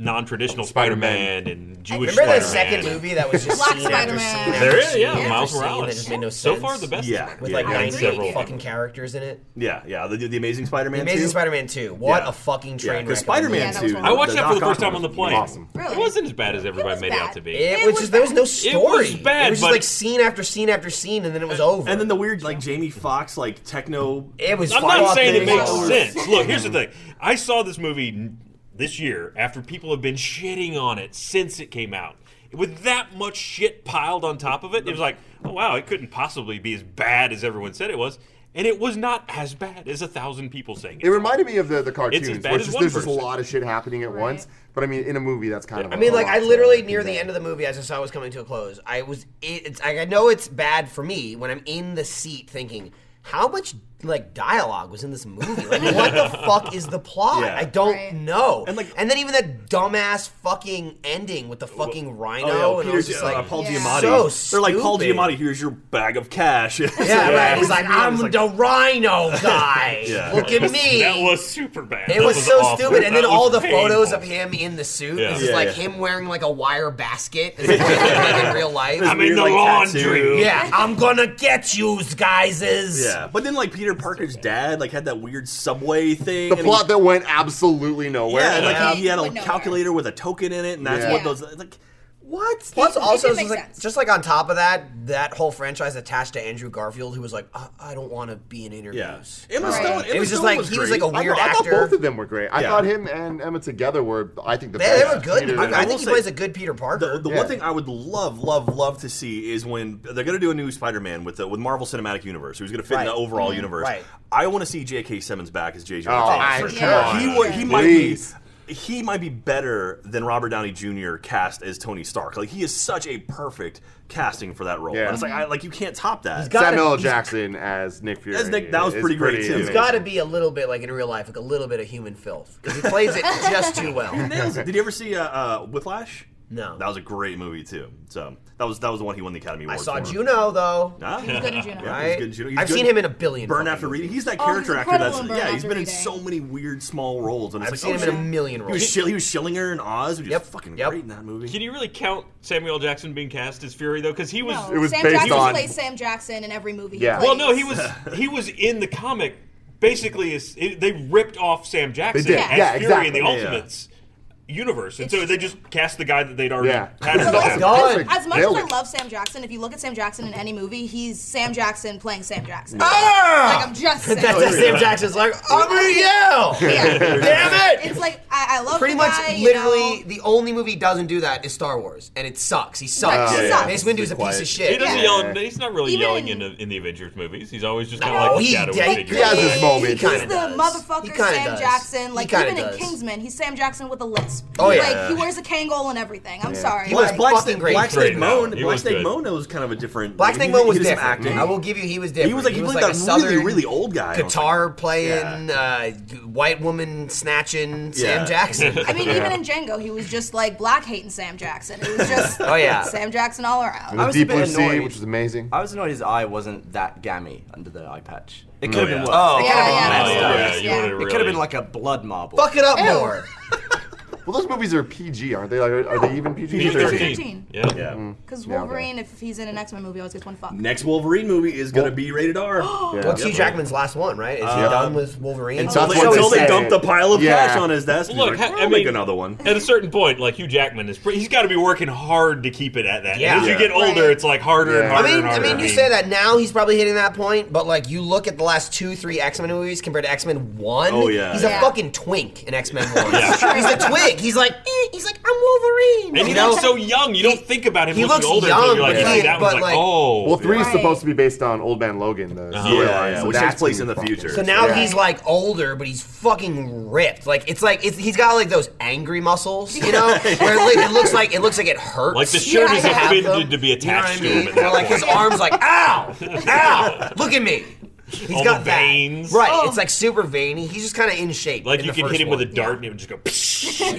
[SPEAKER 1] non-traditional
[SPEAKER 4] Spider-Man.
[SPEAKER 1] Spider-Man, and Jewish
[SPEAKER 2] Remember
[SPEAKER 1] Spider-Man.
[SPEAKER 2] the second movie that was just
[SPEAKER 6] Black
[SPEAKER 2] scene after
[SPEAKER 6] Spider-Man.
[SPEAKER 2] scene?
[SPEAKER 1] There
[SPEAKER 2] after
[SPEAKER 1] is, yeah,
[SPEAKER 2] scene after
[SPEAKER 1] Miles
[SPEAKER 2] scene
[SPEAKER 1] Morales.
[SPEAKER 2] That just made no
[SPEAKER 1] So
[SPEAKER 2] sense.
[SPEAKER 1] far, the best.
[SPEAKER 3] Yeah,
[SPEAKER 2] With
[SPEAKER 3] yeah,
[SPEAKER 2] like
[SPEAKER 3] yeah.
[SPEAKER 6] I
[SPEAKER 2] 90
[SPEAKER 6] agree.
[SPEAKER 1] Several
[SPEAKER 2] fucking characters in it.
[SPEAKER 3] yeah, yeah. The, the Amazing Spider-Man.
[SPEAKER 2] The Amazing
[SPEAKER 3] 2?
[SPEAKER 2] Spider-Man 2. What
[SPEAKER 3] Yeah.
[SPEAKER 2] a fucking
[SPEAKER 3] Yeah,
[SPEAKER 2] train wreck.
[SPEAKER 3] 'cause
[SPEAKER 2] of a
[SPEAKER 3] Spider-Man
[SPEAKER 6] Yeah, that was
[SPEAKER 3] Two.
[SPEAKER 6] one.
[SPEAKER 1] I watched
[SPEAKER 3] the
[SPEAKER 1] that for the
[SPEAKER 3] knockoff
[SPEAKER 1] first time on the
[SPEAKER 3] was
[SPEAKER 1] plane.
[SPEAKER 4] awesome.
[SPEAKER 6] Really?
[SPEAKER 1] It wasn't as bad as everybody
[SPEAKER 6] was
[SPEAKER 1] made out
[SPEAKER 6] bad.
[SPEAKER 1] to be.
[SPEAKER 2] It, was
[SPEAKER 6] It was
[SPEAKER 2] just there was no story.
[SPEAKER 1] bad,
[SPEAKER 2] It was
[SPEAKER 1] but-
[SPEAKER 2] just like scene after scene after scene, and then it was over.
[SPEAKER 3] And then the weird like Jamie Foxx like techno.
[SPEAKER 2] it was.
[SPEAKER 1] I'm
[SPEAKER 2] fucking
[SPEAKER 1] not saying it makes
[SPEAKER 2] over.
[SPEAKER 1] sense. Look, here's the thing. I saw this movie n- this year after people have been shitting on it since it came out. With that much shit piled on top of it, it was like, oh wow, it couldn't possibly be as bad as everyone said it was. And it was not as bad as a thousand people saying
[SPEAKER 4] it
[SPEAKER 1] it.
[SPEAKER 4] reminded me of the the cartoons,
[SPEAKER 1] bad
[SPEAKER 4] which
[SPEAKER 1] as
[SPEAKER 4] is
[SPEAKER 1] one
[SPEAKER 4] there's just a
[SPEAKER 1] person.
[SPEAKER 4] lot of shit happening at once. But I mean, in a movie, that's kind of.
[SPEAKER 2] I mean, like I literally near the end of the movie, as I saw it was coming to a close, I was. It, it's like I know it's bad for me when I'm in the seat thinking. How much like dialogue was in this movie? Like, what the fuck is the plot?
[SPEAKER 3] Yeah.
[SPEAKER 2] I don't
[SPEAKER 6] Right.
[SPEAKER 2] know.
[SPEAKER 3] And,
[SPEAKER 2] And
[SPEAKER 3] like-
[SPEAKER 2] like, and then even that dumbass fucking ending with the fucking rhino.
[SPEAKER 3] Oh,
[SPEAKER 2] and
[SPEAKER 3] yeah,
[SPEAKER 2] I was
[SPEAKER 3] Peter,
[SPEAKER 2] just
[SPEAKER 3] uh,
[SPEAKER 2] like,
[SPEAKER 3] Paul
[SPEAKER 6] Yeah.
[SPEAKER 3] Giamatti.
[SPEAKER 2] so
[SPEAKER 3] They're like Paul
[SPEAKER 2] stupid.
[SPEAKER 3] Giamatti. Here's your bag of cash. yeah,
[SPEAKER 2] Yeah, right. He's like,
[SPEAKER 3] Yeah,
[SPEAKER 2] I'm
[SPEAKER 3] it's like-
[SPEAKER 2] the rhino guy.
[SPEAKER 3] Yeah.
[SPEAKER 2] Look at me.
[SPEAKER 1] That was super bad.
[SPEAKER 2] it
[SPEAKER 1] That
[SPEAKER 2] was, so
[SPEAKER 1] awful.
[SPEAKER 2] stupid. And
[SPEAKER 1] That
[SPEAKER 2] then all the
[SPEAKER 1] was
[SPEAKER 2] photos
[SPEAKER 1] painful.
[SPEAKER 2] of him in the suit.
[SPEAKER 1] Yeah.
[SPEAKER 2] It's just
[SPEAKER 3] Yeah,
[SPEAKER 2] like
[SPEAKER 3] yeah.
[SPEAKER 2] him wearing like a wire basket. It's like in real life.
[SPEAKER 1] I'm in
[SPEAKER 3] Weird,
[SPEAKER 1] the
[SPEAKER 3] like,
[SPEAKER 1] laundry.
[SPEAKER 3] tattoo.
[SPEAKER 2] yeah, I'm gonna get you guys.
[SPEAKER 3] Yeah, but then like Peter Parker's dad like had that weird subway thing.
[SPEAKER 4] the
[SPEAKER 3] and
[SPEAKER 4] plot
[SPEAKER 3] he,
[SPEAKER 4] that went absolutely nowhere.
[SPEAKER 3] yeah, and, like
[SPEAKER 6] Yeah.
[SPEAKER 3] he, he had a
[SPEAKER 6] Went nowhere.
[SPEAKER 3] calculator with a token in it, and that's
[SPEAKER 4] Yeah.
[SPEAKER 3] what those like.
[SPEAKER 7] What?
[SPEAKER 2] Plus, also,
[SPEAKER 6] did
[SPEAKER 2] just
[SPEAKER 6] make
[SPEAKER 2] like,
[SPEAKER 6] sense.
[SPEAKER 2] just like on top of that, that whole franchise attached to Andrew Garfield, who was like, I, I don't want to be in
[SPEAKER 3] Yeah.
[SPEAKER 2] interviews.
[SPEAKER 3] Emma
[SPEAKER 6] Right.
[SPEAKER 3] Stone.
[SPEAKER 6] It
[SPEAKER 3] Emma
[SPEAKER 2] It was just
[SPEAKER 3] Stone
[SPEAKER 2] like
[SPEAKER 3] was
[SPEAKER 2] he was
[SPEAKER 3] great.
[SPEAKER 2] like a
[SPEAKER 4] I
[SPEAKER 2] weird
[SPEAKER 4] thought, I thought
[SPEAKER 2] actor.
[SPEAKER 4] both of them were great. I
[SPEAKER 3] Yeah.
[SPEAKER 4] thought him and Emma together were, I think, the
[SPEAKER 2] they,
[SPEAKER 4] best.
[SPEAKER 2] they were good.
[SPEAKER 4] Peter-
[SPEAKER 2] I, I
[SPEAKER 3] will
[SPEAKER 2] think he
[SPEAKER 3] say-
[SPEAKER 2] plays a good Peter Parker.
[SPEAKER 3] The, the
[SPEAKER 4] Yeah.
[SPEAKER 3] one thing I would love, love, love to see is when they're going to do a new Spider-Man with the, with Marvel Cinematic Universe, who's going to fit in the
[SPEAKER 2] Right. Mhm.
[SPEAKER 3] overall universe.
[SPEAKER 2] Right.
[SPEAKER 3] I want to see J.K. Simmons back as J.J.
[SPEAKER 4] Oh, I-
[SPEAKER 3] Jameson.
[SPEAKER 6] come on.
[SPEAKER 3] He, wa- he
[SPEAKER 6] Yeah.
[SPEAKER 3] might be.
[SPEAKER 4] Please.
[SPEAKER 3] He might be better than Robert Downey Jr. cast as Tony Stark. Like he is such a perfect casting for that role.
[SPEAKER 4] Yeah.
[SPEAKER 3] And it's like I, like you can't top
[SPEAKER 2] got-
[SPEAKER 3] that.
[SPEAKER 2] gotta-
[SPEAKER 4] Samuel L.
[SPEAKER 2] he's-
[SPEAKER 4] Jackson as Nick Fury.
[SPEAKER 3] As Nick- that was
[SPEAKER 4] is
[SPEAKER 3] pretty great, too.
[SPEAKER 4] amazing.
[SPEAKER 2] It's got to be a little bit like in real life, like a little bit of human filth because he plays it just too well.
[SPEAKER 3] Nails it. Did you ever see uh, uh, Whiplash?
[SPEAKER 2] No.
[SPEAKER 3] That was a great movie too. So that was that was the one he won the Academy
[SPEAKER 2] I
[SPEAKER 3] Award.
[SPEAKER 2] saw
[SPEAKER 3] for.
[SPEAKER 2] Juno though.
[SPEAKER 3] Ah.
[SPEAKER 6] He's good in Juno.
[SPEAKER 3] Yeah,
[SPEAKER 2] Right?
[SPEAKER 3] he's good. in Juno. He's
[SPEAKER 2] I've
[SPEAKER 3] good-
[SPEAKER 2] seen him in a billion.
[SPEAKER 3] Burn
[SPEAKER 2] fucking
[SPEAKER 3] After Reading.
[SPEAKER 2] movies.
[SPEAKER 3] He's that
[SPEAKER 6] Oh, he's
[SPEAKER 3] character actor
[SPEAKER 6] incredible
[SPEAKER 3] that's
[SPEAKER 6] in Burn
[SPEAKER 3] yeah. He's
[SPEAKER 6] After
[SPEAKER 3] been in
[SPEAKER 6] Reading.
[SPEAKER 3] so many weird small roles. And it's
[SPEAKER 2] I've
[SPEAKER 3] like,
[SPEAKER 2] seen
[SPEAKER 3] oh,
[SPEAKER 2] him in a
[SPEAKER 3] shit.
[SPEAKER 2] million
[SPEAKER 3] He was,
[SPEAKER 2] roles.
[SPEAKER 3] Schill- he was Schillinger in Oz. He was
[SPEAKER 2] Yep,
[SPEAKER 3] fucking
[SPEAKER 2] yep.
[SPEAKER 3] great in that movie.
[SPEAKER 1] Can you really count Samuel L. Jackson being cast as Fury though? Because he was
[SPEAKER 6] No,
[SPEAKER 4] It was
[SPEAKER 6] Sam
[SPEAKER 4] based
[SPEAKER 6] Jackson
[SPEAKER 4] on-
[SPEAKER 6] plays Sam Jackson in every movie.
[SPEAKER 4] Yeah.
[SPEAKER 6] He
[SPEAKER 1] well,
[SPEAKER 6] plays.
[SPEAKER 1] no, he was he was in the comic. Basically, is it, they ripped off Sam Jackson
[SPEAKER 4] did.
[SPEAKER 1] as
[SPEAKER 4] Yeah,
[SPEAKER 1] Fury in
[SPEAKER 4] exactly.
[SPEAKER 1] the
[SPEAKER 4] Yeah,
[SPEAKER 3] yeah.
[SPEAKER 1] Ultimates universe, and so they just cast the guy that they'd already
[SPEAKER 4] Yeah.
[SPEAKER 1] had.
[SPEAKER 6] So,
[SPEAKER 1] as
[SPEAKER 6] like,
[SPEAKER 1] the
[SPEAKER 2] God.
[SPEAKER 6] as-
[SPEAKER 2] Perfect.
[SPEAKER 6] as much as
[SPEAKER 4] Nailed
[SPEAKER 6] I
[SPEAKER 4] it.
[SPEAKER 6] love Sam Jackson, if you look at Sam Jackson in any movie, he's Sam Jackson playing Sam Jackson.
[SPEAKER 2] Ah!
[SPEAKER 6] Like I'm just saying.
[SPEAKER 2] That's just Sam Jackson's like, I'm gonna yell.
[SPEAKER 6] Yeah.
[SPEAKER 2] Damn it!
[SPEAKER 6] It's like I, I love
[SPEAKER 2] Pretty
[SPEAKER 6] the
[SPEAKER 2] much,
[SPEAKER 6] guy, you
[SPEAKER 2] literally,
[SPEAKER 6] know.
[SPEAKER 2] the only movie he doesn't do that is Star Wars, and it sucks. He sucks.
[SPEAKER 6] Right, he Yeah, sucks. yeah.
[SPEAKER 2] Mace Windu's a
[SPEAKER 3] Quiet.
[SPEAKER 2] piece of
[SPEAKER 1] He
[SPEAKER 2] shit.
[SPEAKER 1] doesn't
[SPEAKER 2] Yeah.
[SPEAKER 1] yell. In, he's not really
[SPEAKER 6] Even-
[SPEAKER 1] yelling in the, in the Avengers movies. He's always just kind of
[SPEAKER 2] No,
[SPEAKER 1] like a
[SPEAKER 2] he
[SPEAKER 1] shadowy
[SPEAKER 2] did.
[SPEAKER 1] figure.
[SPEAKER 4] He has his
[SPEAKER 6] He's-
[SPEAKER 4] moments.
[SPEAKER 2] He
[SPEAKER 6] He's
[SPEAKER 2] kinda
[SPEAKER 6] the
[SPEAKER 2] does. He
[SPEAKER 6] motherfucker
[SPEAKER 2] kinda
[SPEAKER 6] Sam
[SPEAKER 2] does.
[SPEAKER 6] Jackson.
[SPEAKER 2] He
[SPEAKER 6] Like
[SPEAKER 2] kinda
[SPEAKER 6] even
[SPEAKER 2] does.
[SPEAKER 6] in Kingsman, he's Sam Jackson with a lisp.
[SPEAKER 2] Oh, yeah.
[SPEAKER 6] Like he wears a Kangol and everything. I'm sorry.
[SPEAKER 3] Plus,
[SPEAKER 2] Yeah.
[SPEAKER 3] Black,
[SPEAKER 2] Fucking
[SPEAKER 3] Snake,
[SPEAKER 2] great.
[SPEAKER 3] Black Snake
[SPEAKER 1] Great, no.
[SPEAKER 3] Moan.
[SPEAKER 1] He
[SPEAKER 3] Black
[SPEAKER 1] was
[SPEAKER 3] Snake
[SPEAKER 1] good.
[SPEAKER 3] Moan was kind of a different.
[SPEAKER 2] Black
[SPEAKER 3] like, he
[SPEAKER 2] Snake Moan
[SPEAKER 3] did-
[SPEAKER 2] was
[SPEAKER 3] he did some
[SPEAKER 2] different. I will give you, he was different.
[SPEAKER 3] He was like he, played
[SPEAKER 2] like a
[SPEAKER 3] that
[SPEAKER 2] southern
[SPEAKER 3] really really old guy. and I was like,
[SPEAKER 2] guitar playing, uh, white woman snatching
[SPEAKER 3] Yeah.
[SPEAKER 2] Sam Jackson.
[SPEAKER 6] I mean, even in Django, he was just like black hating Sam Jackson. It was just
[SPEAKER 2] Oh, yeah.
[SPEAKER 6] Sam Jackson all around.
[SPEAKER 4] The
[SPEAKER 7] was a
[SPEAKER 4] Deep
[SPEAKER 7] bit
[SPEAKER 4] Blue Sea,
[SPEAKER 7] annoyed.
[SPEAKER 4] which was amazing.
[SPEAKER 7] I was annoyed his eye wasn't that gammy under the eye patch. It could have
[SPEAKER 3] yeah.
[SPEAKER 7] been worse.
[SPEAKER 2] Oh,
[SPEAKER 7] it
[SPEAKER 2] yeah,
[SPEAKER 7] could have been
[SPEAKER 6] yeah,
[SPEAKER 1] Oh,
[SPEAKER 7] messed
[SPEAKER 1] yeah,
[SPEAKER 7] up.
[SPEAKER 6] Yes,
[SPEAKER 1] you
[SPEAKER 6] yeah.
[SPEAKER 1] wanted
[SPEAKER 6] It
[SPEAKER 1] to
[SPEAKER 7] It
[SPEAKER 1] really.
[SPEAKER 7] could have been like a blood marble.
[SPEAKER 2] Fuck it up
[SPEAKER 6] Ew.
[SPEAKER 2] more.
[SPEAKER 4] Well, those movies are PG, aren't they? Like, are, are they even PG?
[SPEAKER 1] PG-13.
[SPEAKER 6] 13.
[SPEAKER 1] Yeah.
[SPEAKER 3] Yeah.
[SPEAKER 6] Because
[SPEAKER 4] Yeah, okay.
[SPEAKER 6] Wolverine, if he's in an X Men movie, always gets one fuck.
[SPEAKER 3] Next Wolverine movie is gonna be rated R.
[SPEAKER 4] Yeah.
[SPEAKER 2] What's Hugh Jackman's last one, right? Is he done with Wolverine?
[SPEAKER 3] Uh, Until
[SPEAKER 4] That's
[SPEAKER 3] they,
[SPEAKER 4] what
[SPEAKER 3] until
[SPEAKER 4] they
[SPEAKER 3] they
[SPEAKER 4] said.
[SPEAKER 3] dumped a pile of
[SPEAKER 4] Yeah.
[SPEAKER 3] cash on his desk.
[SPEAKER 1] Look,
[SPEAKER 3] he's like,
[SPEAKER 1] ha-
[SPEAKER 3] I'll
[SPEAKER 1] I
[SPEAKER 3] make
[SPEAKER 1] mean-
[SPEAKER 3] another one.
[SPEAKER 1] At a certain point, like Hugh Jackman is, pre- he's got to be working hard to keep it at that. And
[SPEAKER 2] Yeah.
[SPEAKER 1] as you get
[SPEAKER 6] Yeah.
[SPEAKER 1] older,
[SPEAKER 6] Right.
[SPEAKER 1] it's like harder
[SPEAKER 4] Yeah.
[SPEAKER 1] and
[SPEAKER 2] I
[SPEAKER 1] harder.
[SPEAKER 2] mean,
[SPEAKER 1] and
[SPEAKER 2] I
[SPEAKER 1] harder.
[SPEAKER 2] mean, you say that now he's probably hitting that point, but like you look at the last two, three X Men movies compared to X Men One.
[SPEAKER 3] Oh, yeah,
[SPEAKER 2] he's
[SPEAKER 6] yeah.
[SPEAKER 2] a fucking twink in X Men One.
[SPEAKER 1] Yeah.
[SPEAKER 2] he's a twink. He's like, eh, he's like, I'm Wolverine.
[SPEAKER 1] And he
[SPEAKER 2] you know?
[SPEAKER 1] looks so young. You don't think about him
[SPEAKER 2] he looks
[SPEAKER 1] looking older.
[SPEAKER 2] young,
[SPEAKER 1] until you're like,
[SPEAKER 2] but
[SPEAKER 1] you see
[SPEAKER 2] he-
[SPEAKER 1] that one's
[SPEAKER 2] but,
[SPEAKER 1] like,
[SPEAKER 2] like-
[SPEAKER 1] oh.
[SPEAKER 4] Well, three is
[SPEAKER 6] Right.
[SPEAKER 4] supposed to be based on Old Man Logan, the storyline.
[SPEAKER 3] Uh-huh. yeah,
[SPEAKER 4] so
[SPEAKER 3] which
[SPEAKER 4] that's
[SPEAKER 3] takes place
[SPEAKER 4] gonna be
[SPEAKER 3] in the
[SPEAKER 4] fucking-
[SPEAKER 3] future.
[SPEAKER 2] So now
[SPEAKER 4] Yeah.
[SPEAKER 2] he's like older, but he's fucking ripped. Like it's like it's, he's got like those angry muscles, you know, where it, li- it looks like it looks like it hurts.
[SPEAKER 1] Like the shirt
[SPEAKER 6] Yeah,
[SPEAKER 1] is
[SPEAKER 6] I have
[SPEAKER 1] offended
[SPEAKER 2] them.
[SPEAKER 1] to be
[SPEAKER 2] You know what I
[SPEAKER 1] attached
[SPEAKER 2] mean?
[SPEAKER 1] to him at
[SPEAKER 2] Where,
[SPEAKER 1] that
[SPEAKER 2] like his
[SPEAKER 1] point.
[SPEAKER 2] arms, like ow, ow, look at me. He's
[SPEAKER 1] All
[SPEAKER 2] got
[SPEAKER 1] the
[SPEAKER 2] that.
[SPEAKER 1] veins.
[SPEAKER 2] right?
[SPEAKER 6] Oh.
[SPEAKER 2] It's like super veiny. He's just kind of in shape.
[SPEAKER 1] Like
[SPEAKER 2] in
[SPEAKER 1] you
[SPEAKER 2] the
[SPEAKER 1] can
[SPEAKER 2] first
[SPEAKER 1] hit him
[SPEAKER 2] one.
[SPEAKER 1] with a dart and it would just go. psh.
[SPEAKER 2] Yeah, yeah,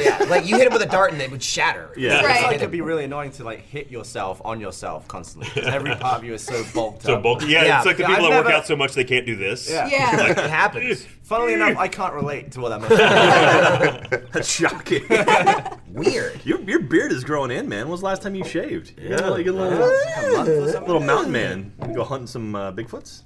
[SPEAKER 2] yeah, yeah. Like you hit him with a dart and it would shatter.
[SPEAKER 3] Yeah.
[SPEAKER 7] It's
[SPEAKER 6] Right.
[SPEAKER 7] like it'd be really annoying to like hit yourself on yourself constantly. 'cause Every part of you is so bulked
[SPEAKER 1] So
[SPEAKER 7] up.
[SPEAKER 1] bulky. Yeah,
[SPEAKER 2] Yeah.
[SPEAKER 1] it's like the
[SPEAKER 7] Yeah,
[SPEAKER 1] people
[SPEAKER 7] I've
[SPEAKER 1] that work
[SPEAKER 7] never-
[SPEAKER 1] out so much they can't do this.
[SPEAKER 7] Yeah.
[SPEAKER 6] Yeah.
[SPEAKER 2] It happens.
[SPEAKER 7] Funnily enough, I can't relate to what that must
[SPEAKER 3] That's shocking.
[SPEAKER 2] Weird.
[SPEAKER 3] your, your beard is growing in, man. When was the last time you shaved? You yeah, like a little, little mountain man. You go hunting some uh, bigfoots.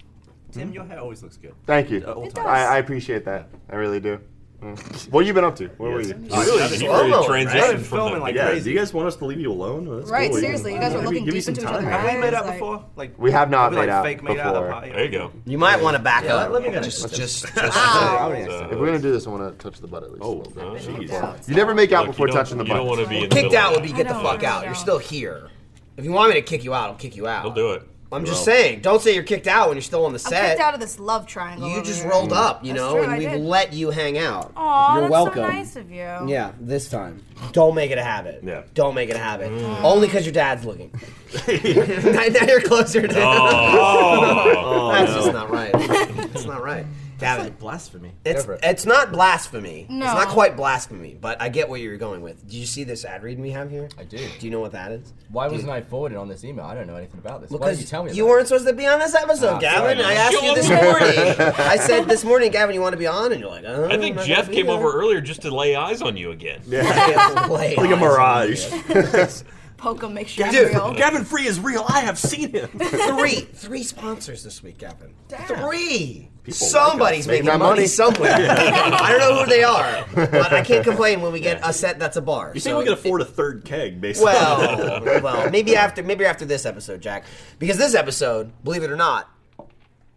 [SPEAKER 7] Tim, your hair always looks good.
[SPEAKER 4] Thank you.
[SPEAKER 7] At all
[SPEAKER 6] It
[SPEAKER 7] times.
[SPEAKER 4] I, I appreciate that. I really do. Mm. What you been up to? Where were you?
[SPEAKER 1] You really, you really
[SPEAKER 2] Slow-mo,
[SPEAKER 1] transitioned
[SPEAKER 7] right?
[SPEAKER 1] from
[SPEAKER 7] Filming
[SPEAKER 1] the-
[SPEAKER 7] like
[SPEAKER 3] Yeah,
[SPEAKER 7] crazy.
[SPEAKER 3] do you guys want us to leave you alone? Well, that's
[SPEAKER 6] Right,
[SPEAKER 3] cool.
[SPEAKER 6] seriously, you guys
[SPEAKER 3] Yeah,
[SPEAKER 6] are
[SPEAKER 3] maybe
[SPEAKER 6] looking
[SPEAKER 3] give you
[SPEAKER 6] deep
[SPEAKER 3] some
[SPEAKER 6] into each
[SPEAKER 3] time.
[SPEAKER 6] other's
[SPEAKER 7] Have
[SPEAKER 6] eyes.
[SPEAKER 7] we made out
[SPEAKER 6] Like-
[SPEAKER 7] before? Like
[SPEAKER 4] We have not
[SPEAKER 7] we,
[SPEAKER 4] made
[SPEAKER 7] like,
[SPEAKER 4] out
[SPEAKER 7] fake made out
[SPEAKER 4] before.
[SPEAKER 7] at a party?
[SPEAKER 1] There you go.
[SPEAKER 2] You might want to back
[SPEAKER 7] Yeah,
[SPEAKER 2] up.
[SPEAKER 7] let me get it.
[SPEAKER 2] just, just, just
[SPEAKER 7] Wow.
[SPEAKER 4] If we're gonna do this, I want to touch the butt at least. a
[SPEAKER 3] Oh,
[SPEAKER 4] little bit.
[SPEAKER 3] jeez.
[SPEAKER 4] You never make out
[SPEAKER 1] Look,
[SPEAKER 4] before
[SPEAKER 1] you don't-
[SPEAKER 4] touching the
[SPEAKER 1] You don't
[SPEAKER 4] butt.
[SPEAKER 1] want to be in the
[SPEAKER 2] Kicked
[SPEAKER 1] middle of
[SPEAKER 2] out would
[SPEAKER 1] that.
[SPEAKER 2] be get
[SPEAKER 6] I
[SPEAKER 2] the
[SPEAKER 6] know,
[SPEAKER 2] fuck
[SPEAKER 6] I
[SPEAKER 2] out.
[SPEAKER 6] know.
[SPEAKER 2] You're still here. If you want me to kick you out, I'll kick you out.
[SPEAKER 1] I'll do it.
[SPEAKER 2] I'm just saying. Don't say you're kicked out when you're still on the
[SPEAKER 6] I'm
[SPEAKER 2] set.
[SPEAKER 6] kicked out of this love triangle.
[SPEAKER 2] you
[SPEAKER 6] over
[SPEAKER 2] just
[SPEAKER 6] here.
[SPEAKER 2] rolled up, you
[SPEAKER 6] That's
[SPEAKER 2] know,
[SPEAKER 6] true,
[SPEAKER 2] and
[SPEAKER 6] I
[SPEAKER 2] we've
[SPEAKER 6] did.
[SPEAKER 2] let you hang out.
[SPEAKER 6] Aw,
[SPEAKER 2] you're
[SPEAKER 6] that's
[SPEAKER 2] welcome.
[SPEAKER 6] so nice of you.
[SPEAKER 2] Yeah, this time. Don't make it a habit.
[SPEAKER 3] Yeah.
[SPEAKER 2] Don't make it a habit.
[SPEAKER 6] Mm.
[SPEAKER 2] Only because your dad's looking. now now you're closer to.
[SPEAKER 1] Oh.
[SPEAKER 2] That's just not right. It's not right. Gavin,
[SPEAKER 7] Blasphemy.
[SPEAKER 2] it's it's not blasphemy.
[SPEAKER 6] No.
[SPEAKER 2] It's not quite blasphemy, but I get where you're going with. Do you see this ad read we have here?
[SPEAKER 8] I do.
[SPEAKER 2] Do you know what that is?
[SPEAKER 8] Why wasn't I forwarded on this email? I don't know anything about this. Why did you tell me?
[SPEAKER 2] you
[SPEAKER 8] about
[SPEAKER 2] weren't supposed to be on this episode,
[SPEAKER 8] Ah,
[SPEAKER 2] Gavin. I
[SPEAKER 8] sorry.
[SPEAKER 2] asked you
[SPEAKER 1] Show
[SPEAKER 2] this
[SPEAKER 1] up.
[SPEAKER 2] morning. I said this morning, Gavin, you want to be on, and you're like, oh,
[SPEAKER 1] I think Jeff came over earlier just to lay eyes on you again.
[SPEAKER 2] like
[SPEAKER 3] Like a mirage.
[SPEAKER 6] Poke him, make sure he's real.
[SPEAKER 3] Gavin, Gavin Free is real. I have seen him.
[SPEAKER 2] Three, three sponsors this week, Gavin. Three.
[SPEAKER 4] people.
[SPEAKER 2] Somebody's
[SPEAKER 4] Make
[SPEAKER 2] making
[SPEAKER 4] that
[SPEAKER 2] money,
[SPEAKER 4] money.
[SPEAKER 2] somewhere. I don't know who they are, but I can't complain when we get a set that's a bar.
[SPEAKER 3] You
[SPEAKER 2] so
[SPEAKER 3] think we can afford a third keg, basically?
[SPEAKER 2] Well, well, maybe after maybe after this episode, Jack, because this episode, believe it or not,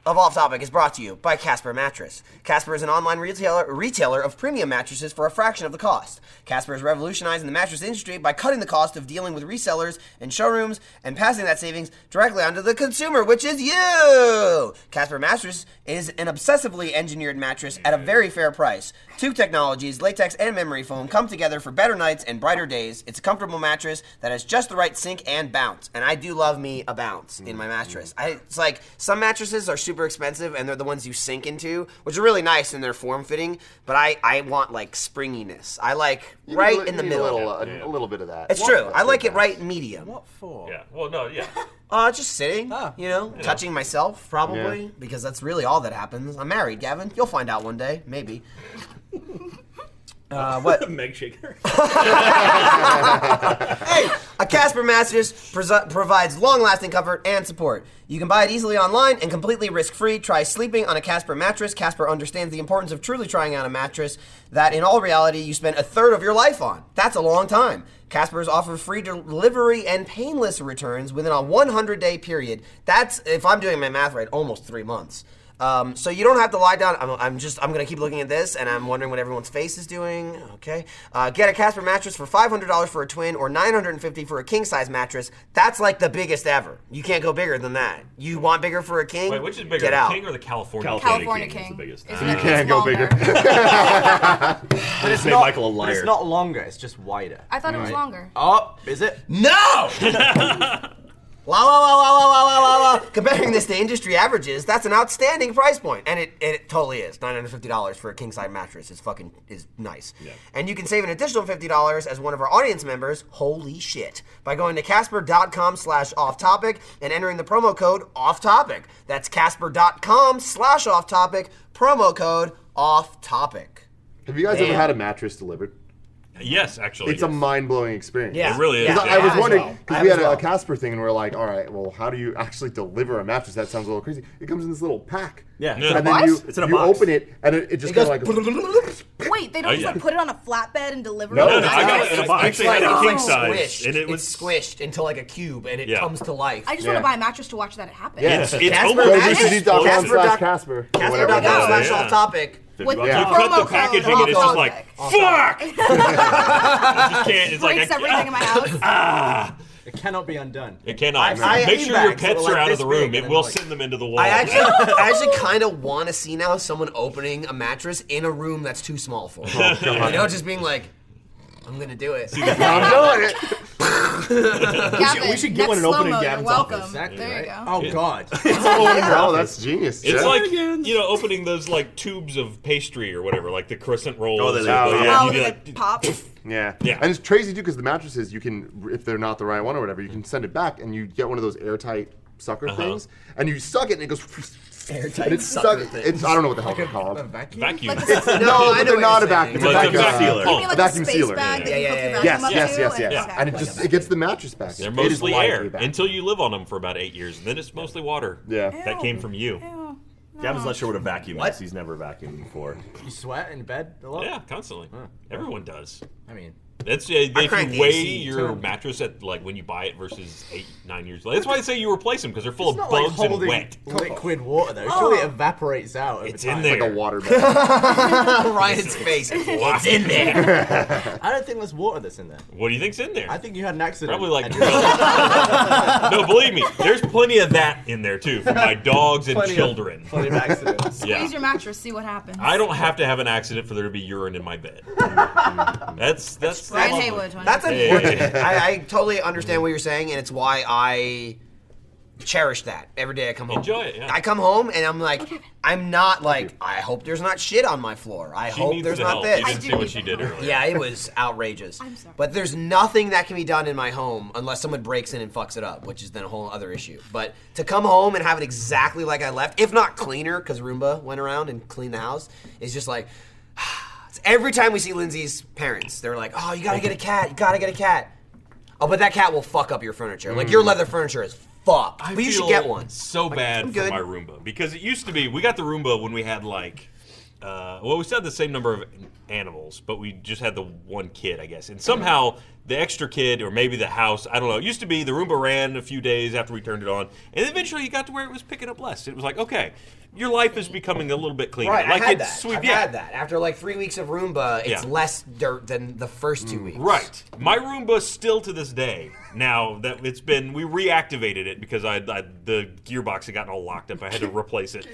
[SPEAKER 2] of Off Topic is brought to you by Casper Mattress. Casper is an online retailer retailer of premium mattresses for a fraction of the cost. Casper is revolutionizing the mattress industry by cutting the cost of dealing with resellers and showrooms and passing that savings directly onto the consumer, which is you. Casper Mattress is an obsessively engineered mattress at a very fair price. Two technologies, latex and memory foam, come together for better nights and brighter days. It's a comfortable mattress that has just the right sink and bounce. And I do love me a bounce in my mattress. I, it's like some mattresses are super expensive and they're the ones you sink into, which are really nice and they're form fitting. But I, I want like springiness. I like
[SPEAKER 4] You need a
[SPEAKER 2] right
[SPEAKER 4] li-
[SPEAKER 2] in the
[SPEAKER 4] you need
[SPEAKER 2] middle.
[SPEAKER 4] A little, uh, a little bit of that.
[SPEAKER 2] it's
[SPEAKER 4] What
[SPEAKER 2] true.
[SPEAKER 4] the
[SPEAKER 2] I like it
[SPEAKER 4] heck?
[SPEAKER 2] right medium.
[SPEAKER 7] What for?
[SPEAKER 1] Yeah. Well, no, yeah.
[SPEAKER 2] Uh, just sitting,
[SPEAKER 7] Ah.
[SPEAKER 2] you know, touching myself probably
[SPEAKER 4] Yeah.
[SPEAKER 2] because that's really all that happens. I'm married, Gavin. You'll find out one day, maybe. uh, what?
[SPEAKER 3] Meg shaker.
[SPEAKER 2] hey, a Casper Mattress pres- provides long-lasting comfort and support. You can buy it easily online and completely risk-free. Try sleeping on a Casper mattress. Casper understands the importance of truly trying out a mattress that, in all reality, you spend a third of your life on. That's a long time. Casper's offer free delivery and painless returns within a 100-day period. That's, if I'm doing my math right, almost three months. Um, so you don't have to lie down. I'm, I'm just I'm gonna keep looking at this, and I'm wondering what everyone's face is doing. Okay, uh, get a Casper mattress for five hundred dollars for a twin, or nine hundred and fifty for a king size mattress. That's like the biggest ever. You can't go bigger than that. You want bigger for a king?
[SPEAKER 1] Wait, which is bigger,
[SPEAKER 2] Get
[SPEAKER 1] the
[SPEAKER 2] out.
[SPEAKER 1] king or the California?
[SPEAKER 3] California.
[SPEAKER 6] California
[SPEAKER 3] King is the
[SPEAKER 6] King.
[SPEAKER 3] biggest.
[SPEAKER 6] It's
[SPEAKER 3] So
[SPEAKER 6] an
[SPEAKER 4] you can go bigger.
[SPEAKER 6] longer.
[SPEAKER 7] But it's
[SPEAKER 3] made Michael a
[SPEAKER 7] but
[SPEAKER 3] liar.
[SPEAKER 7] It's not longer. It's just wider.
[SPEAKER 6] I thought it was longer.
[SPEAKER 7] Oh, is it?
[SPEAKER 2] No! La la la la la la la la la. Comparing this to industry averages, that's an outstanding price point, and it, it totally is. Nine hundred fifty dollars for a king size mattress is fucking is nice. And you can save an additional fifty dollars as one of our audience members. Holy shit! By going to Casper.com/slash off topic and entering the promo code off topic. That's Casper.com/slash off topic promo code off topic.
[SPEAKER 4] Have you guys ever
[SPEAKER 2] Damn.
[SPEAKER 4] had a mattress delivered?
[SPEAKER 1] Yes, actually.
[SPEAKER 4] It's a mind blowing experience.
[SPEAKER 2] Yeah.
[SPEAKER 1] It really is.
[SPEAKER 4] 'Cause I, I
[SPEAKER 2] Yeah,
[SPEAKER 4] was
[SPEAKER 2] as
[SPEAKER 4] wondering
[SPEAKER 2] well.
[SPEAKER 4] because
[SPEAKER 2] I
[SPEAKER 4] we
[SPEAKER 2] as
[SPEAKER 4] had a,
[SPEAKER 2] well.
[SPEAKER 4] a Casper thing and we are like, all right, well, how do you actually deliver a mattress? That sounds a little crazy. It comes in this little pack.
[SPEAKER 3] Yeah. It's in a
[SPEAKER 4] And then
[SPEAKER 3] box?
[SPEAKER 4] you,
[SPEAKER 3] It's in a
[SPEAKER 4] you
[SPEAKER 3] box.
[SPEAKER 4] open it and it, it just
[SPEAKER 2] It
[SPEAKER 4] goes
[SPEAKER 2] goes.
[SPEAKER 4] like.
[SPEAKER 6] Wait, they
[SPEAKER 1] Oh,
[SPEAKER 6] don't just
[SPEAKER 1] yeah.
[SPEAKER 6] like put it on a flatbed and deliver
[SPEAKER 4] No,
[SPEAKER 6] it.
[SPEAKER 1] No, no,
[SPEAKER 6] That's
[SPEAKER 1] I got
[SPEAKER 6] nice.
[SPEAKER 1] it in a
[SPEAKER 6] It's
[SPEAKER 1] box. Actually, I had
[SPEAKER 2] Like,
[SPEAKER 1] a king
[SPEAKER 2] it's
[SPEAKER 1] size,
[SPEAKER 2] squished.
[SPEAKER 1] and it
[SPEAKER 2] It's
[SPEAKER 1] was
[SPEAKER 2] squished into like a cube, and it
[SPEAKER 1] Yeah.
[SPEAKER 2] comes to life.
[SPEAKER 6] I just
[SPEAKER 4] Yeah.
[SPEAKER 6] want to buy a mattress to watch that it happen.
[SPEAKER 4] Yeah.
[SPEAKER 1] Yes, it's
[SPEAKER 2] Casper
[SPEAKER 1] almost
[SPEAKER 4] Go to
[SPEAKER 2] Mattress?
[SPEAKER 1] explosive.
[SPEAKER 4] GCD.com
[SPEAKER 2] Casper
[SPEAKER 4] slash
[SPEAKER 2] dot-
[SPEAKER 4] Casper. or
[SPEAKER 2] Casper.com
[SPEAKER 4] whatever it
[SPEAKER 1] dot com
[SPEAKER 4] was.
[SPEAKER 2] slash
[SPEAKER 1] Yeah.
[SPEAKER 2] off topic.
[SPEAKER 4] Yeah.
[SPEAKER 6] With the
[SPEAKER 4] You
[SPEAKER 1] cut
[SPEAKER 6] promo
[SPEAKER 1] the
[SPEAKER 6] code
[SPEAKER 1] packaging
[SPEAKER 6] off
[SPEAKER 1] and it's just like,
[SPEAKER 6] topic.
[SPEAKER 1] fuck! You can't, it's like, Ah!
[SPEAKER 6] breaks
[SPEAKER 1] I-
[SPEAKER 6] everything in my house.
[SPEAKER 7] It cannot be undone.
[SPEAKER 1] It cannot.
[SPEAKER 2] I- I
[SPEAKER 1] Make
[SPEAKER 2] have
[SPEAKER 1] sure your
[SPEAKER 2] beanbags that
[SPEAKER 1] pets
[SPEAKER 2] are like
[SPEAKER 1] are out of
[SPEAKER 2] this
[SPEAKER 1] the room.
[SPEAKER 2] big,
[SPEAKER 1] It
[SPEAKER 2] and
[SPEAKER 1] will
[SPEAKER 2] I'm like-
[SPEAKER 1] send them into the wall.
[SPEAKER 2] I actually, I actually kind of want to see now someone opening a mattress in a room that's too small for.
[SPEAKER 1] Oh,
[SPEAKER 2] them. you know, just being like, I'm gonna do it.
[SPEAKER 4] I'm doing it.
[SPEAKER 6] Gavin,
[SPEAKER 3] we should get
[SPEAKER 6] next
[SPEAKER 3] one and open
[SPEAKER 6] slow
[SPEAKER 3] in
[SPEAKER 6] mo, you're
[SPEAKER 3] Gavin's
[SPEAKER 6] welcome.
[SPEAKER 3] office.
[SPEAKER 7] Exactly.
[SPEAKER 6] There
[SPEAKER 7] right?
[SPEAKER 6] you go.
[SPEAKER 7] Oh God.
[SPEAKER 4] Oh, that's genius.
[SPEAKER 1] It's
[SPEAKER 4] Jeff.
[SPEAKER 1] like you know, opening those like tubes of pastry or whatever, like the crescent rolls.
[SPEAKER 3] Oh, they-
[SPEAKER 1] or-
[SPEAKER 3] oh,
[SPEAKER 4] yeah.
[SPEAKER 6] Oh,
[SPEAKER 1] you
[SPEAKER 6] they
[SPEAKER 1] do
[SPEAKER 6] like pop.
[SPEAKER 4] Yeah.
[SPEAKER 1] Yeah.
[SPEAKER 4] And it's crazy too because the mattresses you can, if they're not the right one or whatever, you can send it back and you get one of those airtight sucker
[SPEAKER 1] Uh-huh.
[SPEAKER 4] things and you suck it and it goes.
[SPEAKER 2] Airtight
[SPEAKER 4] and it's
[SPEAKER 2] sucker
[SPEAKER 4] stuck-
[SPEAKER 2] thing.
[SPEAKER 4] It's I don't know what the hell they're called.
[SPEAKER 8] A vacuum?
[SPEAKER 1] vacuum.
[SPEAKER 6] Like the-
[SPEAKER 2] No, I
[SPEAKER 4] but
[SPEAKER 2] know
[SPEAKER 4] they're
[SPEAKER 2] what
[SPEAKER 4] not
[SPEAKER 2] you're
[SPEAKER 4] a vacuum.
[SPEAKER 2] saying.
[SPEAKER 4] They're
[SPEAKER 1] Like a
[SPEAKER 4] like
[SPEAKER 1] vacuum
[SPEAKER 4] a-
[SPEAKER 1] Oh,
[SPEAKER 6] You mean like
[SPEAKER 4] vacuum
[SPEAKER 6] a space
[SPEAKER 4] sealer.
[SPEAKER 6] bag that
[SPEAKER 2] Yeah,
[SPEAKER 6] you
[SPEAKER 2] yeah,
[SPEAKER 6] hook
[SPEAKER 2] yeah,
[SPEAKER 6] the
[SPEAKER 2] yeah.
[SPEAKER 6] vacuum
[SPEAKER 4] Yes,
[SPEAKER 6] up
[SPEAKER 4] yes,
[SPEAKER 6] to
[SPEAKER 4] yes,
[SPEAKER 6] and-
[SPEAKER 4] yes.
[SPEAKER 6] okay.
[SPEAKER 4] And it just it gets the mattress back.
[SPEAKER 1] They're
[SPEAKER 4] It is
[SPEAKER 1] mostly
[SPEAKER 4] lightly
[SPEAKER 1] air
[SPEAKER 4] back.
[SPEAKER 1] until you live on them for about eight years, and then it's mostly water.
[SPEAKER 4] Yeah.
[SPEAKER 1] that came from you.
[SPEAKER 3] Gavin's not sure what a vacuum is. He's never vacuumed before.
[SPEAKER 7] You sweat in bed a lot.
[SPEAKER 1] Yeah, constantly. Everyone does.
[SPEAKER 7] I mean,
[SPEAKER 1] That's uh, if
[SPEAKER 2] crank the
[SPEAKER 1] you weigh
[SPEAKER 2] AC
[SPEAKER 1] your
[SPEAKER 7] too.
[SPEAKER 1] mattress at like when you buy it versus eight, nine years later. That's why I say you replace them because they're full
[SPEAKER 7] it's
[SPEAKER 1] of
[SPEAKER 7] not like
[SPEAKER 1] bugs and
[SPEAKER 7] holding
[SPEAKER 1] wet.
[SPEAKER 7] liquid water though. Surely
[SPEAKER 2] Oh.
[SPEAKER 7] it evaporates out. Over
[SPEAKER 1] It's
[SPEAKER 7] time.
[SPEAKER 1] in there.
[SPEAKER 4] Like a water bag.
[SPEAKER 2] Ryan's face.
[SPEAKER 1] It's in there.
[SPEAKER 7] I don't think there's water that's in there.
[SPEAKER 1] What do you think's in there?
[SPEAKER 7] I think you had an accident.
[SPEAKER 1] Probably like
[SPEAKER 7] and-
[SPEAKER 1] no, believe me. There's plenty of that in there too for my dogs and
[SPEAKER 7] Plenty of-
[SPEAKER 1] children.
[SPEAKER 7] Probably an accident.
[SPEAKER 1] yeah.
[SPEAKER 6] Use your mattress, see what happens.
[SPEAKER 1] I don't have to have an accident for there to be urine in my bed. that's that's
[SPEAKER 6] Ryan
[SPEAKER 1] that's-
[SPEAKER 6] Haywood.
[SPEAKER 2] That's
[SPEAKER 1] Yeah, yeah,
[SPEAKER 2] unfortunate. I, I totally understand what you're saying, and it's why I cherish that every day I come home.
[SPEAKER 1] Enjoy it, yeah.
[SPEAKER 2] I come home and I'm like, I'm not like, I hope there's not shit on my floor. I
[SPEAKER 1] She
[SPEAKER 7] Oh,
[SPEAKER 2] hope
[SPEAKER 1] needs
[SPEAKER 2] there's
[SPEAKER 1] the
[SPEAKER 2] not
[SPEAKER 1] help. You
[SPEAKER 2] this.
[SPEAKER 1] didn't
[SPEAKER 6] I
[SPEAKER 1] see
[SPEAKER 6] do
[SPEAKER 1] what
[SPEAKER 6] need
[SPEAKER 1] she
[SPEAKER 6] the
[SPEAKER 1] did
[SPEAKER 6] help.
[SPEAKER 1] earlier.
[SPEAKER 2] Yeah, it was outrageous.
[SPEAKER 6] I'm sorry.
[SPEAKER 2] But there's nothing that can be done in my home unless someone breaks in and fucks it up, which is then a whole other issue. But to come home and have it exactly like I left, if not cleaner, because Roomba went around and cleaned the house, is just like. it's every time we see Lindsay's parents, they're like, "Oh, you gotta get a cat. You gotta get a cat." Oh, but that cat will fuck up your furniture. Like your leather furniture is fucked.
[SPEAKER 1] Mm. I
[SPEAKER 2] but you should
[SPEAKER 1] feel
[SPEAKER 2] get one.
[SPEAKER 1] So bad
[SPEAKER 2] I'm
[SPEAKER 1] for
[SPEAKER 2] good.
[SPEAKER 1] my Roomba because it used to be we got the Roomba when we had like, uh, well, we still had the same number of animals, but we just had the one kid, I guess. And somehow the extra kid, or maybe the house, I don't know. It used to be the Roomba ran a few days after we turned it on, and eventually you got to where it was picking up less. It was like, okay, your life is becoming a little bit cleaner.
[SPEAKER 2] Right,
[SPEAKER 1] like
[SPEAKER 2] I had
[SPEAKER 1] it's
[SPEAKER 2] that.
[SPEAKER 1] sweep-
[SPEAKER 2] I've
[SPEAKER 1] yeah.
[SPEAKER 2] had that. After like three weeks of Roomba, it's
[SPEAKER 1] Yeah. Mm.
[SPEAKER 2] less dirt than the first two weeks.
[SPEAKER 1] Right. My Roomba still to this day. Now that it's been, we reactivated it because I, I the gearbox had gotten all locked up. I had to replace it.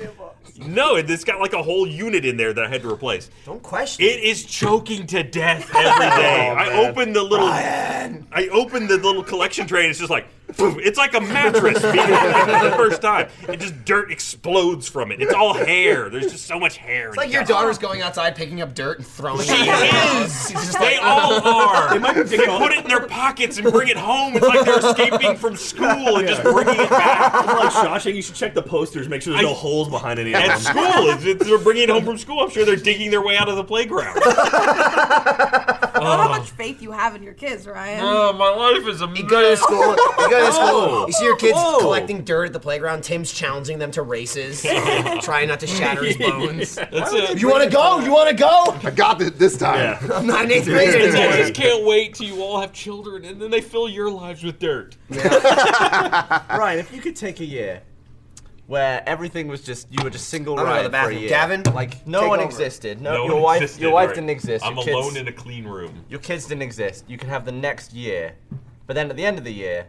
[SPEAKER 1] No, it- it's got like a whole unit in there that I had to replace.
[SPEAKER 2] Don't Oh, question
[SPEAKER 1] It is choking to death every day. I open the little, I open the little collection tray, and it's just like, poof, it's like a mattress being opened for the first time. It just dirt explodes from it. It's all hair. There's just so much hair.
[SPEAKER 2] It's like your daughter's going outside picking up dirt and throwing it.
[SPEAKER 1] She
[SPEAKER 2] in.
[SPEAKER 1] is. they all are. They put it in their pockets and bring it home. It's like they're escaping from school and just bringing it back.
[SPEAKER 3] like Shawshank, you should check the posters, make sure there's no holes behind any of
[SPEAKER 1] At
[SPEAKER 3] them.
[SPEAKER 1] school, it's, it's- they're bringing it home from school. I'm sure they're digging their way out of the playground. Uh-huh.
[SPEAKER 6] I don't know
[SPEAKER 1] um,
[SPEAKER 6] how much faith you have in your kids, Ryan.
[SPEAKER 1] my life is a
[SPEAKER 2] You go to school. You go to school. You see your kids
[SPEAKER 3] Whoa.
[SPEAKER 2] collecting dirt at the playground. Tim's challenging them to races, trying not to shatter his bones.
[SPEAKER 1] That's it.
[SPEAKER 2] You want to go? You want to go?
[SPEAKER 4] I got it this time.
[SPEAKER 3] Yeah.
[SPEAKER 2] I'm not an eighth grader
[SPEAKER 1] I
[SPEAKER 2] anymore.
[SPEAKER 1] just can't wait till you all have children and then they fill your lives with dirt.
[SPEAKER 7] Ryan, if you could take a year where everything was just you were just single
[SPEAKER 2] I'm gonna go
[SPEAKER 7] ride
[SPEAKER 2] to the
[SPEAKER 7] for a
[SPEAKER 2] bathroom.
[SPEAKER 7] year,
[SPEAKER 2] Gavin,
[SPEAKER 7] like no
[SPEAKER 2] take
[SPEAKER 7] one
[SPEAKER 2] over.
[SPEAKER 7] existed. No,
[SPEAKER 1] No
[SPEAKER 7] your
[SPEAKER 1] one
[SPEAKER 7] wife,
[SPEAKER 1] existed,
[SPEAKER 7] your wife
[SPEAKER 1] right?
[SPEAKER 7] didn't exist.
[SPEAKER 1] I'm
[SPEAKER 7] your
[SPEAKER 1] alone
[SPEAKER 7] kids,
[SPEAKER 1] in a clean room.
[SPEAKER 7] your kids didn't exist. You could have the next year, but then at the end of the year,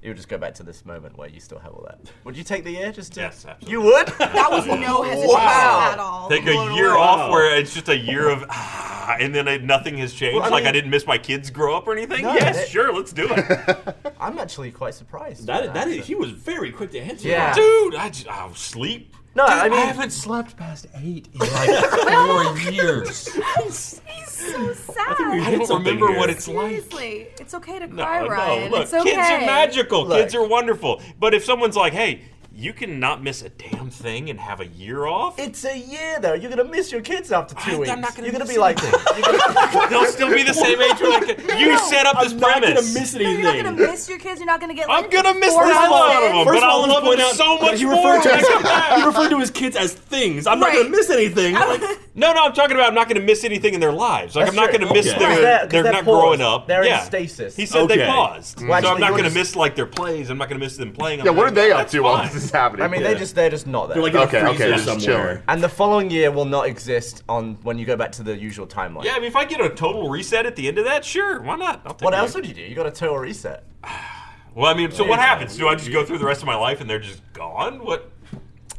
[SPEAKER 7] you would just go back to this moment where you still have all that. Would you take the year just to?
[SPEAKER 1] Yes, absolutely.
[SPEAKER 7] You would?
[SPEAKER 6] That was no hesitation
[SPEAKER 2] Wow.
[SPEAKER 6] at all.
[SPEAKER 1] Take a year off where it's just a year of, ah, and then it, nothing has changed.
[SPEAKER 7] Well, I
[SPEAKER 1] like I
[SPEAKER 7] mean-
[SPEAKER 1] didn't miss my kids grow up or anything.
[SPEAKER 7] No,
[SPEAKER 1] yes,
[SPEAKER 7] that-
[SPEAKER 1] sure, let's do it,
[SPEAKER 7] I'm actually quite surprised. by
[SPEAKER 5] That, that
[SPEAKER 7] so-
[SPEAKER 5] is, he was very quick to answer.
[SPEAKER 7] Yeah.
[SPEAKER 1] dude. I just I'll sleep.
[SPEAKER 7] No, I mean,
[SPEAKER 1] slept past eight in like four years.
[SPEAKER 6] He's so sad.
[SPEAKER 1] I
[SPEAKER 3] hit
[SPEAKER 1] don't
[SPEAKER 3] something
[SPEAKER 1] remember
[SPEAKER 3] here.
[SPEAKER 1] what it's like.
[SPEAKER 6] Seriously, it's okay to
[SPEAKER 1] No,
[SPEAKER 6] cry,
[SPEAKER 1] no.
[SPEAKER 6] Ryan.
[SPEAKER 1] Look,
[SPEAKER 6] it's okay.
[SPEAKER 1] kids are magical. Kids
[SPEAKER 7] Look.
[SPEAKER 1] are wonderful. But if someone's like, hey. You cannot miss a damn thing and have a year off.
[SPEAKER 7] It's a year though. You're gonna miss your kids after
[SPEAKER 1] I-
[SPEAKER 7] two
[SPEAKER 1] I'm
[SPEAKER 7] weeks.
[SPEAKER 1] not gonna
[SPEAKER 7] You're gonna
[SPEAKER 1] miss
[SPEAKER 7] be like, you're gonna,
[SPEAKER 1] They'll still be the same age. We're like, you set up this
[SPEAKER 5] I'm not gonna
[SPEAKER 1] premise.
[SPEAKER 5] miss
[SPEAKER 6] No, you're not gonna
[SPEAKER 5] anything.
[SPEAKER 6] miss your kids. You're not gonna get.
[SPEAKER 1] I'm
[SPEAKER 6] like,
[SPEAKER 1] gonna miss
[SPEAKER 6] four
[SPEAKER 1] the hell out of
[SPEAKER 6] kids.
[SPEAKER 1] them,
[SPEAKER 5] First
[SPEAKER 1] but
[SPEAKER 5] of all,
[SPEAKER 1] I'll
[SPEAKER 5] let's
[SPEAKER 1] love
[SPEAKER 5] point
[SPEAKER 1] them
[SPEAKER 5] out
[SPEAKER 1] so
[SPEAKER 5] that
[SPEAKER 1] much
[SPEAKER 5] he
[SPEAKER 1] more.
[SPEAKER 5] referred to
[SPEAKER 1] when I
[SPEAKER 5] his-
[SPEAKER 1] come back.
[SPEAKER 5] He referred to his kids as things. I'm not
[SPEAKER 6] Right.
[SPEAKER 5] gonna miss anything. Like,
[SPEAKER 1] No, no, I'm talking about I'm not going to miss anything in their lives. Like
[SPEAKER 7] That's
[SPEAKER 1] I'm not
[SPEAKER 7] true.
[SPEAKER 1] going to miss
[SPEAKER 5] Okay.
[SPEAKER 1] their
[SPEAKER 5] Right.
[SPEAKER 7] They're- 'cause
[SPEAKER 1] they're,
[SPEAKER 7] they're
[SPEAKER 1] not
[SPEAKER 7] paused.
[SPEAKER 1] growing up.
[SPEAKER 7] They're in
[SPEAKER 1] yeah.
[SPEAKER 7] stasis.
[SPEAKER 1] He said they
[SPEAKER 3] Okay.
[SPEAKER 1] paused, so
[SPEAKER 7] actually,
[SPEAKER 1] I'm not
[SPEAKER 7] you're
[SPEAKER 1] going to
[SPEAKER 7] just-
[SPEAKER 1] miss like their plays. I'm not going to miss them playing.
[SPEAKER 4] Yeah, what are they up to while
[SPEAKER 1] on
[SPEAKER 4] this is happening?
[SPEAKER 7] I mean, they just they're just not there.
[SPEAKER 5] they're like
[SPEAKER 4] Okay,
[SPEAKER 5] in a
[SPEAKER 4] okay,
[SPEAKER 5] freezer
[SPEAKER 4] just chilling.
[SPEAKER 5] somewhere.
[SPEAKER 7] and the following year will not exist on when you go back to the usual timeline.
[SPEAKER 1] Yeah, I mean, if I get a total reset at the end of that, sure, why not? I'll take
[SPEAKER 7] What
[SPEAKER 1] it.
[SPEAKER 7] else would you do? You got a total reset.
[SPEAKER 1] Well, I mean, so what happens? Do I just go through the rest of my life and they're just gone? What?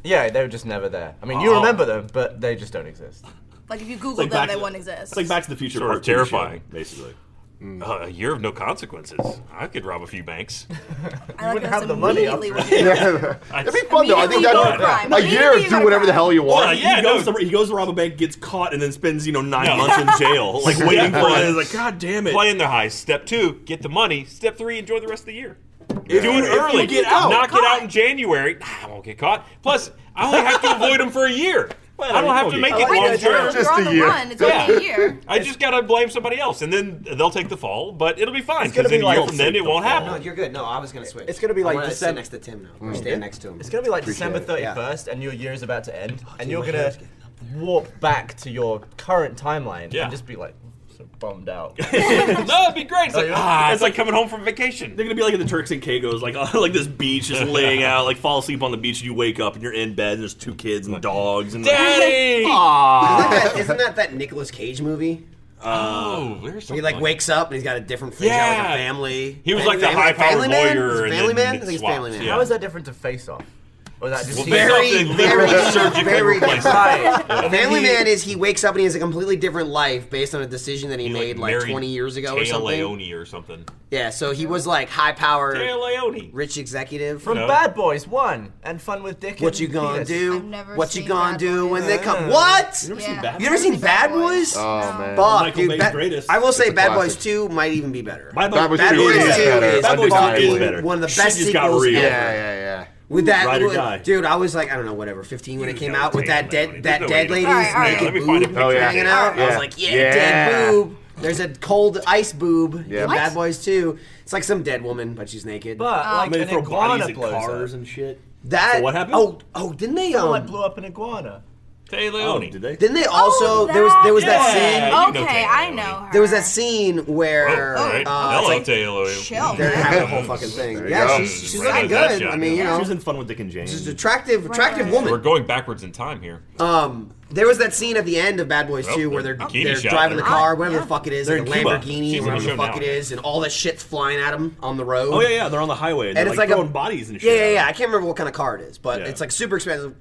[SPEAKER 7] Yeah, they were just never there. I mean, you
[SPEAKER 1] Oh.
[SPEAKER 7] remember them, but they just don't exist.
[SPEAKER 6] Like if you Google
[SPEAKER 3] like
[SPEAKER 6] them,
[SPEAKER 3] back-
[SPEAKER 6] they won't exist.
[SPEAKER 5] It's like Back to the Future.
[SPEAKER 1] Sort of
[SPEAKER 5] Part Two shit,
[SPEAKER 1] terrifying.
[SPEAKER 5] basically.
[SPEAKER 1] Uh, a year of no consequences. I could rob a few banks.
[SPEAKER 6] I like
[SPEAKER 7] wouldn't
[SPEAKER 6] that's
[SPEAKER 7] have the money
[SPEAKER 6] immediately
[SPEAKER 7] after-
[SPEAKER 6] what you-
[SPEAKER 4] It'd be fun though. I think
[SPEAKER 6] Immediately
[SPEAKER 1] you gotta
[SPEAKER 4] that
[SPEAKER 6] cry.
[SPEAKER 4] a year of
[SPEAKER 6] Immediately you
[SPEAKER 4] do
[SPEAKER 6] gotta
[SPEAKER 4] whatever the
[SPEAKER 6] cry.
[SPEAKER 4] hell you
[SPEAKER 1] Or
[SPEAKER 4] want.
[SPEAKER 1] you- Yeah,
[SPEAKER 5] he, goes
[SPEAKER 1] no.
[SPEAKER 5] to, he goes to rob a bank, gets caught, and then spends you know nine
[SPEAKER 1] No.
[SPEAKER 5] months in jail, like waiting for it. Like, God damn it!
[SPEAKER 1] Playing their highs. Step two, get the money. Step three, enjoy the rest of the year. Do
[SPEAKER 5] you-
[SPEAKER 1] it
[SPEAKER 5] if
[SPEAKER 1] early.
[SPEAKER 5] you get out.
[SPEAKER 1] Knock it out in
[SPEAKER 6] Caught.
[SPEAKER 1] January. I won't get caught. Plus, I only have to avoid them for a year. I don't have to make it
[SPEAKER 6] Why
[SPEAKER 1] long
[SPEAKER 6] not? You're
[SPEAKER 1] term.
[SPEAKER 4] Just
[SPEAKER 6] on
[SPEAKER 4] a
[SPEAKER 6] the
[SPEAKER 4] year.
[SPEAKER 6] run. It's only a year.
[SPEAKER 1] I just gotta blame somebody else, and then they'll take the fall. But it'll be fine
[SPEAKER 7] gonna
[SPEAKER 1] because in
[SPEAKER 7] be
[SPEAKER 1] a year
[SPEAKER 7] like-
[SPEAKER 1] from then it won't
[SPEAKER 2] No,
[SPEAKER 1] happen.
[SPEAKER 2] you're good. No, I was gonna switch.
[SPEAKER 7] It's gonna be like
[SPEAKER 2] I wanna sit
[SPEAKER 7] December-
[SPEAKER 2] next to Tim now. Or stand next to him.
[SPEAKER 7] It's gonna be like December
[SPEAKER 4] it,
[SPEAKER 2] yeah.
[SPEAKER 7] 31st, and your year is about to end, and
[SPEAKER 2] dude,
[SPEAKER 7] you're
[SPEAKER 2] my
[SPEAKER 7] gonna
[SPEAKER 2] hair's getting
[SPEAKER 7] warp back to your current timeline
[SPEAKER 1] Yeah.
[SPEAKER 7] and just be like, so bummed out.
[SPEAKER 1] no, it'd be great. It's like,
[SPEAKER 7] yeah.
[SPEAKER 1] ah, it's like coming home from vacation.
[SPEAKER 5] They're gonna be like in the Turks and Caicos, like on like this beach, just laying out, like fall asleep on the beach, and you wake up and you're in bed, and there's two kids and dogs and
[SPEAKER 1] Daddy!
[SPEAKER 2] That- Isn't that that Nicolas Cage movie?
[SPEAKER 1] Oh, there's
[SPEAKER 2] He
[SPEAKER 1] something.
[SPEAKER 2] like wakes up and he's got a different face, yeah.
[SPEAKER 1] Yeah.
[SPEAKER 2] like a family.
[SPEAKER 1] He was
[SPEAKER 2] Family
[SPEAKER 1] like
[SPEAKER 2] Man?
[SPEAKER 1] the high-powered
[SPEAKER 2] Family Man?
[SPEAKER 1] lawyer
[SPEAKER 2] Is it
[SPEAKER 1] and
[SPEAKER 2] Family
[SPEAKER 1] then
[SPEAKER 2] Man. I
[SPEAKER 1] it
[SPEAKER 2] think it's
[SPEAKER 1] swaps,
[SPEAKER 2] Family Man.
[SPEAKER 1] yeah.
[SPEAKER 7] How is that different to Face Off? Or is that just
[SPEAKER 1] Well,
[SPEAKER 7] Face
[SPEAKER 1] Face
[SPEAKER 7] Off?
[SPEAKER 2] Very,
[SPEAKER 1] Off- Something
[SPEAKER 2] very,
[SPEAKER 1] literally surgically
[SPEAKER 2] very.
[SPEAKER 1] replaced.
[SPEAKER 2] Right.
[SPEAKER 7] And then
[SPEAKER 2] Family
[SPEAKER 7] he-
[SPEAKER 2] Man is he wakes up and he has a completely different life based on a decision that he, made like
[SPEAKER 1] married
[SPEAKER 2] 20 years ago or
[SPEAKER 1] Taya
[SPEAKER 2] something.
[SPEAKER 1] Leone or something.
[SPEAKER 2] Yeah, so he was like high power,
[SPEAKER 1] Taya Leone.
[SPEAKER 2] rich executive.
[SPEAKER 7] From
[SPEAKER 1] No.
[SPEAKER 7] Bad Boys 1 and Fun with Dick
[SPEAKER 2] what
[SPEAKER 7] and
[SPEAKER 2] you gonna
[SPEAKER 7] Penis.
[SPEAKER 2] do?
[SPEAKER 6] I've never
[SPEAKER 2] what you
[SPEAKER 6] seen
[SPEAKER 2] gonna
[SPEAKER 6] Bad
[SPEAKER 2] do
[SPEAKER 6] Boys.
[SPEAKER 2] when they come?
[SPEAKER 7] Yeah.
[SPEAKER 2] What?
[SPEAKER 5] You ever seen
[SPEAKER 6] Yeah.
[SPEAKER 5] Bad
[SPEAKER 2] You ever seen Bad Boys?
[SPEAKER 4] Oh man.
[SPEAKER 2] Fuck,
[SPEAKER 5] Michael
[SPEAKER 2] dude,
[SPEAKER 5] Bay's
[SPEAKER 2] Bad-
[SPEAKER 5] greatest.
[SPEAKER 2] I will say
[SPEAKER 4] a
[SPEAKER 2] Bad Boys
[SPEAKER 4] classic.
[SPEAKER 2] 2 might even be better.
[SPEAKER 5] Bad Boys
[SPEAKER 4] Bad Boys
[SPEAKER 2] Bad
[SPEAKER 4] two
[SPEAKER 2] Boys
[SPEAKER 4] is
[SPEAKER 2] two
[SPEAKER 4] better.
[SPEAKER 2] is
[SPEAKER 4] Bad Boys two
[SPEAKER 2] fucking
[SPEAKER 4] is
[SPEAKER 5] better.
[SPEAKER 2] One of the
[SPEAKER 5] Shit
[SPEAKER 2] best
[SPEAKER 5] just got
[SPEAKER 2] sequels
[SPEAKER 5] real.
[SPEAKER 4] Yeah,
[SPEAKER 2] ever.
[SPEAKER 4] yeah, yeah.
[SPEAKER 2] With that,
[SPEAKER 5] Ride or
[SPEAKER 2] with-
[SPEAKER 5] die.
[SPEAKER 2] dude, I was like, I don't know, whatever, 15 when it came
[SPEAKER 1] know
[SPEAKER 2] out with
[SPEAKER 1] Taya
[SPEAKER 2] that
[SPEAKER 1] Leone.
[SPEAKER 2] dead,
[SPEAKER 1] There's
[SPEAKER 2] that
[SPEAKER 1] no way
[SPEAKER 2] dead
[SPEAKER 1] to-
[SPEAKER 2] lady's
[SPEAKER 6] All right, all right.
[SPEAKER 1] Let me
[SPEAKER 2] naked
[SPEAKER 1] find
[SPEAKER 2] boob
[SPEAKER 1] a picture.
[SPEAKER 4] Oh, yeah.
[SPEAKER 2] hanging out. I was
[SPEAKER 4] Yeah.
[SPEAKER 2] like, yeah,
[SPEAKER 4] Yeah.
[SPEAKER 2] dead boob. There's a cold ice boob
[SPEAKER 4] Yeah.
[SPEAKER 2] in
[SPEAKER 4] What?
[SPEAKER 2] Bad Boys 2. It's like some dead woman, but she's naked.
[SPEAKER 5] But
[SPEAKER 6] Oh.
[SPEAKER 5] like
[SPEAKER 7] Maybe
[SPEAKER 5] an
[SPEAKER 7] throw bodies
[SPEAKER 5] iguana
[SPEAKER 7] at
[SPEAKER 5] blows
[SPEAKER 7] cars
[SPEAKER 5] up. and shit.
[SPEAKER 2] that
[SPEAKER 5] So what happened?
[SPEAKER 2] Oh, oh, didn't they um,
[SPEAKER 7] Someone blew up an iguana.
[SPEAKER 1] Tay
[SPEAKER 5] Oh,
[SPEAKER 1] Leone.
[SPEAKER 5] did they?
[SPEAKER 2] Didn't they also there was there was that
[SPEAKER 1] Yeah.
[SPEAKER 2] scene
[SPEAKER 1] you know
[SPEAKER 6] Okay,
[SPEAKER 1] Taylor
[SPEAKER 6] I
[SPEAKER 1] Lautner.
[SPEAKER 6] know her.
[SPEAKER 2] there was that scene where
[SPEAKER 1] All Oh, right.
[SPEAKER 2] uh,
[SPEAKER 1] Hello,
[SPEAKER 2] it's like
[SPEAKER 1] Tay Leone.
[SPEAKER 6] Chill.
[SPEAKER 2] they're having a whole fucking thing.
[SPEAKER 4] There you
[SPEAKER 2] yeah,
[SPEAKER 4] go.
[SPEAKER 2] she's she's
[SPEAKER 1] Right
[SPEAKER 2] not
[SPEAKER 1] on that
[SPEAKER 2] good.
[SPEAKER 1] shot,
[SPEAKER 2] I mean, you
[SPEAKER 1] yeah.
[SPEAKER 2] know,
[SPEAKER 3] She was in Fun with Dick and James.
[SPEAKER 2] she's an attractive attractive
[SPEAKER 6] right.
[SPEAKER 1] We're
[SPEAKER 2] woman.
[SPEAKER 1] going backwards in time here.
[SPEAKER 2] Um, there was that scene at the end of Bad Boys
[SPEAKER 1] Well,
[SPEAKER 2] 2 where
[SPEAKER 1] the
[SPEAKER 2] they're
[SPEAKER 1] bikini
[SPEAKER 2] they're
[SPEAKER 1] shot
[SPEAKER 2] driving the
[SPEAKER 1] there.
[SPEAKER 2] car, whatever the
[SPEAKER 6] Yeah.
[SPEAKER 2] fuck it is,
[SPEAKER 3] They're
[SPEAKER 2] like a
[SPEAKER 3] in Cuba.
[SPEAKER 2] Lamborghini,
[SPEAKER 1] She's in
[SPEAKER 2] whatever the
[SPEAKER 1] Cuba
[SPEAKER 2] fuck
[SPEAKER 1] now.
[SPEAKER 2] it is, and all the shit's flying at them on the road.
[SPEAKER 3] oh yeah, yeah. They're on the highway and,
[SPEAKER 2] and
[SPEAKER 3] they're,
[SPEAKER 2] it's
[SPEAKER 3] like,
[SPEAKER 2] like,
[SPEAKER 3] throwing
[SPEAKER 2] a,
[SPEAKER 3] bodies and
[SPEAKER 2] yeah,
[SPEAKER 3] shit.
[SPEAKER 2] yeah, yeah. I can't remember what kind of car it is, but
[SPEAKER 3] Yeah.
[SPEAKER 2] it's like super expensive.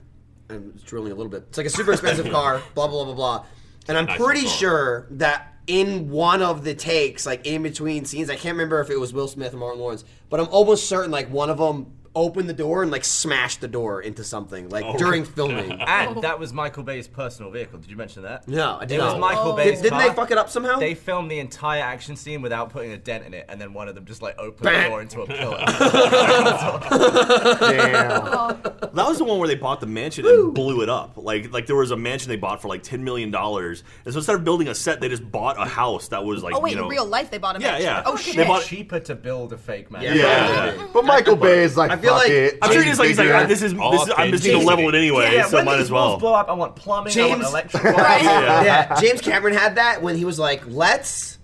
[SPEAKER 2] I'm drilling a little bit. It's like a super expensive car. Blah blah blah blah blah. And I'm
[SPEAKER 1] Nice
[SPEAKER 2] pretty
[SPEAKER 1] car.
[SPEAKER 2] sure that in one of the takes, like in between scenes, I can't remember if it was Will Smith or Martin Lawrence, but I'm almost certain like one of them opened the door and like smashed the door into something like during filming.
[SPEAKER 7] And that was Michael Bay's personal vehicle. Did you mention that?
[SPEAKER 2] No, I did
[SPEAKER 7] It was
[SPEAKER 2] not.
[SPEAKER 7] Michael
[SPEAKER 6] Oh.
[SPEAKER 7] Bay's
[SPEAKER 2] Did, not they
[SPEAKER 7] car.
[SPEAKER 2] fuck it up somehow?
[SPEAKER 7] They filmed the entire action scene without putting a dent in it, and then one of them just like opened
[SPEAKER 2] Bang.
[SPEAKER 7] the door into a pillar.
[SPEAKER 4] Damn.
[SPEAKER 3] That was the one where they bought the mansion and blew it up. Like like there was a mansion they bought for like ten million dollars, and so instead of building a set, they just bought a house that was like
[SPEAKER 6] Oh wait,
[SPEAKER 3] you know,
[SPEAKER 6] in real life they bought a
[SPEAKER 3] Yeah,
[SPEAKER 6] mansion.
[SPEAKER 3] yeah.
[SPEAKER 6] Oh
[SPEAKER 3] They
[SPEAKER 6] shit.
[SPEAKER 7] It's
[SPEAKER 3] bought-
[SPEAKER 7] cheaper to build a fake man.
[SPEAKER 2] Yeah.
[SPEAKER 4] Yeah.
[SPEAKER 2] Yeah.
[SPEAKER 4] But Michael Bay is like,
[SPEAKER 2] I feel
[SPEAKER 4] fuck
[SPEAKER 2] like-
[SPEAKER 4] it.
[SPEAKER 3] I'm sure he's like, he's like
[SPEAKER 4] bigger.
[SPEAKER 3] "Ah, this is,
[SPEAKER 1] All
[SPEAKER 3] this is I'm just
[SPEAKER 1] authentic.
[SPEAKER 3] gonna level it anyway,
[SPEAKER 7] Yeah, yeah,
[SPEAKER 3] so
[SPEAKER 7] when
[SPEAKER 3] might
[SPEAKER 7] these
[SPEAKER 3] as well.
[SPEAKER 7] walls blow up, I want plumbing. I want
[SPEAKER 2] James-
[SPEAKER 7] electric.
[SPEAKER 6] Right.
[SPEAKER 7] wires.
[SPEAKER 3] Yeah.
[SPEAKER 2] yeah, James Cameron had that when he was like, "Let's."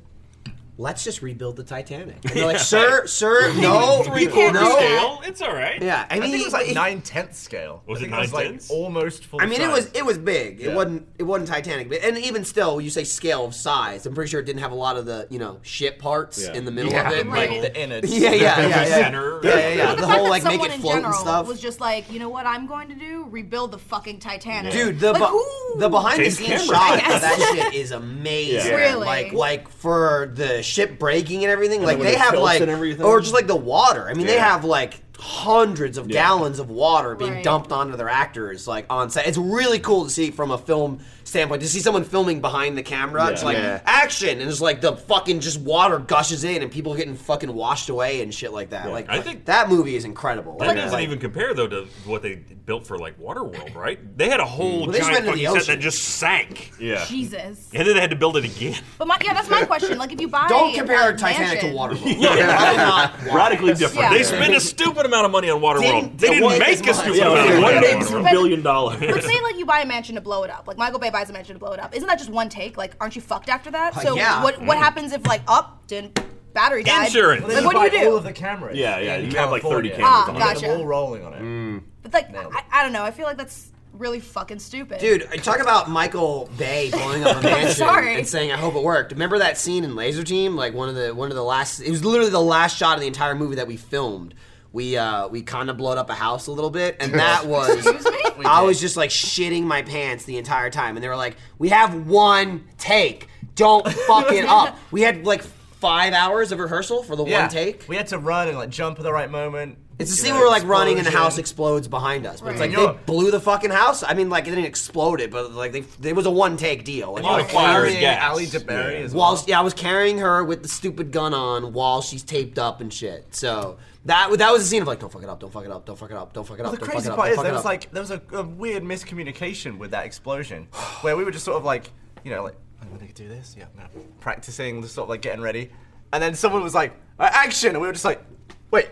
[SPEAKER 2] Let's just rebuild the Titanic. And they're like, sir, sir, no,
[SPEAKER 1] Three quarter
[SPEAKER 2] no.
[SPEAKER 1] scale. It's all right.
[SPEAKER 2] Yeah, I
[SPEAKER 7] I
[SPEAKER 2] mean,
[SPEAKER 7] think it was like
[SPEAKER 2] he-
[SPEAKER 7] nine tenths scale.
[SPEAKER 1] Was
[SPEAKER 7] I
[SPEAKER 1] it
[SPEAKER 7] think was, like,
[SPEAKER 1] 9/10?
[SPEAKER 7] almost full.
[SPEAKER 2] I mean, it
[SPEAKER 7] size.
[SPEAKER 2] was it was big. It
[SPEAKER 7] Yeah.
[SPEAKER 2] wasn't it wasn't Titanic, but, and even still, you say scale of size. I'm pretty sure it didn't have a lot of the you know shit parts in the middle
[SPEAKER 4] Yeah.
[SPEAKER 2] of it.
[SPEAKER 6] Right.
[SPEAKER 2] Like,
[SPEAKER 7] the innards.
[SPEAKER 2] yeah, yeah, yeah,
[SPEAKER 1] The
[SPEAKER 2] yeah,
[SPEAKER 1] center.
[SPEAKER 2] yeah, yeah, yeah.
[SPEAKER 6] But
[SPEAKER 2] The
[SPEAKER 6] fact
[SPEAKER 2] whole
[SPEAKER 6] that
[SPEAKER 2] like make
[SPEAKER 6] someone
[SPEAKER 2] it
[SPEAKER 6] in
[SPEAKER 2] float and
[SPEAKER 6] general
[SPEAKER 2] stuff.
[SPEAKER 6] Was just like, you know what I'm going to do? Rebuild the fucking Titanic.
[SPEAKER 2] Dude, the
[SPEAKER 6] like,
[SPEAKER 2] bu-
[SPEAKER 6] who-
[SPEAKER 2] the behind
[SPEAKER 1] James
[SPEAKER 2] the scenes
[SPEAKER 1] Cameron.
[SPEAKER 2] shot of that shit is amazing.
[SPEAKER 6] Yeah. Really?
[SPEAKER 2] Like like for the ship breaking and everything, like
[SPEAKER 3] when
[SPEAKER 2] they
[SPEAKER 3] the
[SPEAKER 2] have
[SPEAKER 3] tilts
[SPEAKER 2] like
[SPEAKER 3] and everything.
[SPEAKER 2] or just like the water. I mean, they
[SPEAKER 3] Yeah.
[SPEAKER 2] have like hundreds of gallons of water being
[SPEAKER 6] Right.
[SPEAKER 2] dumped onto their actors like on set. It's really cool to see from a film standpoint to see someone filming behind the camera. It's
[SPEAKER 3] Yeah.
[SPEAKER 2] like
[SPEAKER 4] Yeah.
[SPEAKER 2] action and it's like the fucking just water gushes in and people getting fucking washed away and shit like that. Like
[SPEAKER 1] I think-
[SPEAKER 2] that movie is incredible.
[SPEAKER 1] That
[SPEAKER 2] Like,
[SPEAKER 1] doesn't
[SPEAKER 2] like-
[SPEAKER 1] even compare though to what they built for like Waterworld, right? They had a whole
[SPEAKER 2] Well, they just
[SPEAKER 1] giant
[SPEAKER 2] went into
[SPEAKER 1] fucking
[SPEAKER 2] the
[SPEAKER 1] set that
[SPEAKER 2] ocean.
[SPEAKER 1] just sank,
[SPEAKER 3] Yeah.
[SPEAKER 6] Jesus.
[SPEAKER 1] and then they had to build it again.
[SPEAKER 6] But my, yeah, that's my question. Like, if you buy
[SPEAKER 2] don't compare
[SPEAKER 6] a
[SPEAKER 2] Titanic
[SPEAKER 6] mansion,
[SPEAKER 2] to Waterworld.
[SPEAKER 3] Radically different.
[SPEAKER 6] Yeah.
[SPEAKER 1] They spent a stupid amount of money on Waterworld.
[SPEAKER 2] Didn't-
[SPEAKER 1] they
[SPEAKER 2] the one-
[SPEAKER 1] didn't make
[SPEAKER 2] it's
[SPEAKER 1] a
[SPEAKER 2] mine.
[SPEAKER 1] stupid
[SPEAKER 3] Yeah,
[SPEAKER 1] amount of
[SPEAKER 3] one
[SPEAKER 1] money. on
[SPEAKER 3] made
[SPEAKER 1] Waterworld.
[SPEAKER 3] two billion dollars.
[SPEAKER 6] But say like you buy a mansion to blow it up. Like Michael Bay buys a mansion to blow it up. Isn't that just one take? Like, aren't you fucked after that?
[SPEAKER 2] Uh,
[SPEAKER 6] So
[SPEAKER 2] yeah.
[SPEAKER 6] what
[SPEAKER 4] Mm.
[SPEAKER 6] what happens if like up didn't battery died?
[SPEAKER 1] Insurance.
[SPEAKER 7] Well, they
[SPEAKER 6] Like,
[SPEAKER 7] just
[SPEAKER 6] what do
[SPEAKER 7] buy
[SPEAKER 6] you do?
[SPEAKER 7] All of the cameras.
[SPEAKER 3] Yeah, yeah,
[SPEAKER 7] in
[SPEAKER 3] you have, like, 30
[SPEAKER 7] California.
[SPEAKER 3] cameras
[SPEAKER 6] Ah,
[SPEAKER 7] And
[SPEAKER 6] on
[SPEAKER 7] get
[SPEAKER 6] it.
[SPEAKER 7] them all rolling on it.
[SPEAKER 6] But like, I, I don't know. I feel like that's really fucking stupid.
[SPEAKER 2] Dude, talk about Michael Bay blowing up a mansion
[SPEAKER 6] sorry.
[SPEAKER 2] and saying, "I hope it worked." Remember that scene in Laser Team? Like one of the one of the last. It was literally the last shot of the entire movie that we filmed. We uh, we kind of blowed up a house a little bit, and that was I was just like shitting my pants the entire time. And they were like, "We have one take. Don't fuck it up." We had like five hours of rehearsal for the
[SPEAKER 7] Yeah.
[SPEAKER 2] one take.
[SPEAKER 7] We had to run and like jump at the right moment.
[SPEAKER 2] It's the
[SPEAKER 7] You
[SPEAKER 2] scene
[SPEAKER 7] know,
[SPEAKER 2] where we're like running and the house
[SPEAKER 7] explosion.
[SPEAKER 2] explodes behind us. But it's
[SPEAKER 6] Right.
[SPEAKER 2] like
[SPEAKER 7] Yeah.
[SPEAKER 2] they blew the fucking house. I mean, like it didn't explode it, but like they, it was a one take deal. Like,
[SPEAKER 1] A lot
[SPEAKER 2] I
[SPEAKER 1] of
[SPEAKER 2] was
[SPEAKER 1] fire and
[SPEAKER 2] carrying-
[SPEAKER 1] gas.
[SPEAKER 7] Ali DeBerry as well.
[SPEAKER 2] While yeah, I was carrying her with the stupid gun on while she's taped up and shit. So that that was a scene of like, don't fuck it up, don't fuck it up, don't fuck it up, don't fuck it up.
[SPEAKER 7] the
[SPEAKER 2] don't
[SPEAKER 7] crazy
[SPEAKER 2] fuck it up,
[SPEAKER 7] part
[SPEAKER 2] don't
[SPEAKER 7] is
[SPEAKER 2] fuck
[SPEAKER 7] there
[SPEAKER 2] it
[SPEAKER 7] was
[SPEAKER 2] up."
[SPEAKER 7] like there was a, a weird miscommunication with that explosion, where we were just sort of like, you know, like I'm gonna do this, yeah, no. practicing, just sort of like getting ready, and then someone was like, "Uh, action, and we were just like, wait,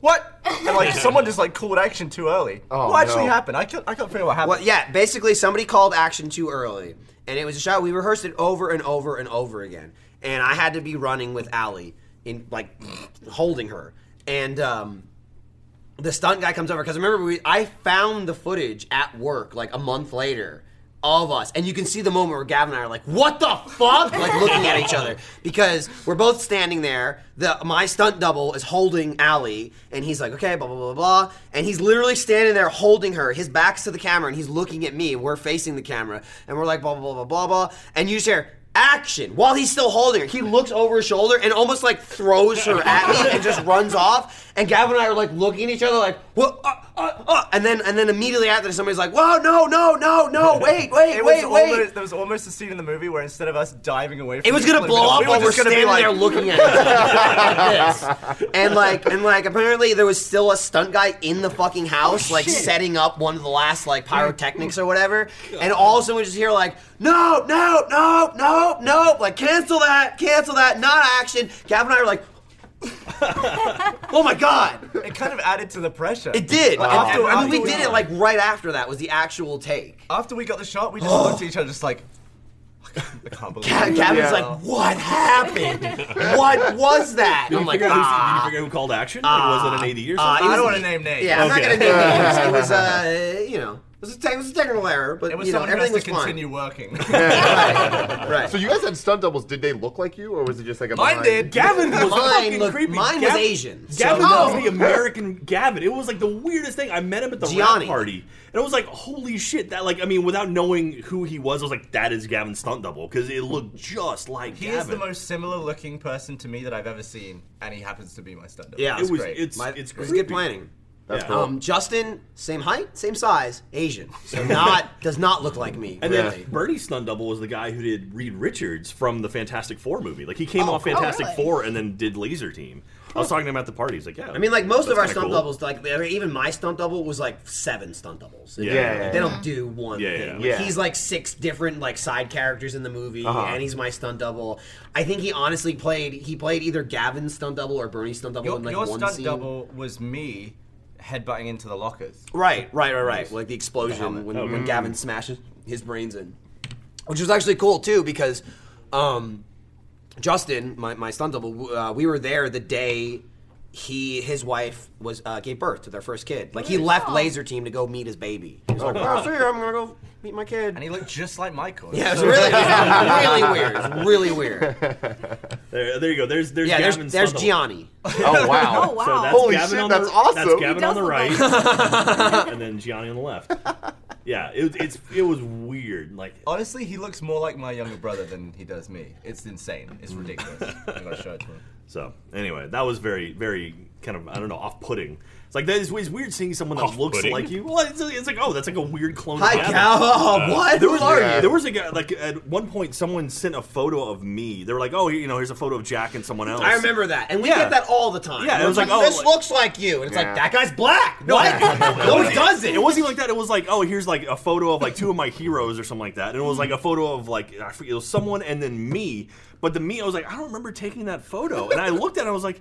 [SPEAKER 7] what? And like someone just like called action too early.
[SPEAKER 4] Oh,
[SPEAKER 7] what actually
[SPEAKER 4] no.
[SPEAKER 7] happened? I can't I can't figure out what happened.
[SPEAKER 2] Well, yeah, basically somebody called action too early, and it was a shot we rehearsed it over and over and over again, and I had to be running with Allie in like holding her, and um, the stunt guy comes over because remember we I found the footage at work like a month later. Of us, and you can see the moment where Gavin and I are like, "What the fuck?" like looking at each other because we're both standing there. The my stunt double is holding Allie, and he's like, "Okay, blah blah blah blah," and he's literally standing there holding her. His back's to the camera, and he's looking at me. and We're facing the camera, and we're like, "Blah blah blah blah blah," and you just hear, action while he's still holding her. He looks over his shoulder and almost like throws her at me and just runs off. And Gavin and I are like looking at each other like, what? Uh, uh, uh," and then and then immediately after somebody's like, "Whoa, no, no, no, no, wait, wait,
[SPEAKER 7] It
[SPEAKER 2] wait,
[SPEAKER 7] was
[SPEAKER 2] wait."
[SPEAKER 7] Almost, there was almost a scene in the movie where instead of us diving away, from
[SPEAKER 2] it was
[SPEAKER 7] the
[SPEAKER 2] gonna blow up
[SPEAKER 7] explosion, we
[SPEAKER 2] while
[SPEAKER 7] were
[SPEAKER 2] we're
[SPEAKER 7] just gonna
[SPEAKER 2] standing
[SPEAKER 7] be like,
[SPEAKER 2] there looking at it like this. And like and like apparently there was still a stunt guy in the fucking house, like setting up one of the last like pyrotechnics or whatever. And all of a sudden we just hear like, no, no, no, no, no, like cancel that, cancel that, not action. Gavin and I are like Oh my god!
[SPEAKER 7] It kind of added to the pressure.
[SPEAKER 2] It did.
[SPEAKER 7] After-
[SPEAKER 2] And- I mean, we
[SPEAKER 7] after-
[SPEAKER 2] did it like right after that was the actual take.
[SPEAKER 7] After we got the shot, we just looked at each other, just like, I can't believe.
[SPEAKER 2] Ga-
[SPEAKER 7] it.
[SPEAKER 2] Gavin's
[SPEAKER 4] Yeah.
[SPEAKER 2] like, what happened? what was that?
[SPEAKER 3] Did
[SPEAKER 2] I'm
[SPEAKER 3] you
[SPEAKER 2] like,
[SPEAKER 3] figure out who's-
[SPEAKER 2] ah.
[SPEAKER 3] Did you figure out who called action? Like, was it an AD or
[SPEAKER 2] ah,
[SPEAKER 3] something?
[SPEAKER 7] I
[SPEAKER 2] it
[SPEAKER 7] don't
[SPEAKER 2] was-
[SPEAKER 7] want to name names.
[SPEAKER 2] Yeah, I'm not
[SPEAKER 3] Okay.
[SPEAKER 2] gonna name names. It was, uh, you know, it was a, te- it was a technical error, but
[SPEAKER 7] It was
[SPEAKER 2] you know,
[SPEAKER 7] someone who has
[SPEAKER 2] everything
[SPEAKER 7] to
[SPEAKER 2] was fine.
[SPEAKER 7] continue working.
[SPEAKER 2] right, right.
[SPEAKER 4] So you guys had stunt doubles. Did they look like you, or was it just like a
[SPEAKER 7] Mine
[SPEAKER 4] blind-
[SPEAKER 7] did.
[SPEAKER 3] Gavin
[SPEAKER 2] Mine
[SPEAKER 3] was fucking
[SPEAKER 2] looked-
[SPEAKER 3] creepy.
[SPEAKER 2] mine was
[SPEAKER 3] Gav-
[SPEAKER 2] Asian, so-
[SPEAKER 3] Gavin
[SPEAKER 2] Oh.
[SPEAKER 3] was the American Gavin. It was like the weirdest thing. I met him at the
[SPEAKER 2] Gianni.
[SPEAKER 3] rap party, and I was like, "Holy shit!" That like, I mean, without knowing who he was, I was like, "That is Gavin stunt double" because it looked just like
[SPEAKER 7] He
[SPEAKER 3] Gavin.
[SPEAKER 7] is the most similar looking person to me that I've ever seen, and he happens to be my stand up.
[SPEAKER 2] Yeah,
[SPEAKER 3] It was.
[SPEAKER 2] great.
[SPEAKER 3] It's.
[SPEAKER 2] My-
[SPEAKER 3] it's
[SPEAKER 2] it was
[SPEAKER 3] creepy.
[SPEAKER 2] good planning.
[SPEAKER 4] That's
[SPEAKER 3] Yeah.
[SPEAKER 4] cool.
[SPEAKER 2] Um, Justin, same height, same size, Asian. So not does not look like me.
[SPEAKER 3] And
[SPEAKER 2] really.
[SPEAKER 3] then Bernie stunt double was the guy who did Reed Richards from the Fantastic Four movie. Like he came
[SPEAKER 6] Oh,
[SPEAKER 3] off
[SPEAKER 6] cool.
[SPEAKER 3] Fantastic
[SPEAKER 6] Oh, really?
[SPEAKER 3] Four and then did Laser Team. I was talking to him at the party. He's like, "Yeah."
[SPEAKER 2] I mean, like most of
[SPEAKER 3] that's
[SPEAKER 2] our
[SPEAKER 3] kinda
[SPEAKER 2] stunt
[SPEAKER 3] cool.
[SPEAKER 2] doubles, like I mean, even my stunt double was like seven stunt doubles.
[SPEAKER 4] Yeah,
[SPEAKER 3] Yeah.
[SPEAKER 4] yeah,
[SPEAKER 2] Like, they don't do one
[SPEAKER 3] Yeah,
[SPEAKER 2] thing.
[SPEAKER 3] yeah. Uh-huh.
[SPEAKER 2] Like,
[SPEAKER 4] Yeah.
[SPEAKER 2] He's like six different like side characters in the movie, and he's my stunt double. I think he honestly played he played either Gavin's stunt double or Bernie's stunt double
[SPEAKER 7] Your,
[SPEAKER 2] in like
[SPEAKER 7] your
[SPEAKER 2] one
[SPEAKER 7] stunt
[SPEAKER 2] scene.
[SPEAKER 7] double was me headbutting into the lockers.
[SPEAKER 2] Right, right, right, right. Like the explosion
[SPEAKER 3] Oh,
[SPEAKER 2] when, when Gavin smashes his brains in, which was actually cool too because um, Justin, my, my stunt double, w- uh, we were there the day he his wife was uh, gave birth to their first kid. Like he left
[SPEAKER 6] Oh.
[SPEAKER 2] Laser Team to go meet his baby. He was like, oh, sure, I'm gonna go meet my kid.
[SPEAKER 7] And he looked just like Michael.
[SPEAKER 2] Yeah, it was really, it was really weird. It was really weird.
[SPEAKER 3] There, there you go. There's there's
[SPEAKER 2] Yeah, there's,
[SPEAKER 3] Gavin's
[SPEAKER 2] there's
[SPEAKER 3] stunt double.
[SPEAKER 2] Gianni.
[SPEAKER 4] Oh wow.
[SPEAKER 6] Oh wow.
[SPEAKER 3] So that's
[SPEAKER 4] Holy
[SPEAKER 3] Gavin
[SPEAKER 4] shit,
[SPEAKER 3] on the,
[SPEAKER 4] that's awesome.
[SPEAKER 3] That's
[SPEAKER 6] He
[SPEAKER 3] Gavin
[SPEAKER 6] does
[SPEAKER 3] on the
[SPEAKER 6] look
[SPEAKER 3] right,
[SPEAKER 6] like
[SPEAKER 3] and then Gianni on the left. Yeah, it, it's it was weird. Like
[SPEAKER 7] Honestly, he looks more like my younger brother than he does me. It's insane. It's ridiculous. I gotta show it to him.
[SPEAKER 3] so. Anyway, that was very very kind of I don't know off putting. It's like that is it's weird seeing someone that looks
[SPEAKER 1] Off-putting?
[SPEAKER 3] like you. Well, it's, it's like oh that's like a weird clone.
[SPEAKER 2] Hi,
[SPEAKER 3] of Gavin.
[SPEAKER 2] Gal. Oh, what?
[SPEAKER 3] Uh, There was,
[SPEAKER 2] Who are
[SPEAKER 4] Yeah.
[SPEAKER 2] you?
[SPEAKER 3] there was a guy like at one point someone sent a photo of me. They were like, "Oh, you know, here's a photo of Jack and someone else."
[SPEAKER 2] I remember that, and we
[SPEAKER 3] Yeah.
[SPEAKER 2] get that all the time.
[SPEAKER 3] Yeah, it was like, oh,
[SPEAKER 2] this
[SPEAKER 3] like-
[SPEAKER 2] looks like you, and it's
[SPEAKER 4] Yeah.
[SPEAKER 2] like that guy's black. What? no, it doesn't.
[SPEAKER 3] Oh, It wasn't even like that. It was like, oh, here's like a photo of like two of my heroes or something like that. And it was like a photo of like I forget, it was someone and then me. But the me, I was like, I don't remember taking that photo. And I looked at it, I was like,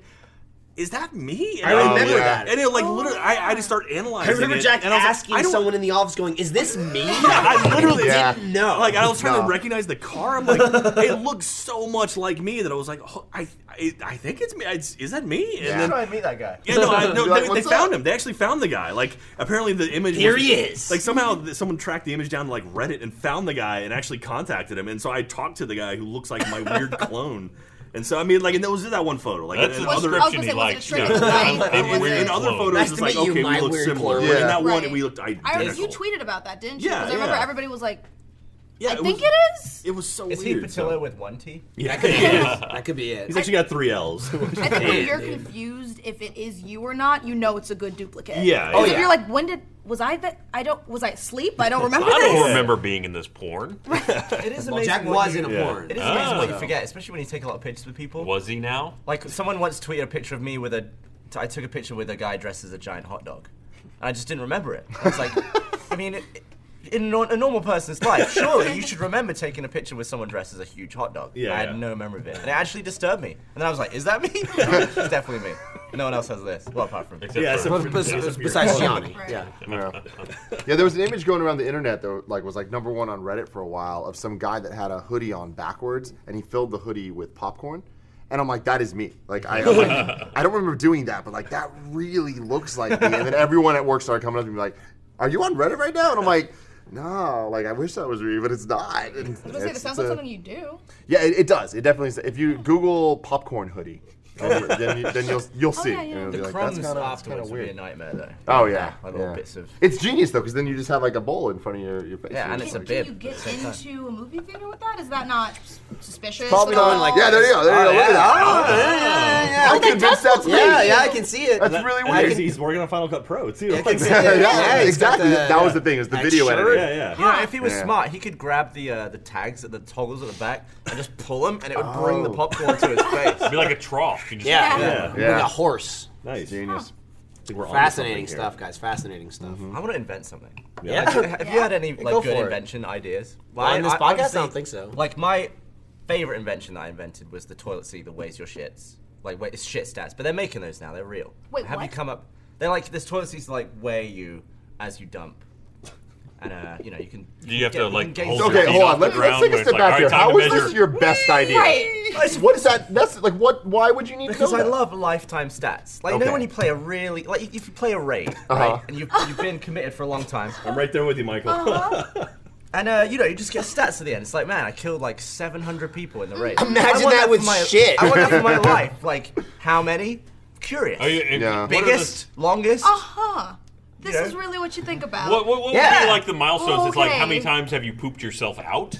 [SPEAKER 3] is that me? And
[SPEAKER 2] I remember
[SPEAKER 3] looked-
[SPEAKER 2] that.
[SPEAKER 3] And it like literally, I, I just start analyzing.
[SPEAKER 2] I remember
[SPEAKER 3] it,
[SPEAKER 2] Jack
[SPEAKER 3] and I was like,
[SPEAKER 2] asking
[SPEAKER 3] I don't-
[SPEAKER 2] someone in the office, going, "Is this me?"
[SPEAKER 3] Yeah, I literally
[SPEAKER 4] Yeah.
[SPEAKER 3] didn't
[SPEAKER 2] No.
[SPEAKER 3] Like I was trying
[SPEAKER 4] No.
[SPEAKER 3] to recognize the car. I'm like, it looks so much like me that I was like, oh, I, I, I think it's me. I, is that me? And
[SPEAKER 4] Yeah.
[SPEAKER 3] then
[SPEAKER 7] Try and meet that guy.
[SPEAKER 3] yeah, no, I, no
[SPEAKER 4] You're like,
[SPEAKER 3] they, they
[SPEAKER 4] "What's up?"
[SPEAKER 3] found him. They actually found the guy. Like, apparently the image.
[SPEAKER 2] Here
[SPEAKER 3] was-
[SPEAKER 2] he is.
[SPEAKER 3] Like somehow th- someone tracked the image down to like Reddit and found the guy and actually contacted him. And so I talked to the guy who looks like my weird clone. And so I mean, like, and that was that one photo. Like,
[SPEAKER 1] That's
[SPEAKER 3] and,
[SPEAKER 1] a
[SPEAKER 3] and other,
[SPEAKER 6] I was
[SPEAKER 1] description
[SPEAKER 6] gonna
[SPEAKER 1] he
[SPEAKER 6] say,
[SPEAKER 1] likes.
[SPEAKER 6] was it a
[SPEAKER 1] Yeah.
[SPEAKER 6] trick?
[SPEAKER 1] I'm
[SPEAKER 6] Like,
[SPEAKER 1] a
[SPEAKER 6] was it-
[SPEAKER 1] weird
[SPEAKER 3] in other
[SPEAKER 1] clone.
[SPEAKER 3] photos,
[SPEAKER 2] Nice
[SPEAKER 3] it's
[SPEAKER 2] to
[SPEAKER 3] like,
[SPEAKER 2] meet you,
[SPEAKER 3] okay,
[SPEAKER 2] my
[SPEAKER 3] we look
[SPEAKER 2] weird
[SPEAKER 3] similar.
[SPEAKER 2] clone.
[SPEAKER 3] And in
[SPEAKER 4] Yeah.
[SPEAKER 3] that one,
[SPEAKER 6] Right.
[SPEAKER 3] we looked
[SPEAKER 6] I
[SPEAKER 3] identical.
[SPEAKER 6] remember you tweeted about that, didn't you?
[SPEAKER 3] Yeah,
[SPEAKER 6] 'Cause I remember
[SPEAKER 3] yeah.
[SPEAKER 6] everybody was like,
[SPEAKER 3] Yeah,
[SPEAKER 6] I
[SPEAKER 3] it
[SPEAKER 6] think
[SPEAKER 3] was,
[SPEAKER 6] it is.
[SPEAKER 3] It was so
[SPEAKER 7] Is he
[SPEAKER 3] weird. so-
[SPEAKER 7] Patillo with one T?
[SPEAKER 3] Yeah,
[SPEAKER 2] That could be it.
[SPEAKER 3] he's actually got three L's.
[SPEAKER 6] I think when you're confused if it is you or not, you know it's a good duplicate.
[SPEAKER 3] Yeah,
[SPEAKER 6] Because
[SPEAKER 3] yeah.
[SPEAKER 6] if you're like, when did was I that I don't was I asleep? I don't remember
[SPEAKER 1] I
[SPEAKER 6] this.
[SPEAKER 1] don't remember being in this porn.
[SPEAKER 7] It is amazing.
[SPEAKER 2] Well, Jack
[SPEAKER 7] what
[SPEAKER 2] was
[SPEAKER 7] you-
[SPEAKER 2] in a
[SPEAKER 3] Yeah.
[SPEAKER 2] porn.
[SPEAKER 7] It is amazing what you forget, especially when you take a lot of pictures with people.
[SPEAKER 1] Was he now?
[SPEAKER 7] Like someone once tweeted a picture of me with a. t- I took a picture with a guy dressed as a giant hot dog. And I just didn't remember it. I was like, I mean, it, in nor- a normal person's life, surely you should remember taking a picture with someone dressed as a huge hot dog.
[SPEAKER 3] Yeah,
[SPEAKER 7] I had
[SPEAKER 3] yeah.
[SPEAKER 7] no memory of it, and it actually disturbed me. And then I was like, "Is that me? it's definitely me. No one else has this. Well, apart from
[SPEAKER 1] Except
[SPEAKER 3] Yeah,
[SPEAKER 1] for-
[SPEAKER 3] so-
[SPEAKER 2] Bes-
[SPEAKER 3] Yeah, it's a
[SPEAKER 2] besides
[SPEAKER 3] beard.
[SPEAKER 2] Gianni.
[SPEAKER 6] Right.
[SPEAKER 2] Yeah.
[SPEAKER 4] Yeah. yeah, there was an image going around the internet that like was like number one on Reddit for a while of some guy that had a hoodie on backwards and he filled the hoodie with popcorn. And I'm like, that is me. Like I, I'm like, I don't remember doing that, but like that really looks like me. And then everyone at work started coming up to me like, "Are you on Reddit right now?" And I'm like, "No, like I wish that was me, but it's not." And
[SPEAKER 6] I was gonna say,
[SPEAKER 4] it's-
[SPEAKER 6] this sounds
[SPEAKER 4] it's
[SPEAKER 6] like
[SPEAKER 4] a-
[SPEAKER 6] something you do.
[SPEAKER 4] yeah, it, it does. It definitely. If you Google popcorn hoodie, then, then, you, then you'll you'll see.
[SPEAKER 6] Oh, yeah, yeah.
[SPEAKER 4] And it'll
[SPEAKER 6] The
[SPEAKER 4] be
[SPEAKER 6] You're
[SPEAKER 4] like,
[SPEAKER 8] Crumbs
[SPEAKER 4] that's kinda, that's kinda
[SPEAKER 8] afterwards would be a
[SPEAKER 4] weird.
[SPEAKER 8] nightmare though.
[SPEAKER 4] Oh yeah,
[SPEAKER 8] like little
[SPEAKER 4] yeah.
[SPEAKER 8] bits of.
[SPEAKER 4] It's genius though, because then you just have like a bowl in front of your, your face.
[SPEAKER 8] Yeah, and
[SPEAKER 6] Can,
[SPEAKER 8] it's a
[SPEAKER 6] can
[SPEAKER 8] bib.
[SPEAKER 6] you
[SPEAKER 8] at the
[SPEAKER 6] get
[SPEAKER 8] same time.
[SPEAKER 6] into a movie theater with that? Is that not s- suspicious?
[SPEAKER 2] Probably
[SPEAKER 6] at
[SPEAKER 2] not
[SPEAKER 6] all?
[SPEAKER 2] like
[SPEAKER 4] yeah, there you go. There you go. Look at that. I'm
[SPEAKER 6] that
[SPEAKER 4] convinced
[SPEAKER 6] does
[SPEAKER 4] that's
[SPEAKER 6] look
[SPEAKER 4] me.
[SPEAKER 2] Yeah, yeah, I can see it.
[SPEAKER 4] That's really
[SPEAKER 5] And
[SPEAKER 4] weird.
[SPEAKER 5] he's, he's working on Final Cut Pro too.
[SPEAKER 2] I can see
[SPEAKER 4] yeah,
[SPEAKER 2] it. Yeah, he's got
[SPEAKER 4] exactly.
[SPEAKER 2] the-
[SPEAKER 4] that was the thing. It was the
[SPEAKER 2] that
[SPEAKER 4] video
[SPEAKER 2] shirt.
[SPEAKER 4] editor.
[SPEAKER 5] yeah, yeah.
[SPEAKER 7] You know, if he was
[SPEAKER 4] Yeah.
[SPEAKER 7] smart, he could grab the uh, the tags at the toggles at the back and just pull them, and it would bring the popcorn to his face.
[SPEAKER 1] It'd be like a trough. You just
[SPEAKER 2] Yeah,
[SPEAKER 5] Yeah.
[SPEAKER 2] With
[SPEAKER 4] Yeah.
[SPEAKER 2] a horse.
[SPEAKER 5] Nice.
[SPEAKER 4] Genius.
[SPEAKER 5] We're onto
[SPEAKER 2] Fascinating
[SPEAKER 5] something here.
[SPEAKER 2] stuff, guys. Fascinating stuff.
[SPEAKER 7] I want to invent something.
[SPEAKER 2] Yeah.
[SPEAKER 7] Like, have you had any
[SPEAKER 2] Go
[SPEAKER 7] like good
[SPEAKER 2] for it.
[SPEAKER 7] invention ideas?
[SPEAKER 2] On this podcast?
[SPEAKER 7] honestly-
[SPEAKER 2] I don't think so.
[SPEAKER 7] Like my favorite invention that I invented was the toilet seat that weighs your shits. Like wait, it's shit stats, but they're making those now. They're real.
[SPEAKER 6] Wait,
[SPEAKER 7] have you
[SPEAKER 6] what?
[SPEAKER 7] come up? They're like this toilet seats that, like weigh you as you dump, and uh, you know you can.
[SPEAKER 1] You have
[SPEAKER 7] get-
[SPEAKER 1] to
[SPEAKER 7] can
[SPEAKER 1] like
[SPEAKER 7] gain
[SPEAKER 1] hold
[SPEAKER 7] some-
[SPEAKER 1] your
[SPEAKER 4] Okay,
[SPEAKER 1] feet
[SPEAKER 4] hold
[SPEAKER 1] off
[SPEAKER 4] on. Let's,
[SPEAKER 1] the
[SPEAKER 4] let's
[SPEAKER 1] ground
[SPEAKER 4] take
[SPEAKER 1] where
[SPEAKER 4] a
[SPEAKER 1] it's
[SPEAKER 4] step
[SPEAKER 1] like,
[SPEAKER 4] back
[SPEAKER 1] all
[SPEAKER 4] here.
[SPEAKER 1] right, time
[SPEAKER 4] How
[SPEAKER 1] to
[SPEAKER 4] was
[SPEAKER 1] measure.
[SPEAKER 4] this your best idea?
[SPEAKER 6] Right.
[SPEAKER 4] What is that? That's like what? Why would you need
[SPEAKER 7] Because
[SPEAKER 4] to know
[SPEAKER 7] I
[SPEAKER 4] that?
[SPEAKER 7] love lifetime stats. Like you
[SPEAKER 4] Okay.
[SPEAKER 7] know when you play a really like if- if you play a raid,
[SPEAKER 4] Uh-huh.
[SPEAKER 7] right, and you've, you've been committed for a long time,
[SPEAKER 5] I'm right there with you, Michael.
[SPEAKER 2] Uh-huh.
[SPEAKER 7] and uh, you know you just get stats at the end. It's like man, I killed like 700 people in the raid.
[SPEAKER 2] Imagine
[SPEAKER 7] I want
[SPEAKER 2] that
[SPEAKER 7] for
[SPEAKER 2] with
[SPEAKER 7] my,
[SPEAKER 2] shit.
[SPEAKER 7] I want that for my life. Like how many? Curious.
[SPEAKER 1] Are you, if-
[SPEAKER 4] Yeah.
[SPEAKER 1] what are the-
[SPEAKER 7] Biggest, longest.
[SPEAKER 6] Uh huh. This
[SPEAKER 7] Yeah.
[SPEAKER 6] is really what you think about.
[SPEAKER 1] What, what, what would
[SPEAKER 7] Yeah.
[SPEAKER 1] be like the milestones? It's like how many
[SPEAKER 6] Okay.
[SPEAKER 1] times have you pooped yourself out?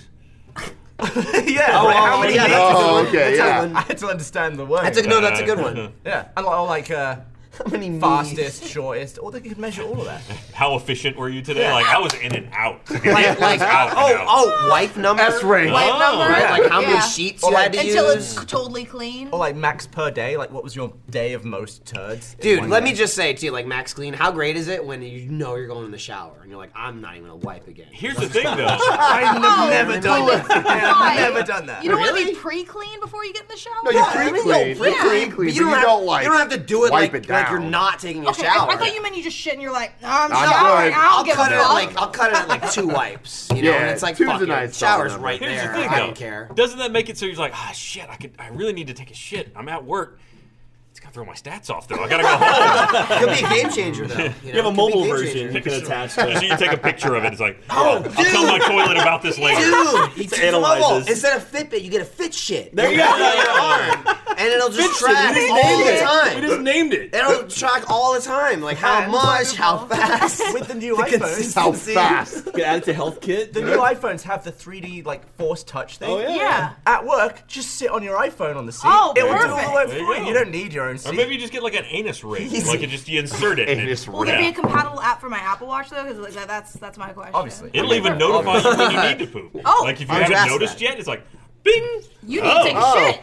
[SPEAKER 7] yeah.
[SPEAKER 2] Oh,
[SPEAKER 7] like, how
[SPEAKER 2] oh,
[SPEAKER 7] many?
[SPEAKER 2] yeah, that's a
[SPEAKER 7] meters?
[SPEAKER 2] good
[SPEAKER 4] Oh,
[SPEAKER 2] one.
[SPEAKER 4] okay,
[SPEAKER 2] That's
[SPEAKER 4] yeah.
[SPEAKER 2] a good
[SPEAKER 7] I
[SPEAKER 2] one.
[SPEAKER 7] had to understand the word.
[SPEAKER 2] That's a no. That's a good one.
[SPEAKER 7] yeah. And like, or like uh,
[SPEAKER 2] How many
[SPEAKER 7] fastest, shortest, or they could measure all of that.
[SPEAKER 1] How efficient were you today? Like I was in and out.
[SPEAKER 2] Like, like
[SPEAKER 1] Out,
[SPEAKER 2] oh,
[SPEAKER 1] out.
[SPEAKER 2] oh, wipe number.
[SPEAKER 4] S rank.
[SPEAKER 6] Wipe
[SPEAKER 1] Oh,
[SPEAKER 6] number?
[SPEAKER 1] right,
[SPEAKER 2] Like how many
[SPEAKER 6] Yeah.
[SPEAKER 2] sheets
[SPEAKER 7] Or
[SPEAKER 2] you
[SPEAKER 7] like-
[SPEAKER 2] had to
[SPEAKER 6] Until
[SPEAKER 2] use. Oh.
[SPEAKER 6] it's totally clean.
[SPEAKER 7] Or like max per day. Like what was your day of most turds? in
[SPEAKER 2] Dude,
[SPEAKER 7] one
[SPEAKER 2] let
[SPEAKER 7] day?
[SPEAKER 2] me just say too, like Max Clean, how great is it when you know you're going in the shower and you're like, I'm not even gonna wipe again.
[SPEAKER 1] Here's the thing, though.
[SPEAKER 7] I've never done that.
[SPEAKER 6] Why?
[SPEAKER 7] I've never done that.
[SPEAKER 6] You don't want to
[SPEAKER 2] Really?
[SPEAKER 6] be pre-clean before you get in the shower.
[SPEAKER 4] No, you pre-clean.
[SPEAKER 2] Really?
[SPEAKER 4] You pre-clean,
[SPEAKER 2] But
[SPEAKER 4] but you
[SPEAKER 2] have,
[SPEAKER 4] don't like.
[SPEAKER 2] You don't have to do it
[SPEAKER 4] wipe
[SPEAKER 2] like,
[SPEAKER 4] it
[SPEAKER 2] like you're
[SPEAKER 4] down.
[SPEAKER 2] not taking a
[SPEAKER 6] Okay, I,
[SPEAKER 2] shower.
[SPEAKER 6] I thought you meant you just shit and you're like, "No, I'm
[SPEAKER 4] I'm
[SPEAKER 6] showering.
[SPEAKER 4] good.
[SPEAKER 6] I
[SPEAKER 2] I'll
[SPEAKER 6] don't give
[SPEAKER 2] cut it
[SPEAKER 6] a
[SPEAKER 2] at
[SPEAKER 6] fuck.
[SPEAKER 2] like I'll cut it at like two wipes. You know, and
[SPEAKER 4] Yeah,
[SPEAKER 2] it's like
[SPEAKER 4] two's a
[SPEAKER 2] fuck it,
[SPEAKER 4] nice
[SPEAKER 2] showers
[SPEAKER 4] solid
[SPEAKER 2] right
[SPEAKER 1] Here's
[SPEAKER 2] there.
[SPEAKER 1] the thing,
[SPEAKER 2] I
[SPEAKER 1] though.
[SPEAKER 2] don't care.
[SPEAKER 1] Doesn't that make it so you're like, ah, shit? I could. I really need to take a shit. I'm at work. It's gotta throw my stats off though. I gotta go home.
[SPEAKER 2] Could be a game changer though. You, know?
[SPEAKER 5] You have a
[SPEAKER 2] Could be
[SPEAKER 5] mobile
[SPEAKER 2] game
[SPEAKER 5] version you
[SPEAKER 2] changer.
[SPEAKER 5] can attach
[SPEAKER 1] So
[SPEAKER 5] to.
[SPEAKER 1] you take a picture of it. It's like, oh, I'll tell my toilet about this later.
[SPEAKER 2] Dude, it's
[SPEAKER 5] analyzes.
[SPEAKER 2] mobile. Instead of Fitbit, you get a Fit shit.
[SPEAKER 5] There you go.
[SPEAKER 2] and it'll
[SPEAKER 5] Fitbit,
[SPEAKER 2] just track
[SPEAKER 5] we just
[SPEAKER 2] all
[SPEAKER 5] named
[SPEAKER 2] the
[SPEAKER 5] it.
[SPEAKER 2] time.
[SPEAKER 5] We just named it.
[SPEAKER 2] It'll track all the time, like how
[SPEAKER 7] And-
[SPEAKER 2] much, how fast.
[SPEAKER 7] With the new iPhones,
[SPEAKER 4] How fast?
[SPEAKER 5] You can add it to health kit.
[SPEAKER 7] the new iPhones have the 3D like force touch thing.
[SPEAKER 5] Oh, yeah.
[SPEAKER 6] Yeah.
[SPEAKER 7] At work, just sit on your iPhone on the seat.
[SPEAKER 6] Oh,
[SPEAKER 7] it will do all
[SPEAKER 6] perfect.
[SPEAKER 7] the work
[SPEAKER 1] There you
[SPEAKER 7] for you.
[SPEAKER 1] go.
[SPEAKER 7] You don't need your own seat.
[SPEAKER 1] Or maybe you just get like an anus ring. Like you just you insert it. and it-
[SPEAKER 4] Anus
[SPEAKER 6] Will there be
[SPEAKER 1] Yeah.
[SPEAKER 6] a compatible app for my Apple Watch though? Because like, that, that's that's my question.
[SPEAKER 7] Obviously.
[SPEAKER 1] It'll even notify you when you need to poop.
[SPEAKER 6] Oh,
[SPEAKER 1] like if you
[SPEAKER 2] I'll
[SPEAKER 1] haven't
[SPEAKER 2] address
[SPEAKER 1] noticed
[SPEAKER 2] that.
[SPEAKER 1] yet, it's like, bing.
[SPEAKER 6] you need
[SPEAKER 1] Oh.
[SPEAKER 6] to take a
[SPEAKER 4] Oh.
[SPEAKER 6] shit.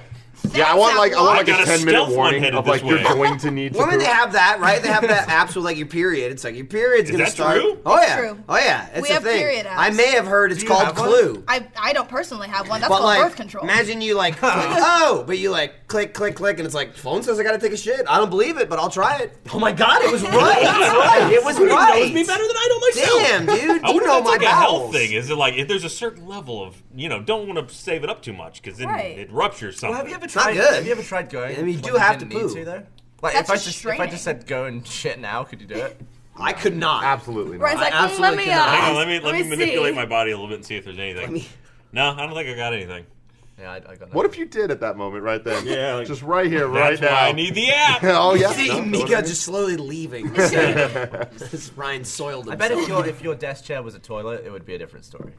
[SPEAKER 4] Yeah, I want like I want like
[SPEAKER 1] I
[SPEAKER 4] a
[SPEAKER 1] got a
[SPEAKER 4] ten minute
[SPEAKER 1] stealth
[SPEAKER 4] warning
[SPEAKER 1] one-headed
[SPEAKER 4] of like
[SPEAKER 1] this
[SPEAKER 4] you're
[SPEAKER 1] way.
[SPEAKER 4] going to need to.
[SPEAKER 2] Women, they
[SPEAKER 4] poop.
[SPEAKER 2] have that, right? They have that apps with like your period. It's like your period's
[SPEAKER 1] Is
[SPEAKER 2] gonna
[SPEAKER 1] that
[SPEAKER 2] start.
[SPEAKER 1] true?
[SPEAKER 2] Oh
[SPEAKER 6] That's
[SPEAKER 2] yeah.
[SPEAKER 6] true.
[SPEAKER 2] Oh yeah. It's
[SPEAKER 6] We
[SPEAKER 2] a
[SPEAKER 6] have
[SPEAKER 2] thing.
[SPEAKER 6] period apps.
[SPEAKER 2] I may have heard it's
[SPEAKER 7] Do you
[SPEAKER 2] called
[SPEAKER 7] have one?
[SPEAKER 2] Clue.
[SPEAKER 6] I I don't personally have one. That's
[SPEAKER 2] But
[SPEAKER 6] called
[SPEAKER 2] like,
[SPEAKER 6] birth control.
[SPEAKER 2] imagine you like, click, oh, but you like click, click, click, and it's like, phone says I gotta take a shit. I don't believe it, but I'll try it. Oh my god, it was right. right. It was right.
[SPEAKER 5] knows me better than I know myself.
[SPEAKER 2] Damn, dude,
[SPEAKER 1] I
[SPEAKER 2] you
[SPEAKER 1] wonder
[SPEAKER 2] know
[SPEAKER 1] if that's
[SPEAKER 2] my
[SPEAKER 1] like a
[SPEAKER 2] bowels.
[SPEAKER 1] health thing. Is it like if there's a certain level of you know don't want to save it up too much because then
[SPEAKER 6] Right.
[SPEAKER 1] it ruptures something.
[SPEAKER 7] Well, have you ever
[SPEAKER 2] not
[SPEAKER 7] tried?
[SPEAKER 2] good.
[SPEAKER 7] Have you ever tried going?
[SPEAKER 2] I mean, you
[SPEAKER 7] when
[SPEAKER 2] do have
[SPEAKER 7] didn't
[SPEAKER 2] to
[SPEAKER 7] need
[SPEAKER 2] poo.
[SPEAKER 7] to, though. Like
[SPEAKER 6] That's
[SPEAKER 7] if I
[SPEAKER 6] just
[SPEAKER 7] just if I just
[SPEAKER 6] straining.
[SPEAKER 7] said go and shit now, could you do it?
[SPEAKER 2] I could not.
[SPEAKER 4] Absolutely.
[SPEAKER 6] Ryan's
[SPEAKER 4] Not.
[SPEAKER 6] like,
[SPEAKER 2] I
[SPEAKER 6] mm, let
[SPEAKER 2] absolutely
[SPEAKER 6] me.
[SPEAKER 2] cannot.
[SPEAKER 6] Uh,
[SPEAKER 1] Hang on, let me let, me
[SPEAKER 6] see.
[SPEAKER 1] manipulate my body a little bit and see if there's anything. No, I don't think I got anything.
[SPEAKER 7] Yeah, I, I got that.
[SPEAKER 4] What if you did at that moment right then?
[SPEAKER 5] Yeah, like-
[SPEAKER 4] just right here, right
[SPEAKER 1] That's why
[SPEAKER 4] now.
[SPEAKER 1] I need the app.
[SPEAKER 4] oh yeah.
[SPEAKER 2] See,
[SPEAKER 4] No, no,
[SPEAKER 2] Mika
[SPEAKER 4] no.
[SPEAKER 2] just slowly leaving. this is Ryan soiled himself.
[SPEAKER 7] I bet if your if your desk chair was a toilet, it would be a different story.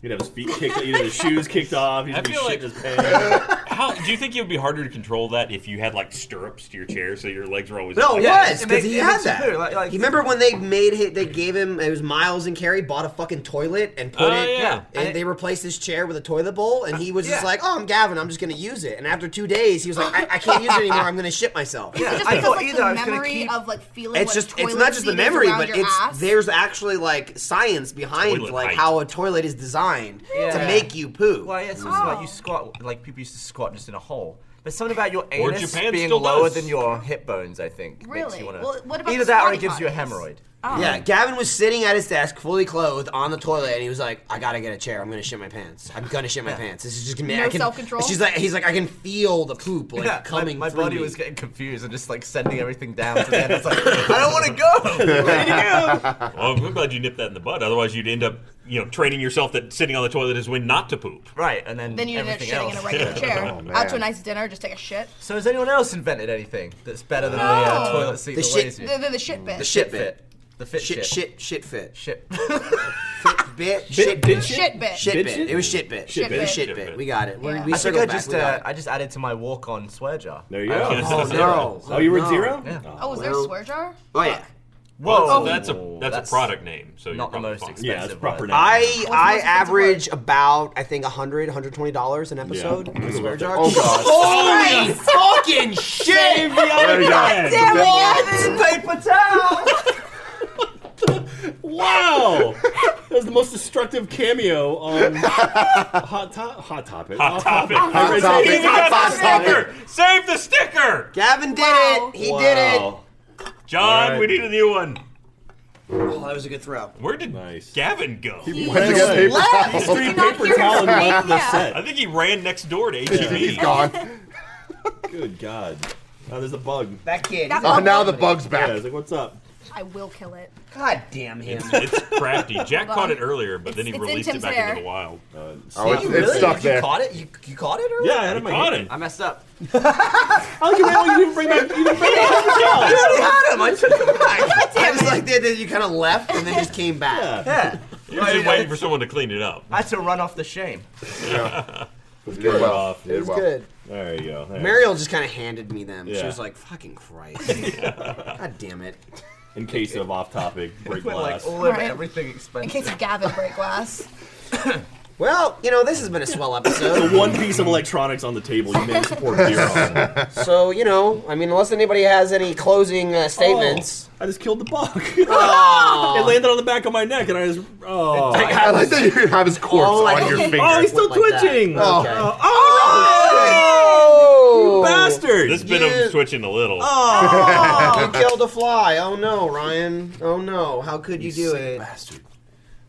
[SPEAKER 5] You'd have his feet kicked. You'd have his shoes kicked off. He'd
[SPEAKER 1] I
[SPEAKER 5] be
[SPEAKER 1] feel
[SPEAKER 5] shitting
[SPEAKER 1] like-
[SPEAKER 5] his pants.
[SPEAKER 1] How do you think it would be harder to control that if you had like stirrups to your chair so your legs were always
[SPEAKER 2] No, it
[SPEAKER 1] Like,
[SPEAKER 2] was
[SPEAKER 7] Yeah, it
[SPEAKER 2] because
[SPEAKER 7] makes-
[SPEAKER 2] he
[SPEAKER 7] it
[SPEAKER 2] had
[SPEAKER 7] makes you
[SPEAKER 2] that.
[SPEAKER 7] poo, like- like-
[SPEAKER 2] you remember when they made it? They gave him it was Miles and Carrie bought a fucking toilet and put
[SPEAKER 1] Oh,
[SPEAKER 2] it,
[SPEAKER 1] yeah.
[SPEAKER 2] and
[SPEAKER 7] And it-
[SPEAKER 2] they replaced his chair with a toilet bowl, and he was just
[SPEAKER 7] yeah.
[SPEAKER 2] like, "Oh, I'm Gavin. I'm just gonna use it." And after two days, he was like, "I, I can't use it anymore. I'm gonna shit myself."
[SPEAKER 7] Yeah.
[SPEAKER 6] Just
[SPEAKER 7] I
[SPEAKER 6] because
[SPEAKER 7] thought
[SPEAKER 6] like
[SPEAKER 7] either
[SPEAKER 6] the
[SPEAKER 7] I was gonna
[SPEAKER 6] memory
[SPEAKER 7] keep-
[SPEAKER 6] of like feeling.
[SPEAKER 2] It's
[SPEAKER 6] like,
[SPEAKER 2] just it's
[SPEAKER 6] toilet
[SPEAKER 2] not just the
[SPEAKER 6] seat is
[SPEAKER 2] memory,
[SPEAKER 6] around
[SPEAKER 2] but
[SPEAKER 6] your
[SPEAKER 2] it's
[SPEAKER 6] ass.
[SPEAKER 2] there's actually like science behind
[SPEAKER 1] Toilet
[SPEAKER 2] like
[SPEAKER 1] height.
[SPEAKER 2] how a toilet is designed to
[SPEAKER 7] Yeah.
[SPEAKER 2] make you poo.
[SPEAKER 7] Well, yeah, it's
[SPEAKER 6] Oh.
[SPEAKER 7] also like you squat, like people used to squat just in a hole. But something about your
[SPEAKER 1] Or
[SPEAKER 7] anus
[SPEAKER 1] Japan
[SPEAKER 7] being
[SPEAKER 1] still
[SPEAKER 7] lower
[SPEAKER 1] does.
[SPEAKER 7] than your hip bones, I think. Makes
[SPEAKER 6] Really?
[SPEAKER 7] you wanna,
[SPEAKER 6] Well, what about
[SPEAKER 7] either
[SPEAKER 6] the
[SPEAKER 7] that or it
[SPEAKER 6] squatty
[SPEAKER 7] gives you a
[SPEAKER 6] potties?
[SPEAKER 7] hemorrhoid?
[SPEAKER 6] Oh.
[SPEAKER 2] Yeah, Gavin was sitting at his desk, fully clothed, on the toilet, and he was like, "I gotta get a chair. I'm gonna shit my pants. I'm gonna shit my pants. This is just gonna be
[SPEAKER 6] No
[SPEAKER 2] I can,
[SPEAKER 6] self-control?
[SPEAKER 2] She's like, he's like, I can feel the poop like
[SPEAKER 7] Yeah, my-
[SPEAKER 2] coming.
[SPEAKER 7] my
[SPEAKER 2] through
[SPEAKER 7] body
[SPEAKER 2] me."
[SPEAKER 7] was getting confused and just like sending everything down to the end. It's like I don't want to go.
[SPEAKER 1] Oh, Well, I'm glad you nipped that in the bud. Otherwise, you'd end up you know, training yourself that sitting on the toilet is when not to poop.
[SPEAKER 7] Right, and then
[SPEAKER 6] Then you end up
[SPEAKER 7] everything
[SPEAKER 6] shitting
[SPEAKER 7] else.
[SPEAKER 6] in a regular chair.
[SPEAKER 4] Oh, man.
[SPEAKER 6] Out to a nice dinner, just take a shit.
[SPEAKER 7] So has anyone else invented anything that's better than the uh,
[SPEAKER 6] No.
[SPEAKER 7] toilet
[SPEAKER 2] The
[SPEAKER 7] seat that
[SPEAKER 2] shit-
[SPEAKER 7] weighs you?
[SPEAKER 6] The, the, the shit bit.
[SPEAKER 2] The shit bit.
[SPEAKER 7] The fit
[SPEAKER 2] Shit, shit,
[SPEAKER 7] shit.
[SPEAKER 2] shit fit.
[SPEAKER 7] Shit.
[SPEAKER 2] Fit bit, shit bit.
[SPEAKER 6] shit bit.
[SPEAKER 2] Shit
[SPEAKER 3] Bitch
[SPEAKER 2] bit.
[SPEAKER 3] it?
[SPEAKER 2] It was shit bit. It
[SPEAKER 6] Shit
[SPEAKER 2] was
[SPEAKER 6] bit.
[SPEAKER 2] shit bit. We got it. We-
[SPEAKER 6] Yeah.
[SPEAKER 2] We
[SPEAKER 7] I think I
[SPEAKER 2] circled back.
[SPEAKER 7] just
[SPEAKER 2] We
[SPEAKER 7] uh,
[SPEAKER 2] got it.
[SPEAKER 7] I just added to my walk on swear jar.
[SPEAKER 3] There you go.
[SPEAKER 2] Oh no.
[SPEAKER 3] Oh, you were
[SPEAKER 2] no.
[SPEAKER 3] at zero?
[SPEAKER 6] Oh, was there a swear jar?
[SPEAKER 2] Oh yeah.
[SPEAKER 7] Whoa.
[SPEAKER 1] So that's a that's,
[SPEAKER 7] Oh, That's
[SPEAKER 1] a product name. So you're
[SPEAKER 7] not the
[SPEAKER 1] probably
[SPEAKER 7] most
[SPEAKER 1] fine.
[SPEAKER 7] expensive.
[SPEAKER 3] Yeah, it's proper
[SPEAKER 7] one.
[SPEAKER 3] name.
[SPEAKER 2] I I
[SPEAKER 6] the most expensive one?
[SPEAKER 2] average about I think 100 120 dollars an episode. on Swear jar.
[SPEAKER 4] Oh god.
[SPEAKER 2] Holy fucking shit!
[SPEAKER 4] There you go.
[SPEAKER 6] Oh,
[SPEAKER 2] Damn
[SPEAKER 4] The
[SPEAKER 2] it! Paper towel.
[SPEAKER 3] Wow! that was the most destructive cameo on Hot Top Hot Topic.
[SPEAKER 1] Hot topic.
[SPEAKER 4] Hot
[SPEAKER 1] He
[SPEAKER 4] topic.
[SPEAKER 1] even Oh, got the
[SPEAKER 4] Hot topic.
[SPEAKER 1] sticker. Save the sticker,
[SPEAKER 2] Gavin did
[SPEAKER 6] Wow.
[SPEAKER 2] it. He did it.
[SPEAKER 3] Wow.
[SPEAKER 1] John.
[SPEAKER 3] All
[SPEAKER 1] We
[SPEAKER 3] right.
[SPEAKER 1] need a new one.
[SPEAKER 2] Oh, that was a good throw.
[SPEAKER 1] Where did
[SPEAKER 3] Nice.
[SPEAKER 1] Gavin go?
[SPEAKER 4] Where'd you get paper
[SPEAKER 6] Left.
[SPEAKER 4] towels?
[SPEAKER 6] Did you not
[SPEAKER 3] Paper
[SPEAKER 6] hear
[SPEAKER 3] towel
[SPEAKER 6] him
[SPEAKER 3] and left the
[SPEAKER 6] Yeah.
[SPEAKER 3] set.
[SPEAKER 1] I think he ran next door to E
[SPEAKER 4] He's
[SPEAKER 1] HEB.
[SPEAKER 4] gone.
[SPEAKER 3] Good God. Oh, there's a bug.
[SPEAKER 2] That kid.
[SPEAKER 6] That
[SPEAKER 4] Oh,
[SPEAKER 6] bug
[SPEAKER 4] now
[SPEAKER 6] was
[SPEAKER 4] the
[SPEAKER 6] me.
[SPEAKER 4] bug's
[SPEAKER 3] Yeah,
[SPEAKER 4] back.
[SPEAKER 3] it's like, what's up?
[SPEAKER 6] I will kill it.
[SPEAKER 2] God damn him.
[SPEAKER 1] It's crafty. Jack
[SPEAKER 6] Well,
[SPEAKER 1] caught it earlier, but then he
[SPEAKER 6] it's- it's in
[SPEAKER 1] released it
[SPEAKER 6] Tim's
[SPEAKER 1] back
[SPEAKER 6] hair.
[SPEAKER 1] into the wild.
[SPEAKER 4] Oh, it's, it's
[SPEAKER 2] You really?
[SPEAKER 4] stuck
[SPEAKER 2] you
[SPEAKER 4] there.
[SPEAKER 2] caught it? You, you caught it earlier?
[SPEAKER 3] Yeah, I had it in
[SPEAKER 1] He
[SPEAKER 3] my
[SPEAKER 1] caught
[SPEAKER 3] hand.
[SPEAKER 1] it.
[SPEAKER 7] I messed up.
[SPEAKER 3] I like it when you didn't bring back, you didn't bring back the
[SPEAKER 2] You
[SPEAKER 3] shot.
[SPEAKER 2] already had him. I took him back. I was like, there, there, you kind of left and then just came back.
[SPEAKER 3] Yeah.
[SPEAKER 7] Yeah.
[SPEAKER 1] He was just waiting for someone to clean it up.
[SPEAKER 7] I had to run off the shame.
[SPEAKER 4] You did well. You
[SPEAKER 2] It
[SPEAKER 4] did
[SPEAKER 2] was
[SPEAKER 4] well.
[SPEAKER 2] good.
[SPEAKER 3] There you go. There.
[SPEAKER 2] Mariel just kind of handed me them. She
[SPEAKER 3] Yeah.
[SPEAKER 2] was like, fucking Christ. God damn it.
[SPEAKER 3] in case of off topic, break
[SPEAKER 7] Went like
[SPEAKER 3] glass.
[SPEAKER 7] all over
[SPEAKER 6] Right.
[SPEAKER 7] everything
[SPEAKER 6] In
[SPEAKER 7] expensive.
[SPEAKER 6] case of Gavin break glass.
[SPEAKER 2] Well, you know, this has been a swell episode.
[SPEAKER 3] One piece of electronics on the table you may support zero.
[SPEAKER 2] so, you know, I mean, unless anybody has any closing uh, statements.
[SPEAKER 3] Oh, I just killed the bug. it
[SPEAKER 2] Oh.
[SPEAKER 3] landed on the back of my neck, and I just. Oh,
[SPEAKER 4] I like that you have his corpse
[SPEAKER 2] Oh, like-
[SPEAKER 4] on your finger.
[SPEAKER 3] oh he's still
[SPEAKER 2] Went like that.
[SPEAKER 3] twitching.
[SPEAKER 2] Oh.
[SPEAKER 3] Oh,
[SPEAKER 2] Okay.
[SPEAKER 3] oh,
[SPEAKER 2] Oh!
[SPEAKER 3] bastard!
[SPEAKER 1] This bit of
[SPEAKER 2] Yeah.
[SPEAKER 1] switching a little.
[SPEAKER 3] Oh,
[SPEAKER 2] You killed a fly. Oh no, Ryan. Oh no, how could you, do it?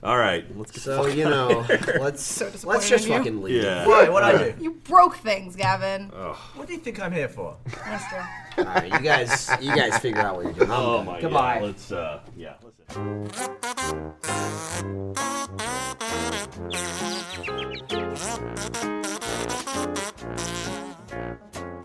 [SPEAKER 3] All right, let's get
[SPEAKER 2] So you know, let's let's
[SPEAKER 6] disappointed
[SPEAKER 2] just
[SPEAKER 6] in you.
[SPEAKER 2] fucking leave.
[SPEAKER 3] yeah.
[SPEAKER 7] Why? What I do?
[SPEAKER 6] You broke things, Gavin.
[SPEAKER 4] Oh.
[SPEAKER 7] What do you think I'm here for?
[SPEAKER 6] That's true.
[SPEAKER 2] All right, you guys, you guys figure out what you're doing. I'm
[SPEAKER 3] Oh
[SPEAKER 2] done.
[SPEAKER 3] my
[SPEAKER 2] Goodbye.
[SPEAKER 3] god. Let's uh yeah, listen.